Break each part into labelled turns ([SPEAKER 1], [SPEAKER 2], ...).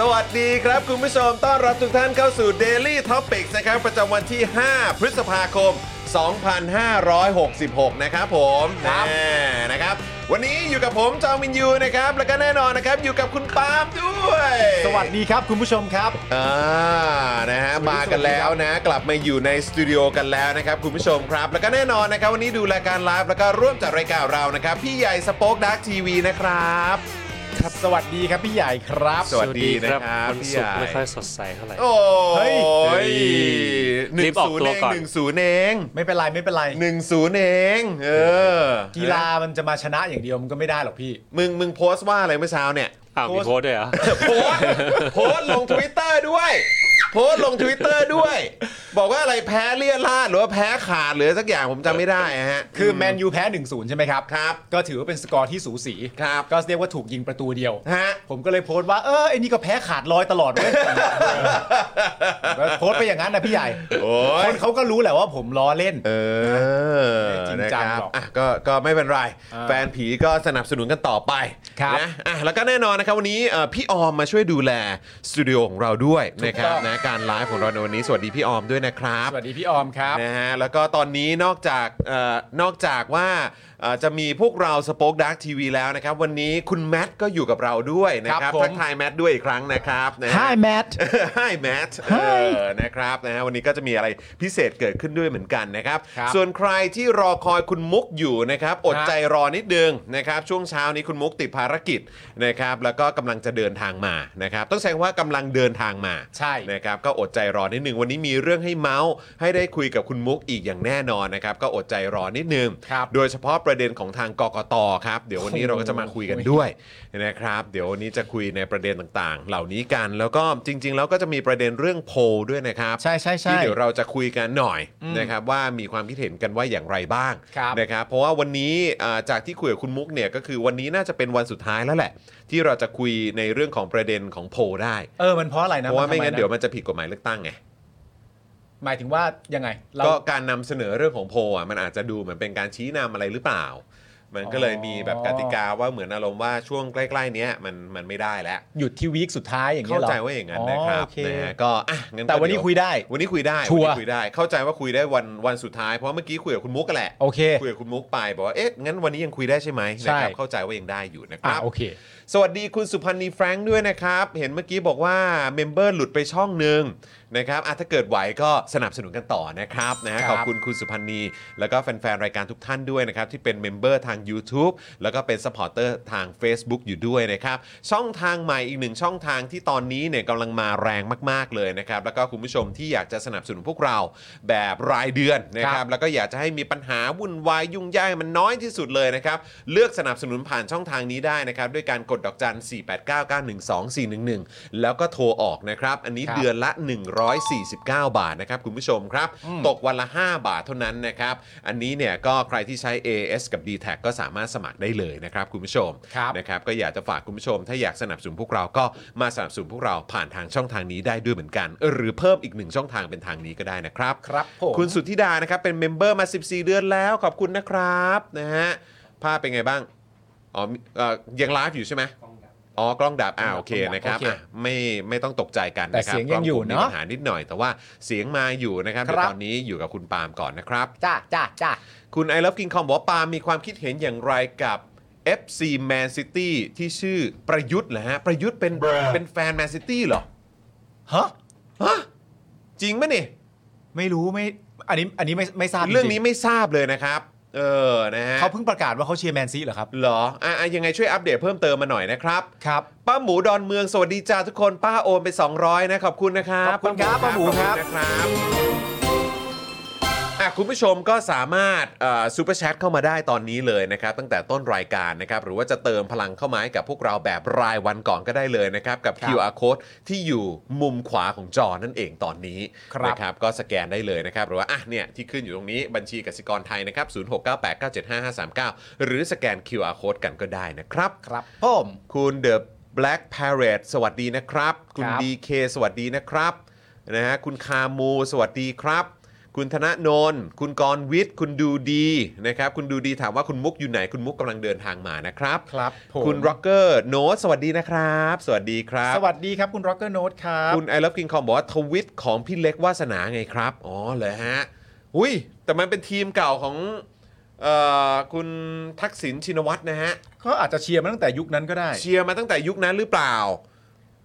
[SPEAKER 1] สวัสดีครับ คุณผู้ชมต้อนรับทุกท่านเข้าสู่ Daily Topics นะครับ ประจำวันที่ 5 พฤษภาคม 2566 นะครับผมครับนะครับ วันนี้อยู่กับผมจอมินยูนะครับ แล้วก็แน่นอนนะครับ อยู่กับคุณปาล์มด้วย
[SPEAKER 2] สวัสดีครับคุณผู้ชมครับ
[SPEAKER 1] อ่านะฮะมากันแล้วนะ กลับมาอยู่ในสตูดิโอกันแล้วนะครับ คุณผู้ชมครับ แล้วก็แน่นอนนะครับ วันนี้ดูรายการไลฟ์แล้วก็ร่วมจัดรายการเรานะครับ พี่ใหญ่สป็อคดักทีวีนะครับ
[SPEAKER 2] สวัสดีครับพี่ใหญ่ครับ
[SPEAKER 1] สวัสดีนะครับ
[SPEAKER 3] วัน
[SPEAKER 1] พี่ให
[SPEAKER 3] ศุกร์ไม่
[SPEAKER 1] ญ่
[SPEAKER 3] ค่อยสดใสเท่าไหร่
[SPEAKER 1] โอ้
[SPEAKER 2] เฮ้ย
[SPEAKER 1] ยห
[SPEAKER 3] รี
[SPEAKER 1] นึ่ง
[SPEAKER 3] บออก
[SPEAKER 1] ศูน
[SPEAKER 3] ตั
[SPEAKER 1] ย์เอง
[SPEAKER 3] วก่อน
[SPEAKER 1] หนึ่งศูนย์เอง
[SPEAKER 2] ไม่เป็นไรไม่เป็นไร
[SPEAKER 1] หนึ่งศูนย์เอง เออ
[SPEAKER 2] กีฬามันจะมาชนะอย่างเดียวมันก็ไม่ได้หรอกพี่
[SPEAKER 1] มึงมึงโพสต์ว่าอะไรเมื่อเช้าเนี่ย
[SPEAKER 3] อ้าวมีโพสต์ด้วยเหรอ
[SPEAKER 1] โพสต์โพสต์ลงทวิตเตอร์ด้วย โพสต์ลงทวิตเตอร์ด้วย บอกว่าอะไรแพ้เลี่ยราดหรือว่าแพ้ขาดหรือสักอย่างผมจำไม่ได้ฮะ
[SPEAKER 2] คือแมนยูแพ้ 1 0 ใช่ไหมครับ
[SPEAKER 1] ครับ
[SPEAKER 2] ก็ถือว่าเป็นสกอร์ที่สูสี
[SPEAKER 1] ครับ
[SPEAKER 2] ก็เรียกว่าถูกยิงประตูเดียว
[SPEAKER 1] ฮะ
[SPEAKER 2] ผมก็เลยโพสต์ว่า เออไอ้นี่ก็แพ้ขาดลอยตลอดเว้ย โพสต์ไปอย่างนั้นนะพี่ใหญ่
[SPEAKER 1] โอ้
[SPEAKER 2] ค
[SPEAKER 1] ย
[SPEAKER 2] นเขาก็รู้แหละว่าผมล้อเล่น
[SPEAKER 1] เออ
[SPEAKER 2] จริง
[SPEAKER 1] นะ
[SPEAKER 2] จั
[SPEAKER 1] ค
[SPEAKER 2] ง
[SPEAKER 1] รับ
[SPEAKER 2] หรอก
[SPEAKER 1] อ่ะก็ก็ไม่เป็นไร
[SPEAKER 2] อ่า
[SPEAKER 1] แฟนผีก็สนับสนุนกันต่อไป
[SPEAKER 2] ครับ
[SPEAKER 1] นะอ่ะแล้วก็แน่นอนนะครับวันนี้เอ่อพี่ออมมาช่วยดูแลสตูดิโอของเราด้วย
[SPEAKER 2] ถูก
[SPEAKER 1] นะครับ
[SPEAKER 2] ต้อง
[SPEAKER 1] นะการไลฟ์ของเราในวันนี้สวัสดีพี่ออมด้วยนะครับ
[SPEAKER 2] สวัสดีพี่ออมครับ
[SPEAKER 1] นะฮะแล้วก็ตอนนี้นอกจากเอ่อนอกจากว่าเอ่อจะมีพวกเราสป็อคดักทีวีแล้วนะครับ วันนี้คุณแมทก็อยู่กับเราด้วยนะค
[SPEAKER 2] ค
[SPEAKER 1] รั
[SPEAKER 2] รั
[SPEAKER 1] บบ
[SPEAKER 2] ผม
[SPEAKER 1] ทักทายแมทด้วยอีกครั้งนะครับนะฮะ
[SPEAKER 2] Hi Matt
[SPEAKER 1] ให้แมทนะครับนะฮะวันนี้ก็จะมีอะไรพิเศษเกิดขึ้นด้วยเหมือนกันนะครับ
[SPEAKER 2] ครับ
[SPEAKER 1] ส่วนใครที่รอคอยคุณมุกอยู่นะครับ อดใจรอนิดนึงนะครับ ช่วงเช้านี้คุณมุกติดภารกิจนะครับ แล้วก็กำลังจะเดินทางมานะครับ ต้องใช้คำว่ากำลังเดินทางมา
[SPEAKER 2] ใช่
[SPEAKER 1] นะครับ ก็อดใจรอนิดนึงวันนี้มีเรื่องให้เมาส์ให้ได้คุยกับคุณมุกอีกอย่างแน่นอนนะครับ ก็อดใจรอนิดนึง
[SPEAKER 2] ครับ
[SPEAKER 1] โดยเฉพาะประเด็นของทางกกตครับ เดี๋ยววันนี้เราก็จะมาคุยกันด้วยนะครับ เดี๋ยววันนี้จะคุยในประเด็นต่างๆ เหล่านี้กัน แล้วก็จริง ๆ แล้วก็จะมีประเด็นเรื่องโพลด้วยนะครับ
[SPEAKER 2] ใช่ใช่ใช่
[SPEAKER 1] ที่เดี๋ยวเราจะคุยกันหน่อยนะครับว่ามีความคิดเห็นกันว่าอย่างไรบ้าง
[SPEAKER 2] ครับ
[SPEAKER 1] นะครับ เพราะว่าวันนี้อ่าจากที่คุยกับคุณมุกเนี่ยก็คือวันนี้น่าจะเป็นวันสุดท้ายแล้วแหละ ที่เราจะคุยในเรื่องของประเด็นของโพลได้
[SPEAKER 2] เออมันเพราะอะไรนะ
[SPEAKER 1] เพราะว่าไม่งั้น
[SPEAKER 2] ทำะ
[SPEAKER 1] เดี๋ยวมันจะผิดกฎหมายเลือกตั้งไง
[SPEAKER 2] หมายถึงว่ายังไงเรา
[SPEAKER 1] ก็การนำเสนอเรื่องของโพลอ่ะมันอาจจะดูเหมือนเป็นการชี้นำอะไรหรือเปล่า มันก็เลยมีแบบกติกาว่าเหมือนอารมณ์ว่าช่วงใกล้ๆเนี้ยมันมันไม่ได้แล้ว
[SPEAKER 2] หยุดที่วีคสุดท้ายอย่างเงี้
[SPEAKER 1] เข้าย
[SPEAKER 2] หรอ
[SPEAKER 1] ใจว่าอย่างนั้นนะครับ
[SPEAKER 2] โอเ
[SPEAKER 1] นะฮะก็อ่ะงั้นก็
[SPEAKER 2] แต่วันนี้
[SPEAKER 1] เดี๋
[SPEAKER 2] คุยได้
[SPEAKER 1] วันนี้คุยได้
[SPEAKER 2] ชัวร์
[SPEAKER 1] วันนี้คุยได้ เข้าใจว่าคุยได้วันวันสุดท้ายเพราะเมื่อกี้คุยกับคุณมุกกันแหละ
[SPEAKER 2] โอเค
[SPEAKER 1] คุยกับคุณมุกไปบอกว่าเอ๊ะงั้นวันนี้ยังคุยได้ใช่ไหม
[SPEAKER 2] ใช่
[SPEAKER 1] นะครับเข้าใจว่ายังได้อยู่นะค
[SPEAKER 2] อ่ะ
[SPEAKER 1] รับ
[SPEAKER 2] โอเค
[SPEAKER 1] สวัสดีคุณสุพันธ์นีแฟรงค์ด้วยนะครับ เห็นเมื่อกี้บอกว่าเมมเบอร์หลุดไปช่องหนึ่งนะครับอ่ะถ้าเกิดไหวก็สนับสนุนกันต่อนะครับนะฮะ
[SPEAKER 2] ครับ
[SPEAKER 1] ขอบคุณคุณสุพันธ์นีแล้วก็แฟนๆ รายการทุกท่านด้วยนะครับ ที่เป็นเมมเบอร์ทาง YouTube แล้วก็เป็นสปอร์เตอร์ทาง Facebook อยู่ด้วยนะครับ ช่องทางใหม่อีกหนึ่งช่องทางที่ตอนนี้เนี่ยกำลังมาแรงมากๆเลยนะครับ แล้วก็คุณผู้ชมที่อยากจะสนับสนุนพวกเราแบบรายเดือนนะค
[SPEAKER 2] ครั
[SPEAKER 1] รับ
[SPEAKER 2] บ
[SPEAKER 1] แล้วก็อยากจะให้มีปัญหาวุ่นวายยุ่งยากให้มันน้อยที่สุดเลยนะครับ เลือกสนับสนุนผ่านช่องทางนี้ได้นะครับ ด้วยการกดดอกจัน 4 8 9 9 1 2 4 1 1 แล้วก็โทรออกนะครับ อันนี้
[SPEAKER 2] ครับ
[SPEAKER 1] เดือนละ 149 บาทนะครับคุณผู้ชมครับ ตกวันละ 5 บาทเท่านั้นนะครับ อันนี้เนี่ยก็ใครที่ใช้ AS กับ d t แทก็สามารถสมัครได้เลยนะครับคุณผู้ชม
[SPEAKER 4] ครับ
[SPEAKER 1] นะครับก็อยากจะฝากคุณผู้ชม ถ้าอยากสนับสนุนพวกเราก็มาสนับสนุนพวกเราผ่านทางช่องทางนี้ได้ด้วยเหมือนกัน หรือเพิ่มอีกหนึ่งช่องทางเป็นทางนี้ก็ได้นะครับ
[SPEAKER 4] ครับผม
[SPEAKER 1] คุณสุทธิดานะครับ เป็นเมมเบอร์มา 14 เดือนแล้วขอบคุณนะครับนะฮะภาพเป็นไงบ้างอ๋อมีเอ่อยังไลฟ์อยู่ใช่ไหมอ๋อกล้องดับอ่าโอเคนะครับ
[SPEAKER 4] โอเค
[SPEAKER 1] อ่ะไม่ไม่ต้องตกใจกัน
[SPEAKER 4] แต่
[SPEAKER 1] นะครับ
[SPEAKER 4] เสียงยังอ
[SPEAKER 1] ก
[SPEAKER 4] ยู่
[SPEAKER 1] ล้ผมมี
[SPEAKER 4] เนอะ
[SPEAKER 1] ปัญหานิดหน่อยแต่ว่าเสียงมาอยู่นะครับ
[SPEAKER 4] ครับ
[SPEAKER 1] เดี๋ยวตอนนี้อยู่กับคุณปาล์มก่อนนะครับ
[SPEAKER 4] จ้าจ้าจ้า
[SPEAKER 1] คุณไอ o ล e ฟกินคอมบอกว่าปาล์มมีความคิดเห็นอย่างไรกับ FC Man City ที่ชื่อประยุทธ์เหรอฮะ ประยุทธ์เป็นเป็นแฟนแมนซิตี้เหรอ
[SPEAKER 4] ฮะ
[SPEAKER 1] ฮะจริงไหมเนี่ย
[SPEAKER 4] ไม่รู้ไม่ อันนี้อันนี้ไม่ไม่ทราบจๆ
[SPEAKER 1] เรื่องนี้ไม่ทราบเลยนะครับ เออ นะฮะ
[SPEAKER 4] เขาเพิ่งประกาศว่าเขาเชียร์แมนซีเหรอครับ
[SPEAKER 1] เหรอ อ่ะอ่ะยังไงช่วยอัปเดตเพิ่มเติมมาหน่อยนะครับ
[SPEAKER 4] ครับ
[SPEAKER 1] ป้าหมูดอนเมืองสวัสดีจ้าทุกคน ป้าโอนไป 200 นะ ขอบคุณนะครับ
[SPEAKER 4] ขอบคุณครับ
[SPEAKER 1] ขอณนะครับอ่ะคุณผู้ชมก็สามารถซูเปอร์แชทเข้ามาได้ตอนนี้เลยนะครับ ตั้งแต่ต้นรายการนะครับ หรือว่าจะเติมพลังเข้ามาให้กับพวกเราแบบรายวันก่อนก็ได้เลยนะครับ กับ
[SPEAKER 4] ครับ
[SPEAKER 1] QR code ที่อยู่มุมขวาของจอนั่นเองตอนนี้
[SPEAKER 4] ครับ
[SPEAKER 1] นะครับ ก็สแกนได้เลยนะครับ หรือว่าอ่ะเนี่ยที่ขึ้นอยู่ตรงนี้บัญชีกสิกรไทยนะครับ0698975539 หรือสแกน QR code กันก็ได้นะครับ
[SPEAKER 4] ครับผม
[SPEAKER 1] คุณ The Black Parrot สวัสดีนะครับ คุณ
[SPEAKER 4] ครับ
[SPEAKER 1] DK สวัสดีนะครับนะฮะคุณคามูสวัสดีครับ คุณธนโนนคุณกรวิทย์คุณดูดีนะครับ คุณดูดีถามว่าคุณมุกอยู่ไหน คุณมุกกำลังเดินทางมานะครับ
[SPEAKER 4] ครับผม
[SPEAKER 1] คุณร็อกเกอร์โนสวัสดีนะครับ สวัสดีครับ
[SPEAKER 4] สวัสดีครับคุณร็อกเกอร์โนตครับ
[SPEAKER 1] คุณไอ o ล e ฟกินคอมบอกว่าทวิตของพี่เล็กวาสนาไงครับ อ๋อเหรอฮะอุ้ยแต่มันเป็นทีมเก่าของเอ่อคุณทักษิณชินวัตรนะฮะ
[SPEAKER 4] ก็อาจจะเชียร์มาตั้งแต่ยุคนั้นก็ได้
[SPEAKER 1] เชียร์มาตั้งแต่ยุคนั้นหรือเปล่า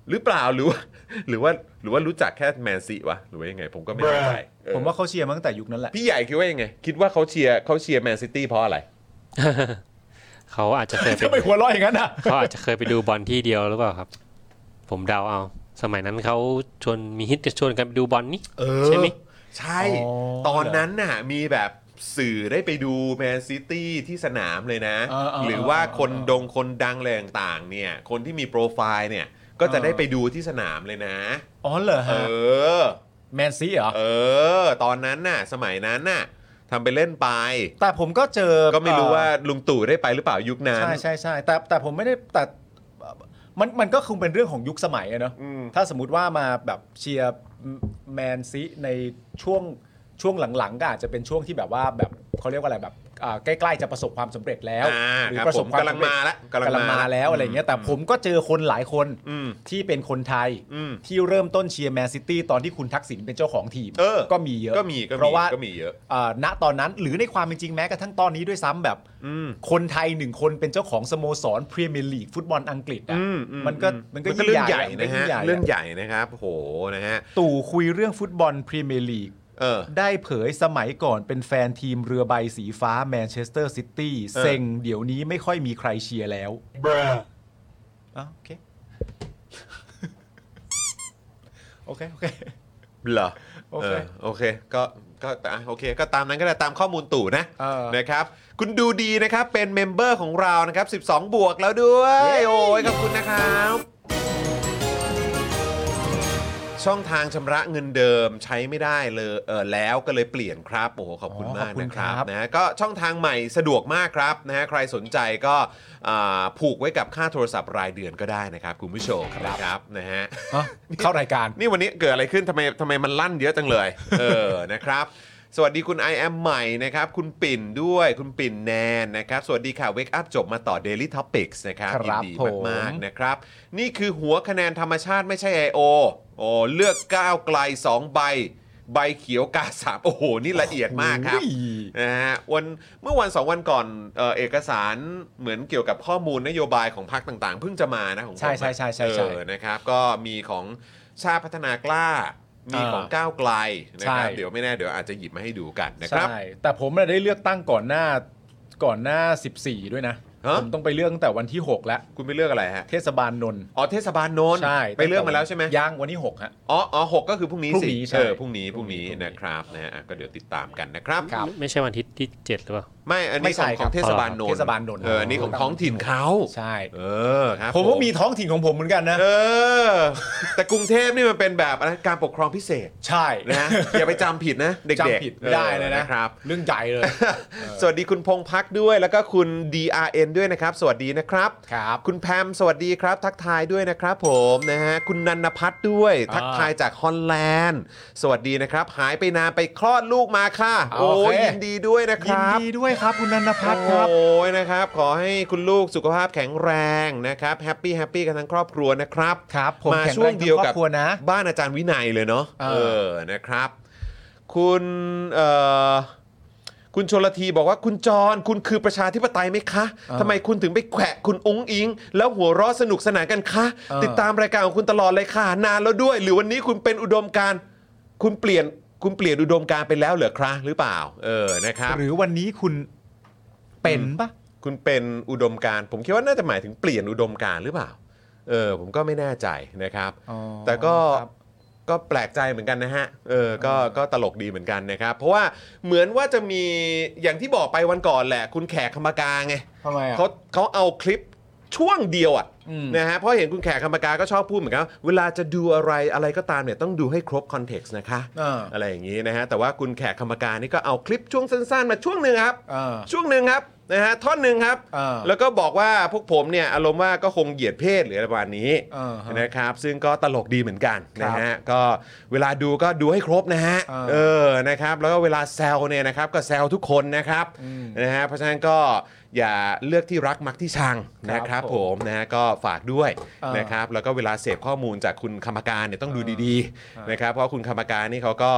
[SPEAKER 1] หรือเปล่าหรือว่า หรือว่าหรือว่ารู้จักแค่แมนซีวะหรือว่ายังไง ผมก็ไม่แน่ใจเออ
[SPEAKER 4] ผมว่าเขาเชียร์มาตั้งแต่ยุคนั้นแหละ
[SPEAKER 1] พี่ใหญ่คิดว่ายังไง คิดว่าเขาเชียร์เขาเชียร์แมนซิตี้เพราะอะไร
[SPEAKER 3] เขาอาจจะเคยไป
[SPEAKER 4] ทำไมหัวเร้อยอย่างนั้นอ่ะ
[SPEAKER 3] เขาอาจจะเคยไปดูบอลที่เดียวหรือเปล่าครับ ผมเดาเอา สมัยนั้นเขาชวนมีฮิตจะชวนกันไปดูบอลนี่
[SPEAKER 1] เออ
[SPEAKER 3] ใช่ไหม
[SPEAKER 1] ใช่
[SPEAKER 4] อ๋อ
[SPEAKER 1] ตอนนั้นน่ะมีแบบสื่อได้ไปดูแมนซิตี้ที่สนามเลยนะ
[SPEAKER 4] เออเออ
[SPEAKER 1] หรือว่า
[SPEAKER 4] เออ
[SPEAKER 1] คนดงคนดังอะไรต่างๆเนี่ย คนที่มีโปรไฟล์เนี่ยก็จะ
[SPEAKER 4] เออ
[SPEAKER 1] ได้ไปดูที่สนามเลยนะ
[SPEAKER 4] อ๋อเหรอ
[SPEAKER 1] เอ
[SPEAKER 4] ฮะ
[SPEAKER 1] อ
[SPEAKER 4] แมนซีเหรอ
[SPEAKER 1] เออ ตอนนั้นน่ะ สมัยนั้นน่ะทำไปเล่นไป
[SPEAKER 4] แต่ผมก็เจอ
[SPEAKER 1] ก็ไม่รู้
[SPEAKER 4] เอ่อ
[SPEAKER 1] ว่าลุงตู่ได้ไปหรือเปล่ายุคนั้น
[SPEAKER 4] ใช่ใช่ใช่แต่แต่ผมไม่ได้แต่เอ่อมันมันก็คงเป็นเรื่องของยุคสมัยอะเนอะ
[SPEAKER 1] อืม
[SPEAKER 4] ถ้าสมมติว่ามาแบบเชียร์แมนซีในช่วงช่วงหลังๆ ก็อาจจะเป็นช่วงที่แบบว่าแบบเขาเรียกว่าอะไรแบบอ่าใกล้ๆจะประสบความสำเร็จแล้ว
[SPEAKER 1] อ่า
[SPEAKER 4] หรื
[SPEAKER 1] ครับ
[SPEAKER 4] ประ
[SPEAKER 1] ผ
[SPEAKER 4] สบ
[SPEAKER 1] ม
[SPEAKER 4] ความ
[SPEAKER 1] กำลัง
[SPEAKER 4] สำเร็จ
[SPEAKER 1] มาละ
[SPEAKER 4] กำลังมาแล้วอะไรเงี้ยแต่ผมก็เจอคนหลายคน
[SPEAKER 1] อืม
[SPEAKER 4] ที่เป็นคนไทย
[SPEAKER 1] อืม
[SPEAKER 4] ที่เริ่มต้นเชียร์แมนซิตี้ตอนที่คุณทักษิณเป็นเจ้าของทีม
[SPEAKER 1] เออ
[SPEAKER 4] ก็มีเยอะ
[SPEAKER 1] ก็มีก็
[SPEAKER 4] เพราะว่า
[SPEAKER 1] ก็มีเยอะ
[SPEAKER 4] อ่าณตอนนั้นหรือในความเป็นจริงแม้กระทั่งตอนนี้ด้วยซ้ำแบบ
[SPEAKER 1] อืม
[SPEAKER 4] คนไทยหนึ่งคนเป็นเจ้าของสโมสรพรีเมียร์ลีกฟุตบอลอังกฤษอ่ะ
[SPEAKER 1] อืมอื
[SPEAKER 4] มันก็มันก็ยิ่
[SPEAKER 1] เรื่อง ง
[SPEAKER 4] ให
[SPEAKER 1] ให
[SPEAKER 4] ญ่
[SPEAKER 1] ญ่
[SPEAKER 4] อะ
[SPEAKER 1] นะฮะ
[SPEAKER 4] มัก็ยิ่งใหญ่
[SPEAKER 1] เรื่อง
[SPEAKER 4] อะ
[SPEAKER 1] ใหญ่นะครับโหนะฮะ
[SPEAKER 4] ตู่คุยเรื่องฟุตบอลพรีเมียร์ลีก
[SPEAKER 1] เออ
[SPEAKER 4] ได้เผยสมัยก่อนเป็นแฟนทีมเรือใบสีฟ้าแมนเชสเตอร์ซิตี้
[SPEAKER 1] เออ
[SPEAKER 4] เซ็งเดี๋ยวนี้ไม่ค่อยมีใครเชียร์แล้วอ้าวโอเค โอเค โอเค
[SPEAKER 1] เหรอ
[SPEAKER 4] โอเค
[SPEAKER 1] โอเคก็ก็อ่ะโอเค ก็ตามนั้นก็ได้ตามข้อมูลตู่นะ
[SPEAKER 4] เออ
[SPEAKER 1] นะครับ คุณดูดีนะครับเป็นเมมเบอร์ของเรานะครับ 12 บวกแล้วด้วย
[SPEAKER 4] เย้
[SPEAKER 1] โอ้ยขอบคุณนะครับ ช่องทางชำระเงินเดิมใช้ไม่ได้เลยเออแล้วก็เลยเปลี่ยนครับโอ้โหขอบคุณ
[SPEAKER 4] อ๋อ
[SPEAKER 1] มาก
[SPEAKER 4] ขอบคุณ
[SPEAKER 1] นะค
[SPEAKER 4] ครั
[SPEAKER 1] รับบ นะก็ช่องทางใหม่สะดวกมากครับนะฮะใครสนใจก็อ่าผูกไว้กับค่าโทรศัพท์รายเดือนก็ได้นะครับ คุณผู้ชมนะครับนะฮะ
[SPEAKER 4] อ่ะเข้ารายการ
[SPEAKER 1] นี่วันนี้เกิดอะไรขึ้นทำไมทำไมมันลั่นเยอะจังเลย เออ นะครับ สวัสดีคุณ I am ใหม่นะครับ คุณปิ่นด้วย คุณปิ่นแนนนะครับ สวัสดีค่ะเวกอัพจบมาต่อ Daily Topics นะครับ
[SPEAKER 4] ค
[SPEAKER 1] ยิ
[SPEAKER 4] รั
[SPEAKER 1] น
[SPEAKER 4] บ
[SPEAKER 1] ดี
[SPEAKER 4] ผม
[SPEAKER 1] มากๆนะครับ นี่คือหัวคะแนนธรรมชาติไม่ใช่ I.O. โอ้เลือกก้าวไกล 2 ใบ ใบเขียวกาสามโอ้โห นี่ละเอียดมากครับ
[SPEAKER 4] โอ้ย
[SPEAKER 1] นะฮะวันเมื่อวันสองวันก่อนเอ่อเอกสารเหมือนเกี่ยวกับข้อมูลนโยบายของพรรคต่างๆ เพิ่งจะมานะของผม
[SPEAKER 4] ใช่ใช่ใช่ใช่
[SPEAKER 1] เอ
[SPEAKER 4] ใช่
[SPEAKER 1] อนะครับก็มีของชาติพัฒนากล้า มีของ
[SPEAKER 4] อ่า
[SPEAKER 1] ก้าวไกลนะครับ
[SPEAKER 4] ใช่
[SPEAKER 1] เดี๋ยวไม่แน่เดี๋ยวอาจจะหยิบมาให้ดูกันนะครับ
[SPEAKER 4] ใช่ แต่ผมน่ะได้เลือกตั้งก่อนหน้าก่อนหน้า 14 ด้วยนะ
[SPEAKER 1] ฮะ
[SPEAKER 4] ผมต้องไปเลือกตั้งแต่วันที่ 6 แล้ว
[SPEAKER 1] คุณไปเลือกอะไรฮะ
[SPEAKER 4] เทศบาลนนท์
[SPEAKER 1] อ๋อเทศบาลโนนท์
[SPEAKER 4] ใช่
[SPEAKER 1] ไปเลือกมาแล้วใช่ไหม
[SPEAKER 4] ยังวันที่ 6 ฮะ
[SPEAKER 1] อ๋ออ๋อหกก็คือพรุ่งนี้
[SPEAKER 4] พรุ่
[SPEAKER 1] สิ
[SPEAKER 4] งนี้ใช่
[SPEAKER 1] เออพรุ่งนี้พรุ่งนี้
[SPEAKER 4] พรุ่งนี้
[SPEAKER 1] นะครับนะฮะอ่ะก็เดี๋ยวติดตามกันนะครับ
[SPEAKER 4] ครับ
[SPEAKER 3] ไม่ใช่วันอาทิตย์ที่เจ็ดหรือเปล่า
[SPEAKER 1] ไม่อัน
[SPEAKER 4] ไม่
[SPEAKER 1] นี้ข
[SPEAKER 4] ใช่
[SPEAKER 1] อง
[SPEAKER 4] ค
[SPEAKER 1] ข
[SPEAKER 4] รั
[SPEAKER 1] อบ งเทศบาลนนท์
[SPEAKER 4] เทศบาลนนท์
[SPEAKER 1] เอออันนี้ของท้องถิ่นเขา
[SPEAKER 4] ใช่
[SPEAKER 1] เออครับ
[SPEAKER 4] ผมก็มีท้องถิ่นของผมเหมือนกันนะ
[SPEAKER 1] เออ แต่กรุงเทพนี่มันเป็นแบบอะไรการปกครองพิเศษ
[SPEAKER 4] ใช่
[SPEAKER 1] นะ อย่าไปจำผิดนะ เด็กๆ
[SPEAKER 4] จำผิดไม่ได้เลย
[SPEAKER 1] อ
[SPEAKER 4] นะ
[SPEAKER 1] อครับ
[SPEAKER 4] เรื่องใหญ่เลย
[SPEAKER 1] สวัสดีคุณพงพักด้วยแล้วก็คุณ DRN ด้วยนะครับ สวัสดีนะครับ
[SPEAKER 4] ครับ
[SPEAKER 1] คุณแพมสวัสดีครับ ทักทายด้วยนะครับผมนะฮะคุณนันนพัฒน์ด้วย
[SPEAKER 4] อ่า
[SPEAKER 1] ทักทายจากฮอลแลนด์สวัสดีนะครับ หายไปนานไปคลอดลูกมาค่ะ
[SPEAKER 4] โอ
[SPEAKER 1] โอ้
[SPEAKER 4] เค
[SPEAKER 1] ยยินดีด้วยนะค
[SPEAKER 4] ยิน
[SPEAKER 1] รับ
[SPEAKER 4] ดีด้วยครับคุณนันทพัฒน์ครับ
[SPEAKER 1] โอ้ยนะครับ ขอให้คุณลูกสุขภาพแข็งแรงนะครับแฮปปี้แฮปปี้กันทั้งครอบครัวนะครับ
[SPEAKER 4] ครับผม
[SPEAKER 1] มา
[SPEAKER 4] แข็งแรง
[SPEAKER 1] ช่วงเดียว
[SPEAKER 4] ทั้
[SPEAKER 1] กับ
[SPEAKER 4] งครอบครัวนะ
[SPEAKER 1] บ้านอาจารย์วินัยเลยเนาะ
[SPEAKER 4] เออ
[SPEAKER 1] เออนะครับ คุณเอ่อคุณชลทีบอกว่าคุณจรคุณคือประชาธิปไตยไหมคะทำไมคุณถึงไปแขวะคุณองค์อิง แล้วหัวเร้อสนุกสนานกันคะ ติดตามรายการของคุณตลอดเลยค่ะ นานแล้วด้วย หรือวันนี้คุณเป็นอุดมการณ์คุณเปลี่ยนคุณเปลี่ยนอุดมการณ์ไปแล้วเหรอคะหรือเปล่า เออนะครับ
[SPEAKER 4] หรือวันนี้คุณเป็นปะ
[SPEAKER 1] คุณเป็นอุดมการณ์ผมคิดว่าน่าจะหมายถึงเปลี่ยนอุดมการณ์หรือเปล่า เออ ผมก็ไม่แน่ใจนะครับ
[SPEAKER 4] อ๋อ
[SPEAKER 1] แต่ก็
[SPEAKER 4] ครับ
[SPEAKER 1] ก็แปลกใจเหมือนกันนะฮะ เออ ก็ก็ตลกดีเหมือนกันนะครับ เพราะว่าเหมือนว่าจะมีอย่างที่บอกไปวันก่อนแหละ คุณแขกคำปากาไง
[SPEAKER 4] ทำไมอะ
[SPEAKER 1] เขาเขาเอาคลิปช่วงเดียวอ่ะ
[SPEAKER 4] อืม
[SPEAKER 1] นะฮะเพราะเห็นคุณแขกคำปากาก็ชอบพูดเหมือนกันว่าเวลาจะดูอะไรอะไรก็ตามเนี่ยต้องดูให้ครบคอนเท็กซ์นะคะ
[SPEAKER 4] อ่า
[SPEAKER 1] อะไรอย่างนี้นะฮะ แต่ว่าคุณแขกคำปากานี่ก็เอาคลิปช่วงสั้นๆ มาช่วงหนึ่งครับ
[SPEAKER 4] อ่า
[SPEAKER 1] ช่วงหนึ่งครับนะฮะท่อนหนึ่งครับ
[SPEAKER 4] อ่า
[SPEAKER 1] แล้วก็บอกว่าพวกผมเนี่ยอารมณ์ว่าก็คงเหยียดเพศหรืออะไรประมาณนี้
[SPEAKER 4] อ่าฮะ
[SPEAKER 1] นะครับ ซึ่งก็ตลกดีเหมือนกัน
[SPEAKER 4] ครั
[SPEAKER 1] นะ
[SPEAKER 4] บ
[SPEAKER 1] ฮะก็เวลาดูก็ดูให้ครบนะฮะ
[SPEAKER 4] อ่า
[SPEAKER 1] เออนะครับแล้วก็เวลาแซวเนี่ยนะครับก็แซวทุกคนนะครับ
[SPEAKER 4] อืม
[SPEAKER 1] นะฮะเพราะฉะนั้นก็อย่าเลือกที่รักมักที่ชังนะค
[SPEAKER 4] ครั
[SPEAKER 1] รับบ ผ
[SPEAKER 4] ผม
[SPEAKER 1] นะฮะก็ฝากด้วย
[SPEAKER 4] อ่าน
[SPEAKER 1] นะครับแล้วก็เวลาเสพข้อมูลจากคุณคำปากาเนี่ยต้องดูดีๆนะครับเพราะคุณคำปากานี่เขาก็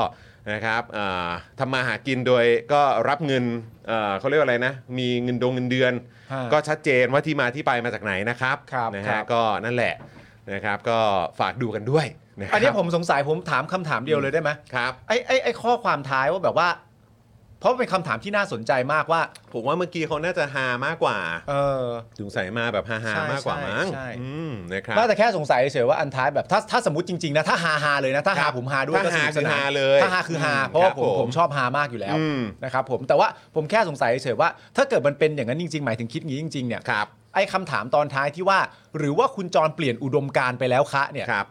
[SPEAKER 1] นะครับอ่าทำมาหากินโดยก็รับเงินเอ่อเขาเรียกว่าอะไรนะ มีเงินดงเงินเดือน
[SPEAKER 4] ฮะ
[SPEAKER 1] ก็ชัดเจนว่าที่มาที่ไปมาจากไหนนะครับ
[SPEAKER 4] ครับ
[SPEAKER 1] นะ
[SPEAKER 4] ครั
[SPEAKER 1] ฮะ
[SPEAKER 4] บ
[SPEAKER 1] ก็นั่นแหละนะครับก็ฝากดูกันด้วยนะครับ
[SPEAKER 4] อันนี้ผมสงสัยผมถามคำถามเดียวเลยได้ไหม
[SPEAKER 1] ครับ
[SPEAKER 4] ไอ้ไอ้ไอ้ข้อความท้ายว่าแบบว่า เพราะเป็นคำถามที่น่าสนใจมากว่า
[SPEAKER 1] ผมว่าเมื่อกี้เขาน่าจะฮามากกว่า
[SPEAKER 4] เออ
[SPEAKER 1] สงสัยมาแบบฮาฮา
[SPEAKER 4] ใช่
[SPEAKER 1] มากกว่ามั้ง
[SPEAKER 4] ใช่ใช่
[SPEAKER 1] อืมนะครับ
[SPEAKER 4] น่าแต่แค่สงสัยเฉยๆว่าอันท้ายแบบถ้าถ้าสมมติจริงๆนะถ้าฮาฮาเลยนะถ้าฮาผมฮาด้วย
[SPEAKER 1] ถ้า
[SPEAKER 4] ก็ส
[SPEAKER 1] ฮา
[SPEAKER 4] นุก
[SPEAKER 1] คือน
[SPEAKER 4] สาน
[SPEAKER 1] ฮาเลย
[SPEAKER 4] ถ้าฮาคือฮา
[SPEAKER 1] บ
[SPEAKER 4] เพราะว่าผมผมชอบฮามากอยู่แล้ว
[SPEAKER 1] อืม
[SPEAKER 4] นะครับผมแต่ว่าผมแค่สงสัยเฉยๆว่าถ้าเกิดมันเป็นอย่างนั้นจริงๆ หมายถึงคิดอย่างนี้จริงๆเนี่ย
[SPEAKER 1] ครับ
[SPEAKER 4] ไอ้คำถามตอนท้ายที่ว่า หรือว่าคุณจรเปลี่ยนอุดมการณ์ไปแล้วคะเนี่ย
[SPEAKER 1] ครับ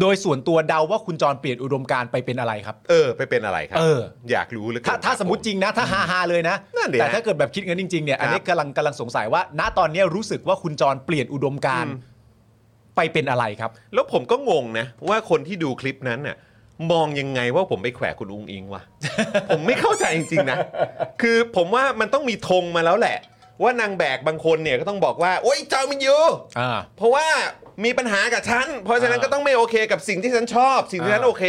[SPEAKER 4] โดยส่วนตัวเดาว่าคุณจรเปลี่ยนอุดมการณ์ไปเป็นอะไรครับ
[SPEAKER 1] เออ ไปเป็นอะไรครั
[SPEAKER 4] เออ
[SPEAKER 1] อยากรู้เหลย
[SPEAKER 4] ถ้าถ้าสมมติจริงนะ ถ้าฮาฮาเลยนะ
[SPEAKER 1] นั่นดิ
[SPEAKER 4] แต่
[SPEAKER 1] ฮะ
[SPEAKER 4] ถ้าเกิดแบบคิดงั้นจริงๆเนี่ยอันนี้กำลังกำลังสงสัยว่า ณตอนเนี้ยรู้สึกว่าคุณจรเปลี่ยนอุดมการณ์
[SPEAKER 1] อืม
[SPEAKER 4] ไปเป็นอะไรครับ
[SPEAKER 1] แล้วผมก็งงนะ ว่าคนที่ดูคลิปนั้นน่ะมองยังไงว่าผมไปแขวะคุณอุงอิง วะ ผมไม่เข้าใจจริงๆนะ คือผมว่ามันต้องมีธงมาแล้วแหละ ว่านางแบกบางคนเนี่ยก็ต้องบอกว่า โอ๊ยเจ้ามินยู
[SPEAKER 4] อ่า
[SPEAKER 1] เพราะว่ามีปัญหากับฉัน เพราะฉะนั้น
[SPEAKER 4] อ่า
[SPEAKER 1] ก็ต้องไม่โอเคกับสิ่งที่ฉันชอบ สิ่งที่ฉัน
[SPEAKER 4] อ่า
[SPEAKER 1] โอเค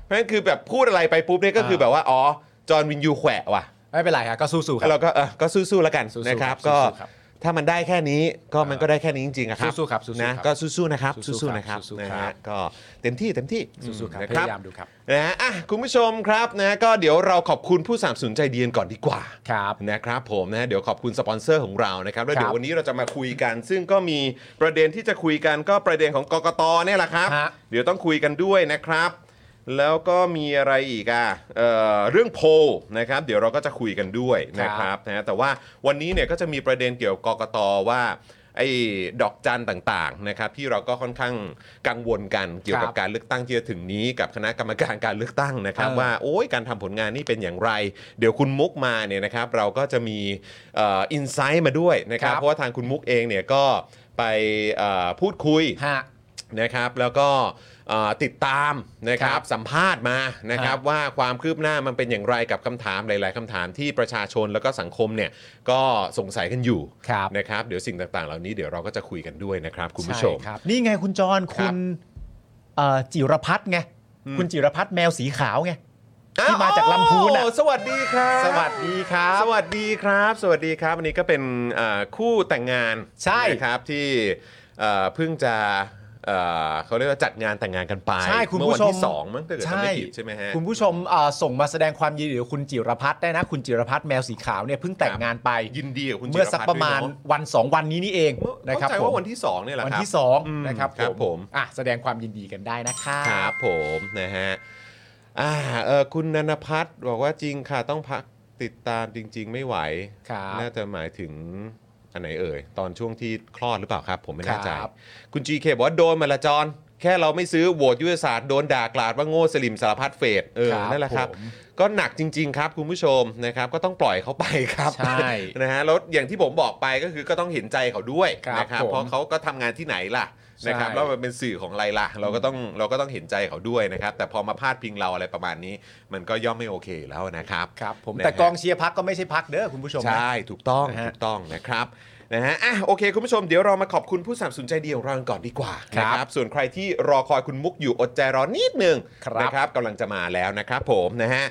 [SPEAKER 1] เพราะฉะนั้นคือแบบพูดอะไรไปปุ๊บเนี่ยก็คือ
[SPEAKER 4] อ่า
[SPEAKER 1] แบบว่า อ๋อ จอห์นวินยูแขวะว่ะ
[SPEAKER 4] ไม่เป็นไรครับก็สู้ๆครั
[SPEAKER 1] เรา
[SPEAKER 4] บ
[SPEAKER 1] ก็เออก็สู้ๆแล้วกัน
[SPEAKER 4] สู้ๆ
[SPEAKER 1] นะครับ
[SPEAKER 4] ครับ
[SPEAKER 1] ก็
[SPEAKER 4] สู้ๆครับ
[SPEAKER 1] ถ้ามันได้แค่นี้ก็มันก็ได้แค่นี้จริงๆอะครับ
[SPEAKER 4] สู้ๆครับสู้ๆ
[SPEAKER 1] นะครับ ก็สู้ๆนะครับ
[SPEAKER 4] สู้ๆ
[SPEAKER 1] สู้ๆนะครับ
[SPEAKER 4] สู้ๆ
[SPEAKER 1] นะครับ ฮะก็เต็มที่เต็มที่
[SPEAKER 4] สู้ๆครับ
[SPEAKER 1] นะ
[SPEAKER 4] พยายามดูครับ
[SPEAKER 1] นะฮะอ่ะคุณผู้ชมครับนะก็เดี๋ยวเราขอบคุณผู้สามสนุนใจเดียนก่อนดีกว่า
[SPEAKER 4] ครับ
[SPEAKER 1] นะครับผมนะเดี๋ยวขอบคุณสปอนเซอร์ของเรานะครับแล้วเดี๋ยว
[SPEAKER 4] ครับ
[SPEAKER 1] วันนี้เราจะมาคุยกัน ซึ่งก็มีประเด็นที่จะคุยกันก็ประเด็นของกกตเนี่ยแหละครับ
[SPEAKER 4] ฮะ
[SPEAKER 1] เดี๋ยวต้องคุยกันด้วยนะครับ แล้วก็มีอะไรอีกอ่ะเอ่อเรื่องโพลนะครับ เดี๋ยวเราก็จะคุยกันด้วยนะครับนะฮะแต่ว่าวันนี้เนี่ยก็จะมีประเด็นเกี่ยวกับกกตว่าไอ้ดอกจันต่างๆนะครับที่เราก็ค่อนข้างกังวลกันเกี่ยวกับ
[SPEAKER 4] ครับ
[SPEAKER 1] การเลือกตั้งที่จะถึงนี้ กับคณะกรรมการการเลือกตั้งนะครับ
[SPEAKER 4] เออ
[SPEAKER 1] ว่าโอ้ยการทำผลงานนี่เป็นอย่างไร เดี๋ยวคุณมุกมาเนี่ยนะครับ เราก็จะมีเอินไซต์มาด้วยนะครับ
[SPEAKER 4] ครับ
[SPEAKER 1] เพราะว่าทางคุณมุกเองเนี่ยก็ไปเอ่อพูดคุย
[SPEAKER 4] ฮะ
[SPEAKER 1] นะครับแล้วก็เอ่อติดตามนะครับ
[SPEAKER 4] ครับ
[SPEAKER 1] สัมภาษณ์มานะครับว่าความคืบหน้ามันเป็นอย่างไรกับคำถามหลาย ๆคำถามที่ประชาชนแล้วก็สังคมเนี่ยก็สงสัยกันอยู่
[SPEAKER 4] ครับ
[SPEAKER 1] นะครับเดี๋ยวสิ่งต่าง ๆ เหล่านี้เดี๋ยวเราก็จะคุยกันด้วยนะครับคุณผู้ชม
[SPEAKER 4] ใครับนี่ไงคุณจรคุณเอ่อจิรพัฒน์ไงคุณจิรพัฒน์แมวสีขาวไง ที่มาจากลำพูนอะ
[SPEAKER 1] โอ้สวัสดีครับ
[SPEAKER 4] สวัสดีครับ
[SPEAKER 1] สวัสดีครับ สวัสดีครับวันนี้ก็เป็นเอ่อคู่แต่งงาน
[SPEAKER 4] ใช่
[SPEAKER 1] นะครับที่เอ่อเพิ่งจะเอ่อเขาเรียกว่าจัดงานแต่งงานกันไป
[SPEAKER 4] ใช่คุณ
[SPEAKER 1] เมื่อ
[SPEAKER 4] ผู้
[SPEAKER 1] วัน
[SPEAKER 4] ชม
[SPEAKER 1] ที่สองมั้งถ้าเกิดจำไม่ผิดใช่ไหมฮะ
[SPEAKER 4] คุณผู้ชมเอ่อส่งมาแสดงความยินดีกับคุณจิรพัฒน์ได้นะคุณจิรพัฒน์แมวสีขาวเนี่ยเพิ่งแต่งงานไป
[SPEAKER 1] ยินดีกับคุณจิ
[SPEAKER 4] เมื่อ
[SPEAKER 1] พั
[SPEAKER 4] สั
[SPEAKER 1] ฒ
[SPEAKER 4] ก
[SPEAKER 1] น์
[SPEAKER 4] ประมาณ
[SPEAKER 1] ด้วยเน
[SPEAKER 4] วัน 2 วันนี้นี่เอง
[SPEAKER 1] เมื่อ
[SPEAKER 4] นะครับ
[SPEAKER 1] เข้าใจ
[SPEAKER 4] ผ
[SPEAKER 1] ว่าม วันที่ 2 เนี่ยแหละ
[SPEAKER 4] วัน
[SPEAKER 1] ครับ
[SPEAKER 4] ที่
[SPEAKER 1] อืม
[SPEAKER 4] 2 นะครับ
[SPEAKER 1] ครับผม
[SPEAKER 4] อ่ะแสดงความยินดีกันได้นะครับ
[SPEAKER 1] ครับผมนะฮะอ่าเออคุณนันพัฒน์บอกว่าจริงค่ะต้องพัก ติดตามจริง ๆ ไม่ไหว
[SPEAKER 4] ครับ
[SPEAKER 1] น่าจะหมายถึงอันไหนเอ่ย ตอนช่วงที่คลอดหรือเปล่าครับ ผมไม่แน่ใจ
[SPEAKER 4] ครับ
[SPEAKER 1] คุณ GK บอกว่าโดนมาละจอนแค่เราไม่ซื้อโหวตยุทธศาสตร์โดนด่ากลาดว่าโง่สลิมสารพัดเฟดเออนั่นแหละครับ
[SPEAKER 4] ผม
[SPEAKER 1] ก็หนักจริง ๆ ครับ คุณผู้ชมนะครับ ก็ต้องปล่อยเขาไปครับ
[SPEAKER 4] ใช่
[SPEAKER 1] นะฮะแล้วอย่างที่ผมบอกไปก็คือก็ต้องเห็นใจเขาด้วย
[SPEAKER 4] ครับ
[SPEAKER 1] นะครับ
[SPEAKER 4] ผม
[SPEAKER 1] เพราะเขาก็ทำงานที่ไหนล่ะ
[SPEAKER 4] ใช่
[SPEAKER 1] นะครับแล้วมันเป็นสื่อของอะไรล่ะ เราก็ต้องเราก็ต้องเห็นใจเขาด้วยนะครับ แต่พอมาพาดพิงเราอะไรประมาณนี้ มันก็ย่อมไม่โอเคอยู่แล้วนะครับ
[SPEAKER 4] ครับผม
[SPEAKER 1] นะฮะ
[SPEAKER 4] แต่กองเชียร์พักก็ไม่ใช่พักเด้อคุณผู้ชมนะ
[SPEAKER 1] ใช่ถูกต้อง
[SPEAKER 4] นะฮะ
[SPEAKER 1] ถูกต้องนะครับนะฮะอ่ะโอเค คุณผู้ชมเดี๋ยวเรามาขอบคุณผู้สนับสนุนใจดีของเรากันก่อนดีกว่า
[SPEAKER 4] ครับ
[SPEAKER 1] นะครับส่วนใครที่รอคอยคุณมุกอยู่อดใจรอนิดหนึ่ง
[SPEAKER 4] ครับ
[SPEAKER 1] นะครับกำลังจะมาแล้วนะครับผมนะฮะ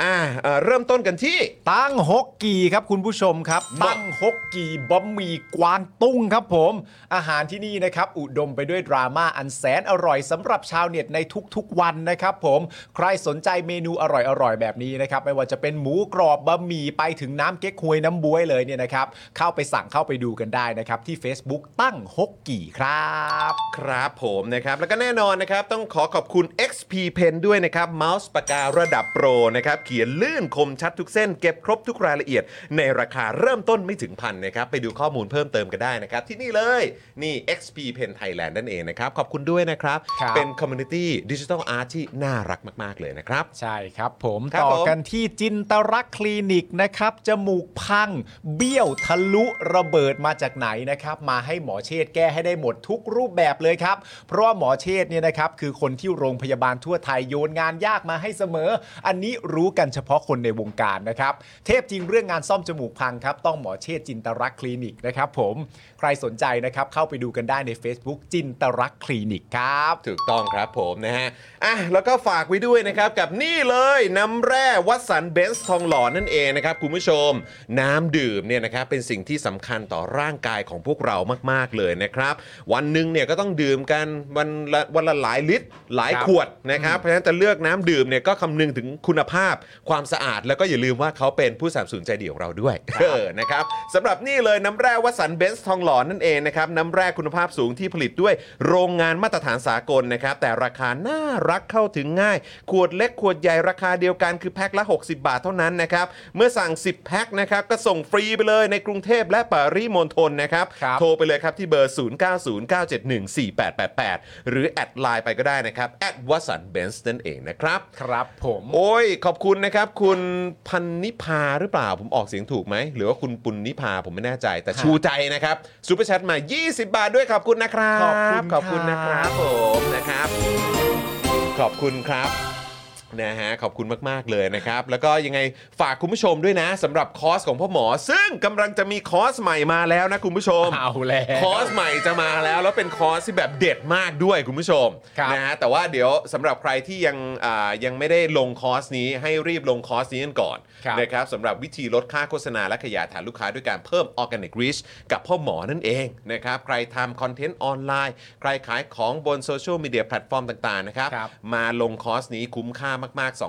[SPEAKER 1] อ่ะเอ่อเริ่มต้นกันที่
[SPEAKER 4] ตั้งฮกกีครับคุณผู้ชมครับ
[SPEAKER 1] บะ
[SPEAKER 4] ตั้งฮกกีบะหมี่กวางตุ้งครับผม อาหารที่นี่นะครับ อุดมไปด้วยดราม่าอันแสนอร่อยสำหรับชาวเน็ตในทุกๆวันนะครับผม ใครสนใจเมนูอร่อยๆ แบบนี้นะครับ ไม่ว่าจะเป็นหมูกรอบบะหมี่ไปถึงน้ำเก๊กฮวยน้ำบวยเลยเนี่ยนะครับ เข้าไปสั่งเข้าไปดูกันได้นะครับ ที่ Facebook ตั้งฮกกีครับ
[SPEAKER 1] ครับผมนะครับแล้วก็แน่นอนนะครับต้องขอขอบคุณ XP Pen ด้วยนะครับเมาส์ปากการะดับโปรนะครับเขียนลื่นคมชัดทุกเส้นเก็บครบทุกรายละเอียด ในราคาเริ่มต้นไม่ถึงพันนะครับไปดูข้อมูลเพิ่มเติมกันได้นะครับ ที่นี่เลยนี่ XP Pen Thailand นั่นเองนะครับ ขอบคุณด้วยนะครับ
[SPEAKER 4] ครับ
[SPEAKER 1] เป็นคอมมูนิตี้ดิจิทัลอาร์ตที่น่ารักมาก ๆ เลยนะครับ
[SPEAKER 4] ใช่ครับผม
[SPEAKER 1] ครับ
[SPEAKER 4] ต่อ
[SPEAKER 1] ผม
[SPEAKER 4] กันที่จินตรักษณ์คลินิกนะครับ จมูกพัง เบี้ยวทะลุระเบิดมาจากไหนนะครับ มาให้หมอเชษฐ์แก้ให้ได้หมดทุกรูปแบบเลยครับ เพราะว่าหมอเชษฐ์เนี่ยนะครับ คือคนที่โรงพยาบาลทั่วไทยโยนงานยากมาให้เสมอ อันนี้รู้กันเฉพาะคนในวงการนะครับ เทพจริงเรื่องงานซ่อมจมูกพังครับต้องหมอเชษฐ์จินตรักษณ์คลินิกนะครับผมใครสนใจนะครับเข้าไปดูกันได้ใน Facebook จินตรักษณ์คลินิกครับ
[SPEAKER 1] ถูกต้องครับผมนะฮะ อ่ะ แล้วก็ฝากไว้ด้วยนะครับ กับนี่เลยน้ำแร่วัดสันเบนซ์ทองหล่อนั่นเองนะครับ คุณผู้ชม น้ำดื่มเนี่ยนะครับ เป็นสิ่งที่สำคัญต่อร่างกายของพวกเรามากๆเลยนะครับ วันหนึ่งเนี่ยก็ต้องดื่มกันวันละวันละหลายลิตรหลาย
[SPEAKER 4] ครับ
[SPEAKER 1] ขวดนะครับ เพราะฉะนั้นจะเลือกน้ำดื่มเนี่ยก็คำนึงถึงคุณภาพความสะอาด แล้วก็อย่าลืมว่าเขาเป็นผู้สนับสนุนใจดีของเราด้วยเออนะครับสำหรับนี่เลยน้ำแร่วัดสันเบนซ์ทองหล่อนั่นเองนะครับน้ำแร่คุณภาพสูงที่ผลิตด้วยโรงงานมาตรฐานสากลนะครับ แต่ราคาน่ารักเข้าถึงง่าย ขวดเล็กขวดใหญ่ราคาเดียวกันคือแพ็คละ 60 บาทเท่านั้นนะครับเมื่อสั่ง 10 แพ็คนะครับก็ส่งฟรีไปเลยในกรุงเทพและปริมณฑลนะครับ
[SPEAKER 4] ครับ
[SPEAKER 1] โทรไปเลยครับที่เบอร์ 0909714888 หรือแอดไลน์ไปก็ได้นะครับแอดวัสันเบนซ์นั่นเองนะครับ
[SPEAKER 4] ครับผม
[SPEAKER 1] โอ้ย ขอบคุณนะครับ คุณพันนิพาหรือเปล่าผมออกเสียงถูกไหม หรือว่าคุณปุณนิพาผมไม่แน่ใจ แต่
[SPEAKER 4] ฮะ
[SPEAKER 1] ชูใจนะครับซูเปอร์แชทมา 20 บาทด้วยขอบคุณนะครับ
[SPEAKER 4] ขอ
[SPEAKER 1] ขอ
[SPEAKER 4] บคุณ
[SPEAKER 1] บคุณนะค
[SPEAKER 4] ครั
[SPEAKER 1] รับบ ผมนะครับ ขอบคุณครับนะฮะขอบคุณมาก ๆ เลยนะครับ แล้วก็ยังไงฝากคุณผู้ชมด้วยนะสำหรับคอร์สของพ่อหมอ ซึ่งกำลังจะมีคอร์สใหม่มาแล้วนะคุณผู้ชม
[SPEAKER 4] เอาแล้ว
[SPEAKER 1] คอร์สใหม่จะมาแล้ว แล้วเป็นคอร์สที่แบบเด็ดมากด้วยคุณผู้ชม
[SPEAKER 4] ครับ
[SPEAKER 1] นะฮะแต่ว่าเดี๋ยวสำหรับใครที่ยังอ่ายังไม่ได้ลงคอร์สนี้ให้รีบลงคอร์สนี้กันก่อน
[SPEAKER 4] ครับ
[SPEAKER 1] นะครับสำหรับวิธีลดค่าโฆษณาและขยายฐานลูกค้าด้วยการเพิ่ม Organic Reach กับพ่อหมอนั่นเองนะครับใครทำคอนเทนต์ออนไลน์ ใครขายของบนโซเชียลมีเดียแพลตฟอร์มต่างๆนะครับ
[SPEAKER 4] ครับ
[SPEAKER 1] มาลงคอร์สนี้คุ้มค่ามาก ๆ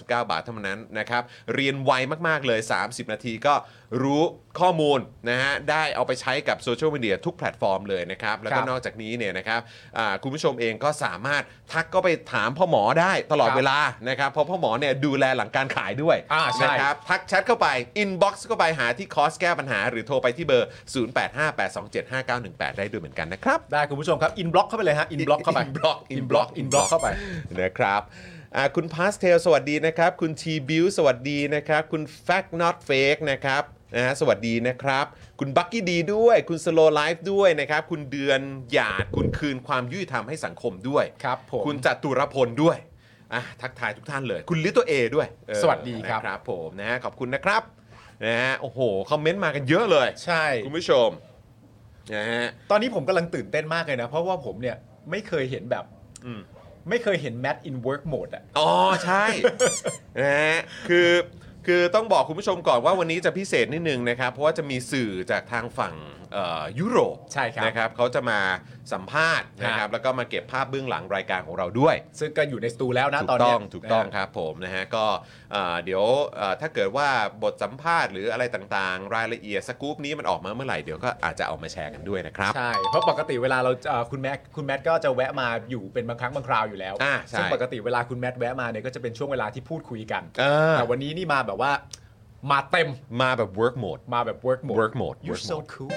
[SPEAKER 1] 2,999 บาทเท่านั้นนะครับ เรียนไวมาก ๆ เลย 30 นาทีก็รู้ข้อมูลนะฮะ ได้เอาไปใช้กับโซเชียลมีเดียทุกแพลตฟอร์มเลยนะครับ แล้วก็
[SPEAKER 4] ครับ
[SPEAKER 1] นอกจากนี้เนี่ยนะครับอ่าคุณผู้ชมเองก็สามารถทักก็ไปถามพ่อหมอได้ตลอด
[SPEAKER 4] ครับ
[SPEAKER 1] เวลานะครับ เพราะพ่อหมอเนี่ยดูแลหลังการขายด้วย
[SPEAKER 4] อ่าใช่
[SPEAKER 1] นะครับ ทักแชทเข้าไป inbox เข้าไปหาที่คอร์สแก้ปัญหา หรือโทรไปที่เบอร์ 0858275918 ได้ด้วยเหมือนกันนะครับ
[SPEAKER 4] ได้คุณผู้ชมครับ อินบล็อกเข้าไปเลยฮะ อินบล็อกเข้าไป
[SPEAKER 1] inbox
[SPEAKER 4] อินบล็อก อินบล็อกเข้าไป
[SPEAKER 1] นะครับอ่าคุณพาสเทลสวัสดีนะครับ คุณทีบิวสวัสดีนะครับ คุณ Fact Not Fake นะครับนะฮะสวัสดีนะครับ คุณบักกี้ดีด้วย คุณสโลไลฟ์ด้วยนะครับ คุณเดือนหยาด คุณคืนความยุติธรรมให้สังคมด้วย
[SPEAKER 4] ครับผม
[SPEAKER 1] คุณจตุรพลด้วยอ่ะทักทายทุกท่านเลย คุณลิตัวเอด้วยเออ
[SPEAKER 4] สวัสดีครับ
[SPEAKER 1] นะครับผมนะฮะขอบคุณนะครับนะฮะโอ้โห คอมเมนต์มากันเยอะเลย
[SPEAKER 4] ใช่
[SPEAKER 1] คุณผู้ชมนะฮะ
[SPEAKER 4] ตอนนี้ผมกำลังตื่นเต้นมากเลยนะ เพราะว่าผมเนี่ย ไม่เคยเห็นแบบ
[SPEAKER 1] อืม
[SPEAKER 4] ไม่เคยเห็นแมทอินเวิร์กโหมดอะ
[SPEAKER 1] อ๋อ ใช่ นะฮะคือคือต้องบอกคุณผู้ชมก่อนว่าวันนี้จะพิเศษนิดนึงนะครับ เพราะว่าจะมีสื่อจากทางฝั่งเอ่อยุโรป
[SPEAKER 4] ใช่ครับ
[SPEAKER 1] นะครับเขาจะมาสัมภาษณ์นะค
[SPEAKER 4] ครั
[SPEAKER 1] รับบ แล้วก็มาเก็บภาพเบื้องหลังรายการของเราด้วย
[SPEAKER 4] ซึ่งก็อยู่ในสตูแล้วนะ
[SPEAKER 1] ถู
[SPEAKER 4] ตอน
[SPEAKER 1] กต้อ
[SPEAKER 4] เนี้
[SPEAKER 1] ย งถูกต้อง
[SPEAKER 4] นะ
[SPEAKER 1] ครับผมนะฮะก็เอ่อเดี๋ยวเอ่อถ้าเกิดว่าบทสัมภาษณ์หรืออะไรต่างๆ รายละเอียดสกู๊ปนี้มันออกมาเมื่อไหร่เดี๋ยวก็อาจจะเอามาแชร์กันด้วยนะครับ
[SPEAKER 4] ใช่ เพราะปกติเวลาเราเอ่อคุณแมทคุณแมทก็จะแวะมาอยู่เป็นบางครั้งบางคราวอยู่แล้ว
[SPEAKER 1] อ่าใช่
[SPEAKER 4] ซึ่งปกติเวลาคุณแมทแวะมาเนี่ยก็จะเป็นช่วงเวลาที่พูดคุยกัน
[SPEAKER 1] เออ
[SPEAKER 4] แต่วันนี้นี่มาแบบว่า มาเต็ม
[SPEAKER 1] มาแบบ work mode
[SPEAKER 4] มาแบบ work mode
[SPEAKER 1] work mode
[SPEAKER 4] you're
[SPEAKER 1] work
[SPEAKER 4] so
[SPEAKER 1] mode
[SPEAKER 4] cool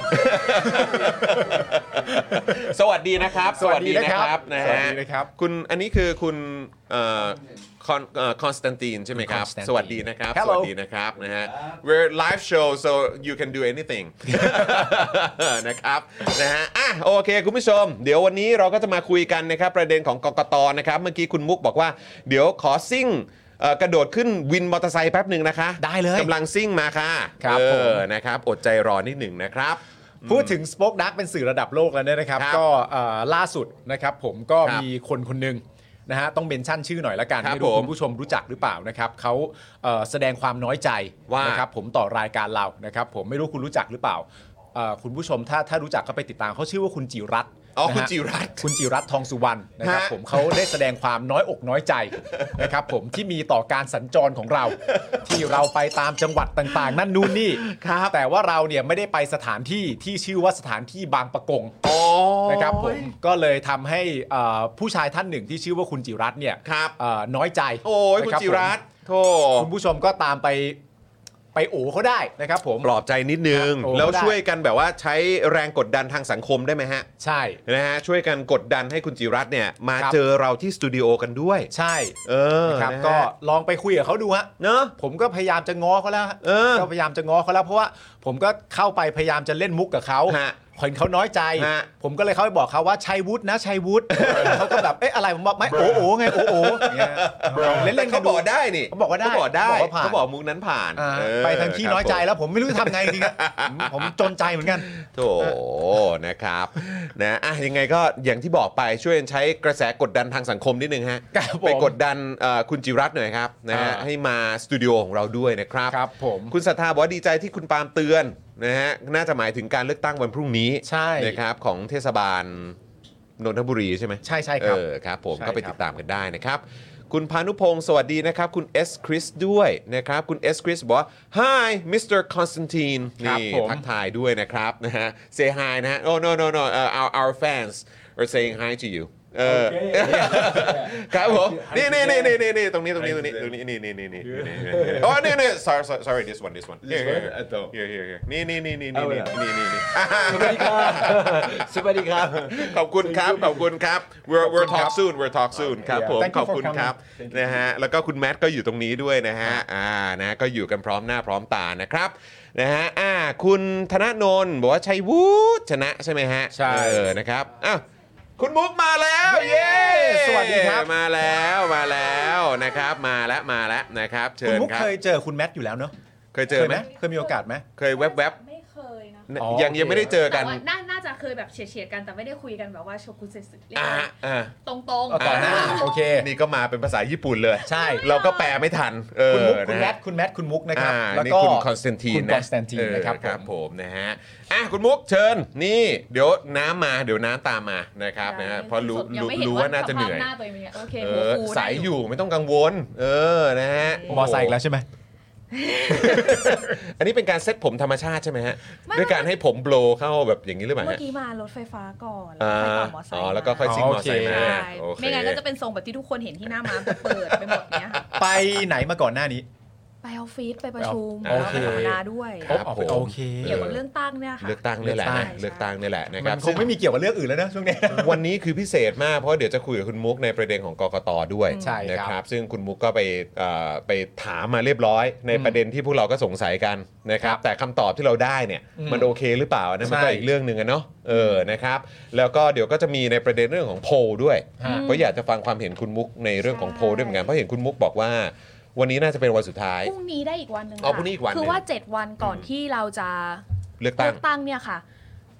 [SPEAKER 1] สวัสดีนะครับ
[SPEAKER 4] สวัสดีนะครับ
[SPEAKER 1] นะ
[SPEAKER 4] สวั
[SPEAKER 1] ฮะ
[SPEAKER 4] สดีนะครับ
[SPEAKER 1] คุณอันนี้คือคุณเอ่อคอนเอ่อ Constantine ใช่ไหมครับ
[SPEAKER 4] Constantine
[SPEAKER 1] สวัสดีนะครับ
[SPEAKER 4] Hello
[SPEAKER 1] สวัสดีนะครับนะฮะ we're live show so you can do anything นะครับนะฮะอ่ะโอเค คุณผู้ชม เดี๋ยววันนี้เราก็จะมาคุยกันนะครับ ประเด็นของกกตนะครับ เมื่อกี้คุณมุกบอกว่า เดี๋ยวขอซิ่งเอ่อกระโดดขึ้นวินมอเตอร์ไซค์แป๊บหนึ่งนะคะ
[SPEAKER 4] ได้เลย
[SPEAKER 1] กำลังซิ่งมาค่ะ
[SPEAKER 4] ครับ
[SPEAKER 1] เอ
[SPEAKER 4] ผม
[SPEAKER 1] อนะครับอดใจรอนิดหนึ่งนะครับ
[SPEAKER 4] พูดถึง Spoke Dark เป็นสื่อระดับโลกแล้วเนี่ยนะครับ
[SPEAKER 1] ครับ
[SPEAKER 4] ก็เอ่อล่าสุดนะครับผมก็
[SPEAKER 1] ครับ
[SPEAKER 4] มีคนคนหนึ่งนะฮะต้องเมนชั่นชื่อหน่อยละกัน
[SPEAKER 1] ครับ
[SPEAKER 4] ไม่รู้
[SPEAKER 1] ผม
[SPEAKER 4] คุณผู้ชมรู้จักหรือเปล่านะครับเขาเอ่อแสดงความน้อยใจ
[SPEAKER 1] ว่า
[SPEAKER 4] นะครับผมต่อรายการเรานะครับผมไม่รู้คุณรู้จักหรือเปล่าเอ่อคุณผู้ชมถ้าถ้ารู้จักก็ไปติดตามเขาชื่อว่าคุณจิรัตน์
[SPEAKER 1] อ๋อ
[SPEAKER 4] นะฮะ
[SPEAKER 1] คุณจิรัตน์
[SPEAKER 4] คุณจิรัตน์ทองสุวรรณนะครับ
[SPEAKER 1] ฮะ
[SPEAKER 4] ผมเขาได้แสดงความน้อยอกน้อยใจนะครับ ผมที่มีต่อการสัญจรของเรา ที่เราไปตามจังหวัดต่างๆ นั่นนู่น นี่แต่ว่าเราเนี่ยไม่ได้ไปสถานที่ที่ชื่อว่าสถานที่บางปะกง
[SPEAKER 1] โอ้ย
[SPEAKER 4] นะครับผมก็เลยทำให้เอ่อผู้ชายท่านหนึ่งที่ชื่อว่าคุณจิรัตน์เนี่ย
[SPEAKER 1] ครับ
[SPEAKER 4] เอ่อน้อยใจ
[SPEAKER 1] โอ้ยคุณ
[SPEAKER 4] นะบ
[SPEAKER 1] จิรัตน์โท
[SPEAKER 4] ผมคุณผู้ชมก็ตามไปไปโอ้เขาได้นะครับผม
[SPEAKER 1] ปลอบใจนิดนึง
[SPEAKER 4] ครับโอ้
[SPEAKER 1] แล้ว
[SPEAKER 4] ได้
[SPEAKER 1] ช่วยกันแบบว่าใช้แรงกดดันทางสังคมได้ไหมฮะ
[SPEAKER 4] ใช่
[SPEAKER 1] นะฮะช่วยกันกดดันให้คุณจิรัตน์เนี่ยมา
[SPEAKER 4] ครับ
[SPEAKER 1] เจอเราที่สตูดิโอกันด้วย
[SPEAKER 4] ใช่
[SPEAKER 1] เออ
[SPEAKER 4] นะครับ
[SPEAKER 1] นะฮะ
[SPEAKER 4] ก็ลองไปคุยกับเขาดูฮะ
[SPEAKER 1] เนอะ
[SPEAKER 4] ผมก็พยายามจะง้อเขาแล้วฮะ
[SPEAKER 1] เออ
[SPEAKER 4] ก็พยายามจะง้อเขาแล้ว เพราะว่าผมก็เข้าไปพยายามจะเล่นมุกกับเขา
[SPEAKER 1] ฮะ
[SPEAKER 4] เห็นเขาน้อยใจ
[SPEAKER 1] ฮะ
[SPEAKER 4] ผมก็เลยเข้าไปบอกเขาว่าชัยวุฒินะชัยวุ ฒิเขาก็แบบเอ๊ะอะไรผมบอกไม่โอ้โหไงโอ้โหอย่างเงี้ยเล่น
[SPEAKER 1] แต่
[SPEAKER 4] เล่น
[SPEAKER 1] เขาบอกได้นี่
[SPEAKER 4] เขาบอกว่าได้
[SPEAKER 1] เขาบอกได้
[SPEAKER 4] บอกว่าผ่าน
[SPEAKER 1] เขาบอกมุกนั้นผ่าน
[SPEAKER 4] อ่า
[SPEAKER 1] เออ
[SPEAKER 4] ไปทางขี้น้อยใจ
[SPEAKER 1] ครับ
[SPEAKER 4] แล้วผมไม่รู้จะทำไงจริง ๆอะผมผมจนใจเหมือนกัน
[SPEAKER 1] ผมโถนะครับนะอ่ะยังไงก็อย่างที่บอกไปช่วยกันใช้กระแสกดดันทางสังคมนิดนึงฮะ
[SPEAKER 4] ครับผม
[SPEAKER 1] ไปกดดันเอ่อคุณจิรัตน์หน่อยครับนะฮะ
[SPEAKER 4] อ่า
[SPEAKER 1] ให้มาสตูดิโอของเราด้วยนะครับ
[SPEAKER 4] ครับผม
[SPEAKER 1] คุณศรัทธาบอกว่าดีใจที่คุณปาล์มเตือนนะฮะน่าจะหมายถึงการเลือกตั้งวันพรุ่งนี้
[SPEAKER 4] ใช่
[SPEAKER 1] นะครับของเทศบาลนนทบุรีใช่ไหม
[SPEAKER 4] ใช่ใช่ครับ
[SPEAKER 1] เออครับผม
[SPEAKER 4] ใช่
[SPEAKER 1] ก็ไป
[SPEAKER 4] ครับ
[SPEAKER 1] ติดตามกันได้นะครับ คุณพานุพงศ์สวัสดีนะครับ คุณเอสคริสด้วยนะครับ คุณเอสคริสบอกว่า hi Mr. Constantine
[SPEAKER 4] ครับ
[SPEAKER 1] นี่
[SPEAKER 4] ผม
[SPEAKER 1] ทักทายด้วยนะครับนะฮะ say hi นะฮะ oh no no no uh, our our fans are saying hi to you เออครับผมนี่นี่นี่นี่นี่ตรงนี้ตรงนี้ตรงนี้ตรงนี้นี่นี่นี่นี่โอ้นี่นี่ sorry sorry sorry this one this one here here here here here here นี่นี่นี่นี่นี่นี่นี่นี่ นี่อ่ะ
[SPEAKER 5] สวัสดีครับ
[SPEAKER 1] ขอบคุณครับขอบคุณครับ we're we're talk soon we're talk soon ครับผม
[SPEAKER 4] Thank you
[SPEAKER 1] ข
[SPEAKER 4] for
[SPEAKER 1] อบคุณครับ
[SPEAKER 4] coming.
[SPEAKER 1] นะฮะแล้วก็คุณแมทก็อยู่ตรงนี้ด้วยนะฮะอ่านะก็อยู่กันพร้อมหน้าพร้อมตานะครับนะฮะอ่าคุณธนนนท์บอกว่าชัยวุฒิชนะใช่ไหมฮะ
[SPEAKER 4] ใช่
[SPEAKER 1] เออนะครับอ้าวคุณมุกมาแล้ว เย้
[SPEAKER 4] สวัสดีครับ
[SPEAKER 1] มาแล้วมาแล้วนะครับมาแล้วมาแล้วนะครับ เชิ
[SPEAKER 4] คุณ
[SPEAKER 1] ญ
[SPEAKER 4] มุก
[SPEAKER 1] ครับ
[SPEAKER 4] เคยเจอคุณแมทอยู่แล้วเนอะ
[SPEAKER 1] เคยเจอไหม
[SPEAKER 4] เคยมีโอกาสไหม
[SPEAKER 1] เคยแวบ
[SPEAKER 6] ไม่เคย
[SPEAKER 1] ๆ
[SPEAKER 6] นะ
[SPEAKER 4] อ๋อ
[SPEAKER 1] ยัง
[SPEAKER 4] โอเค
[SPEAKER 1] ยังไม่ได้เจอ
[SPEAKER 6] แต่
[SPEAKER 1] กัน
[SPEAKER 6] ว่าน่าน่าจะเคยแบบเฉียดๆกันแต่ไม่ได้คุยกันแบบว่าโชกุนเซสึเรียก
[SPEAKER 1] อ่า
[SPEAKER 6] ว่า
[SPEAKER 1] อ่า
[SPEAKER 6] ตรง
[SPEAKER 4] เอาต่อหน้า
[SPEAKER 1] อ่า
[SPEAKER 4] โอเค
[SPEAKER 1] นี่ก็มาเป็นภาษาญี่ปุ่นเลย
[SPEAKER 4] ใช่
[SPEAKER 1] เราก็แปลไม่ทันเออ
[SPEAKER 4] คุณมุกคุ
[SPEAKER 1] นะ
[SPEAKER 4] ณแม
[SPEAKER 1] ฮะ
[SPEAKER 4] ทคุณแมทคุณมุกนะครับ
[SPEAKER 1] อ่า
[SPEAKER 4] แล้ว
[SPEAKER 1] นี่
[SPEAKER 4] ก็
[SPEAKER 1] คุณคอนสแตนทีน
[SPEAKER 4] คุณคอนสแตนทีนนะครับ
[SPEAKER 1] เออครับ
[SPEAKER 4] ผ
[SPEAKER 1] ผม
[SPEAKER 4] ม
[SPEAKER 1] นะฮะอ่ะคุณมุกเชิญนี่เดี๋ยวน้ำมาเดี๋ยวน้ำตามมานะค
[SPEAKER 6] ๆ
[SPEAKER 1] รับนะฮะ
[SPEAKER 6] ยัง
[SPEAKER 1] เพราะรู้
[SPEAKER 6] สดยัง
[SPEAKER 1] รู้
[SPEAKER 6] ไม่เห็
[SPEAKER 1] รู้ว่าน่าจะเหนื่อย
[SPEAKER 6] สภพหน้าตัวเองเป็นไงโอเค
[SPEAKER 1] เอ
[SPEAKER 6] หัว
[SPEAKER 1] อ
[SPEAKER 6] ฟูได้
[SPEAKER 1] ใสอยู่ไม่ต้องกังวล เออนะฮะ
[SPEAKER 4] มอไซค์อีกแล้วใช่ไหม
[SPEAKER 1] อันนี้เป็นการเซ็ตผมธรรมชาติใช่ไหมฮะ
[SPEAKER 6] ไม่
[SPEAKER 1] ด้วยการให้ผมโบลเข้าแบบอย่างนี้หรือเปล่า
[SPEAKER 6] เมื่
[SPEAKER 1] ฮะ
[SPEAKER 6] อกี้มารถไฟฟ้าก่อนแล้ว
[SPEAKER 1] อ่า
[SPEAKER 6] ค่อยต่อมอไซ
[SPEAKER 1] อ๋
[SPEAKER 6] ค์
[SPEAKER 1] อแล้วก็ค่อยซิ่งมอไซค์
[SPEAKER 4] อ๋
[SPEAKER 1] มา
[SPEAKER 4] อ
[SPEAKER 6] ใช่
[SPEAKER 1] โอเค
[SPEAKER 6] ไม่งั้นก็จะเป็นทรงแบบที่ทุกคนเห็นที่หน้าม้าเปิดไปหมดเนี้ยค่ะ
[SPEAKER 4] ไปไหนมาก่อนหน้านี้
[SPEAKER 6] ไปออฟฟิศไปประชุม
[SPEAKER 4] โอ
[SPEAKER 6] แล้ว
[SPEAKER 4] เค
[SPEAKER 6] ไปสัมมนาด้วย
[SPEAKER 1] ครับ
[SPEAKER 4] ออกไป
[SPEAKER 1] ผม
[SPEAKER 4] โอเค
[SPEAKER 6] เกี่ยวกับเรื่องตั้งเนี่ยค่ะ
[SPEAKER 1] เลือกตั้งนี่แหละ
[SPEAKER 4] เลือกตั้
[SPEAKER 1] นะ
[SPEAKER 4] ง
[SPEAKER 1] เลือกตั้งนี่แหละนะค
[SPEAKER 4] มั
[SPEAKER 1] รับ
[SPEAKER 4] นคงไม่มีเกี่ยวกับเรื่องอื่นแล้วนะช่วงเนี้ย
[SPEAKER 1] วันนี้คือพิเศษมากเพราะเดี๋ยวจะคุยกับคุณมุกในประเด็นของกกตด้วย
[SPEAKER 4] ใช่ครับ
[SPEAKER 1] นะครับ ซึ่งคุณมุกก็ไปเอ่อไปถามมาเรียบร้อย ในประเด็นที่พวกเราก็สงสัยกันนะครับ แต่คำตอบที่เราได้เนี่ย
[SPEAKER 4] อืม
[SPEAKER 1] มันโอเคหรือเปล่าอันนั้นมันก็
[SPEAKER 4] ใช่
[SPEAKER 1] อีกเรื่องหนึ่งอะเนาะเออนะครับ แล้วก็เดี๋ยวก็จะมีในประเด็นเรื่องของโพลด้วย
[SPEAKER 4] ฮะ
[SPEAKER 1] เพราะอยากจะฟังความเห็นคุณมุกในเรื่องของโพลด้วยเหมือนกันเพราะเห็นคุณมุกบอกว่า วันนี้น่าจะเป็นวันสุดท้าย
[SPEAKER 6] พรุ่งนี้ได้อีกวันหนึ่ง
[SPEAKER 1] อ๋อพ
[SPEAKER 6] ค่ะ
[SPEAKER 1] รุ่งนี้อีกวันหนึ่ง
[SPEAKER 6] คือว่า 7 วันก่อนที่เราจะ
[SPEAKER 1] เลือก
[SPEAKER 6] เลื
[SPEAKER 1] ตั้ง
[SPEAKER 6] อกตั้งเนี่ยค่ะ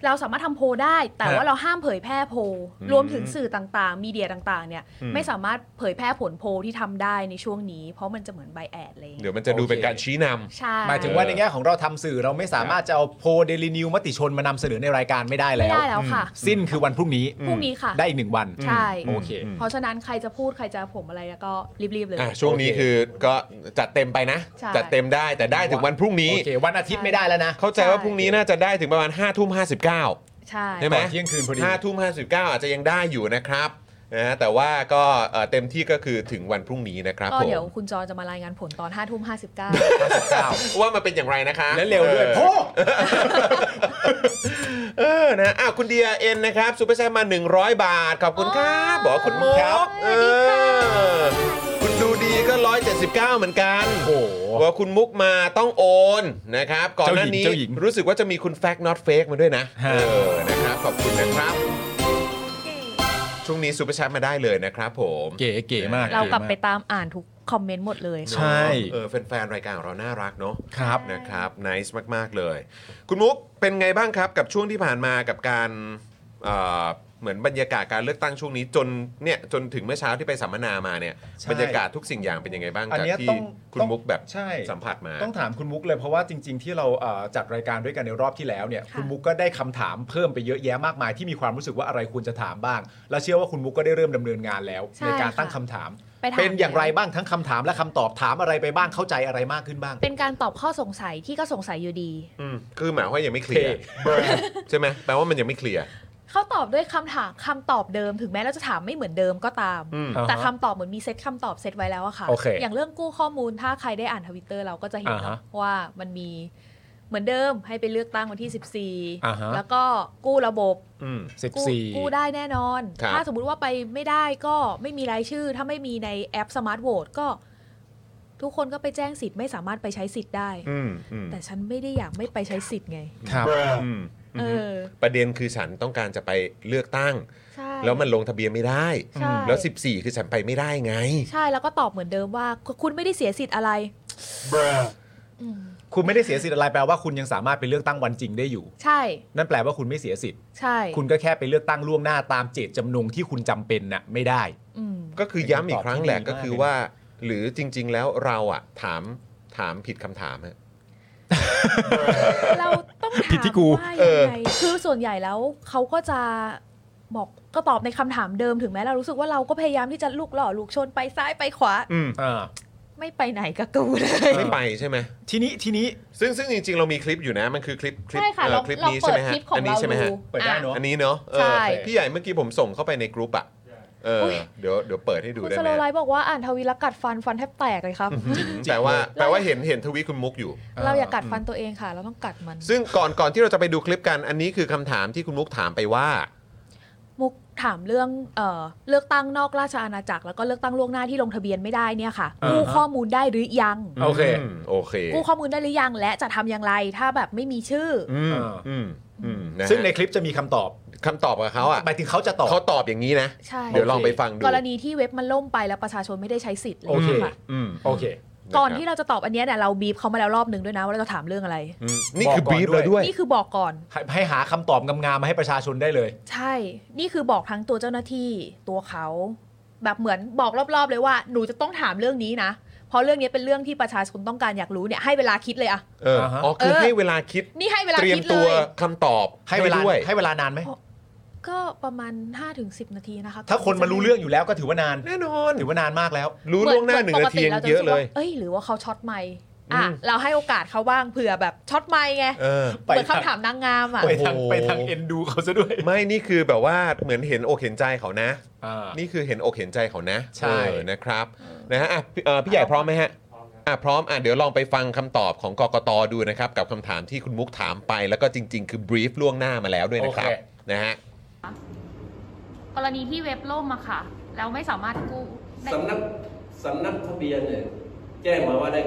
[SPEAKER 6] เราสามารถทำโพลได้ แต่ว่าเราห้ามเผยแพร่โพล
[SPEAKER 1] อืม
[SPEAKER 6] รวมถึงสื่อต่างๆ มีเดียต่างๆ เนี่ย
[SPEAKER 1] อืม
[SPEAKER 6] ไม่สามารถเผยแพร่ผลโพลที่ทำได้ในช่วงนี้ เพราะมันจะเหมือนใบแอดอะไรอย่าง
[SPEAKER 1] เดี๋
[SPEAKER 6] เลย
[SPEAKER 1] ยวมันจะดูเป็นการชี้นำ
[SPEAKER 6] ใช่
[SPEAKER 4] หมายถึงว่าในแง่ของเราทำสื่อเราไม่สามารถจะเอาโพลเดลินิวมติชนมานำเสนอในรายการไม่ได้
[SPEAKER 6] ไม่
[SPEAKER 4] แล้ว
[SPEAKER 6] ได้แล้วค่ะ
[SPEAKER 4] สิ้นคือวันพรุ่งนี้
[SPEAKER 6] พรุ่งนี้ค่ะ
[SPEAKER 4] ได้อีกหนึ่งวัน
[SPEAKER 6] ใช่
[SPEAKER 4] โอเค
[SPEAKER 6] เพราะฉะนั้นใครจะพูดใครจะผมอะไรแล้วก็รีบๆเลย
[SPEAKER 1] อ่ะช่วงนี้
[SPEAKER 4] โอเค
[SPEAKER 1] คือก็จัดเต็มไปนะ
[SPEAKER 6] ใช่
[SPEAKER 1] จัดเต็มได้แต่ได้ถึงวันพรุ่งนี้
[SPEAKER 4] โอเควันอาทิตย์ไม่ได้แล้วนะ
[SPEAKER 1] เข้าใจว่าพรุ่งนี้น่าจะได้ถึงประมาณ5้าทุ่มห้าสิบเก้า
[SPEAKER 6] ใช่
[SPEAKER 1] ใช่ไหม
[SPEAKER 4] ก่อนเที่ยงคืนพอดี
[SPEAKER 1] ห้าทุ่มห้าสิบเก้าอาจจะยังได้อยู่นะครับ นะฮะแต่ว่าก็เอ่อเต็มที่ก็คือถึงวันพรุ่งนี้นะครับ
[SPEAKER 6] ก็
[SPEAKER 1] ผม
[SPEAKER 6] เดี๋ยวคุณจอจะมารายงานผลตอน5ทุ่ม59
[SPEAKER 1] ว่ามันเป็นอย่างไรนะคะ
[SPEAKER 4] และเร็วด้วย
[SPEAKER 1] ออ
[SPEAKER 4] พ่อ
[SPEAKER 1] เออนะอ่ะคุณเดียเอ็นนะครับซูเปอร์แซมมา 100 บาท ขอบคุณครับ บอกว่าคุณโมก
[SPEAKER 4] ครับ
[SPEAKER 1] เออคุณดูดีก็ 179 เหมือนกัน
[SPEAKER 4] โอ้โห
[SPEAKER 1] ว่าคุณมุกมาต้องโอนนะครับ ก่อนหน้านี้
[SPEAKER 4] เจ้าหญิง
[SPEAKER 1] รู้สึกว่าจะมีคุณแฟกต์ not fake มาด้วยนะ เออนะครับ ขอบคุณนะครับ ช่วงนี้ซูเปอร์แชทมาได้เลยนะครับผม
[SPEAKER 4] เก๋เก๋มาก
[SPEAKER 6] เรากลับไป
[SPEAKER 4] ก๋ม
[SPEAKER 6] ตามอ่านทุกคอมเมนต์หมดเลย
[SPEAKER 4] ใช่
[SPEAKER 6] ค่ะ
[SPEAKER 1] เออแฟนๆรายการของเราน่ารักเนาะ
[SPEAKER 4] กครับ
[SPEAKER 1] นะครับน i c e มาก ๆ เลย คุณมุกเป็นไงบ้างครับกับช่วงที่ผ่านมากับการเอ่อเหมือนบรรยากาศการเลือกตั้งช่วงนี้จนเนี่ยจนถึงเมื่อเช้าที่ไปสัมมนามาเนี่ย
[SPEAKER 4] ใช่
[SPEAKER 1] บรรยากาศทุกสิ่งอย่างเป็นยังไงบ้าง
[SPEAKER 4] อัน
[SPEAKER 1] จาก
[SPEAKER 4] เนี้ย
[SPEAKER 1] ที่
[SPEAKER 4] ต้อง
[SPEAKER 1] คุณมุกแบบ
[SPEAKER 4] ใช่
[SPEAKER 1] สัมผัสมา
[SPEAKER 4] ต้องถามคุณมุกเลยเพราะว่าจริง ๆ ที่เราเอ่อจัดรายการด้วยกันในรอบที่แล้วเนี่ยคุณมุกก็ได้คำถามเพิ่มไปเยอะแยะมากมายที่มีความรู้สึกว่าอะไรควรจะถามบ้าง และเชื่อว่าคุณมุกก็ได้เริ่มดำเนินงานแล้ว ในการตั้งคำถาม
[SPEAKER 6] ไปถม
[SPEAKER 4] เป็นอย่างไรบ้างทั้งคำถามและคำตอบถามอะไรไปบ้างเข้าใจอะไรมากขึ้นบ้าง
[SPEAKER 6] เป็นการตอบข้อสงสัยที่ก็สงสัยอยู่ดี
[SPEAKER 1] อืมคือหมายว่ายังไม่เคลียร์ ใช่ไหมแปลว่ามันยังไม่เคลียร์
[SPEAKER 6] เขาตอบด้วยคำถามคำตอบเดิมถึงแม้เราจะถามไม่เหมือนเดิมก็ตาม
[SPEAKER 1] อืม
[SPEAKER 6] แต่คำตอบเหมือนมีเซตคำตอบเซตไว้แล้วอะค่ะ
[SPEAKER 4] โอเค
[SPEAKER 6] อย่างเรื่องกู้ข้อมูลถ้าใครได้อ่านทวิตเตอร์เราก็จะเห็น
[SPEAKER 4] อ่าฮะ
[SPEAKER 6] เนอะว่ามันมีเหมือนเดิมให้ไปเลือกตั้งวันที่
[SPEAKER 4] อ่าฮะ
[SPEAKER 6] 14 แล้วก็กู้ระบบ
[SPEAKER 1] อืม
[SPEAKER 6] กู้
[SPEAKER 4] 14
[SPEAKER 6] กู้ได้แน่นอน
[SPEAKER 1] ครับ
[SPEAKER 6] ถ้าสมมุติว่าไปไม่ได้ก็ไม่มีรายชื่อ ถ้าไม่มีในแอปสมาร์ทโหวตก็ ทุกคนก็ไปแจ้งสิทธิ์ไม่สามารถไปใช้สิทธิ์ได้
[SPEAKER 1] อืมอืม
[SPEAKER 6] แต่ฉันไม่ได้อยากไม่ไปใช้สิทธิ์ไง
[SPEAKER 4] ครับ
[SPEAKER 1] อืม
[SPEAKER 6] เออ
[SPEAKER 1] ประเด็นคือฉันต้องการจะไปเลือกตั้ง
[SPEAKER 6] ใช่
[SPEAKER 1] แล้วมันลงทะเบียนไม่ได้
[SPEAKER 6] ใช่
[SPEAKER 1] แล้ว 14 คือฉันไปไม่ได้ไง
[SPEAKER 6] ใช่แล้วก็ตอบเหมือนเดิมว่า คุณไม่ได้เสียสิทธิ์อะไรอืม
[SPEAKER 4] คุณไม่ได้เสียสิทธิ์อะไรแปลว่าคุณยังสามารถไปเลือกตั้งวันจริงได้อยู่
[SPEAKER 6] ใช่
[SPEAKER 4] นั่นแปลว่าคุณไม่เสียสิทธิ์
[SPEAKER 6] ใช่
[SPEAKER 4] คุณก็แค่ไปเลือกตั้งล่วงหน้าตามเจตจำนงที่คุณจำเป็นน่ะไม่ได้
[SPEAKER 6] อืม
[SPEAKER 1] ก็คือย้ำอีกครั้งแหละ
[SPEAKER 4] เป็น
[SPEAKER 1] ก็
[SPEAKER 4] คำตอบที่ดีมาก
[SPEAKER 1] คือว่า หรือจริง ๆ แล้วเราอะถามถามผิดคำถามฮะ
[SPEAKER 6] เราต้องถาม
[SPEAKER 4] ผิดที่กู
[SPEAKER 6] ว่า
[SPEAKER 1] เอ
[SPEAKER 6] ยัง
[SPEAKER 1] อ
[SPEAKER 6] ไงคือส่วนใหญ่แล้วเขาก็จะบอกก็ตอบในคำถามเดิมถึงแม้เรารู้สึกว่าเราก็พยายามที่จะลูกหล่อลูกชนไปซ้ายไปขวา
[SPEAKER 1] อืม
[SPEAKER 4] อ่า
[SPEAKER 6] ไม่ไปไหนกับกูเลย
[SPEAKER 1] ไม่ไปใช่ไหม
[SPEAKER 4] ทีนี้ทีนี้
[SPEAKER 1] ซึ่งซึ่งจริง ๆ เรามีคลิปอยู่นะ มันคือคลิปคลิป
[SPEAKER 6] ใช่ค่ะ
[SPEAKER 1] เอ่อ
[SPEAKER 6] เรา
[SPEAKER 1] คลิป
[SPEAKER 6] เรา
[SPEAKER 1] นี้
[SPEAKER 6] เปิ
[SPEAKER 1] ใช่
[SPEAKER 6] ด
[SPEAKER 1] ไหมฮะ
[SPEAKER 6] คลิปของ
[SPEAKER 1] อันนี้
[SPEAKER 6] เรา
[SPEAKER 1] ใช่ไหมฮะ
[SPEAKER 6] ดู
[SPEAKER 4] เปิดได้เนอะ
[SPEAKER 6] อ่
[SPEAKER 1] อันนี้เนาะเออ
[SPEAKER 6] ใช่
[SPEAKER 1] พี่ใหญ่เมื่อกี้ผมส่งเข้าไปในกรุ๊ปอะเอออย เดี๋ยวเดี๋ยวเปิดให้ดู
[SPEAKER 6] คุณ
[SPEAKER 1] ได้
[SPEAKER 6] ส
[SPEAKER 1] ไห
[SPEAKER 6] โล
[SPEAKER 1] ม
[SPEAKER 6] ไลฟ์บอกว่าอ่านทวีแล้วกัดฟันฟันแทบแตกเลยครับ
[SPEAKER 1] แต่ว่าแปลว่าเห็นเห็นทวีตคุณมุกอยู่
[SPEAKER 6] เราอย่ากัดฟันตัวเองค่ะ เราต้องกัดมัน
[SPEAKER 1] ซึ่งก่อนก่อนที่เราจะไปดูคลิปกันอันนี้คือคำถามที่คุณมุกถามไปว่า
[SPEAKER 6] มุกถามเรื่องเอ่อเลือกตั้งนอกราชอาณาจักรแล้วก็เลือกตั้งล่วงหน้าที่ลงทะเบียนไม่ได้เนี่ยค่ะ
[SPEAKER 4] อ่าฮะ
[SPEAKER 6] กู้ข้อมูลได้หรือยัง
[SPEAKER 4] โอเค
[SPEAKER 1] มโอเค
[SPEAKER 6] กู้ข้อมูลได้หรือยังและจะทำอย่างไรถ้าแบบไม่มีชื่ออ
[SPEAKER 1] อืม
[SPEAKER 4] อ่า
[SPEAKER 1] อืมอืมนะฮะ
[SPEAKER 4] ซึ่งในคลิปจะมีคำตอบ
[SPEAKER 1] คำตอบของเขาอะ
[SPEAKER 4] หมายถึงเขาจะตอบ
[SPEAKER 1] เขาตอบอย่างนี้นะ
[SPEAKER 6] ใช่
[SPEAKER 1] เดี๋ยวลองไปฟังดู
[SPEAKER 6] กรณีที่เว็บมันล่มไปแล้วประชาชนไม่ได้ใช้สิทธิ์อะไร
[SPEAKER 4] โอ
[SPEAKER 6] อย่าง
[SPEAKER 4] เค
[SPEAKER 6] เงี้ยค่ะ
[SPEAKER 1] อืม
[SPEAKER 4] โอเค
[SPEAKER 6] ก่อนที่เราจะตอบอันเนี้ยเนี่ยเราบีบเขามาแล้วรอบหนึ่งด้วยนะว่าเราจะถามเรื่องอะไร
[SPEAKER 1] อืมนี่คือ
[SPEAKER 4] บอกก่อน
[SPEAKER 1] บีบเรา
[SPEAKER 4] ด้
[SPEAKER 1] ด้
[SPEAKER 4] วย
[SPEAKER 1] วย
[SPEAKER 6] นี่คือบอกก่อน
[SPEAKER 4] ให้ให้หาคำตอบงามๆมาให้ประชาชนได้เลย
[SPEAKER 6] ใช่ นี่คือบอกทั้งตัวเจ้าหน้าที่ตัวเขา แบบเหมือนบอกรอบๆเลยว่า หนูจะต้องถามเรื่องนี้นะ เพราะเรื่องนี้เป็นเรื่องที่ประชาชนต้องการอยากรู้เนี่ยให้เวลาคิดเลยอะ
[SPEAKER 1] เออ
[SPEAKER 4] อ่าฮะ
[SPEAKER 1] อ๋อคือ
[SPEAKER 6] เออ
[SPEAKER 1] ให้เวลาคิด
[SPEAKER 6] นี่ให้เวลา
[SPEAKER 1] เตรียม
[SPEAKER 6] คิดเล
[SPEAKER 1] ตัวย คำตอบ
[SPEAKER 4] ให้เวลา
[SPEAKER 1] ด้วย
[SPEAKER 4] ให้เวลานานไหม
[SPEAKER 6] โอ้ ก็ประมาณ5้าถึงสินาทีนะคะ
[SPEAKER 4] ถ้าคนมารู้เรื่องอยู่แล้วก็ถือว่านาน
[SPEAKER 1] แน่นอน
[SPEAKER 4] ถือว่านานมากแล้ว
[SPEAKER 1] รู้
[SPEAKER 6] เมือ
[SPEAKER 1] ล่วงหน้าหนึ่ง
[SPEAKER 6] ปก
[SPEAKER 1] นาทียัง
[SPEAKER 6] รจ
[SPEAKER 1] เยอะเลย
[SPEAKER 6] รู้สึกว่าเอ้ยหรือว่าเขาช็อตไม่อ่ะ
[SPEAKER 1] อืม
[SPEAKER 6] เราให้โอกาสเขาบ้างเผื่อแบบช็อตไม่ไง
[SPEAKER 1] เออ
[SPEAKER 6] เหมือนคำถามนางงามอ่ะ
[SPEAKER 4] ไปทาง
[SPEAKER 1] โอ้โห
[SPEAKER 4] ไปทางเอ็นดูเขาซะด้วย
[SPEAKER 1] ไม่นี่คือแบบว่าเหมือนเห็นอกเห็นใจเขานะ
[SPEAKER 4] อ่า
[SPEAKER 1] นี่คือเห็นอกเห็นใจเขานะ
[SPEAKER 4] ใช่
[SPEAKER 1] เออนะครับนะฮะอ่ะพี่เอ่อพี่ใหญ่พร้อมไหมฮะอ่ะพร้อมอ่ะเดี๋ยวลองไปฟังคำตอบของกกตดูนะครับ กับคำถามที่คุณมุกถามไป แล้วก็จริง ๆ คือบรีฟล่วงหน้ามาแล้วด้วยนะครับ
[SPEAKER 4] โอเค
[SPEAKER 1] นะฮะ
[SPEAKER 7] กรณีที่เว็บล่มอะค่ะ แล้วไม่สามารถกู้ได้
[SPEAKER 8] สำนักสำนักทะเบียนเนี่ยแจ้งมาว่าได้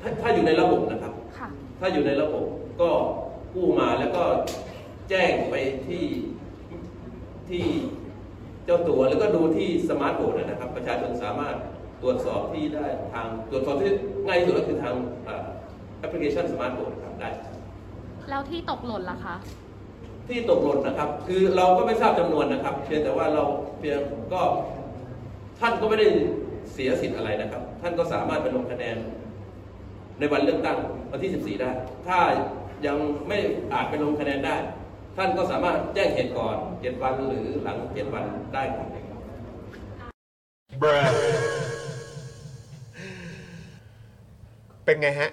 [SPEAKER 8] ถ้าถ้าอยู่ในระบบนะครับ
[SPEAKER 7] ค่ะ
[SPEAKER 8] ถ้าอยู่ในระบบก็กู้มาแล้วก็แจ้งไปที่ที่เจ้าตัวแล้วก็ดูที่สมาร์ทโฟนนะครับ ประชาชนสามารถตรวจสอบที่ได้ทางตรวจสอบที่ง่ายที่สุดก็คือทางแอปพลิเคชันสมาร์ทโฟนครับได้ครับ
[SPEAKER 7] แล้วที่ตกหล่นล่ะคะ
[SPEAKER 8] ที่ตกหล่นนะครับ คือเราก็ไม่ทราบจำนวนนะครับ เพียงแต่ว่าเราเพียงก็ท่านก็ไม่ได้เสียสิทธิ์อะไรนะครับ ท่านก็สามารถไปลงคะแนน ในวันเลือกตั้งวันที่ 14 ได้ ถ้ายังไม่อาจไปลงคะแนนได้ ท่านก็สามารถแจ้งเหตุก่อน 7 วันหรือหลัง 7 วันได้ครับ
[SPEAKER 1] เป็นไง ฮะ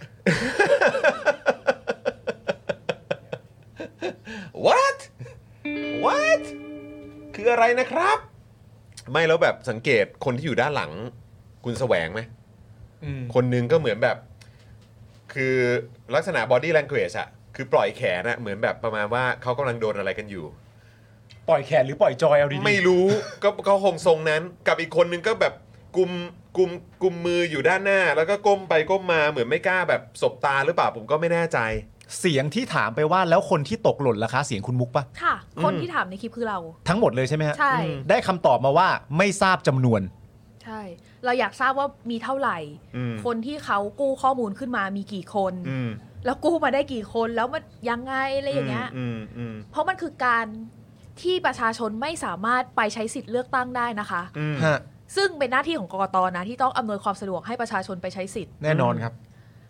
[SPEAKER 1] what what คืออะไรนะครับ ไม่แล้วแบบสังเกตคนที่อยู่ด้านหลังคุณแสวงไหม
[SPEAKER 4] อืม
[SPEAKER 1] คนหนึงก็เหมือนแบบ คือลักษณะ body language อะคือปล่อยแขนอะเหมือนแบบประมาณว่าเขากำลังโดนอะไรกันอยู่
[SPEAKER 4] ปล่อยแขนหรือปล่อยจอยเอาดีๆ
[SPEAKER 1] ไม่รู้ ก็เขาคงทรงนั้น กับอีกคนหนึงก็แบบกุมกุมกุมมืออยู่ด้านหน้า แล้วก็ก้มไปก้มมาเหมือนไม่กล้าแบบสบตาหรือเปล่าผมก็ไม่แน่ใจ
[SPEAKER 4] เสียงที่ถามไปว่าแล้วคนที่ตกหล่นล่ะคะ เสียงคุณมุกปะ
[SPEAKER 6] ค่ะ คนที่ถามในคลิปคือเรา
[SPEAKER 4] ทั้งหมดเลยใช่ไหมฮะ
[SPEAKER 6] ใช่
[SPEAKER 4] ได้คำตอบมาว่าไม่ทราบจำนวน
[SPEAKER 6] ใช่ เราอยากทราบว่ามีเท่าไหร่
[SPEAKER 4] อืม
[SPEAKER 6] คนที่เขากู้ข้อมูลขึ้นมามีกี่คน
[SPEAKER 1] อืม
[SPEAKER 6] แล้วกู้มาได้กี่คนแล้วมันยังไงอะไรอย่างเงี้ย
[SPEAKER 1] อืมอืม
[SPEAKER 6] เพราะมันคือการที่ประชาชนไม่สามารถไปใช้สิทธิ์เลือกตั้งได้นะคะ
[SPEAKER 1] อืม
[SPEAKER 6] ซึ่งเป็นหน้าที่ของกกตนะที่ต้องอำนวยความสะดวกให้ประชาชนไปใช้สิทธิ์
[SPEAKER 4] แน่นอนครับ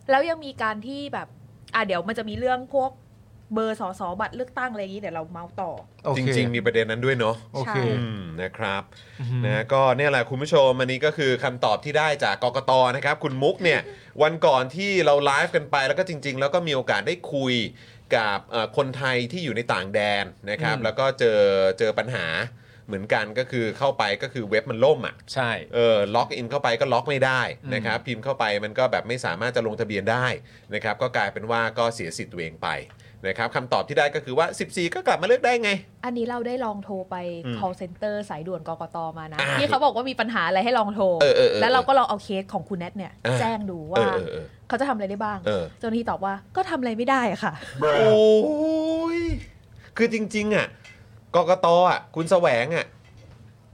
[SPEAKER 6] แล้วยังมีการที่แบบอ่ะเดี๋ยวมันจะมีเรื่องพวกเบอร์สอสอบัตรเลือกตั้งอะไรอย่างนี้เดี๋ยวเราเมาส์ต่อ
[SPEAKER 4] โอเค
[SPEAKER 1] จริง ๆ มีประเด็นนั้นด้วยเนาะ
[SPEAKER 6] โอเค
[SPEAKER 1] อืมนะครับนะก็เนี่ยแหละคุณผู้ชมอันนี้ก็คือคำตอบที่ได้จากกกตนะครับ คุณมุก เนี่ย วันก่อนที่เราไลฟ์กันไปแล้วก็จริง ๆ แล้วก็มีโอกาสได้คุยกับเอ่อคนไทยที่อยู่ในต่างแดนนะครับ
[SPEAKER 4] อืม
[SPEAKER 1] แล้วก็เจอเจอปัญหาเหมือนกันก็คือเข้าไปก็คือเว็บมันล่มอ่ะ
[SPEAKER 4] ใช่
[SPEAKER 1] เออล็อกอินเข้าไปก็ล็อกไม่ได้
[SPEAKER 4] อืม
[SPEAKER 1] นะครับพิมพ์เข้าไปมันก็แบบไม่สามารถจะลงทะเบียนได้นะครับก็กลายเป็นว่าก็เสียสิทธิ์ตัวเองไปนะครับคำตอบที่ได้ก็คือว่า 14 ก็กลับมาเลือกได้ไง
[SPEAKER 6] อันนี้เราได้ลองโทรไป
[SPEAKER 1] อืม
[SPEAKER 6] call center สายด่วนกกตมานะที่เขาบอกว่ามีปัญหาอะไรให้ลองโทร
[SPEAKER 1] เออเออเออ
[SPEAKER 6] แล้วเราก็ลองเอาเคสของคุณแนทเนี่ย
[SPEAKER 1] เออ
[SPEAKER 6] แจ้งดู
[SPEAKER 1] เอ
[SPEAKER 6] ว่า
[SPEAKER 1] อเออเออ
[SPEAKER 6] เขาจะทำอะไรได้บ้าง
[SPEAKER 1] เออ
[SPEAKER 6] เจ้าหน้าที่ตอบว่าก็ทำอะไรไม่ได้อะค่ะ
[SPEAKER 1] โอ้ยคือจริง ๆ อ่ะกกตอ่ะคุณแสวงอ่ะ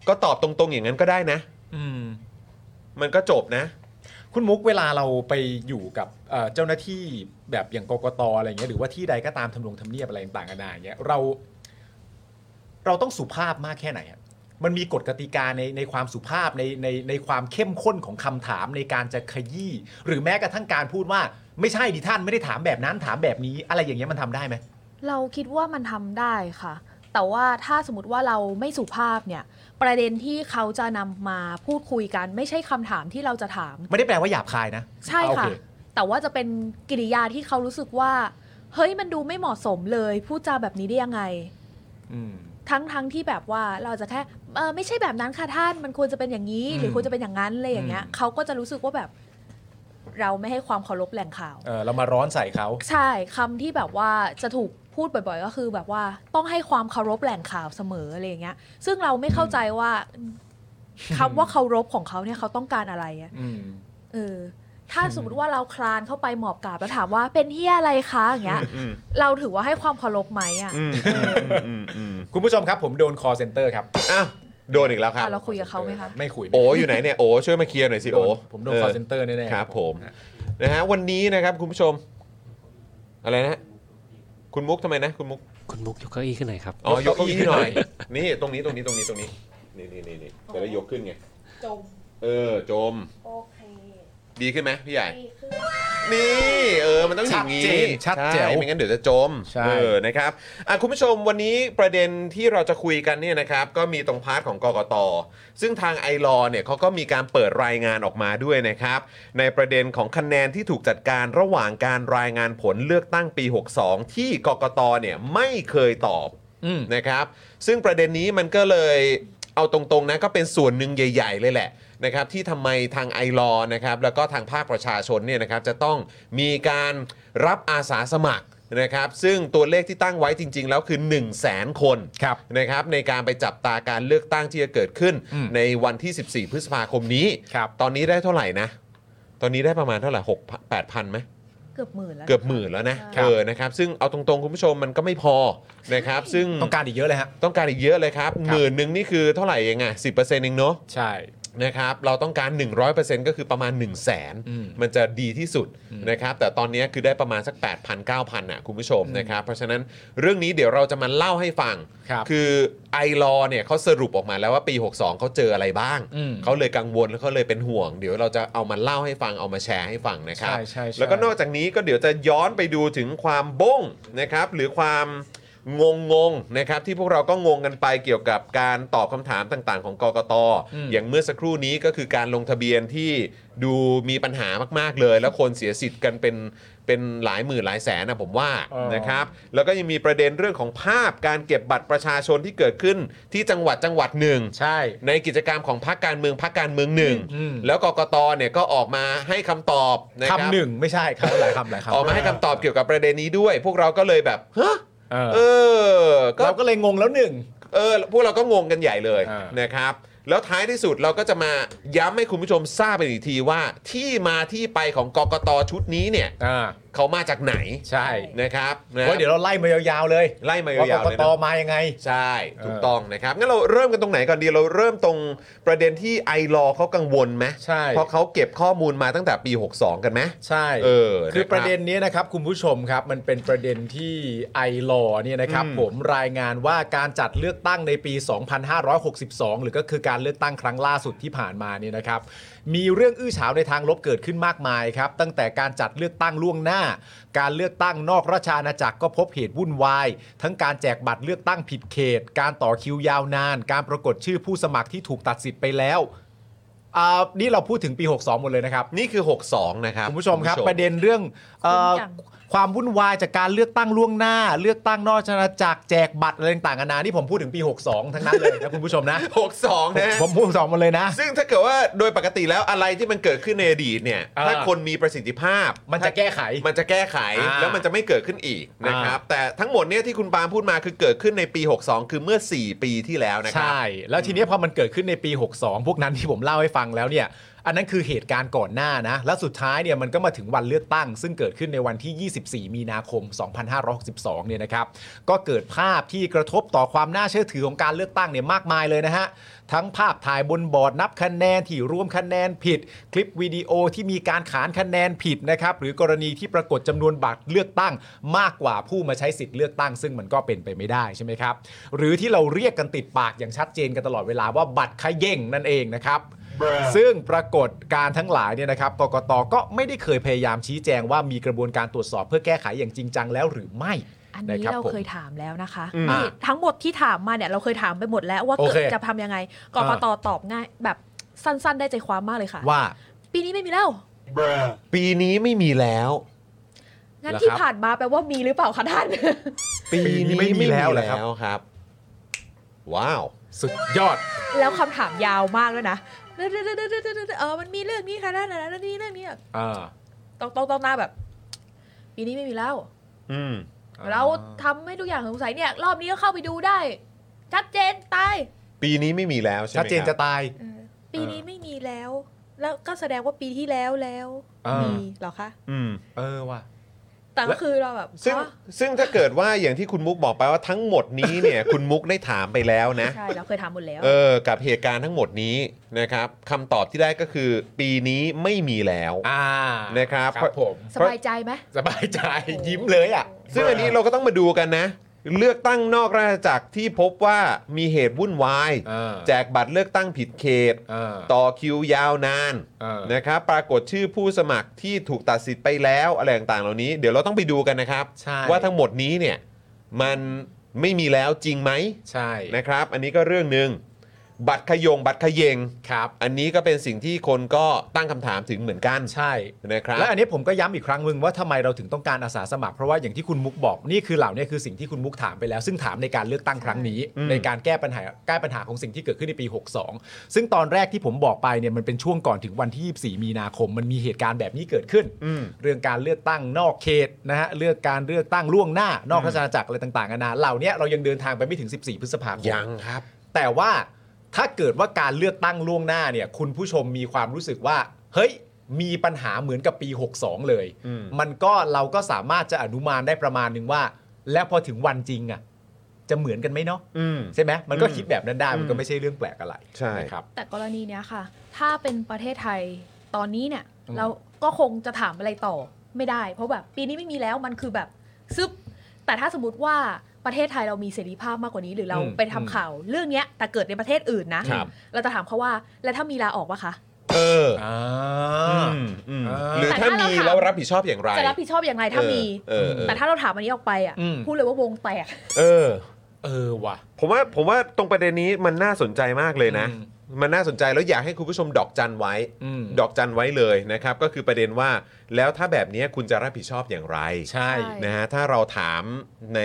[SPEAKER 1] ก็ตอบตรงๆอย่างนั้นก็ได้นะ
[SPEAKER 4] อืม
[SPEAKER 1] มันก็จบนะ
[SPEAKER 4] คุณมุกเวลาเราไปอยู่กับเอ่อเจ้าหน้าที่แบบอย่างกกตอะไรเงี้ยหรือว่าที่ใดก็ตามทำนงทำเนียบอะไรต่างกันานาอย่างเงี้ยเรา เราต้องสุภาพมากแค่ไหนอะมันมีกฎกติกาในในความสุภาพในในในความเข้มข้นของคำถามในการจะขยี้หรือแม้กระทั่งการพูดว่า ไม่ใช่ดิท่านไม่ได้ถามแบบนั้นถามแบบนี้ อะไรอย่างเงี้ยมันทำได้ไหม
[SPEAKER 6] เราคิดว่ามันทำได้ค่ะ แต่ว่าถ้าสมมติว่าเราไม่สุภาพเนี่ย ประเด็นที่เขาจะนำมาพูดคุยกัน ไม่ใช่คำถามที่เราจะถาม
[SPEAKER 4] ไม่ได้แปลว่าหยาบคายนะ
[SPEAKER 6] ใช่
[SPEAKER 4] อ่าโอ
[SPEAKER 6] ค่ะ
[SPEAKER 4] เ
[SPEAKER 6] แต่ว่าจะเป็นกิริยาที่เขารู้สึกว่า เฮ้ยมันดูไม่เหมาะสมเลยพูดจาแบบนี้ได้ยังไง
[SPEAKER 4] อืม
[SPEAKER 6] ทั้งทั้งที่แบบว่าเราจะแค่เออไม่ใช่แบบนั้นค่ะท่านมันควรจะเป็นอย่างนี้
[SPEAKER 4] อืม
[SPEAKER 6] หรือควรจะเป็นอย่างนั้นอะไรอย่างเงี้ย
[SPEAKER 4] อืม
[SPEAKER 6] เขาก็จะรู้สึกว่าแบบ เราไม่ให้ความเคารพแหล่งข่าว
[SPEAKER 4] เออเรามาร้อนใส่เขา
[SPEAKER 6] ใช่คำที่แบบว่าจะถูกพูดบ่อยๆ ก็คือแบบว่าต้องให้ความเคารพแหล่งข่าวเสมออะไรอย่างเงี้ย ซึ่งเราไม่เข้าใจว่าคำว่าเคารพของเขาเนี่ยเขาต้องการอะไรอะ
[SPEAKER 4] อืม
[SPEAKER 6] เออ ถ้าสมมติว่าเราคลานเข้าไปหมอบกราบแล้วถามว่าเป็นเฮียอะไรคะอย่างเงี้ย
[SPEAKER 1] อืม
[SPEAKER 6] เราถือว่าให้ความเคารพไหมอ่ะ
[SPEAKER 1] อืมอืมอืม
[SPEAKER 4] คุณผู้ชมครับ ผมโดน call center ครับ
[SPEAKER 1] อ้าวโดนอีกแล้วครับ
[SPEAKER 6] อ่ะเราคุยกับเขาไหมคะ
[SPEAKER 4] ไม่คุย
[SPEAKER 1] โออยู่ไหนเนี่ยโอช่วยมาเคลียร์หน่อยสิโอ
[SPEAKER 4] ผมโดน call center แน่ๆ
[SPEAKER 1] ครับผมนะฮะวันนี้นะครับคุณผู้ชม อะไรนะ คุณมุกทำไมนะ คุณมุก
[SPEAKER 3] คุณมุกยกเก้าอี้ขึ้นหน่อยครับ
[SPEAKER 1] อ๋อยกเก้าอี้หน่อย นี่ตรงนี้ตรงนี้ตรงนี้ตรงนี้ นี่นี่นี่นี่จะได้ยกขึ้นไง
[SPEAKER 6] จม
[SPEAKER 1] เออจม
[SPEAKER 6] โอเค
[SPEAKER 1] ดีขึ้นไหมพี่ใหญ่ นี่ เออ มันต้องอย่างนี้
[SPEAKER 4] ชัดเจนชัดแจ๋ว
[SPEAKER 1] ใไม่งั้นเดี๋ยวจะจม
[SPEAKER 4] ใช่
[SPEAKER 1] เออนะครับอ่ะคุณผู้ชมวันนี้ประเด็นที่เราจะคุยกันเนี่ยนะครับ ก็มีตรงพาร์ทของกกต ซึ่งทางไอรอเนี่ยเขาก็มีการเปิดรายงานออกมาด้วยนะครับ ในประเด็นของคะแนนที่ถูกจัดการระหว่างการรายงานผลเลือกตั้งปี 62 ที่กกตเนี่ยไม่เคยตอบ
[SPEAKER 4] อืม
[SPEAKER 1] นะครับซึ่งประเด็นนี้มันก็เลยเอาตรงๆนะก็เป็นส่วนหนึ่งใหญ่ ๆ เลยแหละนะครับที่ทำไมทางไอรอนะครับแล้วก็ทางภาคประชาชนเนี่ยนะครับจะต้องมีการรับอาสาสมัครนะครับซึ่งตัวเลขที่ตั้งไว้จริง ๆ แล้วคือ 1 0 0 0 0แสนคน
[SPEAKER 4] ครับ
[SPEAKER 1] นะครับในการไปจับตาการเลือกตั้งที่จะเกิดขึ้น
[SPEAKER 4] อืม
[SPEAKER 1] ในวันที่ 14 พฤษภาคมนี้
[SPEAKER 4] ครับ
[SPEAKER 1] ตอนนี้ได้เท่าไหร่นะ ตอนนี้ได้ประมาณเท่าไหร่หกแปดพันไหม
[SPEAKER 6] เกือบหมื่นแล้วนะ
[SPEAKER 1] เกือบหมื่นแล้วนะ
[SPEAKER 4] ครั
[SPEAKER 1] เอบ อนะครับซึ่งเอาตรงๆ คุณผู้ชมมันก็ไม่พอนะครับ ซึ่ง
[SPEAKER 4] ต้องการอีกเยอะเลยฮะ
[SPEAKER 1] ต้องการอีกเยอะเลยครับ
[SPEAKER 4] ค
[SPEAKER 1] ห
[SPEAKER 4] รับ
[SPEAKER 1] มื่นหนึ่งนี่คือเท่าไหร่เองอะสิบเปอร์เซ็นต์เองเนาะ
[SPEAKER 4] ใช่
[SPEAKER 1] นะครับเราต้องการ 100%ก็คือประมาณ 1 0 0 0 0แสน
[SPEAKER 4] อืม
[SPEAKER 1] มันจะดีที่สุด
[SPEAKER 4] อืม
[SPEAKER 1] นะครับแต่ตอนนี้คือได้ประมาณสัก 8 0 0 0 9,000น่ะคุณผู้ชมนะครับเพราะฉะนั้นเรื่องนี้เดี๋ยวเราจะมาเล่าให้ฟัง
[SPEAKER 4] ครับ
[SPEAKER 1] อไอรอเนี่ยเขาสรุปออกมาแล้วว่าปี 62 เขาเจออะไรบ้าง
[SPEAKER 4] อืม
[SPEAKER 1] เขาเลยกังวลแล้วเขาเลยเป็นห่วง เดี๋ยวเราจะเอามาเล่าให้ฟังเอามาแชร์ให้ฟังนะครับ
[SPEAKER 4] ใช่ใช่ใช่
[SPEAKER 1] แล้วก็นอกจากนี้ก็เดี๋ยวจะย้อนไปดูถึงความบงนะครับหรือความ งงงงๆนะครับที่พวกเราก็งงกันไปเกี่ยวกับการตอบคำถามต่างๆ ของกกต
[SPEAKER 4] อืม
[SPEAKER 1] อย่างเมื่อสักครู่นี้ก็คือการลงทะเบียนที่ดูมีปัญหามากๆเลย แล้วคนเสียสิทธิ์กันเป็นเป็นหลายหมื่นหลายแสนนะผมว่า
[SPEAKER 4] เออ
[SPEAKER 1] นะครับ แล้วก็ยังมีประเด็นเรื่องของภาพการเก็บบัตรประชาชนที่เกิดขึ้นที่จังหวัดจังหวัดหนึ่ง
[SPEAKER 4] ใช่
[SPEAKER 1] ในกิจกรรมของพรรคการเมืองพรรคการเมืองหนึ่ง
[SPEAKER 4] อืม
[SPEAKER 1] แล้วกกตเนี่ยก็ออกมาให้คำตอบนะครับ
[SPEAKER 4] คำหนึ่งไม่ใช่คำหลายคำหลายคำ
[SPEAKER 1] ออกมาให้คำตอบเกี่ยวกับประเด็นนี้ด้วย พวกเราก็เลยแบบฮะ
[SPEAKER 4] เออ
[SPEAKER 1] เออก็
[SPEAKER 4] เราก็เลยงงแล้วหนึ่ง
[SPEAKER 1] เออพวกเราก็งงกันใหญ่เลย
[SPEAKER 4] อ่าน
[SPEAKER 1] นะครับ แล้วท้ายที่สุดเราก็จะมาย้ำให้คุณผู้ชมทราบเป็นอีกทีว่า ที่มาที่ไปของกกตชุดนี้เนี่ย
[SPEAKER 4] อ่า
[SPEAKER 1] เขามาจากไหน
[SPEAKER 4] ใช่
[SPEAKER 1] นะครับนะ
[SPEAKER 4] เพราะเดี๋ยวเราไล่มายาวๆเลย
[SPEAKER 1] ไล่มายา
[SPEAKER 4] ว่าว ก
[SPEAKER 1] ๆเลย
[SPEAKER 4] กต
[SPEAKER 1] นะ
[SPEAKER 4] มายังไง
[SPEAKER 1] ใช่ถูกต้องนะครับงั้นเราเริ่มกันตรงไหนก่อนดีเราเริ่มตรงประเด็นที่ไอรอเขากังวลไหม
[SPEAKER 4] ใช่
[SPEAKER 1] เพราะเขาเก็บข้อมูลมาตั้งแต่ปี 62 กันไหม
[SPEAKER 4] ใช่
[SPEAKER 1] เออ
[SPEAKER 4] คือประเด็น
[SPEAKER 1] น
[SPEAKER 4] นี้นะครับคุณผู้ชมครับมันเป็นประเด็นที่ไอลอเนี่ยนะครับ
[SPEAKER 1] อืม
[SPEAKER 4] ผมรายงานว่าการจัดเลือกตั้งในปี 2562 หรือก็คือการเลือกตั้งครั้งล่าสุดที่ผ่านมาเนี่ยนะครับ มีเรื่องอื้อฉาวในทางลบเกิดขึ้นมากมายครับ ตั้งแต่การจัดเลือกตั้งล่วงหน้า การเลือกตั้งนอกราชอาณาจักรก็พบเหตุวุ่นวาย ทั้งการแจกบัตรเลือกตั้งผิดเขต การต่อคิวยาวนาน การปรากฏชื่อผู้สมัครที่ถูกตัดสิทธิ์ไปแล้วอ่านี่เราพูดถึงปี 62 หมดเลยนะครับ
[SPEAKER 1] ะนี่คือ 62 นะครับ
[SPEAKER 4] คุณผู้ชมครับประเด็นเรื่องเอ่อ
[SPEAKER 6] ทุกอย่าง
[SPEAKER 4] ความวุ่นวายจากการเลือกตั้งล่วงหน้า เลือกตั้งนอกชนาจักรแจกบัตรอะไรต่างๆนานานี่ผมพูดถึงปี 62 ทั้งนั้นเลยนะ คุณผู้ชมนะ
[SPEAKER 1] 62 นะ
[SPEAKER 4] ผมพูดส องหมดเลยนะ
[SPEAKER 1] ซึ่งถ้าเกิดว่าโดยปกติแล้วอะไรที่มันเกิดขึ้นในอดีตเนี่ย
[SPEAKER 4] อ่า
[SPEAKER 1] ถ้าคนมีประสิทธิภาพ
[SPEAKER 4] มันจะแก้ไข
[SPEAKER 1] มันจะแก้ไข
[SPEAKER 4] อ่า
[SPEAKER 1] แล้วมันจะไม่เกิดขึ้นอีกนะครับ แต่ทั้งหมดเนี่ยที่คุณปาล์มพูดมาคือเกิดขึ้นในปี 62 คือเมื่อ 4 ปีที่แล้วนะครั
[SPEAKER 4] ใช่ แล้วทีเนี้ยพอมันเกิดขึ้นในปี 62 พวกนั้นที่ผมเล่าให้ฟังแล้วเนี่ย อันนั้นคือเหตุการณ์ก่อนหน้านะ และสุดท้ายเนี่ยมันก็มาถึงวันเลือกตั้ง ซึ่งเกิดขึ้นในวันที่ 24 มีนาคม 2562 เนี่ยนะครับ ก็เกิดภาพที่กระทบต่อความน่าเชื่อถือของการเลือกตั้งเนี่ยมากมายเลยนะฮะ ทั้งภาพถ่ายบนบอร์ดนับคะแนนที่รวมคะแนนผิด คลิปวิดีโอที่มีการขานคะแนนผิดนะครับ หรือกรณีที่ปรากฏจำนวนบัตรเลือกตั้ง มากกว่าผู้มาใช้สิทธิ์เลือกตั้ง ซึ่งมันก็เป็นไปไม่ได้ใช่ไหมครับ หรือที่เราเรียกกันติดปากอย่างชัดเจนกันตลอดเวลาว่าบัตรเขย่งนั่นเองนะครับ ซึ่งปรากฏการณ์ทั้งหลายเนี่ยนะครับกกตก็ไม่ได้เคยพยายามชี้แจงว่ามีกระบวนการตรวจสอบเพื่อแก้ไขอย่างจริงจังแล้วหรือไม่
[SPEAKER 6] อันนี้
[SPEAKER 4] ะบ
[SPEAKER 6] เรา
[SPEAKER 4] ผม
[SPEAKER 6] เคยถามแล้วนะคะ
[SPEAKER 4] อืม
[SPEAKER 6] นี่ทั้งหมดที่ถามมาเนี่ยเราเคยถามไปหมดแล้วว่า
[SPEAKER 4] โอ
[SPEAKER 6] เกิ
[SPEAKER 4] เค
[SPEAKER 6] ดจะทำยังไงกกตตอบง่ายแบบสั้น ๆ ได้ใจความมากเลยค่ะ
[SPEAKER 4] ว่า
[SPEAKER 6] ปีนี้ไม่มีแล้ว
[SPEAKER 1] ปีนี้ไม่มีแล้ว
[SPEAKER 6] งั้น
[SPEAKER 4] เหรอค
[SPEAKER 6] ที่
[SPEAKER 4] รับ
[SPEAKER 6] ผ่านมาแปลว่ามีหรือเปล่าคะท่าน
[SPEAKER 1] ปีนี้ไม่มีแล้ว
[SPEAKER 4] เหรอครับ
[SPEAKER 1] ครับ ว้าว
[SPEAKER 4] สุดยอด
[SPEAKER 6] แล้วคำถามยาวมากด้วยนะเออมันมีเรื่องนี้ค่ะนั่นนะนี่เรื่องนี้อะ
[SPEAKER 4] อ่า
[SPEAKER 6] ต้องต้องต้องหน้าแบบ ปีนี้ไม่มีแล้ว
[SPEAKER 1] อืม
[SPEAKER 6] เราทำให้ทุกอย่างสงสัยเนี่ย รอบนี้ก็เข้าไปดูได้ ชัดเจนตาย
[SPEAKER 1] ปีนี้ไม่มีแล้วใช่ไหม
[SPEAKER 4] ชัดเจน
[SPEAKER 1] ค
[SPEAKER 4] จะ
[SPEAKER 1] รับ
[SPEAKER 4] ตาย
[SPEAKER 6] เออปีนี้ไม่มีแล้ว แล้วก็แสดงว่าปีที่แล้วแล้ว
[SPEAKER 4] อ่ามี
[SPEAKER 6] มีเหรอคะ
[SPEAKER 1] อืม
[SPEAKER 4] เออว่ะ
[SPEAKER 6] แต่
[SPEAKER 1] แล้
[SPEAKER 6] ก็
[SPEAKER 1] ว
[SPEAKER 6] คือเราแบบ
[SPEAKER 1] ซึ่ง
[SPEAKER 6] อ๋อ
[SPEAKER 1] ซึ่งถ้าเกิดว่าอย่างที่คุณมุกบอกไปว่าทั้งหมดนี้เนี่ย คุณมุกได้ถามไปแล้วนะ
[SPEAKER 6] ใช่ เราเคยทำหมดแล้ว
[SPEAKER 1] เออ กับเหตุการณ์ทั้งหมดนี้นะครับคำตอบที่ได้ก็คือ ปีนี้ไม่มีแล้ว
[SPEAKER 4] อ่า
[SPEAKER 1] นะครับ
[SPEAKER 4] ครับผม
[SPEAKER 6] สบายใจไหม
[SPEAKER 4] สบายใจ ยิ้มเลยอ่ะ
[SPEAKER 1] ซึ่งอันนี้เราก็ต้องมาดูกันนะ เลือกตั้งนอกราชอาณาจักรที่พบว่ามีเหตุวุ่นวาย
[SPEAKER 4] เออ
[SPEAKER 1] แจกบัตรเลือกตั้งผิดเขต
[SPEAKER 4] เออ
[SPEAKER 1] ต่อคิวยาวนาน
[SPEAKER 4] เออ
[SPEAKER 1] นะครับปรากฏชื่อผู้สมัครที่ถูกตัดสิทธิ์ไปแล้วอะไรต่างๆ เหล่านี้ เดี๋ยวเราต้องไปดูกันนะครับ
[SPEAKER 4] ใช่
[SPEAKER 1] ว่าทั้งหมดนี้เนี่ยมันไม่มีแล้วจริงไหม
[SPEAKER 4] ใช่
[SPEAKER 1] นะครับ อันนี้ก็เรื่องหนึ่งบัตรขยงบัตรขยง
[SPEAKER 4] ครับ
[SPEAKER 1] อันนี้ก็เป็นสิ่งที่คนก็ตั้งคำถามถึงเหมือนกัน
[SPEAKER 4] ใช่
[SPEAKER 1] นะครับ
[SPEAKER 4] และอันนี้ผมก็ย้ำอีกครั้งหนึ่งว่าทำไมเราถึงต้องการอาสาสมัคร เพราะว่าอย่างที่คุณมุกบอกนี่คือเหล่านี้คือสิ่งที่คุณมุกถามไปแล้ว ซึ่งถามในการเลือกตั้งครั้งนี้
[SPEAKER 1] อืม
[SPEAKER 4] ในการแก้ปัญหาแก้ปัญหาของสิ่งที่เกิดขึ้นในปี 62 ซึ่งตอนแรกที่ผมบอกไปเนี่ยมันเป็นช่วงก่อนถึงวันที่ 24 มีนาคม มันมีเหตุการณ์แบบนี้เกิดขึ้น
[SPEAKER 1] อืม
[SPEAKER 4] เรื่องการเลือกตั้งนอกเขตนะฮะเลือกการเลือกตั้งล่วงหน้า นอกราชอาณาจักรอะไรต่างๆนานาเหล่านี้เรายังเดินทางไปไม่ถึง 14 พฤษภาคม
[SPEAKER 1] ยังครับ
[SPEAKER 4] แต่ว่าถ้าเกิดว่าการเลือกตั้งล่วงหน้าเนี่ย คุณผู้ชมมีความรู้สึกว่า เฮ้ย มีปัญหาเหมือนกับปี 62 เลย
[SPEAKER 1] อืม
[SPEAKER 4] มันก็เราก็สามารถจะอนุมานได้ประมาณหนึ่งว่า แล้วพอถึงวันจริงอะจะเหมือนกันไหมเนาะ
[SPEAKER 1] อืม
[SPEAKER 4] ใช่ไหมมันก็
[SPEAKER 1] อืม
[SPEAKER 4] คิดแบบนั้นได้มันก็
[SPEAKER 1] อืม
[SPEAKER 4] ไม่ใช่เรื่องแปลกอะไร
[SPEAKER 1] ใช่
[SPEAKER 4] นะครับ
[SPEAKER 6] แต่กรณีเนี้ยค่ะ ถ้าเป็นประเทศไทยตอนนี้เนี่ย
[SPEAKER 4] อืม
[SPEAKER 6] เราก็คงจะถามอะไรต่อไม่ได้ เพราะแบบปีนี้ไม่มีแล้วมันคือแบบซึบแต่ถ้าสมมติว่าประเทศไทยเรามีเสรีภาพมากกว่านี้ หรือเรา
[SPEAKER 1] อืม
[SPEAKER 6] ไปทำข่าวเรื่องเนี้ยแต่เกิดในประเทศอื่นนะ
[SPEAKER 1] ครับ
[SPEAKER 6] เราจะถามเขาว่า แล้วถ้ามีลาออกวะคะ
[SPEAKER 1] เออ
[SPEAKER 4] อ่า
[SPEAKER 1] อืมหรือถ้ามีแล้วรับผิดชอบอย่างไร
[SPEAKER 6] จะรับผิดชอบอย่างไรถ้ามี
[SPEAKER 1] เออเออเออ
[SPEAKER 6] แต่ถ้าเราถามอันนี้ออกไปอ่ะ
[SPEAKER 1] อืม
[SPEAKER 6] พูดเลยว่าวงแตก
[SPEAKER 1] เออ
[SPEAKER 4] เออว่ะ
[SPEAKER 1] ผมว่าผมว่าตรงประเด็นนี้มันน่าสนใจมากเลยนะ มันน่าสนใจแล้วอยากให้คุณผู้ชมดอกจันไว้
[SPEAKER 4] อืม
[SPEAKER 1] ดอกจันไว้เลยนะครับ ก็คือประเด็นว่าแล้วถ้าแบบนี้คุณจะรับผิดชอบอย่างไร
[SPEAKER 4] ใช่
[SPEAKER 6] ใช่
[SPEAKER 1] นะฮะถ้าเราถามใน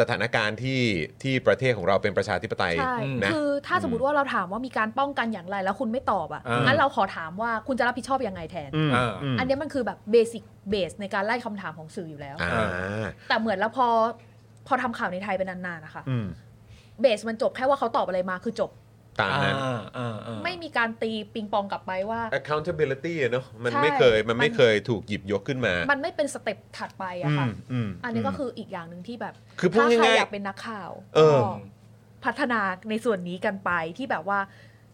[SPEAKER 1] สถานการณ์ที่ที่ประเทศของเราเป็นประชาธิปไตย
[SPEAKER 6] ใช่
[SPEAKER 1] นะ
[SPEAKER 6] คือถ้าสมมติว่าเราถามว่ามีการป้องกันอย่างไรแล้วคุณไม่ตอบอ่ะ
[SPEAKER 4] อ่างั้
[SPEAKER 6] งั้นเราขอถามว่าคุณจะรับผิดชอบยังไงแทน
[SPEAKER 1] ม
[SPEAKER 4] อ่า
[SPEAKER 1] อืม
[SPEAKER 6] อันเนี้ยมันคือแบบเบสิกเบสในการไล่คำถามของสื่ออยู่แล้ว
[SPEAKER 1] อ่า
[SPEAKER 6] แต่เหมือนแล้วพอพอทำข่าวในไทยเป็นนานๆนะคะ
[SPEAKER 1] อืม
[SPEAKER 6] เบสมันจบแค่ว่าเขาตอบอะไรมาคือจบ
[SPEAKER 1] ตามนั้น
[SPEAKER 4] อ่าอ่าอ่า
[SPEAKER 6] ไม่มีการตีปิงปองกลับไปว่า
[SPEAKER 1] accountability อะเนอะมัน
[SPEAKER 6] ใช่
[SPEAKER 1] ไม่เคยมันไม่
[SPEAKER 6] มัน
[SPEAKER 1] เคยถูกหยิบยกขึ้นมา
[SPEAKER 6] มันไม่เป็นสเต็ปถัดไปอะค่ะ
[SPEAKER 1] อืม
[SPEAKER 6] อันนี้ก็คืออีกอย่างหนึ่งที่แบบ
[SPEAKER 1] คือพูด
[SPEAKER 6] ถ้าใคร
[SPEAKER 1] ง่ายๆ
[SPEAKER 6] อยากเป็นนักข่าว
[SPEAKER 1] เออ
[SPEAKER 6] ก็พัฒนาในส่วนนี้กันไปที่แบบว่า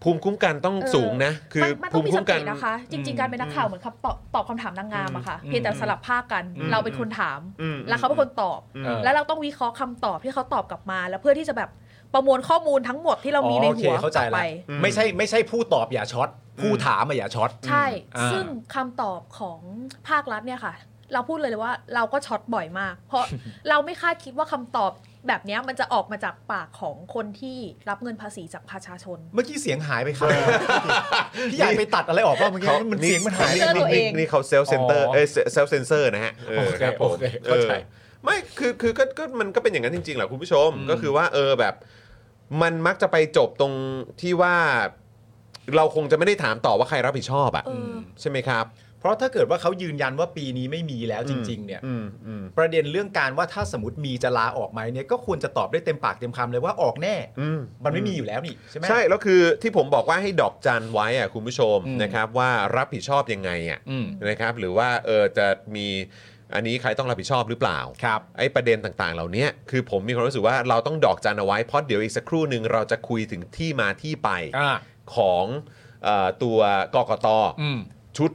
[SPEAKER 1] ภูมิคุ้มกันต้อง
[SPEAKER 6] เออ
[SPEAKER 1] สูงนะ คือ
[SPEAKER 6] มันมัน
[SPEAKER 1] ภู
[SPEAKER 6] ต้อง
[SPEAKER 1] มิ
[SPEAKER 6] มีส
[SPEAKER 1] คุ้มกั
[SPEAKER 6] ติ
[SPEAKER 1] น
[SPEAKER 6] นะคะ จริง ๆ การเป็นนักข่าวเหมือนครับตอบตอบคำถามนางงามอะค่ะ
[SPEAKER 4] อืม
[SPEAKER 6] เพียงแต่สลับภาคกัน
[SPEAKER 1] อืม
[SPEAKER 6] เราเป็นคนถาม
[SPEAKER 1] อืม
[SPEAKER 6] แล้วเขาเป็นคนตอบ
[SPEAKER 1] อืม
[SPEAKER 6] แล้วเราต้องวิเคราะห์คำตอบที่เขาตอบกลับมา แล้วเพื่อที่จะแบบประมวลข้อมูลทั้งหมดที่เรามีในหัว
[SPEAKER 4] โอเคเข้าใจ
[SPEAKER 6] กลับ
[SPEAKER 4] ละ
[SPEAKER 6] ไป
[SPEAKER 4] ไม่ใช่ไม่ใช่ผู้ตอบอย่าช็อตผู้ถามอะอย่าช็อต
[SPEAKER 6] ใช่
[SPEAKER 4] อ่า
[SPEAKER 6] ซึ่งคำตอบของภาครัฐเนี่ยค่ะ เราพูดเลยเลยว่าเราก็ช็อตบ่อยมาก เพราะ เราไม่คาดคิดว่าคำตอบแบบเนี้ยมันจะออกมาจากปากของคนที่รับเงินภาษีจากประชาชน
[SPEAKER 4] เมื่อกี้เสียงหายไปครับพี่ใหญ่ไปตัดอะไรออกบ้างเมื่อกี้มันเสียงมันหาย
[SPEAKER 6] เจอ
[SPEAKER 4] ไป
[SPEAKER 6] ตัวเอง
[SPEAKER 1] นี่เขาเซลเซนเตอร์
[SPEAKER 4] อ๋อ
[SPEAKER 1] เอ้ยเซลเซนเซอร์นะฮะเออ
[SPEAKER 4] โอเค
[SPEAKER 1] ครับผม
[SPEAKER 4] โอเคเข้าใจ
[SPEAKER 1] ออไม่คือคือก็ก็มันก็เป็นอย่างนั้นจริงๆแหละคุณผู้ชม
[SPEAKER 4] อืม
[SPEAKER 1] ก็คือว่าเออแบบ มันมักจะไปจบตรงที่ว่า เราคงจะไม่ได้ถามต่อว่าใครรับผิดชอบอ่ะ
[SPEAKER 6] เออ
[SPEAKER 1] ใช่ไหมครับ
[SPEAKER 4] เพราะถ้าเกิดว่าเขายืนยันว่าปีนี้ไม่มีแล้วจริง ๆ เนี่ย
[SPEAKER 1] อืมอืม
[SPEAKER 4] ประเด็นเรื่องการว่าถ้าสมมติมีจะลาออกไหมเนี่ยก็ควรจะตอบได้เต็มปากเต็มคำเลยว่าออกแน่
[SPEAKER 1] อืม
[SPEAKER 4] มันไม่มีอยู่แล้วนี่ใช่ไหม
[SPEAKER 1] ใช่ แล้วคือที่ผมบอกว่าให้ดอกจันไว้อะคุณผู้ชม
[SPEAKER 4] อืม
[SPEAKER 1] นะครับว่ารับผิดชอบยังไงอะ
[SPEAKER 4] อืม
[SPEAKER 1] นะครับหรือว่าเออจะมีอันนี้ใครต้องรับผิดชอบหรือเปล่า
[SPEAKER 4] ครับ
[SPEAKER 1] ไอ้ประเด็นต่างๆ เหล่าเนี้ยคือผมมีความรู้สึกว่าเราต้องดอกจันเอาไว้เพราะเดี๋ยวอีกสักครู่หนึ่งเราจะคุยถึงที่มาที่ไป
[SPEAKER 4] อ่า
[SPEAKER 1] ของเออตัวกกต
[SPEAKER 4] อืม
[SPEAKER 1] ชุด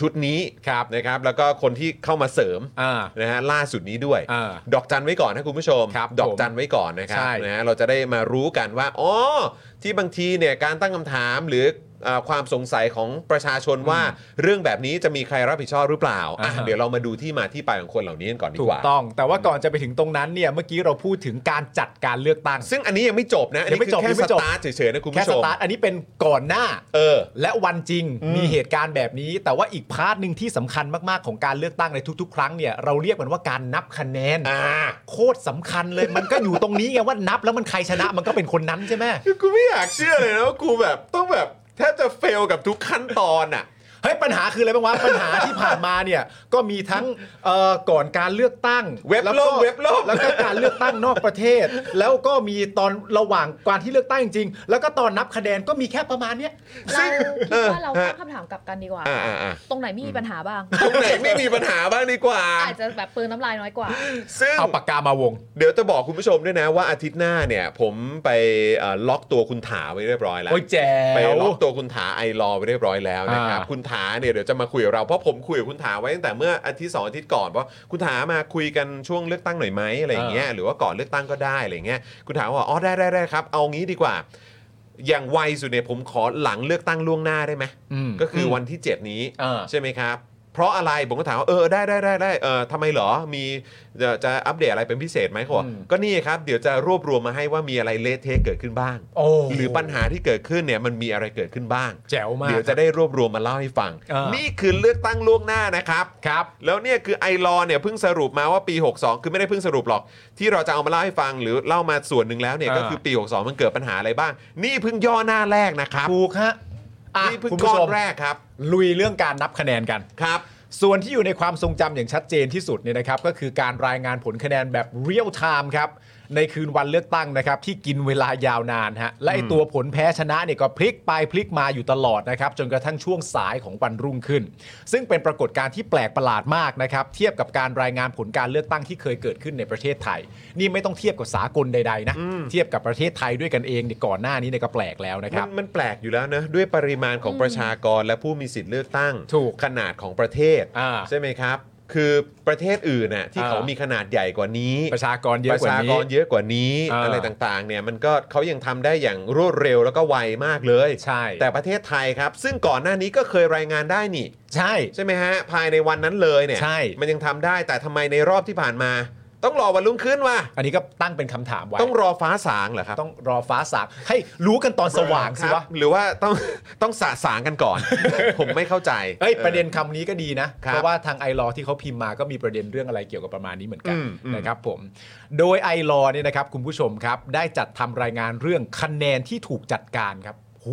[SPEAKER 1] ชุดนี้ครับนะครับแล้วก็คนที่เข้ามาเสริม
[SPEAKER 4] อ่า
[SPEAKER 1] นะฮะล่าสุดนี้ด้วย
[SPEAKER 4] อ่า
[SPEAKER 1] ดอกจันไว้ก่อนนะคุณผู้ชม
[SPEAKER 4] ครับ
[SPEAKER 1] ดอกจันไว้ก่อนนะครับ
[SPEAKER 4] ใช่
[SPEAKER 1] นะฮะเราจะได้มารู้กันว่าอ๋อที่บางทีเนี่ยการตั้งคำถามหรือเอ่อความสงสัยของประชาชนว่า เรื่องแบบนี้จะมีใครรับผิดชอบหรือเปล่าอ่ะเดี๋ยวเรามาดูที่มาที่ไปของคนเหล่านี้กันก่อนดี
[SPEAKER 4] ถู
[SPEAKER 1] ก
[SPEAKER 4] ก
[SPEAKER 1] ว่า
[SPEAKER 4] ต้อง แต่ว่าก่อนจะไปถึงตรงนั้นเนี่ยเมื่อกี้เราพูดถึงการจัดการเลือกตั้ง
[SPEAKER 1] ซึ่งอันนี้ยังไม่จบนะอันนี้
[SPEAKER 4] ยั
[SPEAKER 1] คือ
[SPEAKER 4] งไม่จบ
[SPEAKER 1] แค่
[SPEAKER 4] ยังไม่
[SPEAKER 1] ส
[SPEAKER 4] จบ
[SPEAKER 1] ตาร์ทเฉยๆนะคุณ
[SPEAKER 4] แค่
[SPEAKER 1] ผู้ช
[SPEAKER 4] ส
[SPEAKER 1] ม
[SPEAKER 4] ตาร์ทอันนี้เป็นก่อนหน้า
[SPEAKER 1] เออ
[SPEAKER 4] และวันจริง
[SPEAKER 1] อืม
[SPEAKER 4] มีเหตุการณ์แบบนี้ แต่ว่าอีกพาร์ทหนึ่งที่สำคัญมาก ๆ ของการเลือกตั้งในทุก ๆ ครั้งเนี่ยเราเรียกมันว่าการนับคะแนน
[SPEAKER 1] อ่า
[SPEAKER 4] โคตรสำคัญเลย มันก็อยู่ตรงนี้ไงว่านับแล้วมันใครชนะมันก็เป็นคนนั้นใช่ไหม
[SPEAKER 1] คือกูไม่อยากเชื่อเลยนะว่ากูแบบต้องแบบแทบจะเฟลกับทุกขั้นตอนอ่ะ
[SPEAKER 4] เฮ้ยปัญหาคืออะไรบ้างวะ ปัญหาที่ผ่านมาเนี่ยก็มีทั้งเอ่อก่อนการเลือกตั้ง
[SPEAKER 1] เว็บล่ม
[SPEAKER 4] แก็
[SPEAKER 1] เว็บล่ม
[SPEAKER 4] แล้วก็การเลือกตั้งนอกประเท ศ แล้วก็มีตอนระหว่างการที่เลือกตั้งจริงๆแล้วก็ตอนนับคะแนนก็มีแค่ประมาณเนี้ย
[SPEAKER 6] เรา
[SPEAKER 1] เออ
[SPEAKER 6] คิดว่าเรา
[SPEAKER 1] ฮะ
[SPEAKER 6] ตั้งคำถามกลับกันดีกว่า
[SPEAKER 1] อ่าอ่าอ่า
[SPEAKER 6] ตรงไหนไม่มีปัญหาบ้าง
[SPEAKER 1] ตรงไหนไม่มีปัญหาบ้างดีกว่า
[SPEAKER 6] อาจจะแบบเปลืองน้ำลายน้อยกว่า
[SPEAKER 1] ซึ่ง
[SPEAKER 4] เอาปากกามาวง
[SPEAKER 1] เดี๋ยวจะบอกคุณผู้ชมด้วยนะว่าอาทิตย์หน้าเนี่ย ผมไปเอ่อล็อกตัวคุณถาไว้เรียบร้อยแล้ว
[SPEAKER 4] โอ้ยแจ๋
[SPEAKER 1] ไป
[SPEAKER 4] ว
[SPEAKER 1] ล็อกตัวคุณถาไอรอไว้เรียบร้อยแล้วนะครับ
[SPEAKER 4] อ่า
[SPEAKER 1] คุณถาเนี่ยเดี๋ยวจะมาคุยกับเราเพราะผมคุยกับคุณถาไว้ตั้งแต่เมื่ออาทิตย์สองอาทิตย์ก่อนว่าคุณถามาคุยกันช่วงเลือกตั้งหน่อยไหมอะไรอย่างเงี้ยหรือว่าก่อนเลือกตั้งก็ได้อะไรอย่างเงี้ยคุณถาว่าอ๋อได้ได้ได้ครับเอางี้ดีกว่า อย่างไวสุดเนี่ยผมขอหลังเลือกตั้งล่วงหน้าได้ไหม
[SPEAKER 4] อืม
[SPEAKER 1] ก็คืออ
[SPEAKER 4] ม
[SPEAKER 1] วันที่เจ็ดนี้
[SPEAKER 4] อ่า
[SPEAKER 1] ใช่ไหมครับ เพราะอะไรผมก็ถามว่าเออได้ได้ได้ได้เออทำไมเหรอมีจะจะอัปเดตอะไรเป็นพิเศษไหมเขาบอก
[SPEAKER 4] อืม
[SPEAKER 1] ก็นี่ครับเดี๋ยวจะรวบรวมมาให้ว่ามีอะไรเละเทะเกิดขึ้นบ้าง
[SPEAKER 4] โอ้
[SPEAKER 1] หรือปัญหาที่เกิดขึ้นเนี่ยมันมีอะไรเกิดขึ้นบ้าง
[SPEAKER 4] แจ๋วมาก
[SPEAKER 1] เดี๋ยวจะได้รวบรวมมาเล่าให้ฟัง
[SPEAKER 4] อ่านี่
[SPEAKER 1] นี่คือเลือกตั้งล่วงหน้านะครับ
[SPEAKER 4] ครับ
[SPEAKER 1] แล้วเนี่ยคือไอรอเนี่ยเพิ่งสรุปมาว่าปี 62 คือไม่ได้เพิ่งสรุปหรอก ที่เราจะเอามาเล่าให้ฟังหรือเล่ามาส่วนหนึ่งแล้วเนี่ย
[SPEAKER 4] อ่า
[SPEAKER 1] ก็คือปี 62 มันเกิดปัญหาอะไรบ้าง นี่เพิ่งย่อหน้าแรกนะครับ
[SPEAKER 4] ถูกฮะอ่ะ
[SPEAKER 1] นี่เพิ่ง
[SPEAKER 4] คุณ
[SPEAKER 1] ก้
[SPEAKER 4] ผู้
[SPEAKER 1] อ
[SPEAKER 4] ช
[SPEAKER 1] น
[SPEAKER 4] ม
[SPEAKER 1] แรกครับ
[SPEAKER 4] ลุยเรื่องการนับคะแนนกัน
[SPEAKER 1] ครับ
[SPEAKER 4] ส่วนที่อยู่ในความทรงจำอย่างชัดเจนที่สุดเนี่ยนะครับก็คือการรายงานผลคะแนนแบบเรียลไทม์ครับในคืนวันเลือกตั้งนะครับที่กินเวลายาวนานฮะและไอตัวผลแพ้ชนะเนี่ยก็พลิกไปพลิกมาอยู่ตลอดนะครับจนกระทั่งช่วงสายของวันรุ่งขึ้น ซึ่งเป็นปรากฏการณ์ที่แปลกประหลาดมากนะครับเทียบกับการรายงานผลการเลือกตั้งที่เคยเกิดขึ้นในประเทศไทย นี่ไม่ต้องเทียบกับสากลใดๆนะเทียบกับประเทศไทยด้วยกันเองเนี่ยก่อนหน้านี้เนี่ยก็แปลกแล้วนะค
[SPEAKER 1] มั
[SPEAKER 4] รับ
[SPEAKER 1] นมันแปลกอยู่แล้วนะด้วยปริมาณของประชากรและผู้มีสิทธิ์เลือกตั้ง
[SPEAKER 4] ถูก
[SPEAKER 1] ขนาดของประเทศ
[SPEAKER 4] อ่า
[SPEAKER 1] ใช่ไหมครับ คือประเทศอื่นน่ะที่
[SPEAKER 4] อ่า
[SPEAKER 1] เขามีขนาดใหญ่กว่านี้
[SPEAKER 4] ประชากรเยอะ
[SPEAKER 1] ประ
[SPEAKER 4] กว่า
[SPEAKER 1] ชา
[SPEAKER 4] นี้
[SPEAKER 1] กรเยอะกว่านี้
[SPEAKER 4] อ่า
[SPEAKER 1] อะไรต่างๆเนี่ยมันก็เขายังทำได้อย่างรวดเร็วแล้วก็ไวมากเลย
[SPEAKER 4] ใช่
[SPEAKER 1] แต่ประเทศไทยครับ ซึ่งก่อนหน้านี้ก็เคยรายงานได้นี่
[SPEAKER 4] ใช่
[SPEAKER 1] ใช่ไหมฮะ ภายในวันนั้นเลยเนี่ย
[SPEAKER 4] ใช่
[SPEAKER 1] มันยังทำได้แต่ทำไมในรอบที่ผ่านมา ต้องรอวันรุ่งขึ้นวะ
[SPEAKER 4] อันนี้ก็ตั้งเป็นคำถามไว้
[SPEAKER 1] ต้องรอฟ้าสางเหรอครับ
[SPEAKER 4] ต้องรอฟ้าสางให้รู้กันตอนสว่าง
[SPEAKER 1] ค
[SPEAKER 4] สิ
[SPEAKER 1] รับ
[SPEAKER 4] วะ
[SPEAKER 1] หรือว่าต้องต้องสะสางกันก่อน ผมไม่เข้าใจ
[SPEAKER 4] เอ้ยประเด็นคำนี้ก็ดีนะ
[SPEAKER 1] ครับ
[SPEAKER 4] เพราะว่าทางไอรอที่เขาพิมพ์มาก็มีประเด็นเรื่องอะไรเกี่ยวกับประมาณนี้เหมือนกัน
[SPEAKER 1] อืมอืม
[SPEAKER 4] นะครับผม โดยไอรอเนี่ยนะครับคุณผู้ชมครับได้จัดทำรายงานเรื่องคะแนนที่ถูกจัดการครับหู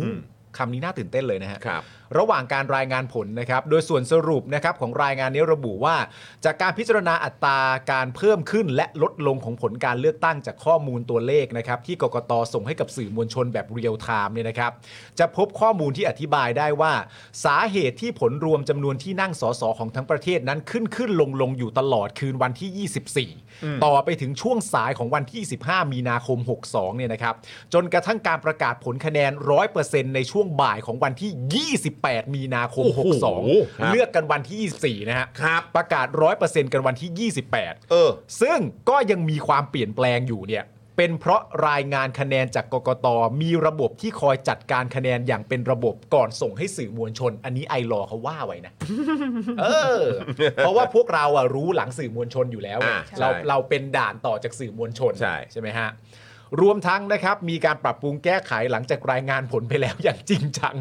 [SPEAKER 4] คำนี้น่าตื่นเต้นเลยนะฮะ
[SPEAKER 1] ครับ
[SPEAKER 4] ระหว่างการรายงานผลนะครับ โดยส่วนสรุปนะครับของรายงานนี้ระบุว่า จากการพิจารณาอัตราการเพิ่มขึ้นและลดลงของผลการเลือกตั้งจากข้อมูลตัวเลขนะครับ ที่กกตส่งให้กับสื่อมวลชนแบบเรียลไทม์เนี่ยนะครับ จะพบข้อมูลที่อธิบายได้ว่า สาเหตุที่ผลรวมจำนวนที่นั่งสสของทั้งประเทศนั้นขึ้นขึ้นลงลงอยู่ตลอดคืนวันที่ 24 ต่อไปถึงช่วงสายของวันที่ 25 มีนาคม 62 เนี่ยนะครับ จนกระทั่งการประกาศผลคะแนน 100%ในช่วงบ่ายของวันที่ 28 มีนาคม
[SPEAKER 1] โอ้โหครับ
[SPEAKER 4] 62 เลือกกันวันที่ 24 นะฮะ
[SPEAKER 1] ครับ
[SPEAKER 4] ประกาศ 100%กันวันที่ 28
[SPEAKER 1] เออ
[SPEAKER 4] ซึ่งก็ยังมีความเปลี่ยนแปลงอยู่เนี่ยเป็นเพราะรายงานคะแนนจากกกตมีระบบที่คอยจัดการคะแนนอย่างเป็นระบบก่อนส่งให้สื่อมวลชน อันนี้ไอรอว์เขาว่าไว้นะ เออ เพราะว่าพวกเราอะรู้หลังสื่อมวลชนอยู่แล้วไง
[SPEAKER 1] อ่าใช่
[SPEAKER 4] เราเราเป็นด่านต่อจากสื่อมวลชน
[SPEAKER 1] ใช่
[SPEAKER 4] ใช่ไหมฮะ รวมทั้งนะครับมีการปรับปรุงแก้ไขหลังจากรายงานผลไปแล้วอย่างจริงจัง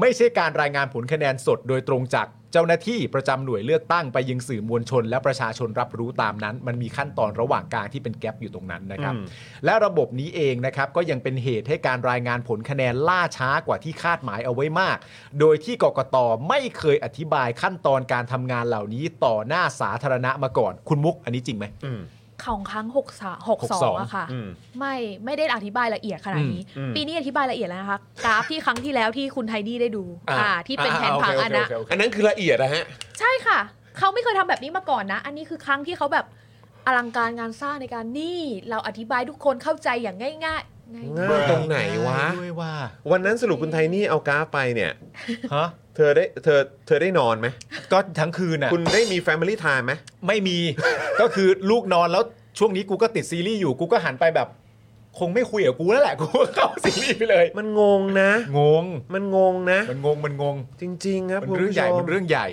[SPEAKER 4] ไม่ใช่การรายงานผลคะแนนสดโดยตรงจากเจ้าหน้าที่ประจำหน่วยเลือกตั้งไปยังสื่อมวลชน และประชาชนรับรู้ตามนั้น มันมีขั้นตอนระหว่างกลางที่เป็นแกลบอยู่ตรงนั้นนะครับ และระบบนี้เองนะครับก็ยังเป็นเหตุให้การรายงานผลคะแนนล่าช้ากว่าที่คาดหมายเอาไว้มาก โดยที่กกตไม่เคยอธิบายขั้นตอนการทำงานเหล่านี้ต่อหน้าสาธารณะมาก่อน คุณมุกอันนี้จริงไหม
[SPEAKER 6] ของครั้ง6 3 6 2อะค่ะ
[SPEAKER 1] อืม
[SPEAKER 6] ไม่ไม่ได้อธิบายละเอียดขนาดนี้
[SPEAKER 1] อืมอืม
[SPEAKER 6] ปีนี้อธิบายละเอียดแล้วนะคะกราฟที่ครั้งที่แล้วที่คุณไทดี้ได้ดู
[SPEAKER 4] อ่า
[SPEAKER 6] อ่าที่เป็นแผนผังอันนะ
[SPEAKER 1] อันนั้นคือละเอียดนะฮะ
[SPEAKER 6] ใช่ค่ะ เขาไม่เคยทำแบบนี้มาก่อนนะ อันนี้คือครั้งที่เขาแบบอลังการงานสร้างในการนี่ เราอธิบายทุกคนเข้าใจอย่างง่ายๆง่ายๆ
[SPEAKER 1] ง่ายตรงไหนวะ
[SPEAKER 4] ด้วยว่า
[SPEAKER 1] วันนั้นสรุปคุณไทยนี่เอากราฟไปเนี่ย
[SPEAKER 4] ฮะ
[SPEAKER 1] เธอได้เธอเธอได้นอนไหม
[SPEAKER 4] ก็ทั้งคืนน่ะ
[SPEAKER 1] คุณได้มี Family Time ไหม
[SPEAKER 4] ไม่มี ก็คือลูกนอนแล้วช่วงนี้กูก็ติดซีรีส์อยู่กูก็หันไปแบบ คงไม่คุยกับกูแล้วแหละ กูก็เข้าซีรีส์ไปเลย
[SPEAKER 1] มันงงนะ
[SPEAKER 4] งง
[SPEAKER 1] มันงงนะ
[SPEAKER 4] มันงงมันงง
[SPEAKER 1] จริง ๆ ครับ
[SPEAKER 4] มัน
[SPEAKER 1] คุณ
[SPEAKER 4] เรื่อง
[SPEAKER 1] ผู้
[SPEAKER 4] ใหญ่
[SPEAKER 1] ชม
[SPEAKER 4] มันเรื่องใหญ่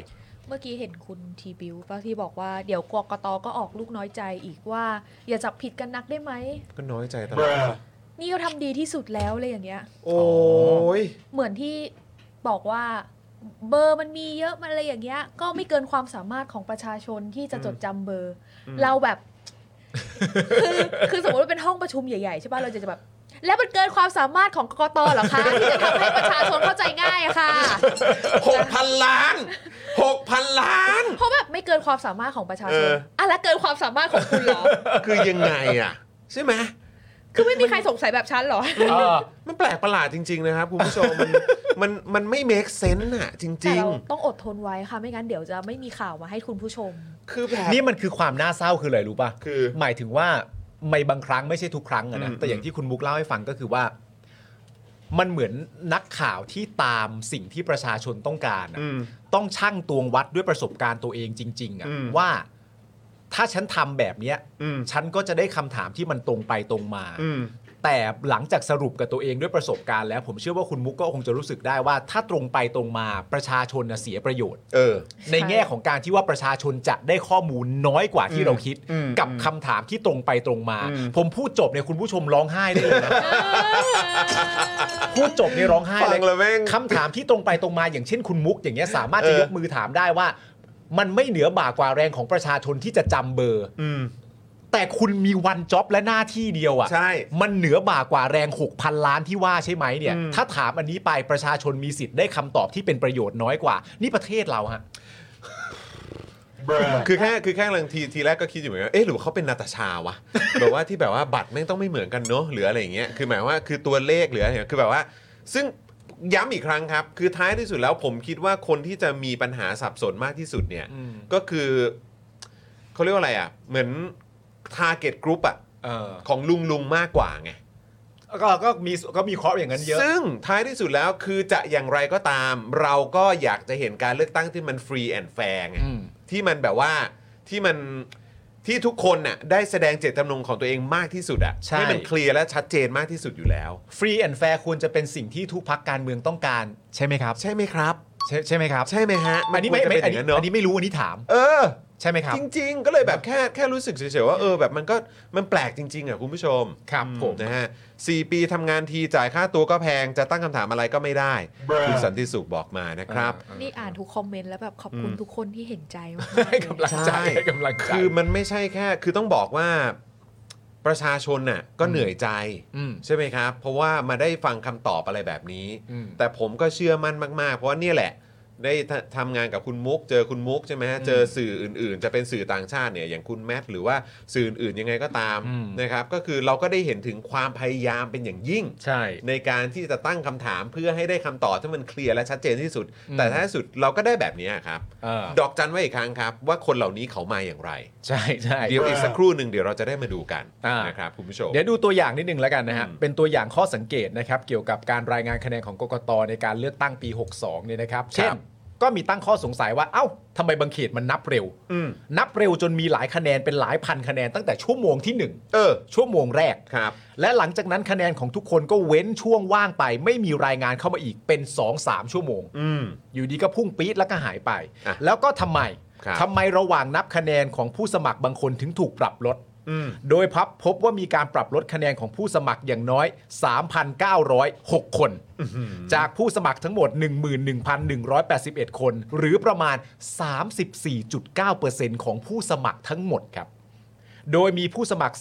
[SPEAKER 6] เมื่อกี้เห็นคุณทีบิวป่ะที่บอกว่าเดี๋ยวกกตก็ออกลูกน้อยใจอีกว่า อย่าจับผิดกันนักได้ไหม
[SPEAKER 1] ก็น้อยใจตลอด
[SPEAKER 6] นี่เขาทำดีที่สุดแล้วเลยอย่างเงี้ย
[SPEAKER 1] โอ้ย
[SPEAKER 6] เหมือนที่บอกว่าเบอร์มันมีเยอะมันอะไรอย่างเงี้ย ก็ไม่เกินความสามารถของประชาชนที่จะจดจำเบอร์ เราแบบ คือคือสมมติว่าเป็นห้องประชุมใหญ่ๆใช่ป่ะเราจะแบบ แล้วมันเกินความสามารถของกกตเหรอคะที่จะทำให้ประชาชนเข้าใจง่ายอะค่ะ
[SPEAKER 1] หกพันล้านหกพันล้าน
[SPEAKER 6] เพราะแบบไม่เกินความสามารถของประชาชน
[SPEAKER 1] เออ
[SPEAKER 6] อ่ะแล้วเกินความสามารถของคุณเหรอ
[SPEAKER 1] คือยังไงอ่ะ ใช่ไหม
[SPEAKER 6] คือไม่มีใครสงสัยแบบฉันเหรอ
[SPEAKER 4] เออ
[SPEAKER 1] มันแปลกประหลาดจริง ๆ นะครับ คุณผู้ชม มันมันมันไม่ make sense อ่ะ จ
[SPEAKER 6] แต่
[SPEAKER 1] ริง
[SPEAKER 6] เราต้องอดทนไว้ค่ะ ไม่งั้นเดี๋ยวจะไม่มีข่าวมาให้คุณผู้ชม
[SPEAKER 1] ๆ คือแบบ
[SPEAKER 4] นี่มันคือความน่าเศร้าคืออะไรรู้ป่ะ
[SPEAKER 1] คือ
[SPEAKER 4] หมายถึงว่าไม่บางครั้งไม่ใช่ทุกครั้งอะนะ
[SPEAKER 1] อืม
[SPEAKER 4] แต่อย่างที่คุณมุกเล่าให้ฟังก็คือว่า มันเหมือนนักข่าวที่ตามสิ่งที่ประชาชนต้องการอะ
[SPEAKER 1] อืม
[SPEAKER 4] ต้องชั่งตวงวัดด้วยประสบการณ์ตัวเองจริง ๆอะ
[SPEAKER 1] อืม
[SPEAKER 4] ว่าถ้าฉันทำแบบเนี้ย
[SPEAKER 1] อืม
[SPEAKER 4] ฉันก็จะได้คำถามที่มันตรงไปตรงมา
[SPEAKER 1] อืม
[SPEAKER 4] แต่หลังจากสรุปกับตัวเองด้วยประสบการณ์แล้ว ผมเชื่อว่าคุณมุกก็คงจะรู้สึกได้ว่า ถ้าตรงไปตรงมาประชาชนน่ะเสียประโยชน์
[SPEAKER 1] เออ
[SPEAKER 4] ในแง่ของการที่ว่าประชาชนจะได้ข้อมูลน้อยกว่าที่เราคิด
[SPEAKER 1] อืม
[SPEAKER 4] กับคำถามที่ตรงไปตรงมา
[SPEAKER 1] อืม
[SPEAKER 4] ผมพูดจบเนี่ยคุณผู้ชมร้องไห้ได้เลยนะ พูดจบเนี่ยร้องไห้
[SPEAKER 1] ฟั
[SPEAKER 4] เล
[SPEAKER 1] ง
[SPEAKER 4] ย
[SPEAKER 1] และแม่ง
[SPEAKER 4] คำถามที่ตรงไปตรงมาอย่างเช่นคุณมุกอย่างเงี้ยสามารถจะ
[SPEAKER 1] เออ
[SPEAKER 4] ยกมือถามได้ว่า มันไม่เหนือบ่ากว่าแรงของประชาชนที่จะจำเบอร์
[SPEAKER 1] อืม
[SPEAKER 4] แต่คุณมีวันจ็อบและหน้าที่เดียวอะ่ะ
[SPEAKER 1] ใช่
[SPEAKER 4] มันเหนือบ่ากว่าแรง 6,000 ล้านที่ว่าใช่ไหมเนี่ย
[SPEAKER 1] อืม
[SPEAKER 4] ถ้าถามอันนี้ไปประชาชนมีสิทธิ์ได้คำตอบที่เป็นประโยชน์น้อยกว่า นี่ประเทศเราฮะ
[SPEAKER 1] คือแค่คือแค่ลังทีทีแรกก็คิดอยู่เหมือนกันเอ๊ะหรือว่าเขาเป็นนาตาชาวะ แบบว่าที่แบบว่าบัตรแม่งต้องไม่เหมือนกันเนอะหรืออะไรอย่างเงี้ยคือหมายว่าคือตัวเลขหรืออะไรเนี่ยคือแบบว่า ซึ่งย้ำอีกครั้งครับ คือท้ายที่สุดแล้วผมคิดว่าคนที่จะมีปัญหาสับสนมากที่สุดเนี่ย ก็คือเขาเรียกว่าอะไรอ่ะ เหมือน target group อ่ะ
[SPEAKER 4] เออ
[SPEAKER 1] ของลุงลุงๆมากกว่าไง
[SPEAKER 4] ก็ก็มีก็มีเคราะห์อย่างนั้นเยอะ
[SPEAKER 1] ซึ่งท้ายที่สุดแล้วคือจะอย่างไรก็ตาม เราก็อยากจะเห็นการเลือกตั้งที่มันฟรีแอนด์แฟร์ไง
[SPEAKER 4] อืม
[SPEAKER 1] ที่มันแบบว่าที่มันที่ทุกคนน่ะได้แสดงเจตจำนงของตัวเองมากที่สุดอะ
[SPEAKER 4] ใช่
[SPEAKER 1] ให้มันเคลียร์และชัดเจนมากที่สุดอยู่แล้ว
[SPEAKER 4] ฟรีแอนด์แฟร์ควรจะเป็นสิ่งที่ทุกพักการเมืองต้องการ ใช่ไหมครับ
[SPEAKER 1] ใช่ไหมครับ
[SPEAKER 4] ใช่ใช่ไหมครับ
[SPEAKER 1] ใช่ไหมฮะ
[SPEAKER 4] อันนี้ไม่
[SPEAKER 1] ควร
[SPEAKER 4] ไม่
[SPEAKER 1] จะเป็นอย่าง
[SPEAKER 4] อันนี้
[SPEAKER 1] นั้นเนอะ
[SPEAKER 4] อันนี้ไม่รู้อันนี้ถาม
[SPEAKER 1] เออ
[SPEAKER 4] ใช่ไหมครับ
[SPEAKER 1] จริง ๆ ก็เลยแบบแค่แค่รู้สึกเฉยๆว่าเออแบบมันก็มันแปลกจริง ๆอ่ะคุณผู้ชม
[SPEAKER 4] ครับ
[SPEAKER 1] อื
[SPEAKER 4] ผม
[SPEAKER 1] นะฮะสี่ปีทำงานทีจ่ายค่าตัวก็แพงจะตั้งคำถามอะไรก็ไม่ได้ คุณสันติสุขบอกมานะครับ
[SPEAKER 6] นี่อ่านทุกคอมเมนต์แล้วแบบขอบคุณทุกคนที่เห็นใจมากๆ
[SPEAKER 4] ให้กำลังใจ
[SPEAKER 1] ใช่
[SPEAKER 4] ให้กำลังใจ
[SPEAKER 1] คือมันไม่ใช่แค่ คือต้องบอกว่าประชาชนน่ะก็เหนื่อยใจ
[SPEAKER 4] อืม
[SPEAKER 1] ใช่ไหมครับ เพราะว่ามาได้ฟังคำตอบอะไรแบบนี้
[SPEAKER 4] อืม
[SPEAKER 1] แต่ผมก็เชื่อมั่นมากๆ เพราะว่าเนี่ยแหละ ได้ททำงานกับคุณมุก เจอคุณมุกใช่ไหมฮะ
[SPEAKER 4] อืม
[SPEAKER 1] เจอสื่ออื่นๆ จะเป็นสื่อต่างชาติเนี่ยอย่างคุณแมทหรือว่าสื่ออื่นๆยังไงก็ตาม
[SPEAKER 4] อืม
[SPEAKER 1] นะครับ ก็คือเราก็ได้เห็นถึงความพยายามเป็นอย่างยิ่ง
[SPEAKER 4] ใช่
[SPEAKER 1] ในการที่จะตั้งคำถามเพื่อให้ได้คำตอบที่มันเคลียร์และชัดเจนที่สุด
[SPEAKER 4] อืม
[SPEAKER 1] แต่ท้ายสุดเราก็ได้แบบนี้ครับ
[SPEAKER 4] เออ
[SPEAKER 1] ดอกจันไว้อีกครั้งครับ ว่าคนเหล่านี้เขามาอย่างไร
[SPEAKER 4] ใช่ใช่
[SPEAKER 1] เดี๋ยวอีกสักครู่หนึ่งเดี๋ยวเราจะได้มาดูกัน
[SPEAKER 4] อ่าน
[SPEAKER 1] นะครับคุณผู้ชม
[SPEAKER 4] เดี๋ยวดูตัวอย่างนิดนึงแล้วกันนะฮะ
[SPEAKER 1] อืม
[SPEAKER 4] เป็นตัวอย่างข้อสังเกตนะครับ เกี่ยวกับการรายงานคะแนนของกกตในการเลือกตั้งปี 62 เนี่ยนะครับ เช่น ก็มีตั้งข้อสงสัยว่า เอ้าทำไมบางเขตมันนับเร็ว
[SPEAKER 1] อืม
[SPEAKER 4] นับเร็วจนมีหลายคะแนนเป็นหลายพันคะแนนตั้งแต่ชั่วโมงที่ 1
[SPEAKER 1] เออ
[SPEAKER 4] ชั่วโมงแรก
[SPEAKER 1] ครับ
[SPEAKER 4] และหลังจากนั้นคะแนนของทุกคนก็เว้นช่วงว่างไป ไม่มีรายงานเข้ามาอีกเป็น2-3ชั่วโมง
[SPEAKER 1] อืม
[SPEAKER 4] อยู่ดีก็พุ่งปี๊ดแล้วก็หายไป
[SPEAKER 1] อ่ะ
[SPEAKER 4] แล้วก็ทำไม
[SPEAKER 1] ครับ
[SPEAKER 4] ทำไมระหว่างนับคะแนนของผู้สมัครบางคนถึงถูกปรับลด
[SPEAKER 1] อืม
[SPEAKER 4] โดยพับพบว่ามีการปรับลดคะแนนของผู้สมัครอย่างน้อย 3,906 คน จากผู้สมัครทั้งหมด 11,181 คน หรือประมาณ 34.9%ของผู้สมัครทั้งหมดครับ โดยมีผู้สมัคร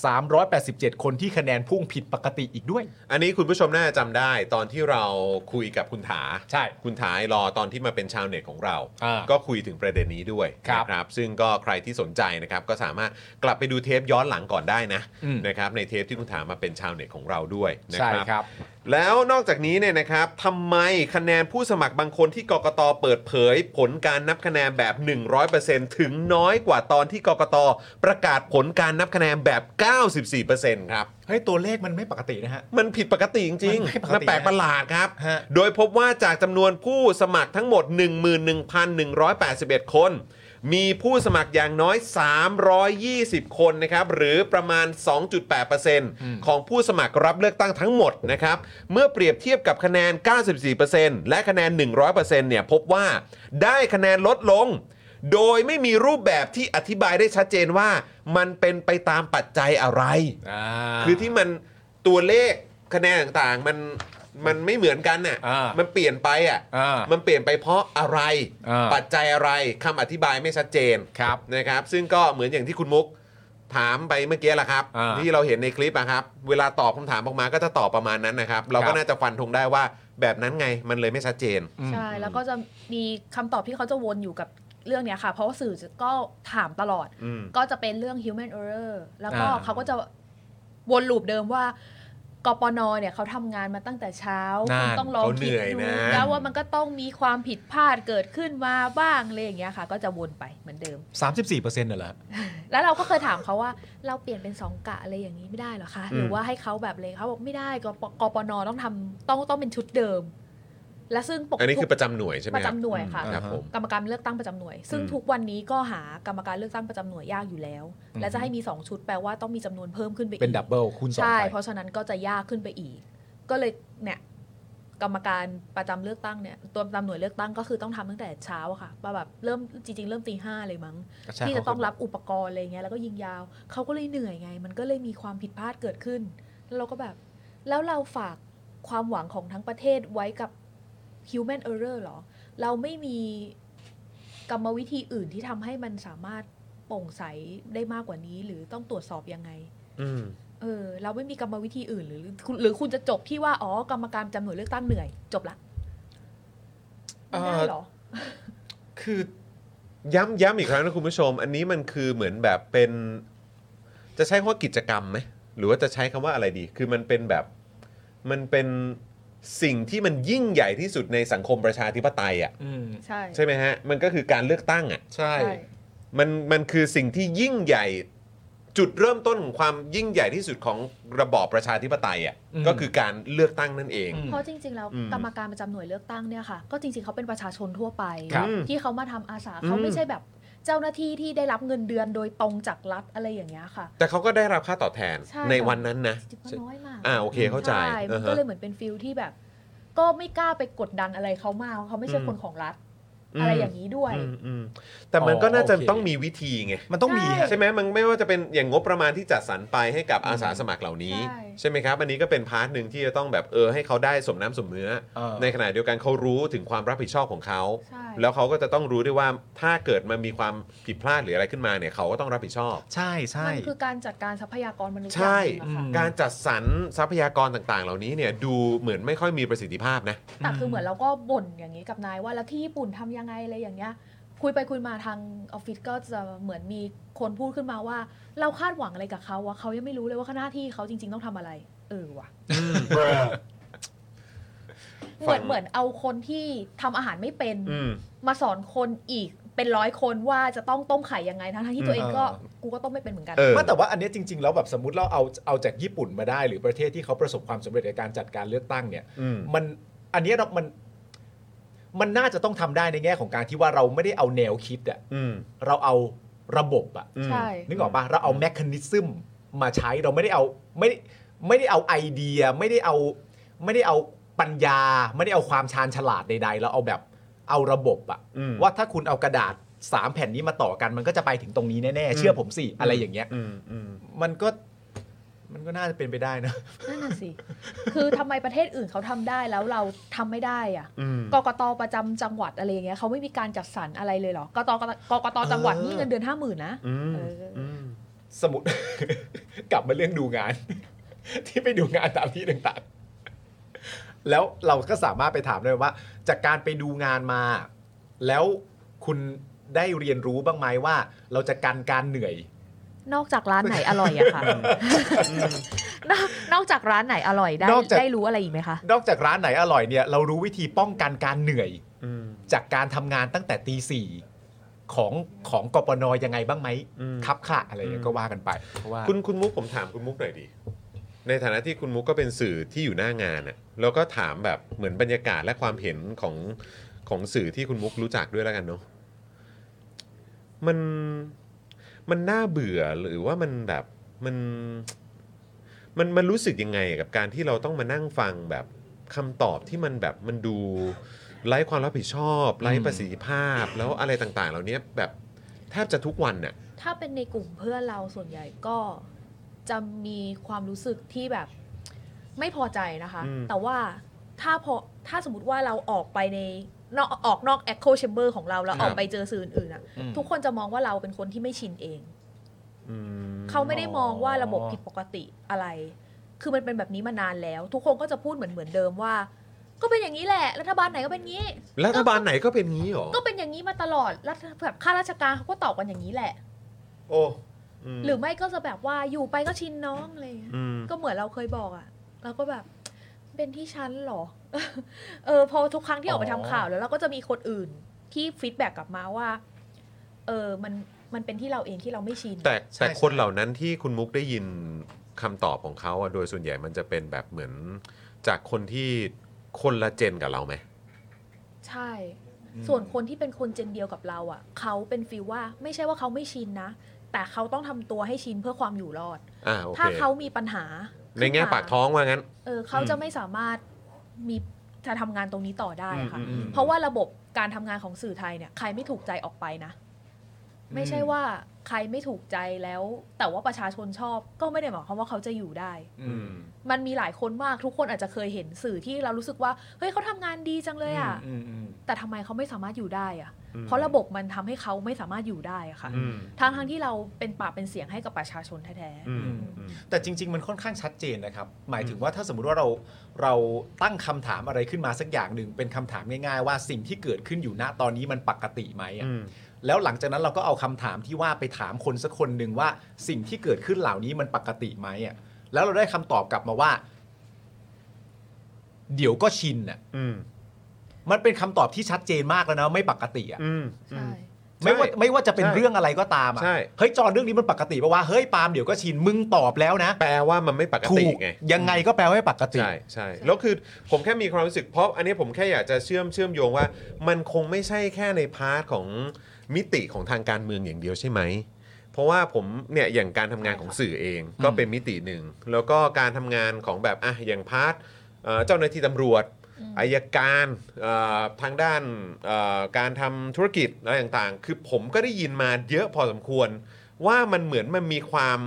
[SPEAKER 4] 387 คนที่คะแนนพุ่งผิดปกติอีกด้วย
[SPEAKER 1] อันนี้คุณผู้ชมน่าจะจำได้ตอนที่เราคุยกับคุณถา
[SPEAKER 4] ใช่
[SPEAKER 1] คุณถาไอรอตอนที่มาเป็นชาวเน็ตของเรา
[SPEAKER 4] อ่า
[SPEAKER 1] ก็คุยถึงประเด็นนี้ด้วย
[SPEAKER 4] ครับ
[SPEAKER 1] นะครับ ซึ่งก็ใครที่สนใจนะครับก็สามารถกลับไปดูเทปย้อนหลังก่อนได้นะ
[SPEAKER 4] อืม
[SPEAKER 1] นะครับในเทปที่คุณถามาเป็นชาวเน็ตของเราด้วยนะ
[SPEAKER 4] ใช่
[SPEAKER 1] ครับ
[SPEAKER 4] ครับ
[SPEAKER 1] แล้วนอกจากนี้เนี่ยนะครับทำไมคะแนนผู้สมัครบางคนที่กกตเปิดเผย ผลการนับคะแนนแบบ 100%ถึงน้อยกว่าตอนที่กกตประกาศผลการนับคะแนนแบบ 94%ครับ
[SPEAKER 4] เฮ้ย ตัวเลขมันไม่ปกตินะฮะ
[SPEAKER 1] มันผิดปกติจริง
[SPEAKER 4] มันไม่ปกติ
[SPEAKER 1] ๆ มันแปลกประหลาดครับ
[SPEAKER 4] ฮะ
[SPEAKER 1] โดยพบว่าจากจำนวนผู้สมัครทั้งหมด 11,181 คน มีผู้สมัครอย่างน้อย 320 คนนะครับ หรือประมาณ 2.8%ของผู้สมัครรับเลือกตั้งทั้งหมดนะครับ เมื่อเปรียบเทียบกับคะแนน 94%และคะแนน 100%เนี่ยพบว่าได้คะแนนลดลง โดยไม่มีรูปแบบที่อธิบายได้ชัดเจนว่ามันเป็นไปตามปัจจัยอะไร คือที่มันตัวเลขคะแนนต่างๆ มันมันไม่เหมือนกันน่ะ
[SPEAKER 4] อ่ามั
[SPEAKER 1] มันเปลี่ยนไปอ่ะ
[SPEAKER 4] อ่ามั
[SPEAKER 1] มันเปลี่ยนไปเพราะอะไร
[SPEAKER 4] อ่า
[SPEAKER 1] ปัจจัยอะไรคำอธิบายไม่ชัดเจน
[SPEAKER 4] ครับ
[SPEAKER 1] นะครับ ซึ่งก็เหมือนอย่างที่คุณมุกถามไปเมื่อกี้แหละครับ
[SPEAKER 4] อ่า
[SPEAKER 1] ที่เราเห็นในคลิปอะครับ เวลาตอบคำถามออกมาก็จะตอบประมาณนั้นนะครับ เรา
[SPEAKER 4] ครั
[SPEAKER 1] ก็
[SPEAKER 4] บ
[SPEAKER 1] น่าจะฟันธงได้ว่าแบบนั้นไงมันเลยไม่ชัดเจน
[SPEAKER 6] ใช่แล้วก็จะมีคำตอบที่เขาจะวนอยู่กับเรื่องเนี้ยค่ะ เพราะว่าสื่อจะก็ถามตลอด
[SPEAKER 1] อืม
[SPEAKER 6] ก็จะเป็นเรื่อง human error แล้วก็
[SPEAKER 4] อ่า
[SPEAKER 6] เขาก็จะวนลูปเดิมว่ากปนเนี่ยเขาทำงานมาตั้งแต่เช้า
[SPEAKER 4] นั่น
[SPEAKER 6] คุณต้องลอง
[SPEAKER 1] เขาเหนื่อ
[SPEAKER 6] คิด
[SPEAKER 1] ย
[SPEAKER 6] ดู
[SPEAKER 1] นะ
[SPEAKER 6] แล้วว่ามันก็ต้องมีความผิดพลาดเกิดขึ้นมาบ้างอะไรอย่างเงี้ยค่ะ ก็จะวนไปเหมือนเดิม
[SPEAKER 4] 34%น่ะเหรอ
[SPEAKER 6] แล้วเราก็เคยถามเขาว่าเราเปลี่ยนเป็นสองกะอะไรอย่างนี้ไม่ได้เหรอคะ หรือว่าให้เขาแบบเลยเขาบอกไม่ได้กปกปนต้องทำต้องต้องเป็นชุดเดิม และซึ่งปก
[SPEAKER 1] อันนี้คือ
[SPEAKER 6] ป
[SPEAKER 1] ประจำหน่วยใช่ไหม
[SPEAKER 6] ระ
[SPEAKER 1] ค
[SPEAKER 6] จำ
[SPEAKER 1] รับ
[SPEAKER 6] หน่วยค่ะ
[SPEAKER 1] ครับผม
[SPEAKER 6] กรรมการเลือกตั้งประจำหน่วย ซึ่ง
[SPEAKER 1] อืม
[SPEAKER 6] ทุกวันนี้ก็หากรรมการเลือกตั้งประจำหน่วยยากอยู่แล้ว และจะให้มี 2 ชุดแปลว่าต้องมีจำนวนเพิ่มขึ้นไปอีก
[SPEAKER 4] เป็นดับเบิลคูณสอง
[SPEAKER 6] ใช่
[SPEAKER 4] ไป
[SPEAKER 6] เพราะฉะนั้นก็จะยากขึ้นไปอีก ก็เลยเนี่ยกรรมการประจำเลือกตั้งเนี่ยตัวประจำหน่วยเลือกตั้งก็คือต้องทำตั้งแต่เช้าอะค่ะว่าแบบเริ่มจริง ๆ เริ่มตีห้าเลยมั้ง
[SPEAKER 4] ใช่
[SPEAKER 6] ที่จะ
[SPEAKER 4] เขา
[SPEAKER 6] ต้องรับอุปกรณ์อะไรเงี้ยแล้วก็ยิงยาวเขาก็เลยเหนื่อยไง มันก็เลยมีความผิดพลาดเกิดขึ้น แล้วเราก็แบบ แล้วเราฝากความหวังของทั้งประเทศไว้กับ human error เหรอ เราไม่มีกรรมวิธีอื่นที่ทำให้มันสามารถโปร่งใสได้มากกว่านี้ หรือต้องตรวจสอบยังไง
[SPEAKER 1] อืม
[SPEAKER 6] เออ เราไม่มีกรรมวิธีอื่นหรือคุณหรือคุณจะจบที่ว่า อ๋อกรรมการจำหน่วยเลือกตั้งเหนื่อย จบละไม่ได้เหรอ
[SPEAKER 1] คือย้ำย้ำอีกครั้งนะคุณผู้ชม อันนี้มันคือเหมือนแบบเป็น จะใช้คำว่ากิจกรรมไหมหรือว่าจะใช้คำว่าอะไรดี คือมันเป็นแบบมันเป็นสิ่งที่มันยิ่งใหญ่ที่สุดในสังคมประชาธิปไตยอ่ะ
[SPEAKER 4] อืม
[SPEAKER 6] ใช่
[SPEAKER 1] ใช่ไหมฮะมันก็คือการเลือกตั้งอ่ะ
[SPEAKER 4] ใช่
[SPEAKER 6] ใช่
[SPEAKER 1] มันมันคือสิ่งที่ยิ่งใหญ่จุดเริ่มต้นของความยิ่งใหญ่ที่สุดของระบอบประชาธิปไตยอ่ะ
[SPEAKER 4] อืม
[SPEAKER 1] ก็คือการเลือกตั้งนั่นเอง
[SPEAKER 4] อืม
[SPEAKER 6] เพราะจริง ๆ แล้ว
[SPEAKER 1] อืม
[SPEAKER 6] กรรมการประจำหน่วยเลือกตั้งเนี่ยค่ะ ก็จริง ๆเขาเป็นประชาชนทั่วไป
[SPEAKER 4] ครับ
[SPEAKER 6] ที่เขามาทำอาสา
[SPEAKER 1] อืม
[SPEAKER 6] เขาไม่ใช่แบบ เจ้าหน้าที่ที่ได้รับเงินเดือนโดยตรงจากรัฐอะไรอย่างเงี้ยค่ะ
[SPEAKER 1] แต่เขาก็ได้รับค่าตอบแทน
[SPEAKER 6] ใช่
[SPEAKER 1] ใน
[SPEAKER 6] ค่ะ
[SPEAKER 1] วันนั้นนะ
[SPEAKER 6] จริงๆก็น้อยมาก
[SPEAKER 1] อ่าโอเคเข้าใจ
[SPEAKER 6] ช่มันก็
[SPEAKER 1] อ่าฮะ
[SPEAKER 6] เลยเหมือนเป็นฟิลที่แบบ ก็ไม่กล้าไปกดดันอะไรเขามากเพราะเขาไม่ใช่
[SPEAKER 1] อืม
[SPEAKER 6] คนของรัฐ อะไรอย่างนี้ด้วย
[SPEAKER 1] อืมอืมแต่มันก็
[SPEAKER 4] อ๋อ
[SPEAKER 1] น่าจะ
[SPEAKER 4] โอเค
[SPEAKER 1] ต้องมีวิธีไง
[SPEAKER 4] มันต้องมีฮะ
[SPEAKER 1] ใช่ไหมมันไม่ว่าจะเป็นอย่างงบประมาณที่จัดสรรไปให้กับอาสาสมัครเหล่านี้
[SPEAKER 6] ใช่
[SPEAKER 1] ใช่ไหมครับ อันนี้ก็เป็นพาร์ทหนึ่งที่จะต้องแบบเออให้เขาได้สมน้ำสมเนื้อ
[SPEAKER 4] เออ
[SPEAKER 1] ในขณะเดียวกันเขารู้ถึงความรับผิดชอบของเขา
[SPEAKER 6] ใช่
[SPEAKER 1] แล้วเขาก็จะต้องรู้ด้วยว่าถ้าเกิดมันมีความผิดพลาดหรืออะไรขึ้นมาเนี่ยเขาก็ต้องรับผิดชอบ
[SPEAKER 4] ใช่ใช่
[SPEAKER 6] มันคือการจัดการทรัพยากรมนุษย์
[SPEAKER 1] ใช่
[SPEAKER 6] อย่างหนึ่งอะค่ะ
[SPEAKER 4] ม
[SPEAKER 1] การจัดสรรทรัพยากรต่างๆ เหล่านี้เนี่ยดูเหมือนไม่ค่อยมีประสิทธิภาพนะ
[SPEAKER 6] แต่คือเหมือนเราก็บ่นอย่างนี้กับนายว่าแล้วที่ญี่ปุ่นทำยังไงอะไรอย่างเงี้ย คุยไปคุยมาทางออฟฟิศก็จะเหมือนมีคนพูดขึ้นมาว่า เราคาดหวังอะไรกับเขาวะเขายังไม่รู้เลยว่าหน้าที่เขาจริง ๆ ต้องทำอะไร เออว่ะ เหมือน
[SPEAKER 1] ฟัง
[SPEAKER 6] เหมือนเอาคนที่ทำอาหารไม่เป็น
[SPEAKER 1] อืม
[SPEAKER 6] มาสอนคนอีกเป็นร้อยคนว่าจะต้องต้มไข่ยังไงทั้งๆที่ตัวเองก็กูก็ต้มไม่เป็นเหมือนกัน
[SPEAKER 1] เออ
[SPEAKER 4] ไม่แต่ว่าอันเนี้ยจริง ๆ แล้วแบบสมมติเราเอาเอาจากญี่ปุ่นมาได้ หรือประเทศที่เขาประสบความสำเร็จในการจัดการเลือกตั้งเนี่ย
[SPEAKER 1] อืม
[SPEAKER 4] มันอันเนี้ยเรามันมันน่าจะต้องทำได้ในแง่ของการที่ว่าเราไม่ได้เอาแนวคิดอะ
[SPEAKER 1] อืม
[SPEAKER 4] เราเอาระบบอะ
[SPEAKER 1] อืม
[SPEAKER 6] ใช่
[SPEAKER 4] นึกออกปะเราเอาแมคานิซึมมาใช้เราไม่ได้เอาไม่ได้ไม่ได้เอาไอเดีย ไม่ได้เอาไม่ได้เอาปัญญา ไม่ได้เอาความชาญฉลาดใดๆเราเอาแบบเอาระบบอะ
[SPEAKER 1] อืม
[SPEAKER 4] ว่าถ้าคุณเอากระดาษสามแผ่นนี้มาต่อกัน มันก็จะไปถึงตรงนี้แน่ๆเชื่อผมสิอะไรอย่างเงี้ย
[SPEAKER 1] อืมอืม
[SPEAKER 4] มันก็มันก็น่าจะเป็นไปได้นะ
[SPEAKER 6] นั่นน่ะสิ คือทำไมประเทศอื่นเขาทำได้แล้วเราทำไม่ได้อะ
[SPEAKER 1] อืม
[SPEAKER 6] กกตประจำจังหวัดอะไรอย่างเงี้ยเขาไม่มีการจัดสรรอะไรเลยเหรอกตกตกกตจังหวัดนี่เงินเดือนห้าหมื่นนะ
[SPEAKER 1] อืม
[SPEAKER 6] เออ
[SPEAKER 1] อืม
[SPEAKER 4] สมุด กลับมาเรื่องดูงาน ที่ไปดูงานตามที่ต่างๆ แล้วเราก็สามารถไปถามได้ว่า จากการไปดูงานมา แล้วคุณได้เรียนรู้บ้างไหมว่า เราจะกันการเหนื่อย
[SPEAKER 6] นอกจากร้านไหนอร่อยอะ ค่ะนอกนอกจากร้านไหนอร่อยได้
[SPEAKER 4] นอกจาก
[SPEAKER 6] ได้รู้อะไรอีกไหมคะ
[SPEAKER 4] นอกจากร้านไหนอร่อยเนี่ย เรารู้วิธีป้องกันการเหนื่อยจากการทำงานตั้งแต่ตีสี่ของของกปนยังไงบ้างไหม
[SPEAKER 1] อืม
[SPEAKER 4] ครับค่ะอะไรอย่างเงี้ย
[SPEAKER 1] อืม
[SPEAKER 4] ก็ว่ากันไปเพราะว่า
[SPEAKER 1] คุณคุณมุกผมถามคุณมุกหน่อยดิ ในฐานะที่คุณมุกก็เป็นสื่อที่อยู่หน้างานอะแล้วก็ถามแบบเหมือนบรรยากาศและความเห็นของของสื่อที่คุณมุกรู้จักด้วยแล้วกันเนาะ มันมันน่าเบื่อหรือว่ามันแบบมันมันมันรู้สึกยังไงกับการที่เราต้องมานั่งฟังแบบคำตอบที่มันแบบมันดูไร้ความรับผิดชอบ ไร้ประสิทธิภาพ แล้วอะไรต่างๆ เหล่านี้แบบแทบจะทุกวันน่ะ
[SPEAKER 6] ถ้าเป็นในกลุ่มเพื่อนเราส่วนใหญ่ก็จะมีความรู้สึกที่แบบไม่พอใจนะคะ
[SPEAKER 1] อืม
[SPEAKER 6] แต่ว่าถ้าพอถ้าสมมติว่าเราออกไปในนอกออกนอกแอคโคแชมเบอร์ของเราเราออกไปเจอสื่ออื่นๆอะ
[SPEAKER 4] อืม
[SPEAKER 6] ทุกคนจะมองว่าเราเป็นคนที่ไม่ชินเอง
[SPEAKER 1] อืม
[SPEAKER 6] เขาไม่ได้มองว่าระบบผิดปกติอะไร คือมันเป็นแบบนี้มานานแล้ว ทุกคนก็จะพูดเหมือนเหมือนเดิมว่า ก็เป็นอย่างนี้แหละ รัฐบาลไหนก็เป็นงี้
[SPEAKER 1] รัฐบาลไหนก็เป็นงี้เหรอ
[SPEAKER 6] ก็เป็นอย่างนี้มาตลอดรัฐแบบข้าราชการเขาก็ตอบกันอย่างนี้แหละ
[SPEAKER 1] โอ้
[SPEAKER 6] หรือไม่ก็จะแบบว่าอยู่ไปก็ชินน้องอะไรอย่างเงี้ย
[SPEAKER 1] ม
[SPEAKER 6] ก็เหมือนเราเคยบอกอะเราก็แบบเป็นที่ชั้นเหรอ เออพอทุกครั้งที่ออกไปทำข่าวแล้วเราก็จะมีคนอื่นที่ฟีดแบ็กกลับมาว่า เออมันมันเป็นที่เราเองที่เราไม่ชิน
[SPEAKER 1] แต่
[SPEAKER 4] ใช่
[SPEAKER 1] แต่
[SPEAKER 4] ใช่
[SPEAKER 1] คนเหล่านั้นที่คุณมุกได้ยินคำตอบของเขาอะโดยส่วนใหญ่มันจะเป็นแบบเหมือนจากคนที่คนละเจนกับเราไหม
[SPEAKER 6] ใช่ ส่วนคนที่เป็นคนเจนเดียวกับเราอะ่ะ เขาเป็นฟีลว่าไม่ใช่ว่าเขาไม่ชินนะ แต่เขาต้องทำตัวให้ชินเพื่อความอยู่รอด
[SPEAKER 1] อ่าโอเค
[SPEAKER 6] ถ้าเขามีปัญหา
[SPEAKER 1] ในแง่ปากท้องว่างั้น
[SPEAKER 6] เออเขาจะไม่สามารถมีจะทำงานตรงนี้ต่อได้อะค่ะ
[SPEAKER 1] อืมอืมอืม
[SPEAKER 6] เพราะว่าระบบการทำงานของสื่อไทยเนี่ยใครไม่ถูกใจออกไปนะ ไม่ใช่ว่าใครไม่ถูกใจแล้ว แต่ว่าประชาชนชอบก็ไม่ได้หมายความว่าเขาจะอยู่ได้
[SPEAKER 4] อืม
[SPEAKER 6] มันมีหลายคนมากทุกคนอาจจะเคยเห็นสื่อที่เรารู้สึกว่าเฮ้ยเขาทำงานดีจังเลยอ่ะ
[SPEAKER 4] อืมอืม
[SPEAKER 6] แต่ทำไมเขาไม่สามารถอยู่ได้อะเพราะระบบมันทำให้เขาไม่สามารถอยู่ได้อะค่ะ
[SPEAKER 1] อืม
[SPEAKER 6] ทั้งทั้งๆที่เราเป็นปากเป็นเสียงให้กับประชาชนแท้
[SPEAKER 1] อืมอืม
[SPEAKER 4] อืมแต่จริง ๆ มันค่อนข้างชัดเจนนะครับ หมายถึงว่าถ้าสมมติว่าเราเราตั้งคำถามอะไรขึ้นมาสักอย่างหนึ่งเป็นคำถามง่ายๆ ว่าสิ่งที่เกิดขึ้นอยู่ณตอนนี้มันปกติไหมอะ
[SPEAKER 1] อืม
[SPEAKER 4] แล้วหลังจากนั้นเราก็เอาคำถามที่ว่าไปถามคนสักคนหนึ่งว่าสิ่งที่เกิดขึ้นเหล่านี้มันปกติไหมอะแล้วเราได้คำตอบกลับมาว่า เดี๋ยวก็ชินอ่ะ
[SPEAKER 1] อืม
[SPEAKER 4] มันเป็นคำตอบที่ชัดเจนมากแล้วนะไม่ปกติอ่ะ
[SPEAKER 1] อืม
[SPEAKER 6] ๆ
[SPEAKER 1] อื
[SPEAKER 6] ใช่
[SPEAKER 1] ม
[SPEAKER 4] ไม่ว่า
[SPEAKER 1] ใช่
[SPEAKER 4] ไม่ว่าจะเป็น
[SPEAKER 1] ใช่
[SPEAKER 4] เรื่องอะไรก็ตามอ่ะ
[SPEAKER 1] ใช่
[SPEAKER 4] เฮ้ยจอนเรื่องนี้มันปกติปะวะเฮ้ยปาล์มเดี๋ยวก็ชินมึงตอบแล้วนะ
[SPEAKER 1] แปลว่ามันไม่ปก
[SPEAKER 4] ถู
[SPEAKER 1] ติ
[SPEAKER 4] ก
[SPEAKER 1] ไง
[SPEAKER 4] ยังไงก็แปลว่าปกติ
[SPEAKER 1] ใช่ใช่แล้วคือผมแค่มีความรู้สึกเพราะอันนี้ผมแค่อยากจะเชื่อมเชื่อมโยงว่า มันคงไม่ใช่แค่ในพาร์ทของ มิติของทางการเมืองอย่างเดียวใช่ไหม เพราะว่าผมเนี่ยอย่างการทำงานของสื่อเองก็เป็นมิติหนึ่ง แล้วก็การทำงานของแบบอ่ะอย่างพาร์ทเอ่อเจ้าหน้าที่ตำรวจ อายการเอ่อทางด้านเอ่อการทำธุรกิจอะไรต่างๆ คือผมก็ได้ยินมาเยอะพอสมควร ว่ามันเหมือนมันมีความ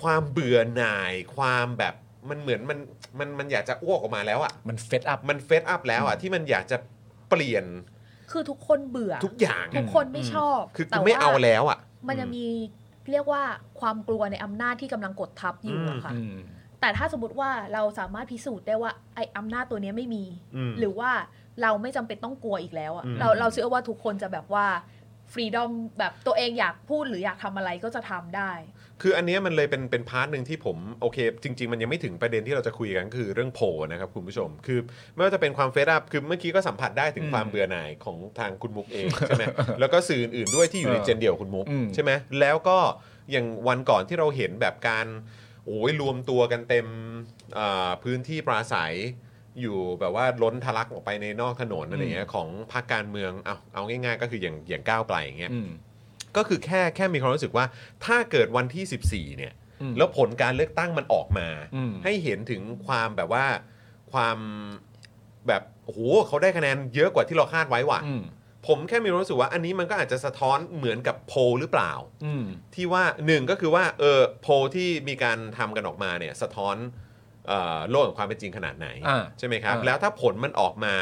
[SPEAKER 1] ความเบื่อหน่าย ความแบบมันเหมือนมันมันมันอยากจะอ้วกออกมาแล้วอะ่ะ
[SPEAKER 4] มันเฟดอัพ
[SPEAKER 1] มันเฟดอัพแล้วอะ่ะที่มันอยากจะเปลี่ยน
[SPEAKER 6] คือทุกคนเบื่อ
[SPEAKER 1] ทุกอย่าง
[SPEAKER 6] ทุกคนไม่ชอบ
[SPEAKER 1] คือ
[SPEAKER 6] แต่
[SPEAKER 1] กูไม่
[SPEAKER 6] ว่
[SPEAKER 1] เอาแล้วอ่ะ
[SPEAKER 6] มันจะมีเรียกว่าความกลัวในอำนาจที่กำลังกดทับอยู่อะค่ะ
[SPEAKER 1] อืม
[SPEAKER 6] แต่ถ้าสมมติว่าเราสามารถพิสูจน์ได้ว่าไอ้อำนาจตัวเนี้ยไม่มี
[SPEAKER 9] อืม
[SPEAKER 6] หรือว่าเราไม่จำเป็นต้องกลัวอีกแล้วอะ
[SPEAKER 9] อืม
[SPEAKER 6] เราเราเชื่อว่าทุกคนจะแบบว่าฟรีดอมแบบตัวเองอยากพูดหรืออยากทำอะไรก็จะทำได้
[SPEAKER 1] คืออันเนี้ยมันเลยเป็นเป็นพาร์ทหนึ่งที่ผมโอเค จริง ๆ มันยังไม่ถึงประเด็นที่เราจะคุยกันคือเรื่องโพลนะครับคุณผู้ชม คือไม่ว่าจะเป็นความเฟซอัพคือเมื่อกี้ก็สัมผัสได้ถึงความเบื่อหน่ายของทางคุณมุกเองใช่ไหม แล้วก็สื่ออื่นๆด้วยที่อยู่ใน
[SPEAKER 4] เออ
[SPEAKER 1] เจนเดียวกับคุณมุก
[SPEAKER 4] อืม
[SPEAKER 1] ใช่ไหมแล้วก็อย่างวันก่อนที่เราเห็นแบบการโอ้ยรวมตัวกันเต็มเอ่อพื้นที่ปราศัย อยู่แบบว่าล้นทะลักออกไปในนอกถนนอะไรอย่างเงี้ยของพรรคการเมืองเอาเอาง่ายๆ ก็คืออย่างอย่างก้าวไกลอย่างเงี้ย ก็คือแค่แค่มีความรู้สึกว่าถ้าเกิดวันที่ 14 เนี่ย
[SPEAKER 4] อืม
[SPEAKER 1] แล้วผลการเลือกตั้งมันออกมา
[SPEAKER 4] อืม
[SPEAKER 1] ให้เห็นถึงความแบบว่าความแบบโอ้โหเขาได้คะแนนเยอะกว่าที่เราคาดไว้ว่ะผมแค่มีความรู้สึกว่าอันนี้มันก็อาจจะสะท้อนเหมือนกับโพลหรือเปล่า
[SPEAKER 4] อืม
[SPEAKER 1] ที่ว่าหนึ่งก็คือว่าเออโพลที่มีการทำกันออกมาเนี่ยสะท้อนเอ่อโลกของความเป็นจริงขนาดไหน
[SPEAKER 4] อ่า
[SPEAKER 1] ใช่ไหมครับ
[SPEAKER 4] อ่า
[SPEAKER 1] แล้วถ้าผลมันออกมา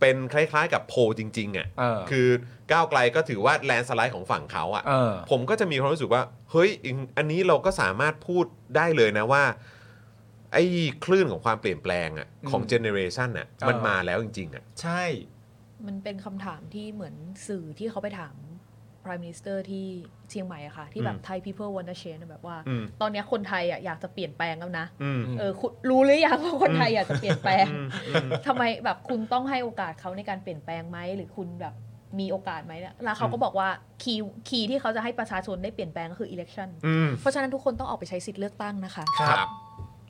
[SPEAKER 1] เป็นคล้ายๆกับโพลจริงๆอ่ะ
[SPEAKER 4] เออ
[SPEAKER 1] คือก้าวไกลก็ถือว่าแลนด์สไลด์ของฝั่งเขาอ่ะ
[SPEAKER 4] เออ
[SPEAKER 1] ผมก็จะมีความรู้สึกว่าเฮ้ยอิงอันนี้เราก็สามารถพูดได้เลยนะว่า ไอ้คลื่นของความเปลี่ยนแปลงอ่ะของเจเนเรชันอ่ะมันมาแล้วจริงๆอ่ะ
[SPEAKER 4] ใช่
[SPEAKER 6] มันเป็นคำถามที่เหมือนสื่อที่เขาไปถาม Prime Minister ที่เชียงใหม่อะค่ะ ที่แบบ
[SPEAKER 1] อืม
[SPEAKER 6] ไทย People want to change แบบว่า
[SPEAKER 1] อืม
[SPEAKER 6] ตอนเนี้ยคนไทยอะอยากจะเปลี่ยนแปลงแล้วนะ
[SPEAKER 1] อืม
[SPEAKER 6] เออคุณรู้หรือยังว่าคนไทยอยากจะเปลี่ยนแปลง ทำไมแบบคุณต้องให้โอกาสเขาในการเปลี่ยนแปลงไหมหรือคุณแบบมีโอกาสไหมเนี่ยแล้วเขาก็บอกว่าคีย์คีย์ที่เขาจะให้ประชาชนได้เปลี่ยนแปลงก็คือ election
[SPEAKER 1] อืม
[SPEAKER 6] เพราะฉะนั้นทุกคนต้องออกไปใช้สิทธิ์เลือกตั้งนะคะ
[SPEAKER 1] ครับ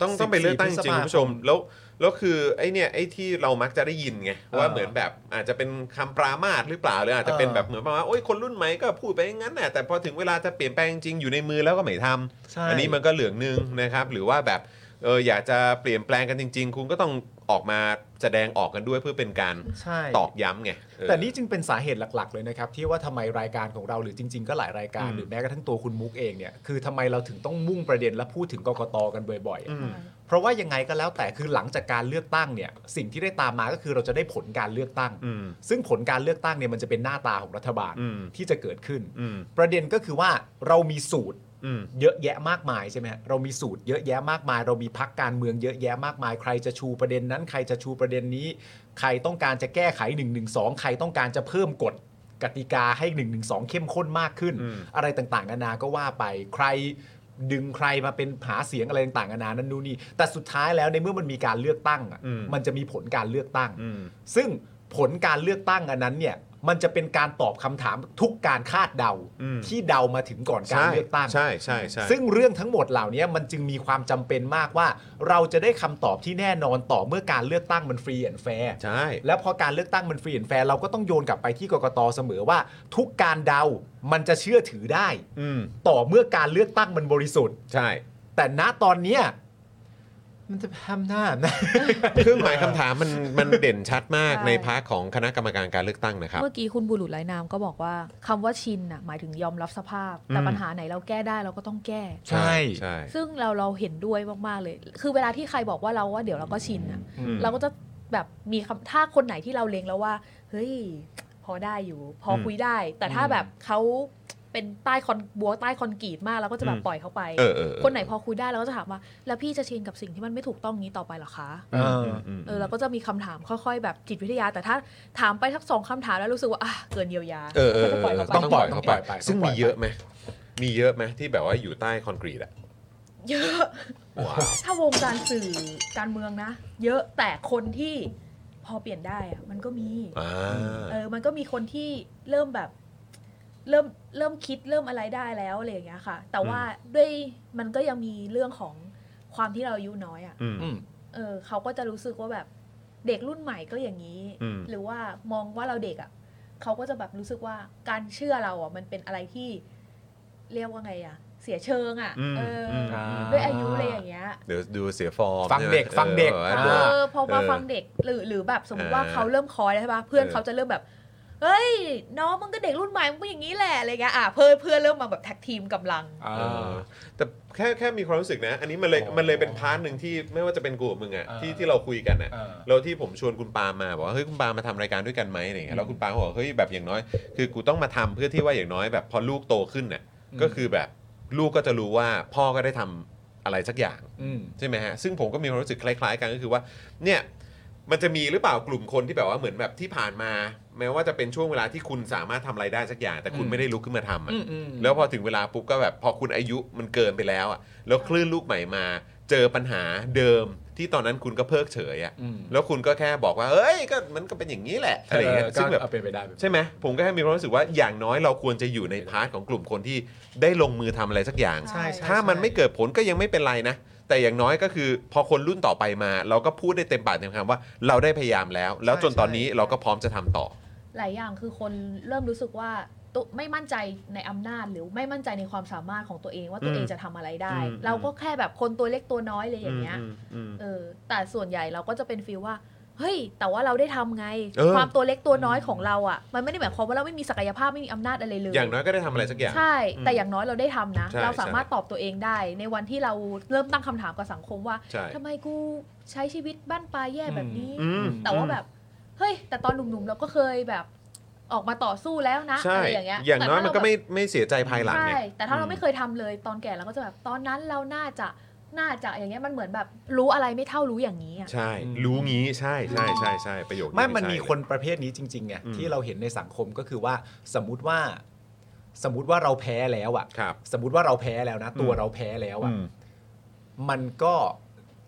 [SPEAKER 1] ต้องต้องไปเลือกตั้งจริงๆคุณผู้ชมแล้วแล้วคือไอ้เนี่ยไอ้ที่เรามักจะได้ยินไงว่าเหมือนแบบอาจจะเป็นคำปรามาสหรือเปล่าหรืออาจจะเป็นแบบเหมือนประมาณว่าโอ้ยคนรุ่นใหม่ก็พูดไปอย่างนั้นแหละแต่พอถึงเวลาจะเปลี่ยนแปลงจริงอยู่ในมือแล้วก็ไม่ทำ
[SPEAKER 4] ใช่
[SPEAKER 1] อันี้มันก็เหลืองนึงนะครับ หรือว่าแบบเอออยากจะเปลี่ยนแปลงกันจริง ๆ คุณก็ต้องออกมาแสดงออกกันด้วยเพื่อเป็นการ
[SPEAKER 4] ใช่
[SPEAKER 1] ตอกย้ำไงเออ
[SPEAKER 4] แต่นี่จึงเป็นสาเหตุหลัก ๆ เลยนะครับ ที่ว่าทำไมรายการของเราหรือจริง ๆ ก็หลายรายการ
[SPEAKER 1] อืม
[SPEAKER 4] หรือแม้กระทั่งตัวคุณมุกเองเนี่ยคือทำไมเราถึงต้องมุ่งประเด็นและพูดถึงกกตกันบ่อยๆอะเพราะว่ายังไงก็แล้วแต่คือหลังจากการเลือกตั้งเนี่ยสิ่งที่ได้ตามมาก็คือเราจะได้ผลการเลือกตั้ง
[SPEAKER 1] อืม
[SPEAKER 4] ซึ่งผลการเลือกตั้งเนี่ยมันจะเป็นหน้าตาของรัฐบาล
[SPEAKER 1] อืม
[SPEAKER 4] ที่จะเกิดขึ้น
[SPEAKER 1] อืม
[SPEAKER 4] ประเด็นก็คือว่าเรามีสูตร
[SPEAKER 1] อืม
[SPEAKER 4] เยอะแยะมากมายใช่ไหมฮะเรามีสูตรเยอะแยะมากมาย เรามีพักการเมืองเยอะแยะมากมาย ใครจะชูประเด็นนั้น ใครจะชูประเด็นนี้ ใครต้องการจะแก้ไข1นึใครต้องการจะเพิ่มกฎกติกาให้1นึเข้มข้นมากขึ้น อะไรต่างๆนานาก็ว่าไป ใครดึงใครมาเป็นหาเสียงอะไรต่างๆนานานั่นนู่นนี่ แต่สุดท้ายแล้วในเมื่อมันมีการเลือกตั้งอะ
[SPEAKER 1] อืม
[SPEAKER 4] มันจะมีผลการเลือกตั้ง
[SPEAKER 1] อืม
[SPEAKER 4] ซึ่งผลการเลือกตั้งอันนั้นเนี่ยมันจะเป็นการตอบคำถามทุกการคาดเดา
[SPEAKER 1] อืม
[SPEAKER 4] ที่เดามาถึงก่อนการเลือกตั้ง
[SPEAKER 1] ใช่ใช่ใช่
[SPEAKER 4] ซึ่งเรื่องทั้งหมดเหล่านี้มันจึงมีความจำเป็นมากว่า เราจะได้คำตอบที่แน่นอนต่อเมื่อการเลือกตั้งมันฟรีแอนแฟร์
[SPEAKER 1] ใช่
[SPEAKER 4] แล้วพอการเลือกตั้งมันฟรีแอนแฟร์เราก็ต้องโยนกลับไปที่กกตเสมอว่า ทุกการเดามันจะเชื่อถือได้
[SPEAKER 1] อืม
[SPEAKER 4] ต่อเมื่อการเลือกตั้งมันบริสุทธิ์
[SPEAKER 1] ใช่
[SPEAKER 4] แต่ณตอนเนี้ยมันจะทำหน้านะ
[SPEAKER 1] เครื่องหมายคำถามมันมันเด่นชัดมากในพาร์ทของคณะกรรมการการเลือกตั้งนะครับ
[SPEAKER 6] เมื่อกี้คุณบุรุษไร้นามก็บอกว่าคำว่าชินน่ะหมายถึงยอมรับสภาพ แต่
[SPEAKER 1] อืม
[SPEAKER 6] ปัญหาไหนเราแก้ได้เราก็ต้องแก้
[SPEAKER 4] ใช่
[SPEAKER 1] ใช่
[SPEAKER 6] ซึ่งเราเราเห็นด้วยมาก ๆ เลย คือเวลาที่ใครบอกว่าเราว่าเดี๋ยวเราก็ชินอะ
[SPEAKER 1] อืม
[SPEAKER 6] เราก็จะแบบมีคำถ้าคนไหนที่เราเลงแล้วว่า เฮ้ย พอได้อยู่ พอคุยได้ แต่ถ้าแบบเขาเป็นใต้คอนบัวใต้คอนกรีตมากเราก็จะแบบปล่อยเขาไป
[SPEAKER 1] เออเออเออ
[SPEAKER 6] คนไหนพอคุยได้เราก็จะถามว่า แล้วพี่จะชินกับสิ่งที่มันไม่ถูกต้องนี้ต่อไปเหรอคะ
[SPEAKER 4] เออ
[SPEAKER 6] เออเราก็จะมีคำถามค่อยๆ แบบจิตวิทยา แต่ถ้าถามไปทักสองคำถามแล้วรู้สึกว่าอ่ะเกินเยียวยา
[SPEAKER 1] เออเออ
[SPEAKER 6] ก็จะ
[SPEAKER 1] เอ
[SPEAKER 6] ปล่อย
[SPEAKER 1] อ
[SPEAKER 6] เขาไป
[SPEAKER 1] ต้องปล่อย
[SPEAKER 4] ต้
[SPEAKER 1] เขา
[SPEAKER 4] องป
[SPEAKER 1] ไป
[SPEAKER 4] ล่อยไป
[SPEAKER 1] ซึ่งมีเยอะไหมมีเยอะไหมที่แบบว่าอยู่ใต้คอนกรีตอะ
[SPEAKER 6] เยอะ
[SPEAKER 1] ว้าว
[SPEAKER 6] ถ้าวงการสื่อการเมืองนะ เยอะแต่คนที่พอเปลี่ยนได้อะมันก็มี
[SPEAKER 1] อ่า
[SPEAKER 6] เออมันก็มีคนที่เริ่มแบบ เริ่มเริ่มคิดเริ่มอะไรได้แล้วอะไรอย่างเงี้ยค่ะ แต่ว่าด้วยมันก็ยังมีเรื่องของความที่เราอายุน้อยอะ
[SPEAKER 1] อืม
[SPEAKER 6] เออเขาก็จะรู้สึกว่าแบบเด็กรุ่นใหม่ก็อย่างนี้
[SPEAKER 1] อืม
[SPEAKER 6] หรือว่ามองว่าเราเด็กอะ เขาก็จะแบบรู้สึกว่าการเชื่อเราอ่ะมันเป็นอะไรที่เรียกว่าไงอ่ะ เสียเชิงอ่ะ
[SPEAKER 1] อืม
[SPEAKER 6] เอออ
[SPEAKER 1] ม
[SPEAKER 6] ด้วยอายุอะไรอย่างเงี้ย
[SPEAKER 1] เดี๋ยวดูเสียฟอร์ม
[SPEAKER 4] ฟังเด็ก
[SPEAKER 1] ใช่ไหม
[SPEAKER 4] ฟังเด็ก
[SPEAKER 1] ออ
[SPEAKER 6] เออพอมาฟังเด็กหรือหรือแบบสมมติว่า
[SPEAKER 1] เออ
[SPEAKER 6] เขาเริ่มคอยแล้วใช่ปะเพื่อน
[SPEAKER 1] เออ
[SPEAKER 6] เขาจะเริ่มแบบ เฮ้ย น้องมึงก็เด็กรุ่นใหม่มึงก็อย่างนี้แหละอะไรเงี้ยอ่ะเพื่อนเพื่อนเริ่มมาแบบแท็กทีมกำลัง
[SPEAKER 1] เออแต่แค่แค่มีความรู้สึกนะ อันนี้มันเลยมันเลยเป็นพาร์ทหนึ่งที่ไม่ว่าจะเป็นกูกับมึงอะ
[SPEAKER 4] เออ
[SPEAKER 1] ที่ที่เราคุยกันอะ
[SPEAKER 4] เออ
[SPEAKER 1] เราที่ผมชวนคุณปาล์มมาบอกว่าเฮ้ยคุณปาล์มมาทำรายการด้วยกันไหมอะไรเงี้ยแล้วคุณปาล์มก็บอกเฮ้ยแบบอย่างน้อย คือกูต้องมาทำเพื่อที่ว่าอย่างน้อยแบบพอลูกโตขึ้นน่ะ
[SPEAKER 4] อืม
[SPEAKER 1] ก็คือแบบลูกก็จะรู้ว่าพ่อก็ได้ทำอะไรสักอย่าง
[SPEAKER 4] อืม
[SPEAKER 1] ใช่ไหมฮะ ซึ่งผมก็มีความรู้สึกคล้าย ๆ กันก็คือว่า เนี่ย มันจะมีหรือเปล่ากลุ่มคนที่แบบว่าเหมือนแบบที่ผ่านมา แม้ว่าจะเป็นช่วงเวลาที่คุณสามารถทำอะไรได้สักอย่าง แต่คุณ
[SPEAKER 4] อืม
[SPEAKER 1] ไม่ได้ลุกขึ้นมาทำอะ
[SPEAKER 4] อืมอืม
[SPEAKER 1] แล้วพอถึงเวลาปุ๊บก็แบบพอคุณอายุมันเกินไปแล้วอะแล้วคลื่นลูกใหม่มา เจอปัญหาเดิมที่ตอนนั้นคุณก็เพิกเฉยอะ
[SPEAKER 4] อืม
[SPEAKER 1] แล้วคุณก็แค่บอกว่า เอ้ย ก็มันก็เป็นอย่างนี้แหละอะไรอย่างเงี้ย
[SPEAKER 4] ก็
[SPEAKER 1] ซึ่งแบบ
[SPEAKER 4] เอาเป็นไปได้เป็นไปได้
[SPEAKER 1] ใช่ไหมผมก็แค่มีความรู้สึกว่าอย่างน้อยเราควรจะอยู่ในพาร์ทของกลุ่มคนที่ได้ลงมือทำอะไรสักอย่าง
[SPEAKER 6] ใช่ใช่
[SPEAKER 1] ถ้ามันไม่เกิดผลก็ยังไม่เป็นไรนะ แต่อย่างน้อยก็คือพอคนรุ่นต่อไปมา เราก็พูดได้เต็มปากเต็มคำว่าเราได้พยายามแล้ว แล้วจนตอนนี้เราก็พร้อมจะทำต่อ
[SPEAKER 6] หลายอย่างคือคนเริ่มรู้สึกว่าตัวไม่มั่นใจในอำนาจหรือไม่มั่นใจในความสามารถของตัวเองว่าตัวเองจะทำอะไรได้
[SPEAKER 1] อืม
[SPEAKER 6] เราก็แค่แบบคนตัวเล็กตัวน้อยเลยอย่างเงี้ย
[SPEAKER 1] มอืม
[SPEAKER 6] เออแต่ส่วนใหญ่เราก็จะเป็นฟีลว่า เฮ้ย แต่ว่าเราได้ทำไง
[SPEAKER 1] เออ
[SPEAKER 6] ความตัวเล็กตัวน้อยของเราอะ่ะ มันไม่ได้หมายความว่าเราไม่มีศักยภาพไม่มีอำนาจอะไรเล
[SPEAKER 1] อืม
[SPEAKER 6] ย
[SPEAKER 1] อย่างน้อยก็ได้ทำอะไรสักอย่าง
[SPEAKER 6] ใช่ แต่อย่างน้อยเราได้ทำนะ
[SPEAKER 1] ใช่
[SPEAKER 6] เราสามารถตอบตัวเองได้ ในวันที่เราเริ่มตั้งคำถามกับสังคมว่า
[SPEAKER 1] ใช่
[SPEAKER 6] ทำไมกูใช้ชีวิตบ้านปลายแย่แบบนี้
[SPEAKER 1] อืม
[SPEAKER 6] แต่ว่าแบบ เฮ้ย แต่ตอนหนุ่มๆเราก็เคยแบบออกมาต่อสู้แล้วนะ
[SPEAKER 1] ใช่
[SPEAKER 6] อะไรอย่างเงี้ย
[SPEAKER 1] อย่างน้อยมันก็ไม่
[SPEAKER 6] แต่ถ้าเราแบบ
[SPEAKER 1] ไม่เสียใจภายหลัง
[SPEAKER 6] ใช่
[SPEAKER 1] ไง
[SPEAKER 6] แต่ถ้าเราไม่เคยทำเลยตอนแก่เราก็จะแบบตอนนั้นเราน่าจะน่าจะอย่างเงี้ยมันเหมือนแบบรู้อะไรไม่เท่ารู้อย่างนี้อะ
[SPEAKER 1] ใช่ รู้งี้ใช่ใช่ใช่ใช่ประโยค
[SPEAKER 4] ไม่มัน
[SPEAKER 1] ใช่
[SPEAKER 4] มี
[SPEAKER 1] เลย
[SPEAKER 4] คนประเภทนี้จริงๆไง
[SPEAKER 1] อืม
[SPEAKER 4] ที่เราเห็นในสังคมก็คือว่าสมมติว่า สมมติว่าเราแพ้แล้วอะ
[SPEAKER 1] ครับ
[SPEAKER 4] สมมติว่าเราแพ้แล้วนะ ตัว
[SPEAKER 1] อืม
[SPEAKER 4] เราแพ้แล้ว
[SPEAKER 1] อื
[SPEAKER 4] อะ
[SPEAKER 1] ม
[SPEAKER 4] มันก็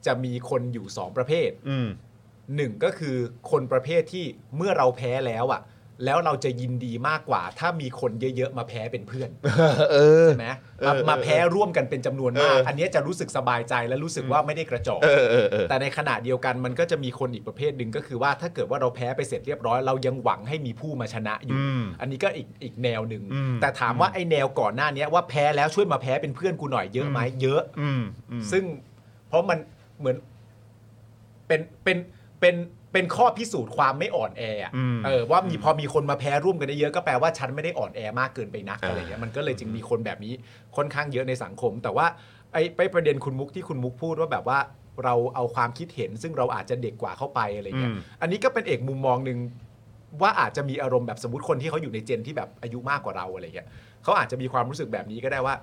[SPEAKER 4] จะมีคนอยู่สองประเภท
[SPEAKER 1] อืม
[SPEAKER 4] หนึ่งก็คือคนประเภทที่เมื่อเราแพ้แล้วอะแล้วเราจะยินดีมากกว่า ถ้ามีคนเยอะๆมาแพ้เป็นเพื่อน
[SPEAKER 1] เออ
[SPEAKER 4] ใช่ไหม
[SPEAKER 1] เออ
[SPEAKER 4] มา
[SPEAKER 1] เออ
[SPEAKER 4] มาแพ้ร่วมกันเป็นจำนวนมาก
[SPEAKER 1] เอออั
[SPEAKER 4] อันเนี้ยจะรู้สึกสบายใจและรู้สึกว่าไม่ได้กระจอก
[SPEAKER 1] เออเออเออ
[SPEAKER 4] แต่ในขณะเดียวกันมันก็จะมีคนอีกประเภทหนึ่งก็คือว่าถ้าเกิดว่าเราแพ้ไปเสร็จเรียบร้อยเรายังหวังให้มีผู้มาชนะอยู่
[SPEAKER 1] อืม
[SPEAKER 4] อันนี้ก็อีกอีกแนวหนึ่ง
[SPEAKER 1] อืม
[SPEAKER 4] แต่ถามว่าไอ้แนวก่อนหน้าเนี้ยว่าแพ้แล้วช่วยมาแพ้เป็นเพื่อนกูหน่อยเยอะไหมเยอะ
[SPEAKER 1] อืมอืม
[SPEAKER 4] ซึ่งเพราะมันเหมือนเป็นเป็นเป็นเป็นข้อพิสูจน์ความไม่อ่อนแออะ
[SPEAKER 1] อืม
[SPEAKER 4] เออว่ามีพอมีคนมาแพ้ร่วมกันเยอะๆก็แปลว่าฉันไม่ได้อ่อนแอมากเกินไปนัก
[SPEAKER 1] อ่า
[SPEAKER 4] อะไรเงี้ยมันก็เลยจึงมีคนแบบนี้ค่อนข้างเยอะในสังคม แต่ว่าไอ้ไปประเด็นคุณมุกที่คุณมุกพูดว่าแบบว่าเราเอาความคิดเห็น ซึ่งเราอาจจะเด็กกว่าเข้าไปอะไรเงี้ยอันนี้ก็เป็นเอกมุมมองหนึ่งว่าอาจจะมีอารมณ์แบบสมมติคนที่เขาอยู่ในเจนที่แบบอายุมากกว่าเราอะไรเงี้ยเขาอาจจะมีความรู้สึกแบบนี้ก็ได้ว่า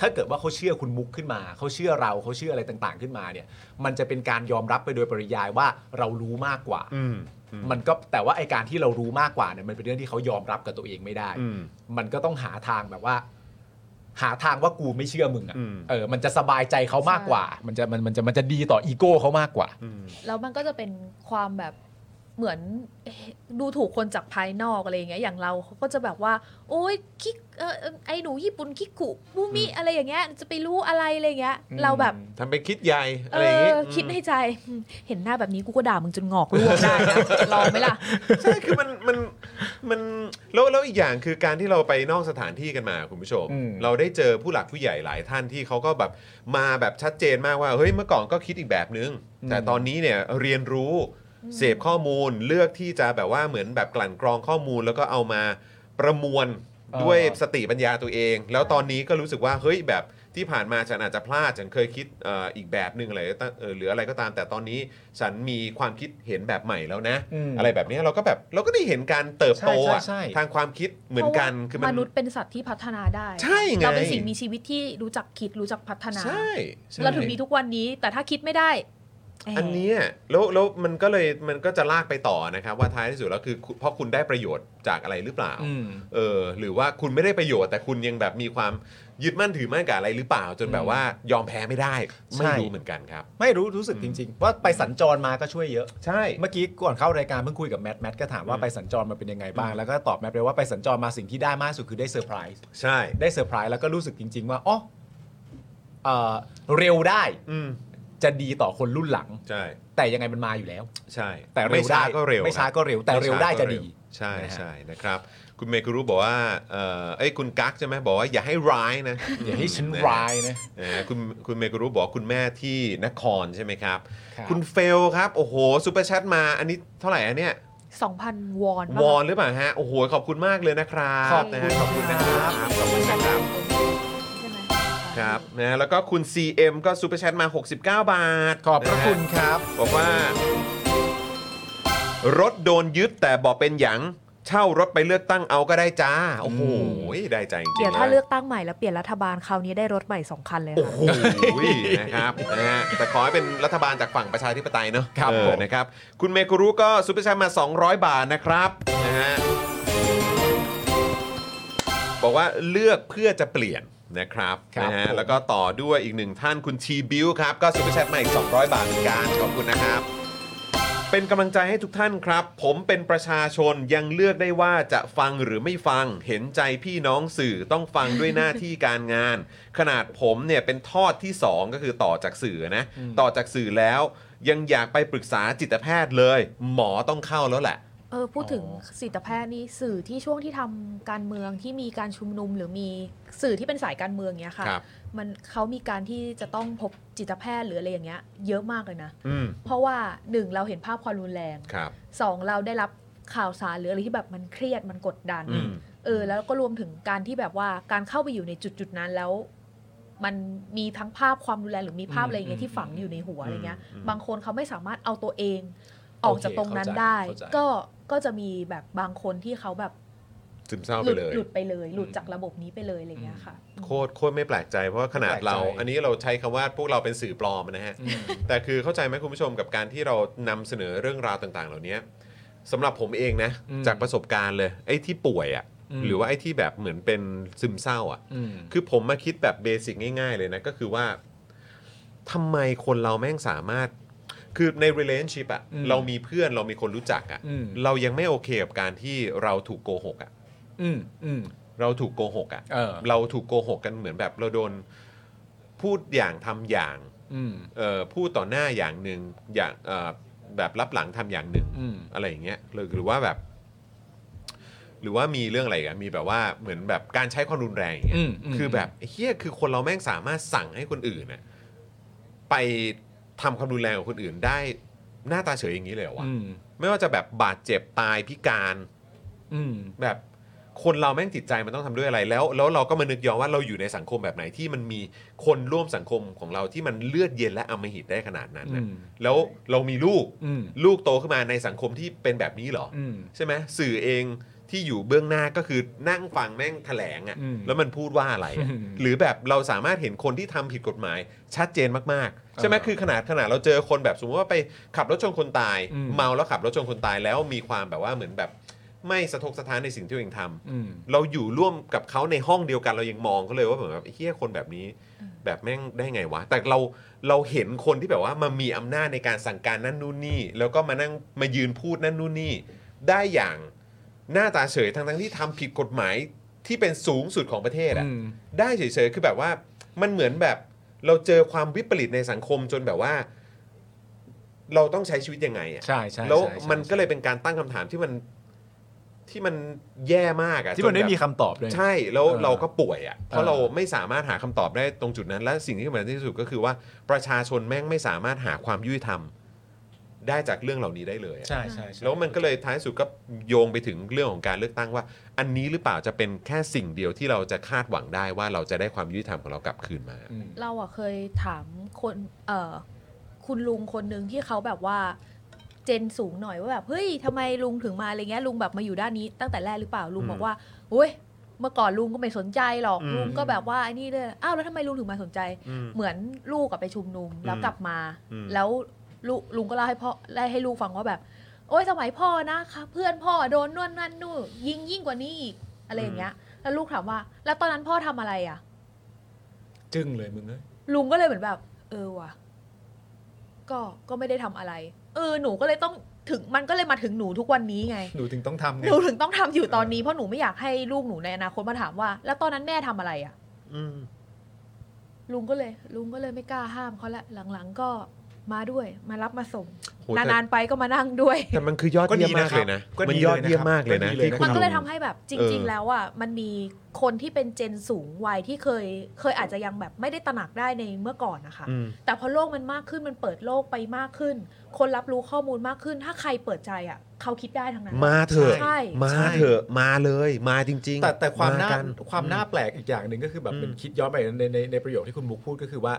[SPEAKER 4] ถ้าเกิดว่าเขาเชื่อคุณมุกขึ้นมา เขาเชื่อเราเขาเชื่ออะไรต่างๆ ขึ้นมาเนี่ย มันจะเป็นการยอมรับไปโดยปริยายว่าเรารู้มากกว่า
[SPEAKER 1] อืมอืม
[SPEAKER 4] มันก็แต่ว่าไอการที่เรารู้มากกว่าเนี่ยมันเป็นเรื่องที่เขายอมรับกับตัวเองไม่ได้
[SPEAKER 1] อืม
[SPEAKER 4] มันก็ต้องหาทางแบบว่า หาทางว่ากูไม่เชื่อมึง
[SPEAKER 1] อืม
[SPEAKER 4] อะ่ะเออ มันจะสบายใจเขามากกว่า มันจะมันมันจะมันจะดีต่ออีโก้เขามากกว่า
[SPEAKER 1] อืม
[SPEAKER 6] แล้วมันก็จะเป็นความแบบเหมือนเอ๊ะดูถูกคนจากภายนอกอะไรอย่างเงี้ยอย่างเราเขาก็จะแบบว่า โอ้ยคิกเออเอ่อไอหนูญี่ปุ่นคิกกุมูมิอะไรอย่างเงี้ยจะไปรู้อะไรอะไรอย่างเงี้ย เราแบบ
[SPEAKER 1] ทำเป็นคิดใหญ่
[SPEAKER 6] เอ
[SPEAKER 1] อะไรอย่างงี้
[SPEAKER 6] อคิดในใจอืมเห็นหน้าแบบนี้กูก็ด่ามึงจนงอกร่วงได้ นะลองไหมล่ะ
[SPEAKER 1] ใช่คือมันมันมันแล้วแล้วอีกอย่างคือการที่เราไปนอกสถานที่กันมาคุณผู้ชม
[SPEAKER 4] อืม
[SPEAKER 1] เราได้เจอผู้หลักผู้ใหญ่หลายท่านที่เขาก็แบบมาแบบชัดเจนมากว่าเฮ้ยเมื่อก่อนก็คิดอีกแบบนึง แต่ตอนนี้เนี่ยเรียนรู้เสพข้อมูลเลือกที่จะแบบว่าเหมือนแบบกลั่นกรองข้อมูลแล้วก็เอามาประมวลด้วยสติปัญญาตัวเอง แล้วตอนนี้ก็รู้สึกว่าเฮ้ยแบบที่ผ่านมาฉันอาจจะพลาดฉันเคยคิดเอ่ออีกแบบหนึ่งอะไรก็ตเอ่อหรืออะไรก็ตาม แต่ตอนนี้ฉันมีความคิดเห็นแบบใหม่แล้วนะ
[SPEAKER 4] อืม
[SPEAKER 1] อะไรแบบนี้เราก็แบบเราก็ได้เห็นการเติบโตอะ
[SPEAKER 4] ใช่ใช่ใช่
[SPEAKER 1] ทางความคิดเหมือนกัน
[SPEAKER 6] เพ
[SPEAKER 1] คือ
[SPEAKER 6] ราะ
[SPEAKER 1] มั
[SPEAKER 6] ว่าน มนุษย์เป็นสัตว์ที่พัฒนาได้
[SPEAKER 1] ใช่ไง
[SPEAKER 6] เราเป็นสิ่งมีชีวิตที่รู้จักคิดรู้จักพัฒนา
[SPEAKER 1] ใช่ใช่
[SPEAKER 6] เราถึงมีทุกวันนี้ แต่ถ้าคิดไม่ได้แหม
[SPEAKER 1] อันเนี้ยแล้วแล้วมันก็เลยมันก็จะลากไปต่อนะครับว่าท้ายที่สุดแล้วคือคุณเพราะคุณได้ประโยชน์จากอะไรหรือเปล่า
[SPEAKER 4] อืม
[SPEAKER 1] เออหรือว่าคุณไม่ได้ประโยชน์ แต่คุณยังแบบมีความยึดมั่นถือมั่นกับอะไรหรือเปล่า จนแบบว่ายอมแพ้ไม่ได้ไม่
[SPEAKER 4] ใช่
[SPEAKER 1] รู้เหมือนกันครับ
[SPEAKER 4] ไม่รู้รู้สึกจริง ๆ ว่าไปสัญจรมาก็ช่วยเยอะ
[SPEAKER 1] ใช่
[SPEAKER 4] เมื่อกี้ก่อนเข้ารายการเพิ่งคุยกับแมทแมทก็ถามว่าไปสัญจรมาเป็นยังไงบ้าง แล้วก็ตอบแมทไปว่าไปสัญจรมาสิ่งที่ได้มากที่สุดคือได้เซอร์ไพรส์
[SPEAKER 1] ใช่
[SPEAKER 4] ได้เซอร์ไพรส์แล้วก็รู้สึกจริง ๆ ว่าอ๋อเอ่อเร็วได้
[SPEAKER 1] อืม
[SPEAKER 4] จะดีต่อคนรุ่นหลัง
[SPEAKER 1] ใช่
[SPEAKER 4] แต่ยังไงมันมาอยู่แล้ว
[SPEAKER 1] ใช่
[SPEAKER 4] แต่เร็
[SPEAKER 1] ไม่
[SPEAKER 4] ว
[SPEAKER 1] ช้า
[SPEAKER 4] ได้
[SPEAKER 1] ก็เร็ว
[SPEAKER 4] ไม่ช้าก็เร็วแต่เร็วได้จะดี
[SPEAKER 1] ใช่
[SPEAKER 4] นะฮะ
[SPEAKER 1] ใช่นะครับ คุณเมคุรุบอกว่าเอ่อเอ้ยคุณกั๊กใช่ไหมบอกว่าอย่าให้ร้ายนะ
[SPEAKER 4] อย่าให้ฉัน
[SPEAKER 1] ฮ
[SPEAKER 4] ร้ายนะ
[SPEAKER 1] เออคุณคุณเมกุรุบอกคุณแม่ที่นครใช่ไหมครับ
[SPEAKER 4] ครับ
[SPEAKER 1] คุณเฟลครับ โอ้โหซูเปอร์แชทมาอันนี้เท่าไหร่อันเนี้ย
[SPEAKER 6] 2,000 วอนปะ
[SPEAKER 1] วอนหรือเปล่าฮะ โอ้โห ขอบคุณมากเลยนะครับ
[SPEAKER 4] ขอบคุ
[SPEAKER 1] นะ
[SPEAKER 4] ณ
[SPEAKER 1] ฮะขอบคุณนะครับ ขอบคุณนะครับ
[SPEAKER 6] ใช่ไหม
[SPEAKER 1] ครับนะแล้วก็คุณ CM ก็ซูเปอร์แชทมา 69 บาท
[SPEAKER 4] ขอบพระ
[SPEAKER 1] นฮ
[SPEAKER 4] คุณครับ
[SPEAKER 1] บอกว่า รถโดนยึดแต่บอกเป็นหยังเช่ารถไปเลือกตั้งเอาก็ได้จ้า โอ้โหได้ใจจริงๆ
[SPEAKER 6] เดี๋ยวถ้า
[SPEAKER 1] นะ
[SPEAKER 6] เลือกตั้งใหม่แล้วเปลี่ยนรัฐบาลคราวนี้ได้รถใหม่สองคันเลยค่ะ
[SPEAKER 1] โอ้ยนะครับนะฮะแต่ขอให้เป็นรัฐบาลจากฝั่งประชาธิปไตยเนอะ
[SPEAKER 4] ครับ
[SPEAKER 1] เออ
[SPEAKER 4] ผม
[SPEAKER 1] นะครับ คุณเมกุรุก็ซุปเปอร์แชร์มา 200 บาทนะครับนะฮะบอกว่าเลือกเพื่อจะเปลี่ยนนะครับ
[SPEAKER 4] ครับ
[SPEAKER 1] นะฮะ
[SPEAKER 4] ผม
[SPEAKER 1] แล้วก็ต่อด้วยอีกหนึ่งท่านคุณทีบิวครับ ก็ซุปเปอร์แชทมาอีก 200 บาทเหมือนกันขอบคุณนะครับ เป็นกำลังใจให้ทุกท่านครับ ผมเป็นประชาชนยังเลือกได้ว่าจะฟังหรือไม่ฟัง เห็นใจพี่น้องสื่อต้องฟังด้วยหน้าที่การงาน ขนาดผมเนี่ยเป็นทอดที่ 2 ก็คือต่อจากสื่อนะ ต่อจากสื่อแล้ว ยังอยากไปปรึกษาจิตแพทย์เลย หมอต้องเข้าแล้วแหละ
[SPEAKER 6] เออพูดถึง
[SPEAKER 4] อ๋อ
[SPEAKER 6] สิตแพทย์นี่สื่อที่ช่วงที่ทำการเมืองที่มีการชุมนุมหรือมีสื่อที่เป็นสายการเมืองเนี้ยค่ะ
[SPEAKER 1] ครับ
[SPEAKER 6] มันเขามีการที่จะต้องพบจิตแพทย์หรืออะไรอย่างเงี้ยเยอะมากเลยนะ
[SPEAKER 1] อืม
[SPEAKER 6] เพราะว่าหนึ่งเราเห็นภาพความรุนแรง
[SPEAKER 1] ครับ
[SPEAKER 6] สองเราได้รับข่าวสารหรืออะไรที่แบบมันเครียดมันกดดัน
[SPEAKER 1] อืม
[SPEAKER 6] เออแล้วก็รวมถึงการที่แบบว่าการเข้าไปอยู่ในจุดจุดๆนั้นแล้ว มันมีทั้งภาพความรุนแรงหรือมีภาพอะไรอย่างเงี้ยที่ฝังอยู่ในหัวอะไรเงี้ย บางคนเขาไม่สามารถเอาตัวเองออกจากตรงนั้นได้
[SPEAKER 4] โอเคเข้าใจ
[SPEAKER 6] ก็ก็จะมีแบบบางคนที่เขาแบบ
[SPEAKER 1] ซึมเศร้า
[SPEAKER 6] ห
[SPEAKER 1] ไป
[SPEAKER 6] ลุด
[SPEAKER 1] เลย
[SPEAKER 6] หลุดไปเลย หลุดจากระบบนี้ไปเลยอะไรเงี้ยค่ะ
[SPEAKER 1] โคตรโคตรไม่แปลกใจเพราะว่าขนาด
[SPEAKER 4] ไม่แปลกใจ
[SPEAKER 1] เรา อันนี้เราใช้คำว่าพวกเราเป็นสื่อปลอมนะฮะ แต่คือเข้าใจไหมคุณผู้ชมกับการที่เรานำเสนอเรื่องราวต่าง ๆ เหล่านี้สำหรับผมเองนะ
[SPEAKER 4] อืม
[SPEAKER 1] จากประสบการณ์เลย ไอ้ที่ป่วยอะ่ะ
[SPEAKER 4] อืม
[SPEAKER 1] หรือว่าไอ้ที่แบบเหมือนเป็นซึมเศร้าอะ่ะ
[SPEAKER 4] อืม
[SPEAKER 1] คือผมมาคิดแบบเบสิกง่ายๆเลยนะ ก็คือว่าทำไมคนเราแม่งสามารถ คือใน relationship อะ่ะ
[SPEAKER 4] อืม
[SPEAKER 1] เรามีเพื่อนเรามีคนรู้จักอะ่ะ
[SPEAKER 4] อืม
[SPEAKER 1] เรายังไม่โอเคกับการที่เราถูกโกหกอ่ะ
[SPEAKER 4] อืมอืม
[SPEAKER 1] เราถูกโกหกอ่ะ
[SPEAKER 4] เออ
[SPEAKER 1] เราถูกโกหกกันเหมือนแบบเราโดนพูดอย่างทำอย่าง
[SPEAKER 4] อืม
[SPEAKER 1] เอ่อพูดต่อหน้าอย่างหนึ่งอย่างเอ่อแบบรับหลังทำอย่างหนึ่ง
[SPEAKER 4] อืม
[SPEAKER 1] อะไรอย่างเงี้ยหรือหรือว่าแบบ หรือว่ามีเรื่องอะไรอีกันมีแบบว่าเหมือนแบบการใช้ความรุนแรงอย่างเงี้
[SPEAKER 4] อื
[SPEAKER 1] ย
[SPEAKER 4] มอืม
[SPEAKER 1] คือแบบเฮียคือคนเราแม่งสามารถสั่งให้คนอื่นน่ะไปทำความรุนแรงกับคนอื่นได้หน้าตาเฉยอย่างนี้เลยเหรอวะ
[SPEAKER 4] อืม
[SPEAKER 1] ไม่ว่าจะแบบบาดเจ็บตายพิการ
[SPEAKER 4] อืม
[SPEAKER 1] แบบคนเราแม่งจิตใจมันต้องทำด้วยอะไร แล้วแล้วเราก็มานึกย้อนว่าเราอยู่ในสังคมแบบไหนที่มันมีคนร่วมสังคมของเราที่มันเลือดเย็นและอำมหิตได้ขนาดนั้นน่ะ
[SPEAKER 4] อืม
[SPEAKER 1] แล้วเรามีลูก
[SPEAKER 4] อืม
[SPEAKER 1] ลูกโตขึ้นมาในสังคมที่เป็นแบบนี้เหรอ
[SPEAKER 4] อืม
[SPEAKER 1] ใช่ไหมสื่อเองที่อยู่เบื้องหน้าก็คือนั่งฟังแม่งแถลงอะ่ะ
[SPEAKER 4] อืม
[SPEAKER 1] แล้วมันพูดว่าอะไรอะ
[SPEAKER 4] อืม
[SPEAKER 1] หรือแบบเราสามารถเห็นคนที่ทำผิดกฎหมายชัดเจนมากๆ ใช่ไหม
[SPEAKER 4] เออ
[SPEAKER 1] คือขนาดขนาดเราเจอคนแบบสมมติว่าไปขับรถชนคนตาย
[SPEAKER 4] อืม
[SPEAKER 1] เมาแล้วขับรถชนคนตายแล้วมีความแบบว่าเหมือนแบบ ไม่สะทกสะท้านในสิ่งที่ตัวเองทำ
[SPEAKER 4] อืม
[SPEAKER 1] เราอยู่ร่วมกับเขาในห้องเดียวกันเรายังมองเขาเลยว่าเหมือนแบบเฮียคนแบบนี้ แบบแม่งได้ไงวะ แต่เราเราเห็นคนที่แบบว่ามามีอำนาจในการสั่งการนั่นนู่นนี่ แล้วก็มานั่งมายืนพูดนั่นนู่นนี่ ได้อย่างหน้าตาเฉยทั้งทั้งที่ทำผิดกฎหมายที่เป็นสูงสุดของประเทศอะ
[SPEAKER 4] อืม
[SPEAKER 1] ได้เฉยๆคือแบบว่ามันเหมือนแบบเราเจอความวิปริตในสังคมจนแบบว่า เราต้องใช้ชีวิตยังไงอะ
[SPEAKER 4] ใช่ใช่
[SPEAKER 1] แล้ว
[SPEAKER 4] ใช่ใช่
[SPEAKER 1] มันก็เลยเป็นการตั้งคำถามที่มันที่มันแย่มากอะ
[SPEAKER 4] ที่มัน
[SPEAKER 1] จ
[SPEAKER 4] ไม่
[SPEAKER 1] แบบ
[SPEAKER 4] มีคำตอบเลย
[SPEAKER 1] ใช่แล้ว
[SPEAKER 4] เออ
[SPEAKER 1] เราก็ป่วยอ่ะเพราะ
[SPEAKER 4] เออ
[SPEAKER 1] เราไม่สามารถหาคำตอบได้ตรงจุดนั้น และสิ่งที่สำคัญที่สุดก็คือว่าประชาชนแม่งไม่สามารถหาความยุติธรรมได้จากเรื่องเหล่านี้ได้เลยอะ
[SPEAKER 4] ใช่ใช่ใช่
[SPEAKER 1] แล้วมันก็เลยท้ายสุดก็โยงไปถึงเรื่องของการเลือกตั้งว่า อันนี้หรือเปล่าจะเป็นแค่สิ่งเดียวที่เราจะคาดหวังได้ว่าเราจะได้ความยุติธรรมของเรากลับคืนมา
[SPEAKER 4] อืม
[SPEAKER 6] เราอะเคยถามคนเอ่อคุณลุงคนหนึ่งที่เขาแบบว่าเจนสูงหน่อยว่าแบบเฮ้ยทำไมลุงถึงมาอะไรเงี้ยลุงแบบมาอยู่ด้านนี้ตั้งแต่แรกหรือเปล่าลุง
[SPEAKER 1] อืม
[SPEAKER 6] บอกว่าโอ้ยเมื่อก่อนลุงก็ไม่สนใจหรอก
[SPEAKER 1] อืม
[SPEAKER 6] ลุงก็แบบว่าไอ้นี่เลยอ้าวแล้วทำไมลุงถึงมาสนใจ
[SPEAKER 1] อืม
[SPEAKER 6] เหมือนลูกกับไปชุมนุมแล้ว
[SPEAKER 1] อืม
[SPEAKER 6] กลับมา
[SPEAKER 1] อืม
[SPEAKER 6] แล้วลุลุงก็เล่าให้พ่อเล่าให้ลูกฟังว่าแบบ โอ้ยสมัยพ่อนะคะเพื่อนพ่อโดนนวนนั่นนู่นยิงยิ่งกว่านี้อีกอะไรอย่างเงี้ย แล้วลูกถามว่า แล้วตอนนั้นพ่อทำอะไรอ่ะ
[SPEAKER 4] จึ้งเลยมึงเอ้ย
[SPEAKER 6] ลุงก็เลยเหมือนแบบ เออว่ะ ก็ก็ไม่ได้ทำอะไร เออหนูก็เลยต้องถึงมันก็เลยมาถึงหนูทุกวันนี้ ไง
[SPEAKER 4] หนูถึงต้องทำ
[SPEAKER 6] ห
[SPEAKER 4] ไง
[SPEAKER 6] นูถึงต้องทำอยู่ตอนนี้เพราะหนูไม่อยากให้ลูกหนูในอนาคตมาถามว่า แล้วตอนนั้นแม่ทำอะไรอะ่ะลุงก็เลย ลุงก็เลยไม่กล้าห้ามเขาละหลังๆก็ มาด้วย มารับมาส่ง
[SPEAKER 1] โหแต่
[SPEAKER 6] นานๆไปก็มานั่งด้วย
[SPEAKER 1] แต่มันคือยอดเยี่ยมมากเลยนะ
[SPEAKER 4] ก็ดีนะครับ
[SPEAKER 1] มันยอดเยี่ยมมากเลยนะ
[SPEAKER 4] ก็ดีเลย
[SPEAKER 1] ที่
[SPEAKER 4] นะ
[SPEAKER 1] คุณ
[SPEAKER 6] มันก็เลย
[SPEAKER 1] ลุง
[SPEAKER 6] ทำให้แบบจ
[SPEAKER 1] เอ
[SPEAKER 6] ริง
[SPEAKER 1] อ
[SPEAKER 6] ๆ แล้วอ่ะมันมีคนที่เป็นเจนสูงวัยที่เคยเคยอาจจะยังแบบไม่ได้ตระหนักได้ในเมื่อก่อนนะคะ
[SPEAKER 1] อืม
[SPEAKER 6] แต่พอโลกมันมากขึ้นมันเปิดโลกไปมากขึ้น คนรับรู้ข้อมูลมากขึ้น ถ้าใครเปิดใจอ่ะเขาคิดได้ทั้งนั้น
[SPEAKER 1] มาเถอะ
[SPEAKER 6] ใช่
[SPEAKER 1] มา
[SPEAKER 6] ใช่
[SPEAKER 1] เถอะ มาเลย มาจริงๆ
[SPEAKER 4] แต่แต่ความน่า
[SPEAKER 1] กัน
[SPEAKER 4] ความน่าแปลกอีกอย่างหนึ่งก็คือแบบ
[SPEAKER 1] อืม
[SPEAKER 4] เป็นคิดย้อนไปในในในประโยคที่คุณมุกพูดก็คือว่า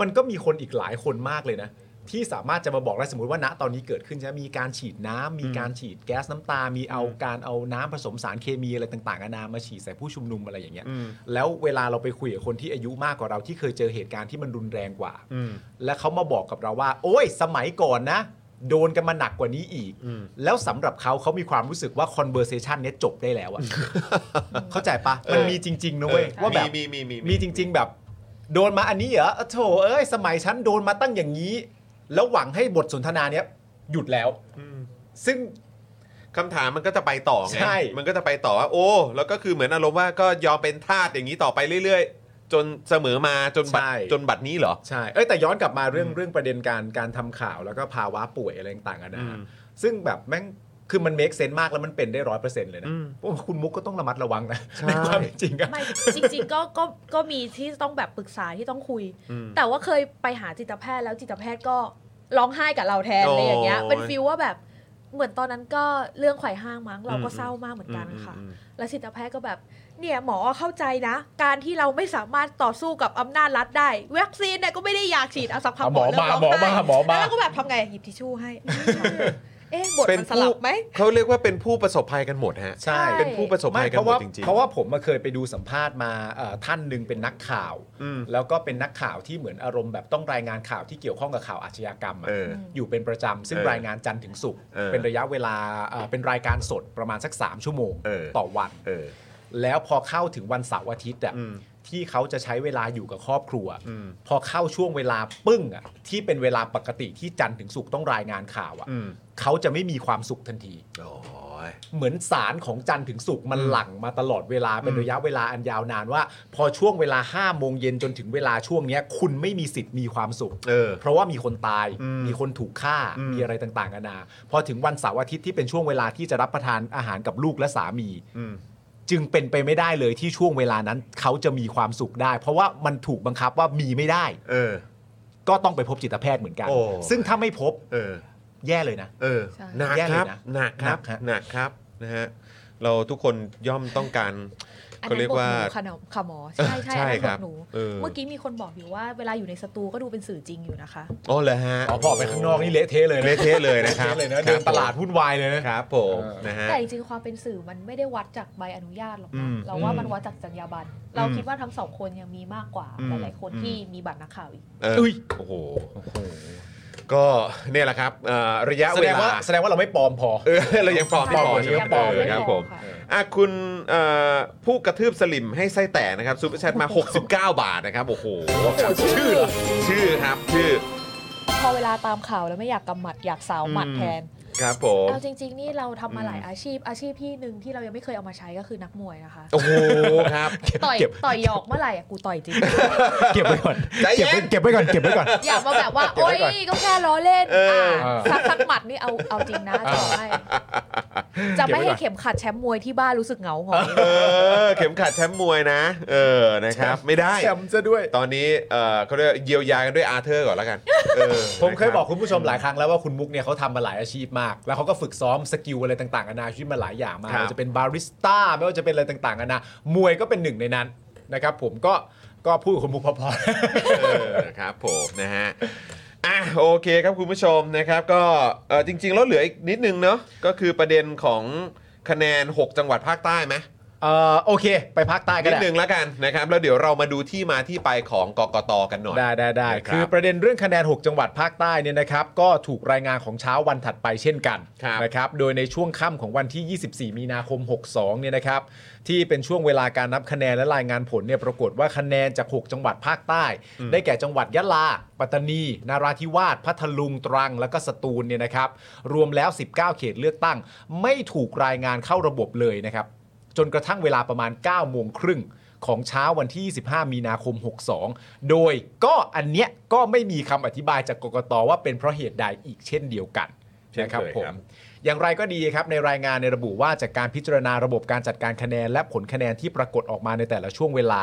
[SPEAKER 4] มันก็มีคนอีกหลายคนมากเลยนะ ที่สามารถจะมาบอกได้สมมติว่าณตอนนี้เกิดขึ้นใช่ไหมมีการฉีดน้ำมีการฉีดแก๊สน้ำตา มีเอาการเอาน้ำผสมสารเคมีอะไรต่างๆนานามาฉีดใส่ผู้ชุมนุมอะไรอย่างเงี้ย
[SPEAKER 1] อืม
[SPEAKER 4] แล้วเวลาเราไปคุยกับคนที่อายุมากกว่าเราที่เคยเจอเหตุการณ์ที่มันรุนแรงกว่า
[SPEAKER 1] อืม
[SPEAKER 4] และเขามาบอกกับเราว่า โอ้ยสมัยก่อนนะ โดนกันมาหนักกว่านี้อีก
[SPEAKER 1] อืม
[SPEAKER 4] แล้วสำหรับเขาเขามีความรู้สึกว่า conversation เนี้ยจบได้แล้วอะ เข้าใจปะมันมีจริงๆนะเว้ย
[SPEAKER 1] เออ
[SPEAKER 4] ว่าแบบ
[SPEAKER 1] มีมีมีมี
[SPEAKER 4] มีจริง ๆ แบบ โดนมาอันนี้เหรอโถเอ้ย สมัยฉันโดนมาตั้งอย่างนี้ แล้วหวังให้บทสนทนาเนี้ยหยุดแล้ว ซึ่ง
[SPEAKER 1] คำถามมันก็จะไปต่อไง
[SPEAKER 4] ใช่
[SPEAKER 1] มันก็จะไปต่อว่าโอ้ แล้วก็คือเหมือนอารมณ์ว่าก็ยอมเป็นทาสอย่างนี้ต่อไปเรื่อยๆ จนเสมอมาจนบัดจนบัดนี้เหรอ
[SPEAKER 4] ใช่เอ้ยแต่ย้อนกลับมาเรื่องเรื่องประเด็นการการทำข่าวแล้วก็ภาวะป่วยอะไรต่างๆกั
[SPEAKER 1] อื
[SPEAKER 4] นะ
[SPEAKER 1] ม
[SPEAKER 4] ซึ่งแบบแม่งคือมันเมคเซน s e มากแล้วมันเป็นได้ร้อยเปอร์เซ็นต์เลยนะผมว่าคุณมุกก็ต้องระมัดระวังนะ
[SPEAKER 1] ใช่
[SPEAKER 4] ในความเป็นจริงอะ
[SPEAKER 6] ไม่จริง ๆ ก็ก็ก็มีที่ต้องแบบปรึกษาที่ต้องคุย
[SPEAKER 1] อืม
[SPEAKER 6] แต่ว่าเคยไปหาจิตแพทย์แล้วจิตแพทย์ก็ร้องไห้กับเราแทนอะไรอย่างเงี้ย
[SPEAKER 1] โอ้ย
[SPEAKER 6] เป็นฟิลว่าแบบเหมือนตอนนั้นก็เรื่องไขว่ห้างมั้งเราก็เศร้ามากเหมือนกันค่ะ
[SPEAKER 1] อืม
[SPEAKER 6] แล้วจิตแพทย์ก็แบบเนี่ยหมอเข้าใจนะ การที่เราไม่สามารถต่อสู้กับอำนาจรัฐได้วัคซีนเนี่ยก็ไม่ได้อยากฉีดเอาสักพัก
[SPEAKER 4] หมอ
[SPEAKER 6] เริ่
[SPEAKER 4] มา
[SPEAKER 6] ร้ง
[SPEAKER 4] หมอมา
[SPEAKER 6] ไ
[SPEAKER 4] หมอมา
[SPEAKER 6] แล้วเราก็แบบทำไงหยิบทิชชู่ให้ เอ๊ะบท
[SPEAKER 1] เป็น
[SPEAKER 6] มันส
[SPEAKER 1] ผู้
[SPEAKER 6] ลับไหม
[SPEAKER 1] เขาเรียกว่าเป็นผู้ประสบภัยกันหมดฮะ
[SPEAKER 4] ใช่
[SPEAKER 1] เป็นผู้ประสบ
[SPEAKER 4] ไม่
[SPEAKER 1] ภัยกั
[SPEAKER 4] เพ
[SPEAKER 1] นหม
[SPEAKER 4] ราะ
[SPEAKER 1] ด
[SPEAKER 4] ว่า
[SPEAKER 1] จริงๆ
[SPEAKER 4] เพราะว่าผมมาเคยไปดูสัมภาษณ์มาเอ่อท่านหนึ่งเป็นนักข่าว
[SPEAKER 1] อืม
[SPEAKER 4] แล้วก็เป็นนักข่าวที่เหมือนอารมณ์แบบต้องรายงานข่าวที่เกี่ยวข้องกับข่าวอาชญากรรมอะ
[SPEAKER 1] เออ
[SPEAKER 4] อยู่เป็นประจำซึ่ง
[SPEAKER 1] เออ
[SPEAKER 4] รายงานจันทร์ถึงศุกร์
[SPEAKER 1] เออ
[SPEAKER 4] เป็นระยะเวลาเอ่อเป็นรายการสดประมาณสัก 3 ชั่วโมง
[SPEAKER 1] เออ
[SPEAKER 4] ต่อวัน
[SPEAKER 1] เออ
[SPEAKER 4] แล้วพอเข้าถึงวันเสาร์อาทิตย์อะ
[SPEAKER 1] อืม
[SPEAKER 4] ที่เขาจะใช้เวลาอยู่กับครอบครัว
[SPEAKER 1] อืม
[SPEAKER 4] พอเข้าช่วงเวลาปึ้งอะที่เป็นเวลาปกติที่จันทร์ถึงศุกร์ต้องรายงานข่าวอะ
[SPEAKER 1] อืม
[SPEAKER 4] เขาจะไม่มีความสุขทันที
[SPEAKER 1] โอ้ย
[SPEAKER 4] เหมือนสารของจันทร์ถึงสุกร์มันหลั่งมาตลอดเวลาเป็นระยะเวลาอันยาวนานว่า พอช่วงเวลา5้าโมงเย็นจนถึงเวลาช่วงเนี้ย คุณไม่มีสิทธิ์มีความสุข
[SPEAKER 1] เออ
[SPEAKER 4] ราะว่ามีคนตาย
[SPEAKER 1] อืม
[SPEAKER 4] มีคนถูกฆ่า
[SPEAKER 1] อืม
[SPEAKER 4] มีอะไรต่างๆกันานาพอถึงวันเสาร์อาทิตย์ที่เป็นช่วงเวลาที่จะรับประทานอาหารกับลูกและสามี
[SPEAKER 1] อืม
[SPEAKER 4] จึงเป็นไปไม่ได้เลยที่ช่วงเวลานั้นเขาจะมีความสุขได้ เพราะว่ามันถูกบังคับว่ามีไม่ได้
[SPEAKER 1] เออ
[SPEAKER 4] ก็ต้องไปพบจิตแพทย์เหมือนกัน
[SPEAKER 1] โอ้
[SPEAKER 4] ซึ่งถ้าไม่พบ
[SPEAKER 1] เออ
[SPEAKER 4] แย่เลยนะ
[SPEAKER 1] เออ
[SPEAKER 6] ใช่
[SPEAKER 1] หนัก
[SPEAKER 4] แย่เล
[SPEAKER 1] ค
[SPEAKER 4] ย
[SPEAKER 1] รับ
[SPEAKER 4] นะ
[SPEAKER 1] หนักครับ
[SPEAKER 4] หนักฮะ
[SPEAKER 1] หนักครับ นะฮะ เราทุกคนย่อมต้องการ
[SPEAKER 6] อัน
[SPEAKER 1] เขา
[SPEAKER 6] นั้
[SPEAKER 1] เรีย
[SPEAKER 6] น
[SPEAKER 1] ก
[SPEAKER 6] บท
[SPEAKER 1] ว่า
[SPEAKER 6] หนูขนมขะหมอใช่ใช่อันนั้น
[SPEAKER 1] ใช่
[SPEAKER 6] บ
[SPEAKER 1] ครั
[SPEAKER 6] ท
[SPEAKER 1] บ
[SPEAKER 6] หนู
[SPEAKER 1] เออ
[SPEAKER 6] เมื่อกี้มีคนบอกอยู่ว่าเวลาอยู่ในสตูก็ดูเป็นสื่อจริงอยู่นะคะ
[SPEAKER 1] อ๋อเหรอฮะ
[SPEAKER 4] อ๋อพอไปข้างนอกนี่เละเทะเลยนะ
[SPEAKER 1] เละเทะเลยนะครับ
[SPEAKER 4] เทะเลยนะเดินตลาดวุ่นวายเลยนะ
[SPEAKER 1] ครับผมนะฮะ
[SPEAKER 6] แต่จริงๆ ความเป็นสื่อมันไม่ได้วัดจากใบอนุญาตหรอก
[SPEAKER 1] อื
[SPEAKER 6] นะ
[SPEAKER 1] ม
[SPEAKER 6] เราว่ามันวัดจากจรรยาบรรณเรา
[SPEAKER 1] อืม
[SPEAKER 6] คิดว่าทั้งสองคนยังมีมากกว่า
[SPEAKER 1] อืม
[SPEAKER 6] หลายๆคน
[SPEAKER 1] อืม
[SPEAKER 6] ที่มีบัตรนักข่าวอีก
[SPEAKER 1] เออ
[SPEAKER 4] เอ้ย
[SPEAKER 1] โอ้โห ก็เนี่ยแหละครับเอ่อระยะ
[SPEAKER 4] แส
[SPEAKER 1] เว
[SPEAKER 4] ดง
[SPEAKER 1] ลา
[SPEAKER 4] ว่าแสดงว่าเราไม่ปลอมพอ
[SPEAKER 1] เออเรายังปลอมไม่ปลอม
[SPEAKER 4] ใช่
[SPEAKER 1] ใช่ไหม
[SPEAKER 4] ยัง
[SPEAKER 1] เอ
[SPEAKER 4] ปลอม
[SPEAKER 1] อครับผมอ่ะคุณเอ่อผู้กระทืบสลิมให้ไส้แตกนะครับซูเปอร์แชทมา 69 บาทนะครับ โอ้โห ชื่อเหรอชื่อครับชื่อ
[SPEAKER 6] พอเวลาตามข่าวแล้วไม่อยากกำหมัดอยากสาวหมัดแทน
[SPEAKER 1] ครับผม
[SPEAKER 6] เอาจริง ๆ นี่เราทำมาหลายอาชีพ อาชีพที่หนึ่งที่เรายังไม่เคยเอามาใช้ก็คือนักมวยนะคะ
[SPEAKER 1] โอ้โหครับ
[SPEAKER 6] ต่อยต่อยหยอกเมื่อไหร่อะกูต่อยจริง
[SPEAKER 4] เก็บไว้ก่อน
[SPEAKER 1] ใจเย็
[SPEAKER 4] เก็บ
[SPEAKER 1] น
[SPEAKER 4] ไว้เก็บไว้ก่อนเก็บไว้ก่อน
[SPEAKER 6] อย่ามาแบบว่า
[SPEAKER 4] เก็บ
[SPEAKER 6] โอ๊
[SPEAKER 4] ไว้ก่
[SPEAKER 6] ย
[SPEAKER 4] อน
[SPEAKER 6] ก็แค่ล้อเล่น
[SPEAKER 1] เอออ่
[SPEAKER 6] ะสักสักหมัดนี่เอาเอาจริงนะจะบอกให้จะไม่ให้เข็มขัดแชมป์มวยที่บ้านรู้สึกเหงาหงอย
[SPEAKER 1] เออ เข็มขัดแชมป์มวยนะ เออนะครับ ไม่ได้
[SPEAKER 4] แชมป์ซะด้วย
[SPEAKER 1] ตอนนี้เออเขาเรียกว่าเยียวยากันด้วยอาเธอร์ก่อนแล้วกันเออ
[SPEAKER 4] ผมเคย
[SPEAKER 1] นะ
[SPEAKER 4] บ
[SPEAKER 1] รั
[SPEAKER 4] อกคุณผู้ชมหลายครั้งแล้วว่าคุณมุกเนี่ยเขาทำมาหลายอาชีพมาก แล้วเขาก็ฝึกซ้อมสกิลอะไรต่างๆนานาชีวิตมาหลายอย่างมา
[SPEAKER 1] ครับ
[SPEAKER 4] ไม่ว่าจะเป็นบาริสต้าไม่ว่าจะเป็นอะไรต่างๆนานามวยก็เป็นหนึ่งในนั้นนะครับ ผมก็ก็พูดกับคุณมุกพอ
[SPEAKER 1] เออครับผมนะฮะอ่ะโอเคครับคุณผู้ชมนะครับ ก็เออจริง ๆ แล้วเหลืออีกนิดนึงเนาะก็คือประเด็นของคะแนน 6 จังหวัดภาคใต้ไหม
[SPEAKER 4] ๆเอ่ อโอเค ไปภาคใต้ก็
[SPEAKER 1] นิด
[SPEAKER 4] ได้
[SPEAKER 1] นึงแล้วกันนะครับ แล้วเดี๋ยวเรามาดูที่มาที่ไปของกกตกันหน่อย
[SPEAKER 4] ได้ได้ได้
[SPEAKER 1] นะครับ
[SPEAKER 4] คือประเด็นเรื่องคะแนน 6 จังหวัดภาคใต้เนี่ยนะครับ ก็ถูกรายงานของเช้าวันถัดไปเช่นกัน
[SPEAKER 1] ครับ
[SPEAKER 4] นะครับ โดยในช่วงค่ำของวันที่ 24 มีนาคม 62 เนี่ยนะครับ ที่เป็นช่วงเวลาการนับคะแนนและรายงานผลเนี่ยปรากฏว่าคะแนนจาก 6 จังหวัดภาคใต้ ได้แก่จังหวัดยะลา ปัตตานี นาราธิวาสพัทลุงตรัง แล้วก็สตูลเนี่ยนะครับ รวมแล้ว 19 เขตเลือกตั้ง ไม่ถูกรายงานเข้าระบบเลยนะครับ จนกระทั่งเวลาประมาณ9โมงครึ่ง ของเช้าวันที่ 25 มีนาคม 62 โดยก็อันเนี้ยก็ไม่มีคำอธิบายจากกกตว่าเป็นเพราะเหตุใดอีกเช่นเดียวกัน
[SPEAKER 1] เช่น
[SPEAKER 4] นะ
[SPEAKER 1] เคยค
[SPEAKER 4] ค
[SPEAKER 1] รั
[SPEAKER 4] รับบ ผม อย่างไรก็ดีครับในรายงานในยระบุว่าจากการพิจารณาระบบการจัดการคะแนน และผลคะแนนที่ปรากฏออกมาในแต่ละช่วงเวลา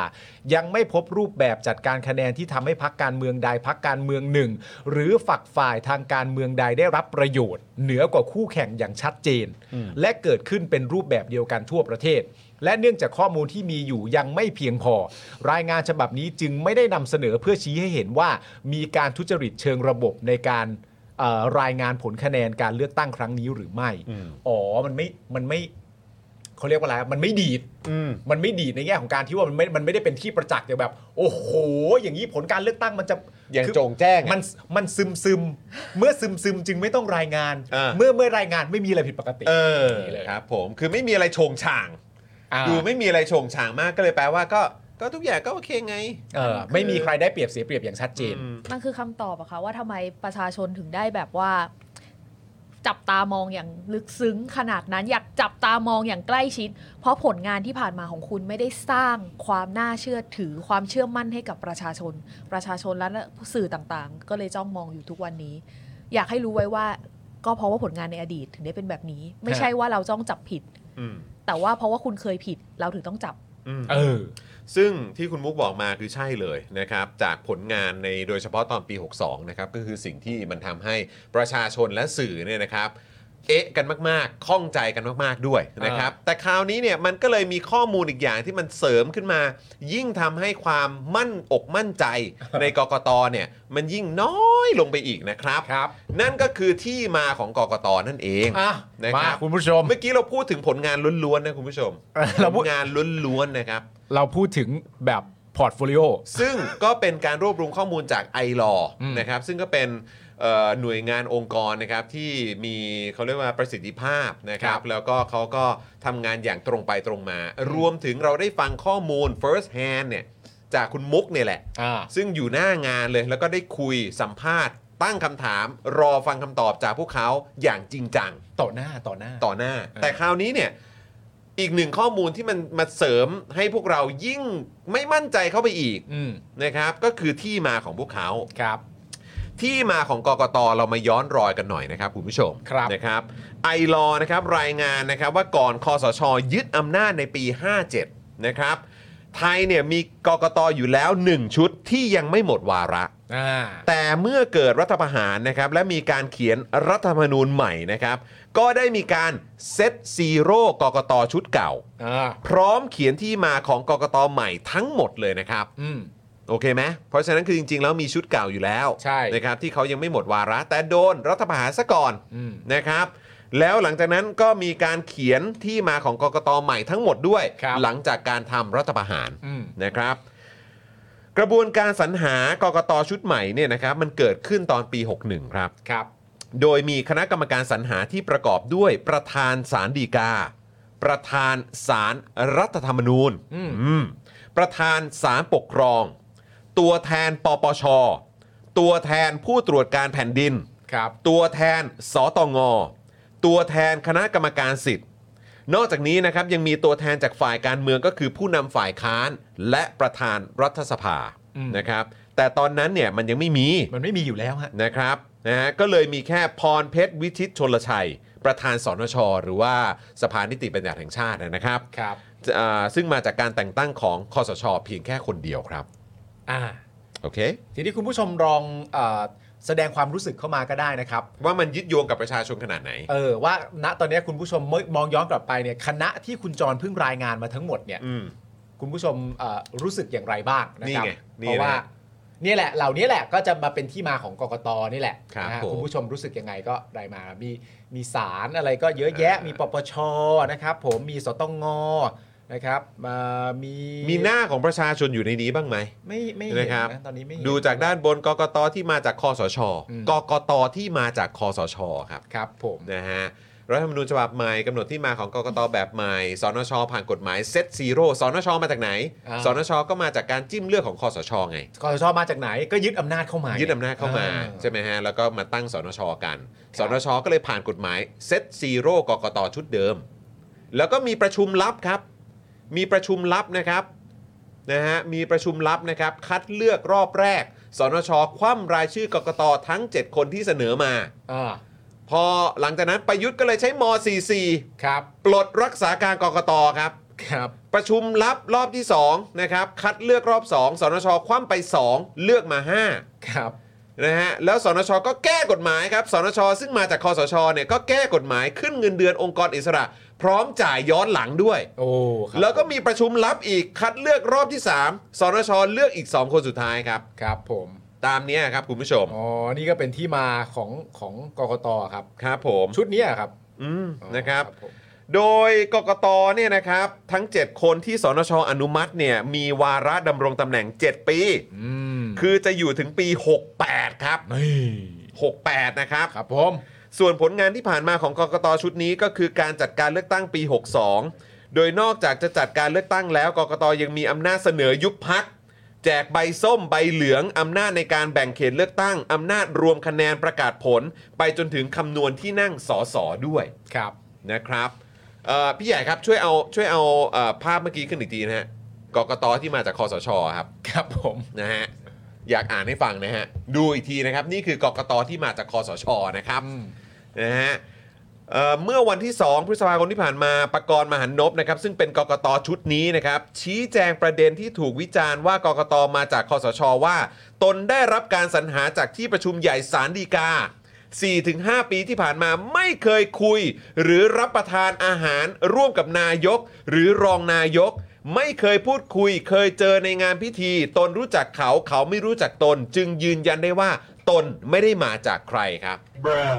[SPEAKER 4] ยังไม่พบรูปแบบจัดการคะแนนที่ทำให้พักการเมืองใดพักการเมืองหนึ่ง หรือฝักฝ่ายทางการเมืองใดได้รับประโยชน์ เหนือกว่าคู่แข่งอย่างชัดเจน และเกิดขึ้นเป็นรูปแบบเดียวกันทั่วประเทศ และเนื่องจากข้อมูลที่มีอยู่ยังไม่เพียงพอ รายงานฉบับนี้จึงไม่ได้นำเสนอเพื่อชี้ให้เห็นว่ามีการทุจริตเชิงระบบในการ เอ่อรายงานผลคะแนนการเลือกตั้งครั้งนี้หรือไม่ อ๋อ มันไม่ มันไม่เขาเรียกว่าอะไร มันไม่ดีด มันไม่ดีดในแง่ของการที่ว่ามันไม่ มันไม่ได้เป็นที่ประจักษ์แต่แบบ โอ้โห อย่างนี้ผลการเลือกตั้งมันจะ
[SPEAKER 1] อย่าง
[SPEAKER 4] คือ
[SPEAKER 1] โจ่งแจ้งอะ
[SPEAKER 4] มัน มันซึมซึม เมื่อซึมซึมจึงไม่ต้องรายงาน
[SPEAKER 1] อ่า
[SPEAKER 4] เมื่อเมื่อรายงานไม่มีอะไรผิดปกติ
[SPEAKER 1] เออ
[SPEAKER 4] นี่เลย
[SPEAKER 1] ครับผมคือไม่มีอะไรโชงช่าง
[SPEAKER 4] อ่า
[SPEAKER 1] ดูไม่มีอะไรโชงช่างมากก็เลยแปลว่าก็ก็ทุกอย่างก็โอเคไง
[SPEAKER 4] เออไม่มีใครได้เปรียบเสียเปรียบอย่างชัดเจน
[SPEAKER 6] มันคือคำตอบอะค่ะว่าทำไมประชาชนถึงได้แบบว่า จับตามองอย่างลึกซึ้งขนาดนั้นอยากจับตามองอย่างใกล้ชิด เพราะผลงานที่ผ่านมาของคุณไม่ได้สร้างความน่าเชื่อถือความเชื่อมั่นให้กับประชาชน ประชาชนและสื่อต่างๆ ก็เลยจ้องมองอยู่ทุกวันนี้ อยากให้รู้ไว้ว่า ก็เพราะว่าผลงานในอดีตถึงได้เป็นแบบนี้ ไม่ใช่ว่าเราจ้องจับผิด แต่ว่าเพราะว่าคุณเคยผิดเราถึงต้องจับ
[SPEAKER 4] เออ
[SPEAKER 1] ซึ่งที่คุณมุกบอกมาคือใช่เลยนะครับจากผลงานในโดยเฉพาะตอนปี 62 นะครับก็คือสิ่งที่มันทำให้ประชาชนและสื่อเนี่ยนะครับ เอ๊ะกันมากๆข้องใจกันมากๆด้วยนะครับ แต่คราวนี้เนี่ยมันก็เลยมีข้อมูลอีกอย่างที่มันเสริมขึ้นมา ยิ่งทำให้ความมั่นอกมั่นใจ ในกกตเนี่ยมันยิ่งน้อยลงไปอีกนะครับ
[SPEAKER 4] ครับ
[SPEAKER 1] นั่นก็คือที่มาของกกตนั่นเอง
[SPEAKER 4] อ่ะ
[SPEAKER 1] นะ
[SPEAKER 4] มา
[SPEAKER 1] ครับ
[SPEAKER 4] คุณผู้ชม
[SPEAKER 1] เมื่อกี้เราพูดถึงผลงานล้วนๆนะคุณผู้ชม
[SPEAKER 4] เรา
[SPEAKER 1] ผ
[SPEAKER 4] พูด
[SPEAKER 1] ลงานล้วนๆนะครับ
[SPEAKER 4] เราพูดถึงแบบพอร์ตโฟลิโอ
[SPEAKER 1] ซึ่งก็เป็นการรวบรวมข้อมูลจากไอรอ
[SPEAKER 4] อืม
[SPEAKER 1] นะครับซึ่งก็เป็นเอ่อหน่วยงานองค์กรนะครับที่มีเขาเรียกว่าประสิทธิภาพนะครับ
[SPEAKER 4] ครับ
[SPEAKER 1] แล้วก็เขาก็ทำงานอย่างตรงไปตรงมา รวมถึงเราได้ฟังข้อมูล first hand เนี่ยจากคุณมุกเนี่ยแหละ
[SPEAKER 4] อ่า
[SPEAKER 1] ซึ่งอยู่หน้างานเลยแล้วก็ได้คุยสัมภาษณ์ ตั้งคำถาม รอฟังคำตอบจากพวกเขาอย่างจริงจัง
[SPEAKER 4] ต่อหน้าต่อหน้า
[SPEAKER 1] ต่อหน้า
[SPEAKER 4] เออ
[SPEAKER 1] แต่คราวนี้เนี่ยอีกหนึ่งข้อมูลที่มันมาเสริมให้พวกเรายิ่งไม่มั่นใจเข้าไปอีก
[SPEAKER 4] อืม
[SPEAKER 1] นะครับก็คือที่มาของพวกเขา
[SPEAKER 4] ครับ
[SPEAKER 1] ที่มาของกกตเรามาย้อนรอยกันหน่อยนะครับคุณผู้ชม
[SPEAKER 4] ครับ
[SPEAKER 1] นะครับไอรอนะครับรายงานนะครับว่าก่อนคอสชยึดอำนาจในปี 57 นะครับ ไทยเนี่ยมีกกตอยู่แล้ว 1 ชุดที่ยังไม่หมดวาระ
[SPEAKER 4] อ่า
[SPEAKER 1] แต่เมื่อเกิดรัฐประหารนะครับและมีการเขียนรัฐธรรมนูญใหม่นะครับ ก็ได้มีการเซตซีโร่กกตชุดเก่า
[SPEAKER 4] อ่า
[SPEAKER 1] พร้อมเขียนที่มาของกกตใหม่ทั้งหมดเลยนะครับ
[SPEAKER 4] อืม
[SPEAKER 1] โอเคไหมเพราะฉะนั้นคือจริง ๆ แล้วมีชุดเก่าอยู่แล้ว
[SPEAKER 4] ใช่
[SPEAKER 1] นะครับที่เขายังไม่หมดวาระ แต่โดนรัฐประหารซะก่อน
[SPEAKER 4] อืม
[SPEAKER 1] นะครับ แล้วหลังจากนั้นก็มีการเขียนที่มาของกกตใหม่ทั้งหมดด้วย
[SPEAKER 4] ครับ
[SPEAKER 1] หลังจากการทำรัฐประหาร
[SPEAKER 4] อืม
[SPEAKER 1] นะครับ กระบวนการสรรหากกตชุดใหม่เนี่ยนะครับมันเกิดขึ้นตอนปี 61 ครับ
[SPEAKER 4] ครับ
[SPEAKER 1] โดยมีคณะกรรมการสรรหาที่ประกอบด้วยประธานสารดีกา ประธานสารรัฐธรรมนูญ
[SPEAKER 4] อืม
[SPEAKER 1] อืมประธานสารปกครอง ตัวแทนปปช ตัวแทนผู้ตรวจการแผ่นดิน
[SPEAKER 4] ครับ
[SPEAKER 1] ตัวแทนสตง ตัวแทนคณะกรรมการสิทธิ์ นอกจากนี้นะครับยังมีตัวแทนจากฝ่ายการเมืองก็คือผู้นำฝ่ายค้านและประธานรัฐสภา
[SPEAKER 4] อืม
[SPEAKER 1] นะครับ แต่ตอนนั้นเนี่ยมันยังไม่มี
[SPEAKER 4] มันไม่มีอยู่แล้วฮะ
[SPEAKER 1] นะครับนะฮะก็เลยมีแค่พรเพชรวิชิตชนลชัย ประธานสนช หรือว่าสภานิติบัญญัติแห่งชาตินะครับ
[SPEAKER 4] ครับ
[SPEAKER 1] อ่าซึ่งมาจากการแต่งตั้งของคอสช เพียงแค่คนเดียวครับ
[SPEAKER 4] อ่า
[SPEAKER 1] โอเค
[SPEAKER 4] ทีนี้คุณผู้ชมลองเออแสดงความรู้สึกเข้ามาก็ได้นะครับ
[SPEAKER 1] ว่ามันยึดโยงกับประชาชนขนาดไหน
[SPEAKER 4] เออ ว่าณตอนนี้คุณผู้ชมมมองย้อนกลับไปเนี่ย คณะที่คุณจรเพิ่งรายงานมาทั้งหมดเนี่ย
[SPEAKER 1] อืม
[SPEAKER 4] คุณผู้ชมเอ่อรู้สึกอย่างไรบ้างนะครั
[SPEAKER 1] นี่
[SPEAKER 4] บ
[SPEAKER 1] ไงนี่
[SPEAKER 4] เพราะว่า
[SPEAKER 1] แหละ
[SPEAKER 4] เนี่ยแหละ เหล่านี้แหละก็จะมาเป็นที่มาของกกตนี่แหละ
[SPEAKER 1] ครับ
[SPEAKER 4] นะฮะ
[SPEAKER 1] ผม
[SPEAKER 4] คุณผู้ชมรู้สึกยังไงก็รายมา มีมีสารอะไรก็เยอะแยะ
[SPEAKER 1] อ่ามี
[SPEAKER 4] มีปปชนะครับผมมีสตงนะครับมามี
[SPEAKER 1] มีหน้าของประชาชนอยู่ในนี้บ้างไหม
[SPEAKER 4] ไม่ไม่เห็น
[SPEAKER 1] นะครับ
[SPEAKER 4] นะตอนนี้ไม่เห็น
[SPEAKER 1] ดูจากด้านบนกกตที่มาจากคอสช
[SPEAKER 4] อืม
[SPEAKER 1] กกตที่มาจากคอสชครับ
[SPEAKER 4] ครับผม
[SPEAKER 1] นะฮะรัฐธรรมนูญฉบับใหม่กำหนดที่มาของกกตแบบใหม่สนชผ่านกฎหมายเซตซีโร่สนชมาจากไหน
[SPEAKER 4] า
[SPEAKER 1] สนชก็มาจากการจิ้มเลือกของคอสชไง
[SPEAKER 4] กสชมาจากไหนก็ยึดอำนาจเข้ามา
[SPEAKER 1] ยึ
[SPEAKER 4] ยึ
[SPEAKER 1] ดอำนาจเข้ามาใช่ไหมฮะแล้วก็มาตั้งสนชกันสนชก็เลยผ่านกฎหมายเซตซีโร่กกตชุดเดิม แล้วก็มีประชุมลับครับ มีประชุมลับนะครับ นะฮะมีประชุมลับนะครับคัดเลือกรอบแรกสนชคว่ำรายชื่อกกตทั้ง 7 คนที่เสนอมา พอหลังจากนั้นประยุทธ์ก็เลยใช้ม .44
[SPEAKER 4] ครับ
[SPEAKER 1] ปลดรักษาการกกตครับ
[SPEAKER 4] ครับ
[SPEAKER 1] ประชุมลับรอบที่2นะครับคัดเลือกรอบ 2สนชคว่ำไป 2 เลือกมา 5
[SPEAKER 4] ครับ
[SPEAKER 1] นะฮะแล้วสนชก็แก้กฎหมายครับสนชซึ่งมาจากคอสชเนี่ยก็แก้กฎหมายขึ้นเงินเดือนองค์กรอิสระ พร้อมจ่ายย้อนหลังด้วย
[SPEAKER 4] โอ้ครับ
[SPEAKER 1] แล้วก็มีประชุมลับอีกคัดเลือกรอบที่ 3สนชเลือกอีก 2 คนสุดท้ายครับ
[SPEAKER 4] ครับผม
[SPEAKER 1] ตามเนี้ยครับคุณผู้ชม
[SPEAKER 4] อ๋อนี่ก็เป็นที่มาของของกกตครับ
[SPEAKER 1] ครับผม
[SPEAKER 4] ชุดเนี้ยครับ
[SPEAKER 1] อืมนะครับ โดยกกตเนี่ยนะครับทั้ง 7 คนที่สนชอนุมัติเนี่ยมีวาระดำรงตำแหน่ง 7 ปี
[SPEAKER 4] อืม
[SPEAKER 1] คือจะอยู่ถึงปี 68 ครับ
[SPEAKER 4] นี่
[SPEAKER 1] 68 นะครับ
[SPEAKER 4] ครับผม
[SPEAKER 1] ส่วนผลงานที่ผ่านมาของกกตชุดนี้ก็คือการจัดการเลือกตั้งปี 62 โดยนอกจากจะจัดการเลือกตั้งแล้วกกตยังมีอำนาจเสนอยุบพัก แจกใบส้มใบเหลืองอำนาจในการแบ่งเขตเลือกตั้งอำนาจรวมคะแนนประกาศผล ไปจนถึงคำนวณที่นั่งสสด้วย
[SPEAKER 4] ครับ
[SPEAKER 1] นะครับเอ่อพี่ใหญ่ครับช่วยเอาช่วยเอาเอ่อภาพเมื่อกี้ขึ้นอีกทีนะฮะกกตที่มาจากคอสชครับ
[SPEAKER 4] ครับผม
[SPEAKER 1] นะฮะอยากอ่านให้ฟังนะฮะดูอีกทีนะครับนี่คือกกตที่มาจากคอสชนะครับ
[SPEAKER 4] อืม
[SPEAKER 1] นะฮะเอ่อเมื่อวันที่ 2 พฤษภาคมที่ผ่านมาประกรณ์มหันนบนะครับซึ่งเป็นกกตชุดนี้นะครับ ชี้แจงประเด็นที่ถูกวิจารณ์ว่ากกตมาจากคอสชว่า ตนได้รับการสรรหาจากที่ประชุมใหญ่ศาลฎีกา 4-5 ปีที่ผ่านมาไม่เคยคุย หรือรับประทานอาหารร่วมกับนายก หรือรองนายก ไม่เคยพูดคุย เคยเจอในงานพิธี ตนรู้จักเขาเขาไม่รู้จักตน จึงยืนยันได้ว่า ตนไม่ได้มาจากใครครับ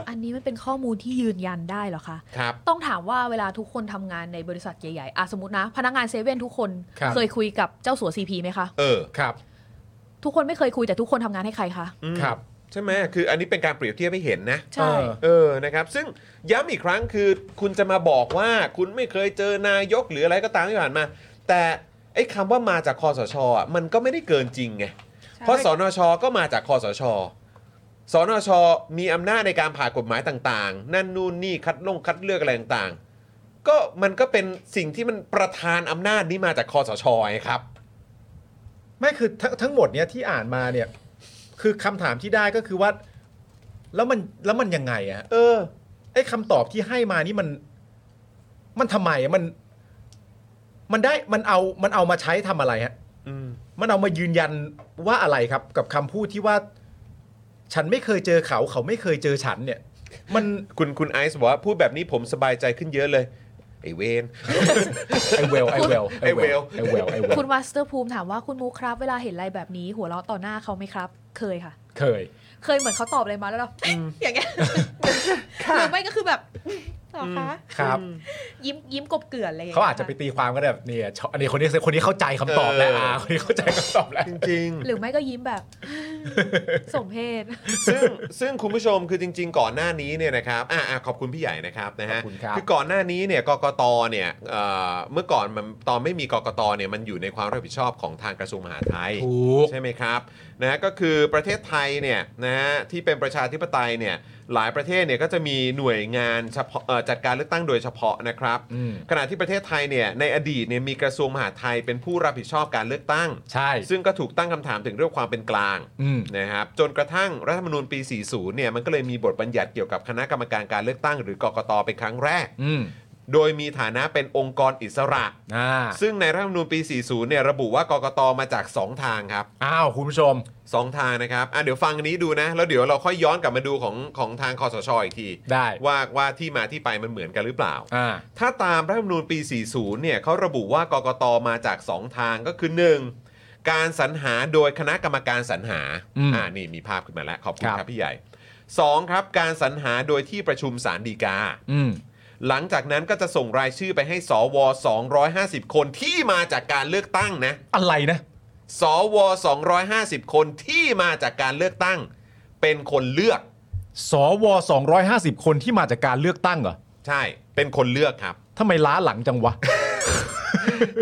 [SPEAKER 6] อันนี้มันเป็นข้อมูลที่ยืนยันได้เหรอคะ
[SPEAKER 1] ครับ
[SPEAKER 6] ต้องถามว่าเวลาทุกคนทำงานในบริษัทใหญ่ๆอ่ะสมมตินะ พนักงานเซเว่นทุกคน
[SPEAKER 4] ครับ
[SPEAKER 6] เคยคุยกับเจ้าสัวซีพีไหมคะ
[SPEAKER 1] เออ
[SPEAKER 4] ครับ
[SPEAKER 6] ทุกคนไม่เคยคุยแต่ทุกคนทำงานให้ใครคะ
[SPEAKER 1] อืม
[SPEAKER 4] ครับ
[SPEAKER 1] ใช่ไหมคืออันนี้เป็นการเปรียบเทียบให้เห็นนะ
[SPEAKER 6] ใช่
[SPEAKER 4] เออ
[SPEAKER 1] เออนะครับซึ่งย้ำอีกครั้งคือคุณจะมาบอกว่าคุณไม่เคยเจอนายกหรืออะไรก็ตามที่ผ่านมา แต่ไอ้คำว่ามาจากคอสชอ่ะมันก็ไม่ได้เกินจริงไงเพราะสนชก็มาจากคอสชสนชมีอำนาจในการผ่านกฎหมายต่างๆ นั่นนู่นนี่คัดลงคัดเลือกอะไรต่างๆ ก็มันก็เป็นสิ่งที่มันประธานอำนาจนี้มาจากคอสชไงครับ
[SPEAKER 4] ไม่คือทั้งทั้งหมดเนี้ยที่อ่านมาเนี่ย คือคำถามที่ได้ก็คือว่า แล้วมันแล้วมันยังไงอะฮะ
[SPEAKER 1] เออ
[SPEAKER 4] ไอ้คำตอบที่ให้มานี่มัน มันทำไมอะมัน มันได้มันเอามันเอามาใช้ทำอะไรฮะ
[SPEAKER 1] อืม
[SPEAKER 4] มันเอามายืนยันว่าอะไรครับ กับคำพูดที่ว่า ฉันไม่เคยเจอเขา เขาไม่เคยเจอฉันเนี่ย มัน
[SPEAKER 1] คุณคุณไอซ์บอกว่าพูดแบบนี้ผมสบายใจขึ้นเยอะเลย ไอเวน
[SPEAKER 4] ไอเวลไอเวล
[SPEAKER 1] ไอ้เวล
[SPEAKER 4] ไอเวลไอเวล
[SPEAKER 6] คุณมาสเตอร์ภูมิถามว่าคุณมูครับ เวลาเห็นอะไรแบบนี้ หัวเราะต่อหน้าเขาไหมครับ เคยค่ะ
[SPEAKER 4] เคย
[SPEAKER 6] เคยเหมือนเขาตอบอะไรมาแล้วเรา อย่างเงี้ยหรือไม่ก็คือแบบเหรอคะ
[SPEAKER 4] ครับ
[SPEAKER 6] ยิ้มยิ้มกบเกลื่อนอะไรย่งงี้ย
[SPEAKER 4] เขาอาจจะไปตีความก็ได้แบบเนี่ยชอบอันนี้คนนี้คนนี้เข้าใจคำตอบแล้วอ่าคนนี้เข้าใจคำตอบแล้ว
[SPEAKER 1] จริง
[SPEAKER 6] หรือไม่ก็ยิ้มแบบ สมเพศ
[SPEAKER 1] ซึ่งซึ่งคุณผู้ชมคือจริง ๆ ก่อนหน้านี้เนี่ยนะครับอ่ะอ่ะขอบคุณพี่ใหญ่นะครับนะฮะ
[SPEAKER 4] ขอบคุณครับ
[SPEAKER 1] อก่อนหน้านี้เนี่ยกกตเนี่ยเอ่อเมื่อก่อนมันตอนไม่มีกกตเนี่ยมันอยู่ในความรับผิดชอบของทางกระทรวงมหาดไทย
[SPEAKER 4] ถูก
[SPEAKER 1] ใช่ไหมครับนะฮะก็คือประเทศไทยเนี่ยนะฮะที่เป็นประชาธิปไตยเนี่ยหลายประเทศเนี่ยก็จะมีหน่วยงานเฉพาะเอ่อจัดการเลือกตั้งโดยเฉพาะนะครับ
[SPEAKER 4] อืม
[SPEAKER 1] ขณะที่ประเทศไทยเนี่ยในอดีตเนี่ยมีกระทรวงมหาดไทยเป็นผู้รับผิดชอบการเลือกตั้ง
[SPEAKER 4] ใช่
[SPEAKER 1] ซึ่งก็ถูกตั้งคำถามถึงเรื่องความเป็นกลาง
[SPEAKER 4] อืม
[SPEAKER 1] นะครับจนกระทั่งรัฐธรรมนูญปี 40 เนี่ยมันก็เลยมีบทบัญญัติเกี่ยวกับคณะกรรมการการเลือกตั้งหรือกกตเป็นครั้งแรก
[SPEAKER 4] อืม
[SPEAKER 1] โดยมีฐานะเป็นองค์กรอิสระ
[SPEAKER 4] อ่า
[SPEAKER 1] ซึ่งในรัฐธรรมนูญปี 40 เนี่ยระบุว่ากกตมาจาก 2 ทางครับ
[SPEAKER 4] อ้าวคุณผู้ชม
[SPEAKER 1] สองทางนะครับอ่ะเดี๋ยวฟังอันนี้ดูนะ แล้วเดี๋ยวเราค่อยย้อนกลับมาดูของของทางคอสชอีกที
[SPEAKER 4] ได้
[SPEAKER 1] ว่าว่าที่มาที่ไปมันเหมือนกันหรือเปล่า
[SPEAKER 4] อ่า
[SPEAKER 1] ถ้าตามรัฐธรรมนูญปี 40 เนี่ยเขาระบุว่ากกตมาจาก 2 ทางก็คือ 1. การสรรหาโดยคณะกรรมการสรรหา
[SPEAKER 4] อืม
[SPEAKER 1] นี่มีภาพขึ้นมาแล้ว ขอบคุณค
[SPEAKER 4] ครั
[SPEAKER 1] รับบ พี่ใหญ่ 2. ครับการสรรหาโดยที่ประชุมสารดีกา
[SPEAKER 4] อืม
[SPEAKER 1] หลังจากนั้นก็จะส่งรายชื่อไปให้สว 250 คนที่มาจากการเลือกตั้งนะ
[SPEAKER 4] อะไรนะ
[SPEAKER 1] สว 250 คนที่มาจากการเลือกตั้ง เป็นคนเลือก
[SPEAKER 4] สว250 คนที่มาจากการเลือกตั้งเหรอ
[SPEAKER 1] ใช่ เป็นคนเลือกครับ
[SPEAKER 4] ทำไมล้าหลังจั งวะ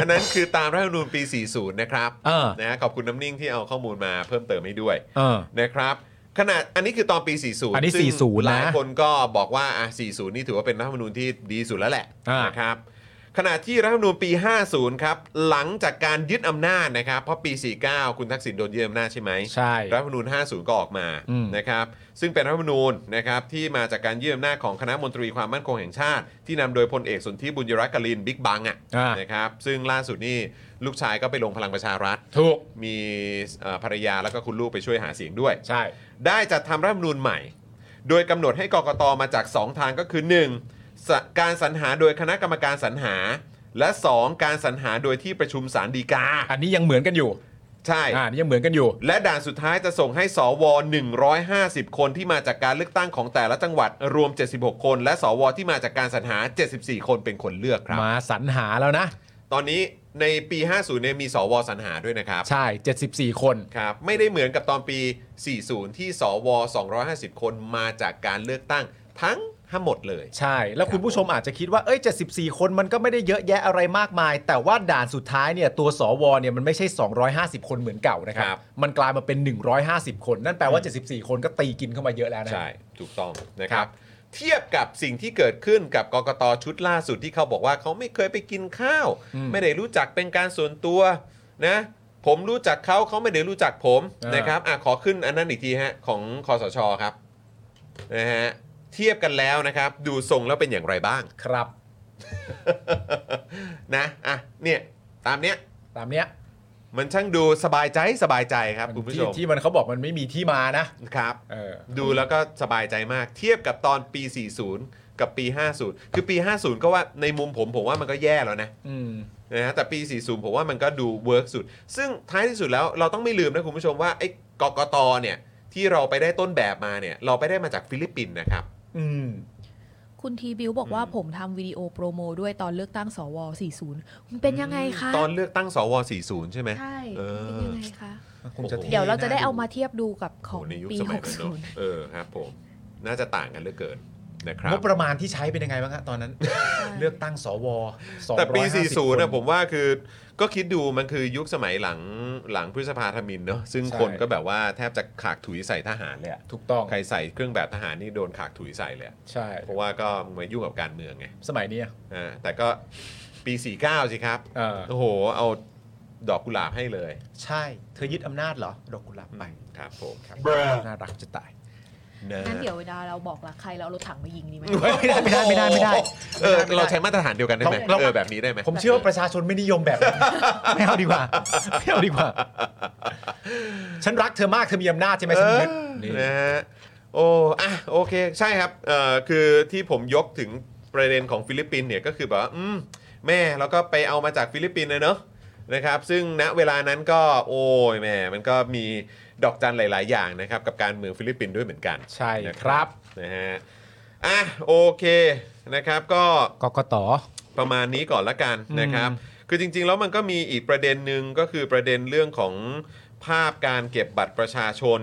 [SPEAKER 1] อันนั้นคือตามรัฐธรรมนูญปี 40 นะครับ
[SPEAKER 4] เออ
[SPEAKER 1] นะฮะขอบคุณน้ำนิ่งที่เอาข้อมูลมาเพิ่มเติมให้ด้วย
[SPEAKER 4] เออ
[SPEAKER 1] นะครับขนาดอันนี้คือตอนปี 40
[SPEAKER 4] อันนี้
[SPEAKER 1] ซึ่ง
[SPEAKER 4] 40นะ
[SPEAKER 1] หลายคนก็บอกว่าอ่ะ40 นี่ถือว่าเป็นรัฐธรรมนูญที่ดีสุดแล้วแหละ
[SPEAKER 4] อ่าน
[SPEAKER 1] นะครับ ขณะที่รัฐธรรมนูญปี 50 ครับ หลังจากการยึดอำนาจนะครับ เพราะปี 49 คุณทักษิณโดนยึดอำนาจใช่ไหม
[SPEAKER 4] ใช่
[SPEAKER 1] รัฐธรรมนูญ 50 ก็ออกมา
[SPEAKER 4] อืม
[SPEAKER 1] นะครับซึ่งเป็นรัฐธรรมนูญนะครับที่มาจากการยึดอำนาจของคณะมนตรีความมั่นคงแห่งชาติ ที่นำโดยพลเอกสนธิบุญยรักกลินบิ๊กบังอ่ะ
[SPEAKER 4] อ่า
[SPEAKER 1] นะครับซึ่งล่าสุดนี่ลูกชายก็ไปลงพลังประชารัฐ
[SPEAKER 4] ถูก
[SPEAKER 1] มีเอ่อภรรยาแล้วก็คุณลูกไปช่วยหาเสียงด้วย
[SPEAKER 4] ใช่
[SPEAKER 1] ได้จัดทำรัฐธรรมนูญใหม่ โดยกำหนดให้กกตมาจาก 2 ทางก็คือ 1. สะการสรรหาโดยคณะกรรมการสรรหา และ 2. การสรรหาโดยที่ประชุมสารดีกา
[SPEAKER 4] อันนี้ยังเหมือนกันอยู่
[SPEAKER 1] ใช่
[SPEAKER 4] อ่าอันนี้ยังเหมือนกันอยู่
[SPEAKER 1] และด่านสุดท้ายจะส่งให้สว 150 คนที่มาจากการเลือกตั้งของแต่ละจังหวัดรวม 76 คน และสว ที่มาจากการสรรหา 74 คนเป็นคนเลือกครับ
[SPEAKER 4] มาสรรหาแล้วนะ
[SPEAKER 1] ตอนนี้ในปี 50เนี่ยมีสวสรรหาด้วยนะครับ
[SPEAKER 4] ใช่ 74 คน
[SPEAKER 1] ครับไม่ได้เหมือนกับตอนปี 40 ที่สว 250 คนมาจากการเลือกตั้งทั้งทั้งหมดเลย
[SPEAKER 4] ใช่ แล้วคุณผู้ชมอาจจะคิดว่า เอ้ย 74 คนมันก็ไม่ได้เยอะแยะอะไรมากมาย แต่ว่าด่านสุดท้ายเนี่ย ตัวสวเนี่ยมันไม่ใช่ 250 คนเหมือนเก่านะครั
[SPEAKER 1] ครับ บ
[SPEAKER 4] มันกลายมาเป็น 150 คน นั่นแปลว่า 74 คนก็ตีกินเข้ามาเยอะแล้วนะ
[SPEAKER 1] ใช่ ถูกต้องนะค
[SPEAKER 4] ครั
[SPEAKER 1] รับ
[SPEAKER 4] บ
[SPEAKER 1] เทียบกับสิ่งที่เกิดขึ้นกับกกตชุดล่าสุดที่เขาบอกว่าเขาไม่เคยไปกินข้าว ไม่ได้รู้จักเป็นการส่วนตัวนะผมรู้จักเขาเขาไม่ได้รู้จักผมนะครับอ่ะขอขึ้นอันนั้นอีกทีฮะของคอสชครับนะฮะเทียบกันแล้วนะครับ ดูทรงแล้วเป็นอย่างไรบ้าง
[SPEAKER 4] ครับ
[SPEAKER 1] นะอ่ะเนี่ยตามเนี้ย
[SPEAKER 4] ตามเนี้ย
[SPEAKER 1] มันช่างดูสบายใจสบายใจครับคุณผู้ช
[SPEAKER 4] ที่
[SPEAKER 1] ม
[SPEAKER 4] ที่มันเขาบอกมันไม่มีที่มานะครับ เออ
[SPEAKER 1] ดูแล้วก็สบายใจมาก เทียบกับตอนปี 40 กับปี 50 คือปี 50 ก็ว่าในมุมผมผมว่ามันก็แย่แล้วนะ
[SPEAKER 4] อืม
[SPEAKER 1] นะฮะแต่ปี 40 ผมว่ามันก็ดูเวิร์กสุด ซึ่งท้ายที่สุดแล้วเราต้องไม่ลืมนะคุณผู้ชมว่าไอ้กกตเนี่ยที่เราไปได้ต้นแบบมาเนี่ยเราไปได้มาจากฟิลิปปินส์นะครับ
[SPEAKER 4] อืม
[SPEAKER 6] คุณทีบิวบอกว่าผมทำวิดีโอโปรโมด้วยตอนเลือกตั้งสว40มันเป็นยังไงคะ
[SPEAKER 1] ตอนเลือกตั้งสว 40 ใช่ไหม
[SPEAKER 6] ใช่
[SPEAKER 1] เออ
[SPEAKER 6] เป็นยังไงคะ
[SPEAKER 4] คงจะท่
[SPEAKER 6] เดี๋ยวเราจะได้
[SPEAKER 4] น่
[SPEAKER 6] เอามาเทียบดูกับข
[SPEAKER 1] โอ้
[SPEAKER 6] อ
[SPEAKER 1] โห
[SPEAKER 6] ง
[SPEAKER 1] ในยุค
[SPEAKER 6] ปี
[SPEAKER 1] สมัยนั้นเนอะ
[SPEAKER 6] 60
[SPEAKER 1] เออครับผมน่าจะต่างกันเหลือเกินนะครับ
[SPEAKER 4] งบประมาณที่ใช้เป็นยังไงบ้างฮะตอนนั้น เลือกตั้งสว
[SPEAKER 1] แต่ปี
[SPEAKER 4] 250
[SPEAKER 1] 40นะ
[SPEAKER 4] ค
[SPEAKER 1] ผมว่าคือก็คิดดูมันคือยุคสมัยหลังหลังพฤษภาธมินเนอะซึ่ง
[SPEAKER 4] ใช่
[SPEAKER 1] คนก็แบบว่าแทบจะขากถุยใส่ทหารเลยอะ
[SPEAKER 4] ถูกต้อง
[SPEAKER 1] ใครใส่เครื่องแบบทหารนี่โดนขากถุยใส่เลยอะ
[SPEAKER 4] ใช่
[SPEAKER 1] เพราะว่าก็มายุ่งกับการเมืองไง
[SPEAKER 4] สมัยนี้อะ
[SPEAKER 1] อ่าแต่ก็ปี 49 สิครับ
[SPEAKER 4] เออ
[SPEAKER 1] โอ้โห เอาดอกกุหลาบให้เลย
[SPEAKER 4] ใช่ เธอยึดอำนาจเหรอดอกกุหลาบไป
[SPEAKER 1] ครับผมครับ
[SPEAKER 4] น่ารักจะตาย
[SPEAKER 1] นะ
[SPEAKER 6] งั้นเดี๋ยวเวลาเราบอกรักใครเราเอารถถังมายิงดีไหม
[SPEAKER 4] ไม่ได้ไม่ได้ไม่ได้ไม่ได้
[SPEAKER 1] เออเราใช้มาตรฐานเดียวกันได้ไหม
[SPEAKER 4] เรา
[SPEAKER 1] เออแบบนี้ได้ไหม
[SPEAKER 4] ผมเชื่อว่าประชาชนไม่นิยมแบบ นั้นไม่เอาดีกว่าไม่เอาดีกว่า ฉันรักเธอมากเธอมีอำนาจใช่ไหมฉันยึดนี่
[SPEAKER 1] นะฮะโอ้อะโอเคใช่ครับเอ่อคือที่ผมยกถึงประเด็นของฟิลิปปินส์เนี่ยก็คือแบบว่าอืมแม่แล้วก็ไปเอามาจากฟิลิปปินส์เลยเนาะนะครับ ซึ่งณเวลานั้นก็โอ้ยแม่มันก็มีดอกจันหลาย ๆ อย่างนะครับ กับการเมืองฟิลิปปินส์ด้วยเหมือนกัน
[SPEAKER 4] ใช่ครับ
[SPEAKER 1] นะฮะอ่ะโอเคนะครับก็
[SPEAKER 4] กกต
[SPEAKER 1] ประมาณนี้ก่อนละกันนะครับ คือจริงๆ แล้วมันก็มีอีกประเด็นหนึ่งก็คือประเด็นเรื่องของภาพการเก็บบัตรประชาชน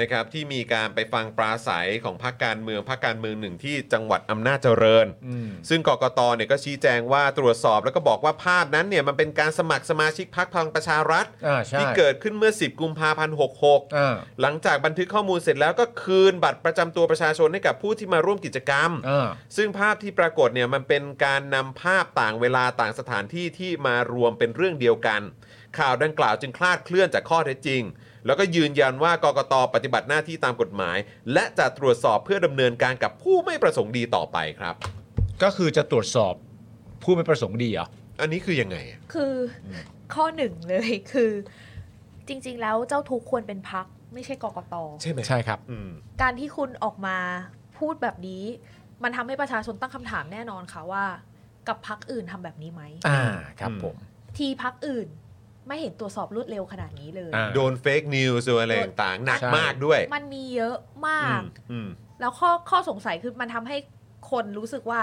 [SPEAKER 1] นะครับที่มีการไปฟังปราศัยของพรรคการเมืองพรรคการเมืองหนึ่งที่จังหวัดอำนาจเจริญ
[SPEAKER 4] อืม
[SPEAKER 1] ซึ่งกกตเนี่ยก็ชี้แจงว่าตรวจสอบแล้วก็บอกว่าภาพนั้นเนี่ยมันเป็นการสมัครสมาชิกพรรคพลังประชารัฐ
[SPEAKER 4] อ่าใช่
[SPEAKER 1] ที่เกิดขึ้นเมื่อ 10 กุมภาพันธ์66
[SPEAKER 4] อ่า
[SPEAKER 1] หลังจากบันทึกข้อมูลเสร็จแล้วก็คืนบัตรประจำตัวประชาชนให้กับผู้ที่มาร่วมกิจกรรม
[SPEAKER 4] อ่า
[SPEAKER 1] ซึ่งภาพที่ปรากฏเนี่ยมันเป็นการนำภาพต่างเวลาต่างสถานที่ที่มารวมเป็นเรื่องเดียวกัน ข่าวดังกล่าวจึงคลาดเคลื่อนจากข้อเท็จจริง แล้วก็ยืนยันว่ากกตปฏิบัติหน้าที่ตามกฎหมาย และจะตรวจสอบเพื่อดำเนินการกับผู้ไม่ประสงค์ดีต่อไปครับ
[SPEAKER 4] ก็คือจะตรวจสอบผู้ไม่ประสงค์ดีเหรอ
[SPEAKER 1] อันนี้คือยังไงอะ
[SPEAKER 6] คืออข้อหนึ่งเลย คือ จริง ๆ แล้วเจ้าทุกข์ควรเป็นพัก ไม่ใช่กกต
[SPEAKER 1] ใช่ไหม
[SPEAKER 4] ใช่ครับ
[SPEAKER 1] อืม
[SPEAKER 6] การที่คุณออกมาพูดแบบนี้ มันทำให้ประชาชนตั้งคำถามแน่นอนค่ะว่า กับพักอื่นทำแบบนี้ไหม
[SPEAKER 4] อ่าครับผม
[SPEAKER 6] ทีพักอื่นไม่เห็นตรวจสอบรวดเร็วขนาดนี้เลย
[SPEAKER 4] อ่า
[SPEAKER 1] โดนเฟกนิวส์โดนอะไรต่างๆหนัก
[SPEAKER 4] ใช่
[SPEAKER 1] มากด้วย
[SPEAKER 6] มันมีเยอะมาก
[SPEAKER 1] อืม
[SPEAKER 6] แล้วข้อข้อสงสัยคือมันทำให้คนรู้สึกว่า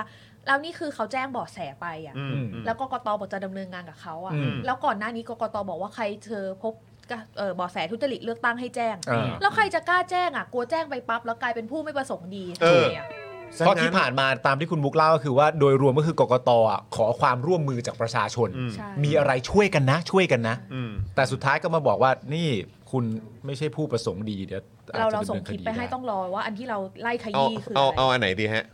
[SPEAKER 6] แล้วนี่คือเขาแจ้งเบาะแสไปอ่ะ
[SPEAKER 1] อืมอืม
[SPEAKER 6] แล้วกกตบอกจะดำเนินงานกับเขาอ่ะ
[SPEAKER 4] อืม
[SPEAKER 6] แล้วก่อนหน้านี้กกตบอกว่าใครเจอพบกับเอ่อเบาะแสทุจริตเลือกตั้งให้แจ้ง
[SPEAKER 4] อ่า
[SPEAKER 6] แล้วใครจะกล้าแจ้งอ่ะ กลัวแจ้งไปปั๊บ แล้วกลายเป็นผู้ไม่ประสงค์ดี
[SPEAKER 1] เออ
[SPEAKER 6] ทำไมอะ
[SPEAKER 4] เพราะที่ผ่านมาตามที่คุณมุกเล่าก็คือว่าโดยรวมก็คือกกตอ่ะขอความร่วมมือจากประชาชน
[SPEAKER 1] อืม
[SPEAKER 6] ใช่
[SPEAKER 4] มีอะไรช่วยกันนะ ช่วยกันนะ
[SPEAKER 1] อืม
[SPEAKER 4] แต่สุดท้ายก็มาบอกว่านี่ คุณไม่ใช่ผู้ประสงค์ดีเดี๋ยวอจ
[SPEAKER 6] เรา
[SPEAKER 4] จะ
[SPEAKER 6] เราส่ง
[SPEAKER 4] ดำนิน
[SPEAKER 6] คลิปไป
[SPEAKER 4] ด้
[SPEAKER 6] ให้ต้องรอว่าอันที่เราไล่ข
[SPEAKER 1] เอา
[SPEAKER 6] ยี้คือ
[SPEAKER 1] เอา
[SPEAKER 6] อะไร
[SPEAKER 1] เอาอันไหนดีฮะ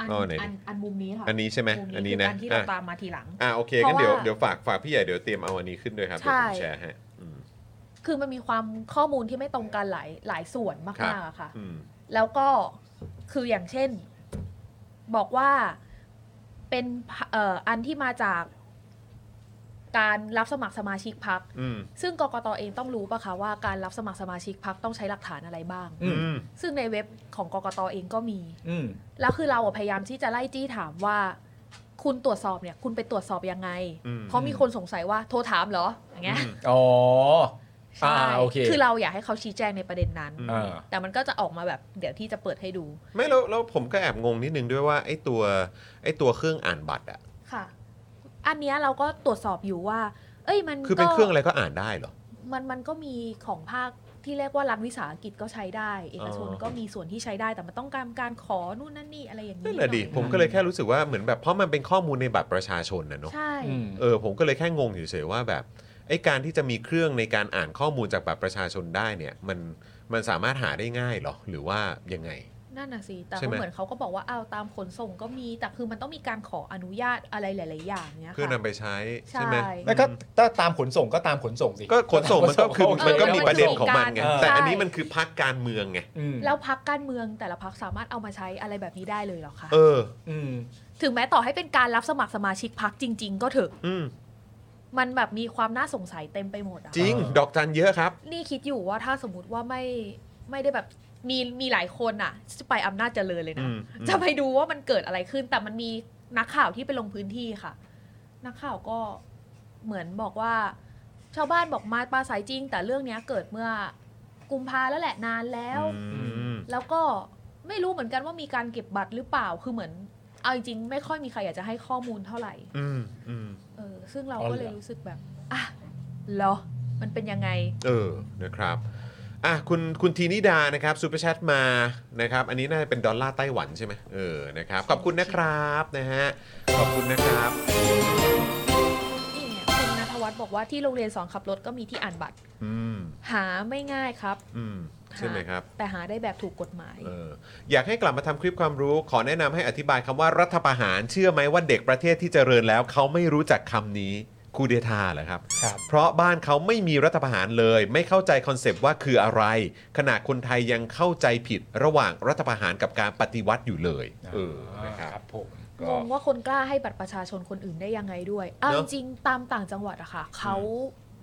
[SPEAKER 6] อัน
[SPEAKER 1] เอาอันไหน
[SPEAKER 6] อัน
[SPEAKER 1] ดี
[SPEAKER 6] อันมุมนี้ค่ะ
[SPEAKER 1] อันนี้ใช่ไหม
[SPEAKER 6] มุม
[SPEAKER 1] อันนี้
[SPEAKER 6] คื
[SPEAKER 1] นะ
[SPEAKER 6] อันที่เรา
[SPEAKER 1] อ่ะ
[SPEAKER 6] ตามมาทีหลัง
[SPEAKER 1] อ่าโอเค
[SPEAKER 6] เพ
[SPEAKER 1] งั้น
[SPEAKER 6] ราะ
[SPEAKER 1] เดี๋ยว
[SPEAKER 6] ว่า
[SPEAKER 1] เดี๋ยวฝากฝากพี่ใหญ่เดี๋ยวเตรียมเอาอันนี้ขึ้นด้วยครับเดี๋ยวผมแช
[SPEAKER 6] ใช่
[SPEAKER 1] ร์ฮะอืม
[SPEAKER 6] คือมันมีความข้อมูลที่ไม่ตรงกันหลายหลายส่วนมากๆอะค่ะ
[SPEAKER 1] อืม
[SPEAKER 6] แล้วก็คืออย่างเช่น บอกว่าเป็นพรรคเอ่ออันที่มาจากการรับสมัครสมาชิกพัก
[SPEAKER 1] อืม
[SPEAKER 6] ซึ่งกกตเองต้องรู้ปะคะว่าการรับสมัครสมาชิกพักต้องใช้หลักฐานอะไรบ้าง
[SPEAKER 4] อืม
[SPEAKER 6] ซึ่งในเว็บของกกตเองก็มี
[SPEAKER 4] อืม
[SPEAKER 6] แล้วคือเราอะพยายามที่จะไล่จี้ถามว่า คุณตรวจสอบเนี่ย คุณไปตรวจสอบยังไง
[SPEAKER 4] อืม
[SPEAKER 6] เพราะมีคนสงสัยว่าโทรถามเหรออย่างเงี้ย
[SPEAKER 4] อ๋ออ่า
[SPEAKER 6] ใช่
[SPEAKER 4] โอเค
[SPEAKER 6] คือเราอยากให้เขาชี้แจงในประเด็นนั้น
[SPEAKER 1] อ่า
[SPEAKER 6] แต่มันก็จะออกมาแบบเดี๋ยวที่จะเปิดให้ดู
[SPEAKER 1] ไม่แล้วแล้วผมก็แอบงงนิดนึงด้วยว่าไอ้ตัวไอ้ตัวเครื่องอ่านบัตรอ่ะ
[SPEAKER 6] ค่ะ อันเนี้ยเราก็ตรวจสอบอยู่ว่า เอ้ยมัน
[SPEAKER 1] คือเป็น
[SPEAKER 6] ก็
[SPEAKER 1] เครื่องอะไรก็อ่านได้เหรอ
[SPEAKER 6] มันมันก็มีของภาคที่เรียกว่ารัฐวิสาหกิจก็ใช้ได้ เอกชน
[SPEAKER 1] อ๋อ
[SPEAKER 6] ก็มีส่วนที่ใช้ได้ แต่มันต้องการการขอนู่นนั่นนี่อะไรอย่างนี้
[SPEAKER 1] นั่นแหละดิ
[SPEAKER 6] หอย
[SPEAKER 1] ผมก็เลยแค่รู้สึกว่าเหมือนแบบเพราะมันเป็นข้อมูลในบัตรประชาชนนะเนาะ
[SPEAKER 6] ใช่
[SPEAKER 1] เออผมก็เลยแค่งงเฉยๆว่าแบบไอ้การที่จะมีเครื่องในการอ่านข้อมูลจากบัตรประชาชนได้เนี่ย มันมันสามารถหาได้ง่ายเหรอ หรือว่ายังไง
[SPEAKER 6] นั่นน่ะสิแต่
[SPEAKER 1] ใช่ไหม
[SPEAKER 6] เหมือนเขาก็บอกว่าเอาวตามขนส่งก็มีแต่คือมันต้องมีการขออนุญาตอะไรหลาย ๆ อย่างเนี้ย
[SPEAKER 1] เพื่อนำ
[SPEAKER 6] ค่ะ
[SPEAKER 1] ไปใช้
[SPEAKER 6] ใช่
[SPEAKER 1] ใช่ไหม
[SPEAKER 4] แล้วก็ถ้าตามขนส่งก็ตามขนส่งสิ
[SPEAKER 1] ก็ขนส่งมันก็คือ
[SPEAKER 4] ขส่ง
[SPEAKER 1] มันก็
[SPEAKER 6] เออ
[SPEAKER 1] มีประเด็นของมันไง
[SPEAKER 6] เออ
[SPEAKER 1] แต่อันนี้มันคือพักการเมืองไง
[SPEAKER 4] อืม
[SPEAKER 6] แล้วพักการเมืองแต่ละพักสามารถเอามาใช้อะไรแบบนี้ได้เลยเหรอคะ
[SPEAKER 1] เออ
[SPEAKER 4] อืม
[SPEAKER 6] ถึงแม้ต่อให้เป็นการรับสมัครสมาชิกพักจริง ๆ ก็เถอะ
[SPEAKER 1] อืม
[SPEAKER 6] มันแบบมีความน่าสงสัยเต็มไปหมดอะ
[SPEAKER 1] จริงดอกจันเยอะครับ
[SPEAKER 6] นี่คิดอยู่ว่าถ้าสมมติว่าไม่ไม่ได้แบบมีมีหลายคนอะจะไปอำนาจเจริญเลยนะ
[SPEAKER 1] อืมอืม
[SPEAKER 6] จะไปดูว่ามันเกิดอะไรขึ้น แต่มันมีนักข่าวที่ไปลงพื้นที่ค่ะ นักข่าวก็เหมือนบอกว่า ชาวบ้านบอกมาปลาสายจริง แต่เรื่องเนี้ยเกิดเมื่อกุมภาแล้วแหละนานแล้ว
[SPEAKER 1] อืม
[SPEAKER 6] แล้วก็ไม่รู้เหมือนกันว่ามีการเก็บบัตรหรือเปล่า คือเหมือน เอาจริงๆไม่ค่อยมีใครอยากจะให้ข้อมูลเท่าไหร่
[SPEAKER 1] อืมอืม
[SPEAKER 6] เออ ซึ่งเรา
[SPEAKER 4] อ๋อ
[SPEAKER 6] ก็
[SPEAKER 4] เหรอ
[SPEAKER 6] เลยรู้สึกแบบ อ่ะเหรอ มันเป็นยังไง
[SPEAKER 1] เออนะครับอ่ะคุณคุณทีนิดานะครับซูเปอร์แชทมานะครับ อันนี้น่าจะเป็นดอลลาร์ไต้หวันใช่ไหมเออนะครับ ขอบคุณนะครับนะฮะขอบคุณนะครับ
[SPEAKER 6] นี่ไงคุณนัทวัฒน์บอกว่าที่โรงเรียนสอนขับรถก็มีที่อ่านบัตร
[SPEAKER 1] อืม
[SPEAKER 6] หาไม่ง่ายครับ
[SPEAKER 1] อืมใช่ไหมครับ
[SPEAKER 6] หาแต่หาได้แบบถูกกฎหมาย
[SPEAKER 1] เอออยากให้กลับมาทำคลิปความรู้ ขอแนะนำให้อธิบายคำว่ารัฐประหาร เชื่อไหมว่าเด็กประเทศที่เจริญแล้ว เขาไม่รู้จักคำนี้คูเดทาเหรอครับ
[SPEAKER 4] ครับ
[SPEAKER 1] เพราะบ้านเขาไม่มีรัฐประหารเลย ไม่เข้าใจคอนเซปต์ว่าคืออะไร ขณะคนไทยยังเข้าใจผิดระหว่างรัฐประหารกับการปฏิวัติอยู่เลยเออนะครับ
[SPEAKER 4] ครับผม
[SPEAKER 6] งงว่าคนกล้าให้บัตรประชาชนคนอื่นได้ยังไงด้วยเอา
[SPEAKER 1] เน
[SPEAKER 6] จ
[SPEAKER 1] อะ
[SPEAKER 6] ริงๆตามต่างจังหวัดอะค่ะเขา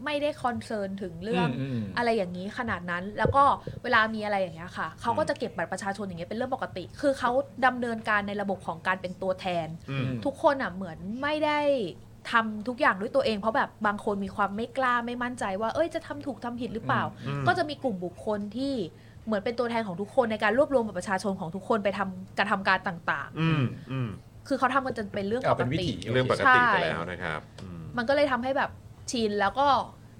[SPEAKER 6] ไม่ได้คอนเซิร์นถึงเรื่อง
[SPEAKER 4] อืมอืม
[SPEAKER 6] อะไรอย่างนี้ขนาดนั้น แล้วก็เวลามีอะไรอย่างเงี้ยค่ะเขาก็จะเก็บบัตรประชาชนอย่างเงี้ยเป็นเรื่องปกติ คือเขาดำเนินการในระบบของการเป็นตัวแทน
[SPEAKER 1] อืม
[SPEAKER 6] ทุกคนอะเหมือนไม่ได้ทำทุกอย่างด้วยตัวเอง เพราะแบบบางคนมีความไม่กล้าไม่มั่นใจว่าเอ้ยจะทำถูกทำผิดหรือเปล่า
[SPEAKER 1] อืม
[SPEAKER 6] ก็จะมีกลุ่มบุคคลที่เหมือนเป็นตัวแทนของทุกคนในการรวบรวมบัตรประชาชนของทุกคนไปทำการทำการต่าง ๆ
[SPEAKER 1] อืมอืม
[SPEAKER 6] คือเขาทำกันจนเป็นเรื่องป
[SPEAKER 4] เอา
[SPEAKER 6] ก
[SPEAKER 4] เป็นวิ
[SPEAKER 6] ติ
[SPEAKER 4] ถี
[SPEAKER 1] เรื่องปกติ
[SPEAKER 6] ใช่
[SPEAKER 1] ไปแล้วนะครับอืม
[SPEAKER 6] มันก็เลยทำให้แบบชินแล้วก็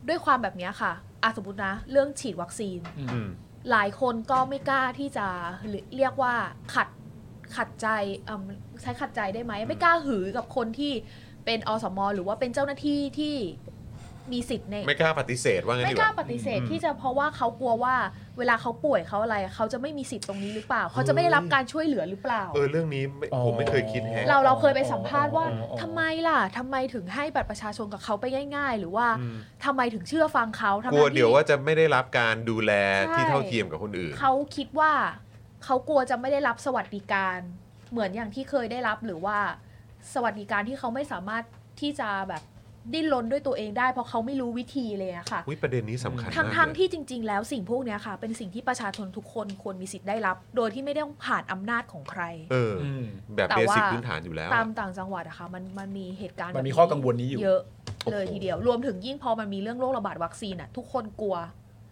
[SPEAKER 6] ด้วยความแบบเนี้ยค่ะอะสมมตินะ เรื่องฉีดวัคซีน
[SPEAKER 1] อืม
[SPEAKER 6] หลายคนก็ไม่กล้าที่จะหรือเรียกว่าขัดขัดใจอืมใช้ขัดใจได้ไหม ไม่กล้าหือกับคนที่เป็นอสม หรือว่าเป็นเจ้าหน้าที่ที่มีสิทธิ์ใน
[SPEAKER 1] ไม่กล้าปฏิเสธว่างั้น
[SPEAKER 6] ไม่
[SPEAKER 1] ดี
[SPEAKER 6] ก
[SPEAKER 1] ก
[SPEAKER 6] ล้า
[SPEAKER 1] ว่า
[SPEAKER 6] ปฏิเสธ
[SPEAKER 1] อืม
[SPEAKER 6] ที่จะเพราะว่าเขากลัวว่า เวลาเขาป่วยเขาอะไรเขาจะไม่มีสิทธิ์ตรงนี้หรือเปล่า เขาจะไม่ได้รับการช่วยเหลือหรือเปล่า
[SPEAKER 1] เออเรื่องนี้ไม่
[SPEAKER 4] อ๋อ
[SPEAKER 1] ผมไม่เคยคิดแฮะ
[SPEAKER 6] เราเราเคยไปสัมภาษณ์ว่า
[SPEAKER 4] อ๋ออ๋อ
[SPEAKER 6] ทำไมล่ะทำไมถึงให้บัตรประชาชนกับเขาไปง่าย ๆ หรือว่า
[SPEAKER 1] อืม
[SPEAKER 6] ทำไมถึงเชื่อฟังเขา
[SPEAKER 1] ก
[SPEAKER 6] ทำไม
[SPEAKER 1] ลัวเดี๋ยวว่า
[SPEAKER 6] ที่
[SPEAKER 1] จะไม่ได้รับการดูแลที่
[SPEAKER 6] ใช่
[SPEAKER 1] เท่าเทียมกับคนอื่น
[SPEAKER 6] เขาคิดว่าเขากลัวจะไม่ได้รับสวัสดิการ เหมือนอย่างที่เคยได้รับหรือว่า สวัสดิการที่เขาไม่สามารถที่จะแบบดิ้นรนด้วยตัวเองได้ เพราะเขาไม่รู้วิธีเลยอะค่ะ
[SPEAKER 1] อุ้ยประเด็นนี้สำคัญ
[SPEAKER 6] ทั้ง
[SPEAKER 1] มาก
[SPEAKER 6] ทง
[SPEAKER 1] เลย
[SPEAKER 6] ที่จริง ๆ แล้วสิ่งพวกเนี้ยค่ะ เป็นสิ่งที่ประชาชนทุกคนควรมีสิทธิ์ได้รับ โดยที่ไม่ต้องผ่านอำนาจของใคร
[SPEAKER 1] เอออ
[SPEAKER 4] อืม
[SPEAKER 1] แบบ
[SPEAKER 6] แต่
[SPEAKER 1] เบ
[SPEAKER 6] ว่า
[SPEAKER 1] สิกพื้นฐานอยู่แล้ว
[SPEAKER 6] ตา
[SPEAKER 1] อะ
[SPEAKER 6] มต่างจังหวัดอะค่ะมันมันมีเหตุการณ์
[SPEAKER 4] มันมี
[SPEAKER 6] แบบ
[SPEAKER 4] ข้อกังวลนี้อยู่
[SPEAKER 6] เยอะ
[SPEAKER 1] โอ้โห
[SPEAKER 6] เลยทีเดียว รวมถึงยิ่งพอมันมีเรื่องโรคระบาดวัคซีนอะทุกคนกลัว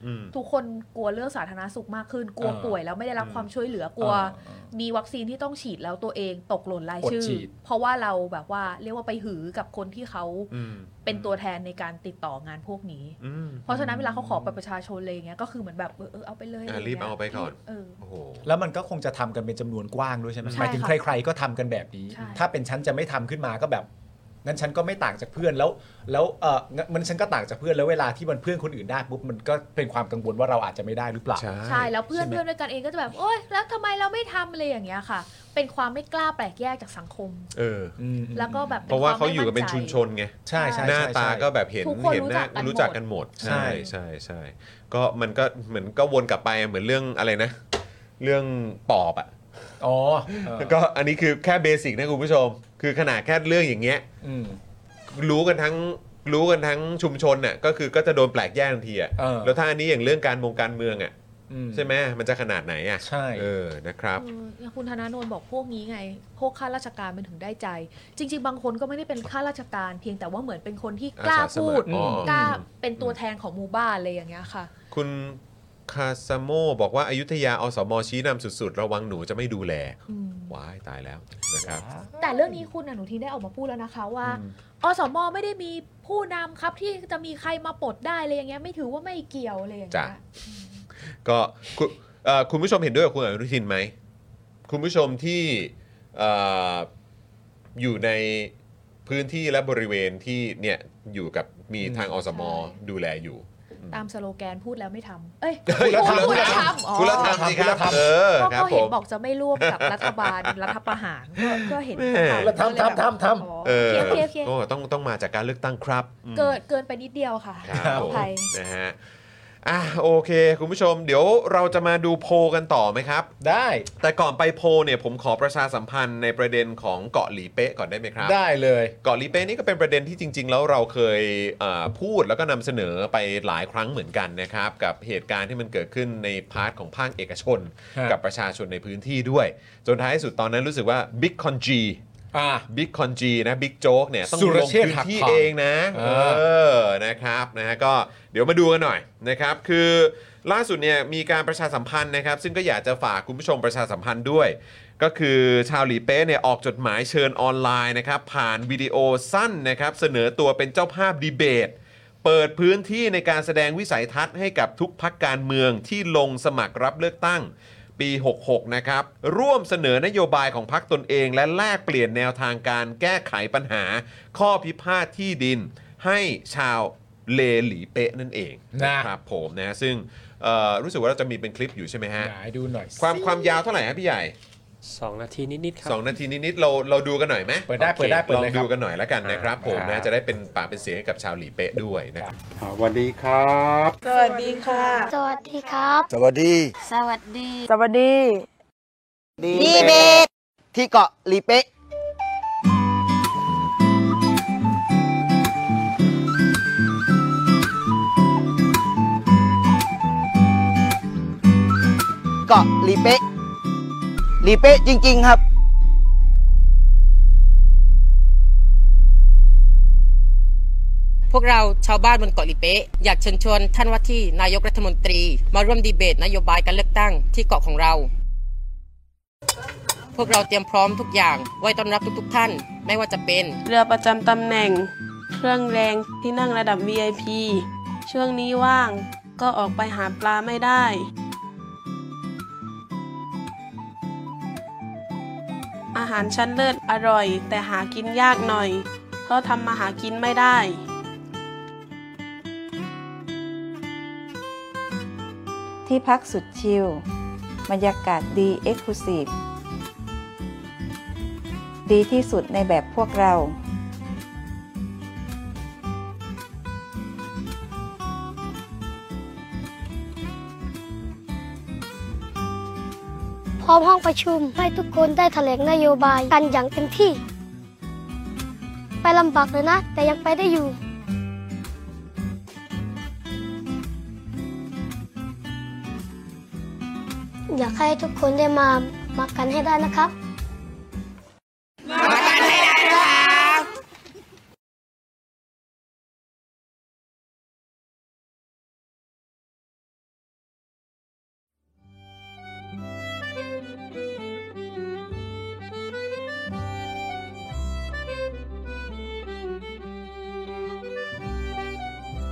[SPEAKER 1] อืม
[SPEAKER 6] ทุกคนกลัวเรื่องสาธารณสุขมากขึ้น กลัว
[SPEAKER 4] อ่า
[SPEAKER 6] ป่วยแล้วไม่ได้รับ
[SPEAKER 1] อืม
[SPEAKER 6] ความช่วยเหลือกลัว
[SPEAKER 4] อ่าอ่า
[SPEAKER 6] มีวัคซีนที่ต้องฉีดแล้วตัวเองตกหล่นรายชื่อ
[SPEAKER 4] อดฉีด
[SPEAKER 6] เพราะว่าเราแบบว่าเรียกว่าไปหือกับคนที่เขา
[SPEAKER 1] อืม
[SPEAKER 6] เป็นตัวแทนในการติดต่องานพวกนี้
[SPEAKER 1] อืม
[SPEAKER 6] เพราะฉะนั้นเวลาเขาขอบัตรประชาชนอะไรอย่างเงี้ยก็คือเหมือนแบบเออเออเอาไปเล
[SPEAKER 1] อ่ะ
[SPEAKER 6] ยะย่งงี้ย
[SPEAKER 1] รีบเอาไปก่อน
[SPEAKER 6] เออ
[SPEAKER 1] โอ้โห
[SPEAKER 4] แล้วมันก็คงจะทำกันเป็นจำนวนกว้างด้วยใช่ไหม
[SPEAKER 6] ใช่
[SPEAKER 4] หมายถึง
[SPEAKER 6] ค่ะ
[SPEAKER 4] ใคร ๆ ก็ทำกันแบบนี้
[SPEAKER 6] ใช่
[SPEAKER 4] ถ้าเป็นชั้นจะไม่ทำขึ้นมาก็แบบ งั้นฉันก็ไม่ต่างจากเพื่อนแล้ว แล้วเอองั้นมันฉันก็ต่างจากเพื่อนแล้วเวลาที่มันเพื่อนคนอื่นได้ปุ๊บมันก็เป็นความกังวลว่าเราอาจจะไม่ได้หรือเปล่า
[SPEAKER 6] ใช่แล้วเพื่อนเพื่อนด้วยกันเองก็จะแบบโอ๊ยแล้วทำไมเราไม่ทำอะไรอย่างเงี้ยค่ะ เป็นความไม่กล้าแปลกแยกจากสังคม
[SPEAKER 1] เออ
[SPEAKER 6] แล้วก็แบบเป็น
[SPEAKER 1] เพราะว่า
[SPEAKER 6] ความ
[SPEAKER 1] เขาอยู่กัน
[SPEAKER 6] ไม่
[SPEAKER 1] เป็น
[SPEAKER 6] มั่นใจ
[SPEAKER 1] ชุมชนไง
[SPEAKER 4] ใช่ใช่
[SPEAKER 1] หน้า
[SPEAKER 4] ใช่
[SPEAKER 1] ตาก็แบบเห็น
[SPEAKER 6] ทุกคน
[SPEAKER 1] เห็นหน้า
[SPEAKER 6] รู้
[SPEAKER 1] รู้จั
[SPEAKER 6] จั
[SPEAKER 1] ก
[SPEAKER 6] กกั
[SPEAKER 1] กัน
[SPEAKER 6] น
[SPEAKER 1] ห
[SPEAKER 6] ห
[SPEAKER 1] ม
[SPEAKER 6] ม
[SPEAKER 1] ด
[SPEAKER 6] ด
[SPEAKER 4] ใช่
[SPEAKER 1] ใช่ใช่ใช่ก็มันก็เหมือนก็วนกลับไปเหมือนเรื่องอะไรนะ เรื่องปอบอ่ะ
[SPEAKER 4] อ๋อ
[SPEAKER 1] ก็อันนี้คือแค่เบสิกนะคุณผู้ชม คือขนาดแค่เรื่องอย่างเงี้ย
[SPEAKER 4] อืม
[SPEAKER 1] รู้กันทั้งรู้กันทั้งชุมชนน่ะก็คือก็จะโดนแปลกแยกทันทีอ่ะ
[SPEAKER 4] เออ
[SPEAKER 1] แล้วถ้าอันนี้อย่างเรื่องการมงการเมืองอ่ะ
[SPEAKER 4] อืม
[SPEAKER 1] ใช่ไหมมันจะขนาดไหนอ่ะ
[SPEAKER 4] ใช่
[SPEAKER 1] เออนะครับ
[SPEAKER 6] อืมอย่างคุณธนาโนนบอกพวกนี้ไง พวกข้าราชการมันถึงได้ใจ จริง ๆ บางคนก็ไม่ได้เป็นข้าราชการเพียงแต่ว่าเหมือนเป็นคนที่กล้า
[SPEAKER 1] อาสาสมั
[SPEAKER 6] พู
[SPEAKER 1] คร
[SPEAKER 6] ด
[SPEAKER 1] อ๋อ
[SPEAKER 6] กล้าเป็นตัวแทนของหมู่บ้านอะไรอย่างเงี้ยค่ะ
[SPEAKER 1] คุณคาซาโมบอกว่าอายุทยาอสมชี้นำสุดๆ ระวังหนูจะไม่ดูแล
[SPEAKER 6] อืม
[SPEAKER 1] ว้ายตายแล้วนะครับ
[SPEAKER 6] แต่เรื่องนี้คุณอนุทินได้ออกมาพูดแล้วนะคะว่าอสมไม่ได้มีผู้นำครับที่จะมีใครมาปลดได้อะไรอย่างเงี้ยไม่ถือว่าไม่เกี่ยวอะไรอย่างเงี้
[SPEAKER 1] จ้ะ
[SPEAKER 6] ย
[SPEAKER 1] ก็คุณเอ่อคุณผู้ชมเห็นด้วยกับคุณอนุทินไหม คุณผู้ชมที่เอ่ออยู่ในพื้นที่และบริเวณที่เนี่ยอยู่กับมีทางอสม
[SPEAKER 6] ใช่
[SPEAKER 1] ดูแลอยู่
[SPEAKER 6] ตามสโลแกนพูดแล้วไม่ทำเอ้ย
[SPEAKER 1] พูดแล้วทำ
[SPEAKER 6] พูดแล้วทำอ๋อ
[SPEAKER 1] คุณละทำสิครับเออ
[SPEAKER 6] ก็
[SPEAKER 1] ครับ
[SPEAKER 6] ก็
[SPEAKER 1] ผ
[SPEAKER 6] เห็น
[SPEAKER 1] ม
[SPEAKER 6] บอกจะไม่ร่วมกับรัฐ บาล รัฐประหารก็ก็เห็น
[SPEAKER 1] แม่
[SPEAKER 6] ข่าว
[SPEAKER 5] ทำทำทำทำ
[SPEAKER 6] อ๋อ
[SPEAKER 1] เออ
[SPEAKER 6] โอเคโอเคโอ
[SPEAKER 1] โอ้
[SPEAKER 6] เค
[SPEAKER 1] ต้องต้องมาจากการเลือกตั้งครับอืม
[SPEAKER 6] เกิดเกินไปนิดเดียวค่ะ
[SPEAKER 1] ครับ
[SPEAKER 6] ขอ
[SPEAKER 1] ผม
[SPEAKER 6] อภัย
[SPEAKER 1] นะฮะอ่ะโอเค คุณผู้ชม เดี๋ยวเราจะมาดูโพลกันต่อไหมครับ
[SPEAKER 4] ได้
[SPEAKER 1] แต่ก่อนไปโพลเนี่ยผมขอประชาสัมพันธ์ในประเด็นของเกาะหลีเป๊ะก่อนได้ไหมครับ
[SPEAKER 4] ได้เลย
[SPEAKER 1] เกาะลีเป้นี่ก็เป็นประเด็นที่จริง ๆ แล้วเราเคยเอ่อพูดแล้วก็นำเสนอไปหลายครั้งเหมือนกันนะครับ กับเหตุการณ์ที่มันเกิดขึ้นในพาร์ทของภาคเอกชน
[SPEAKER 4] ฮะ
[SPEAKER 1] กับประชาชนในพื้นที่ด้วย จนท้ายสุดตอนนั้นรู้สึกว่าบิ๊กคอนจี
[SPEAKER 4] อ่า
[SPEAKER 1] บิ๊กคอนจีนะบิ๊กโจ๊กเนี่ยต้อง
[SPEAKER 4] สุร
[SPEAKER 1] ลง
[SPEAKER 4] เชษฐ์
[SPEAKER 1] พื้นที่
[SPEAKER 4] หักพาน
[SPEAKER 1] เองนะ
[SPEAKER 4] เอ
[SPEAKER 1] เอ
[SPEAKER 4] อ
[SPEAKER 1] อนะครับนะฮะก็เดี๋ยวมาดูกันหน่อยนะครับ คือล่าสุดเนี่ยมีการประชาสัมพันธ์นะครับ ซึ่งก็อยากจะฝากคุณผู้ชมประชาสัมพันธ์ด้วย ก็คือชาวหลีเป้เนี่ยออกจดหมายเชิญออนไลน์นะครับ ผ่านวิดีโอสั้นนะครับ เสนอตัวเป็นเจ้าภาพดีเบต เปิดพื้นที่ในการแสดงวิสัยทัศน์ให้กับทุกพักการเมืองที่ลงสมัครรับเลือกตั้ง ปี 66 นะครับ ร่วมเสนอนโยบายของพรรคตนเองและแลกเปลี่ยนแนวทางการแก้ไขปัญหา ข้อพิพาทที่ดินให้ชาวเลหลีเป๊ะนั่นเอง
[SPEAKER 4] นะ
[SPEAKER 1] ครับผมนะซึ่งเอ่อรู้สึกว่าเราจะมีเป็นคลิปอยู่ใช่ไหมฮะ
[SPEAKER 4] ไหนดูหน่อยสิ
[SPEAKER 1] ความความยาวเท่าไหร่ฮะพี่ใหญ่
[SPEAKER 3] สองนาทีนิดๆครับ
[SPEAKER 1] สองนาทีนิดๆเราเราดูกันหน่อยไหม
[SPEAKER 4] เปิดได้เปิดได้เปิด
[SPEAKER 1] ลอง
[SPEAKER 4] เลยค
[SPEAKER 1] ดู
[SPEAKER 4] รับ
[SPEAKER 1] กันหน่อยละกันนะครับผมนะ จะได้เป็นปากเป็นเสียงให้กับชาวหลีเป๊ะด้วยนะครับ
[SPEAKER 10] สวัสดีครับ
[SPEAKER 9] สวัสดีค่ะ
[SPEAKER 11] สวัสดีครับ
[SPEAKER 12] สวัสดี
[SPEAKER 11] สวัสดี
[SPEAKER 9] สวัสดี
[SPEAKER 12] ดีเบตที่เกาะลีเป๊ะ เกาะลีเป๊ะลีเป๊ะจริง ๆ ครับ
[SPEAKER 13] พวกเราชาวบ้านบนเกาะลิเป๊ะอยากเชิญชวนท่านว่าที่นายกรัฐมนตรี มาร่วมดีเบตนโยบายการเลือกตั้งที่เกาะของเรา พวกเราเตรียมพร้อมทุกอย่าง ไว้ต้อนรับทุก ๆ ท่าน ไม่ว่าจะเป็น
[SPEAKER 9] เรือประจำตำแหน่ง เครื่องแรงที่นั่งระดับ VIP ช่วงนี้ว่างก็ออกไปหาปลาไม่ได้ อาหารชั้นเลิศอร่อย แต่หากินยากหน่อย เพราะทำมาหากินไม่ได้
[SPEAKER 14] ที่พักสุดชิล บรรยากาศดีเอ็กซ์คลูซีฟ ดีที่สุดในแบบพวกเรา
[SPEAKER 11] พร้อมห้องประชุมให้ทุกคนได้แถลงนโยบายกันอย่างเต็มที่ ไปลำบากเลยนะ แต่ยังไปได้อยู่ อยากให้ทุกคนได้มามากันให้ได้นะครับ
[SPEAKER 15] เ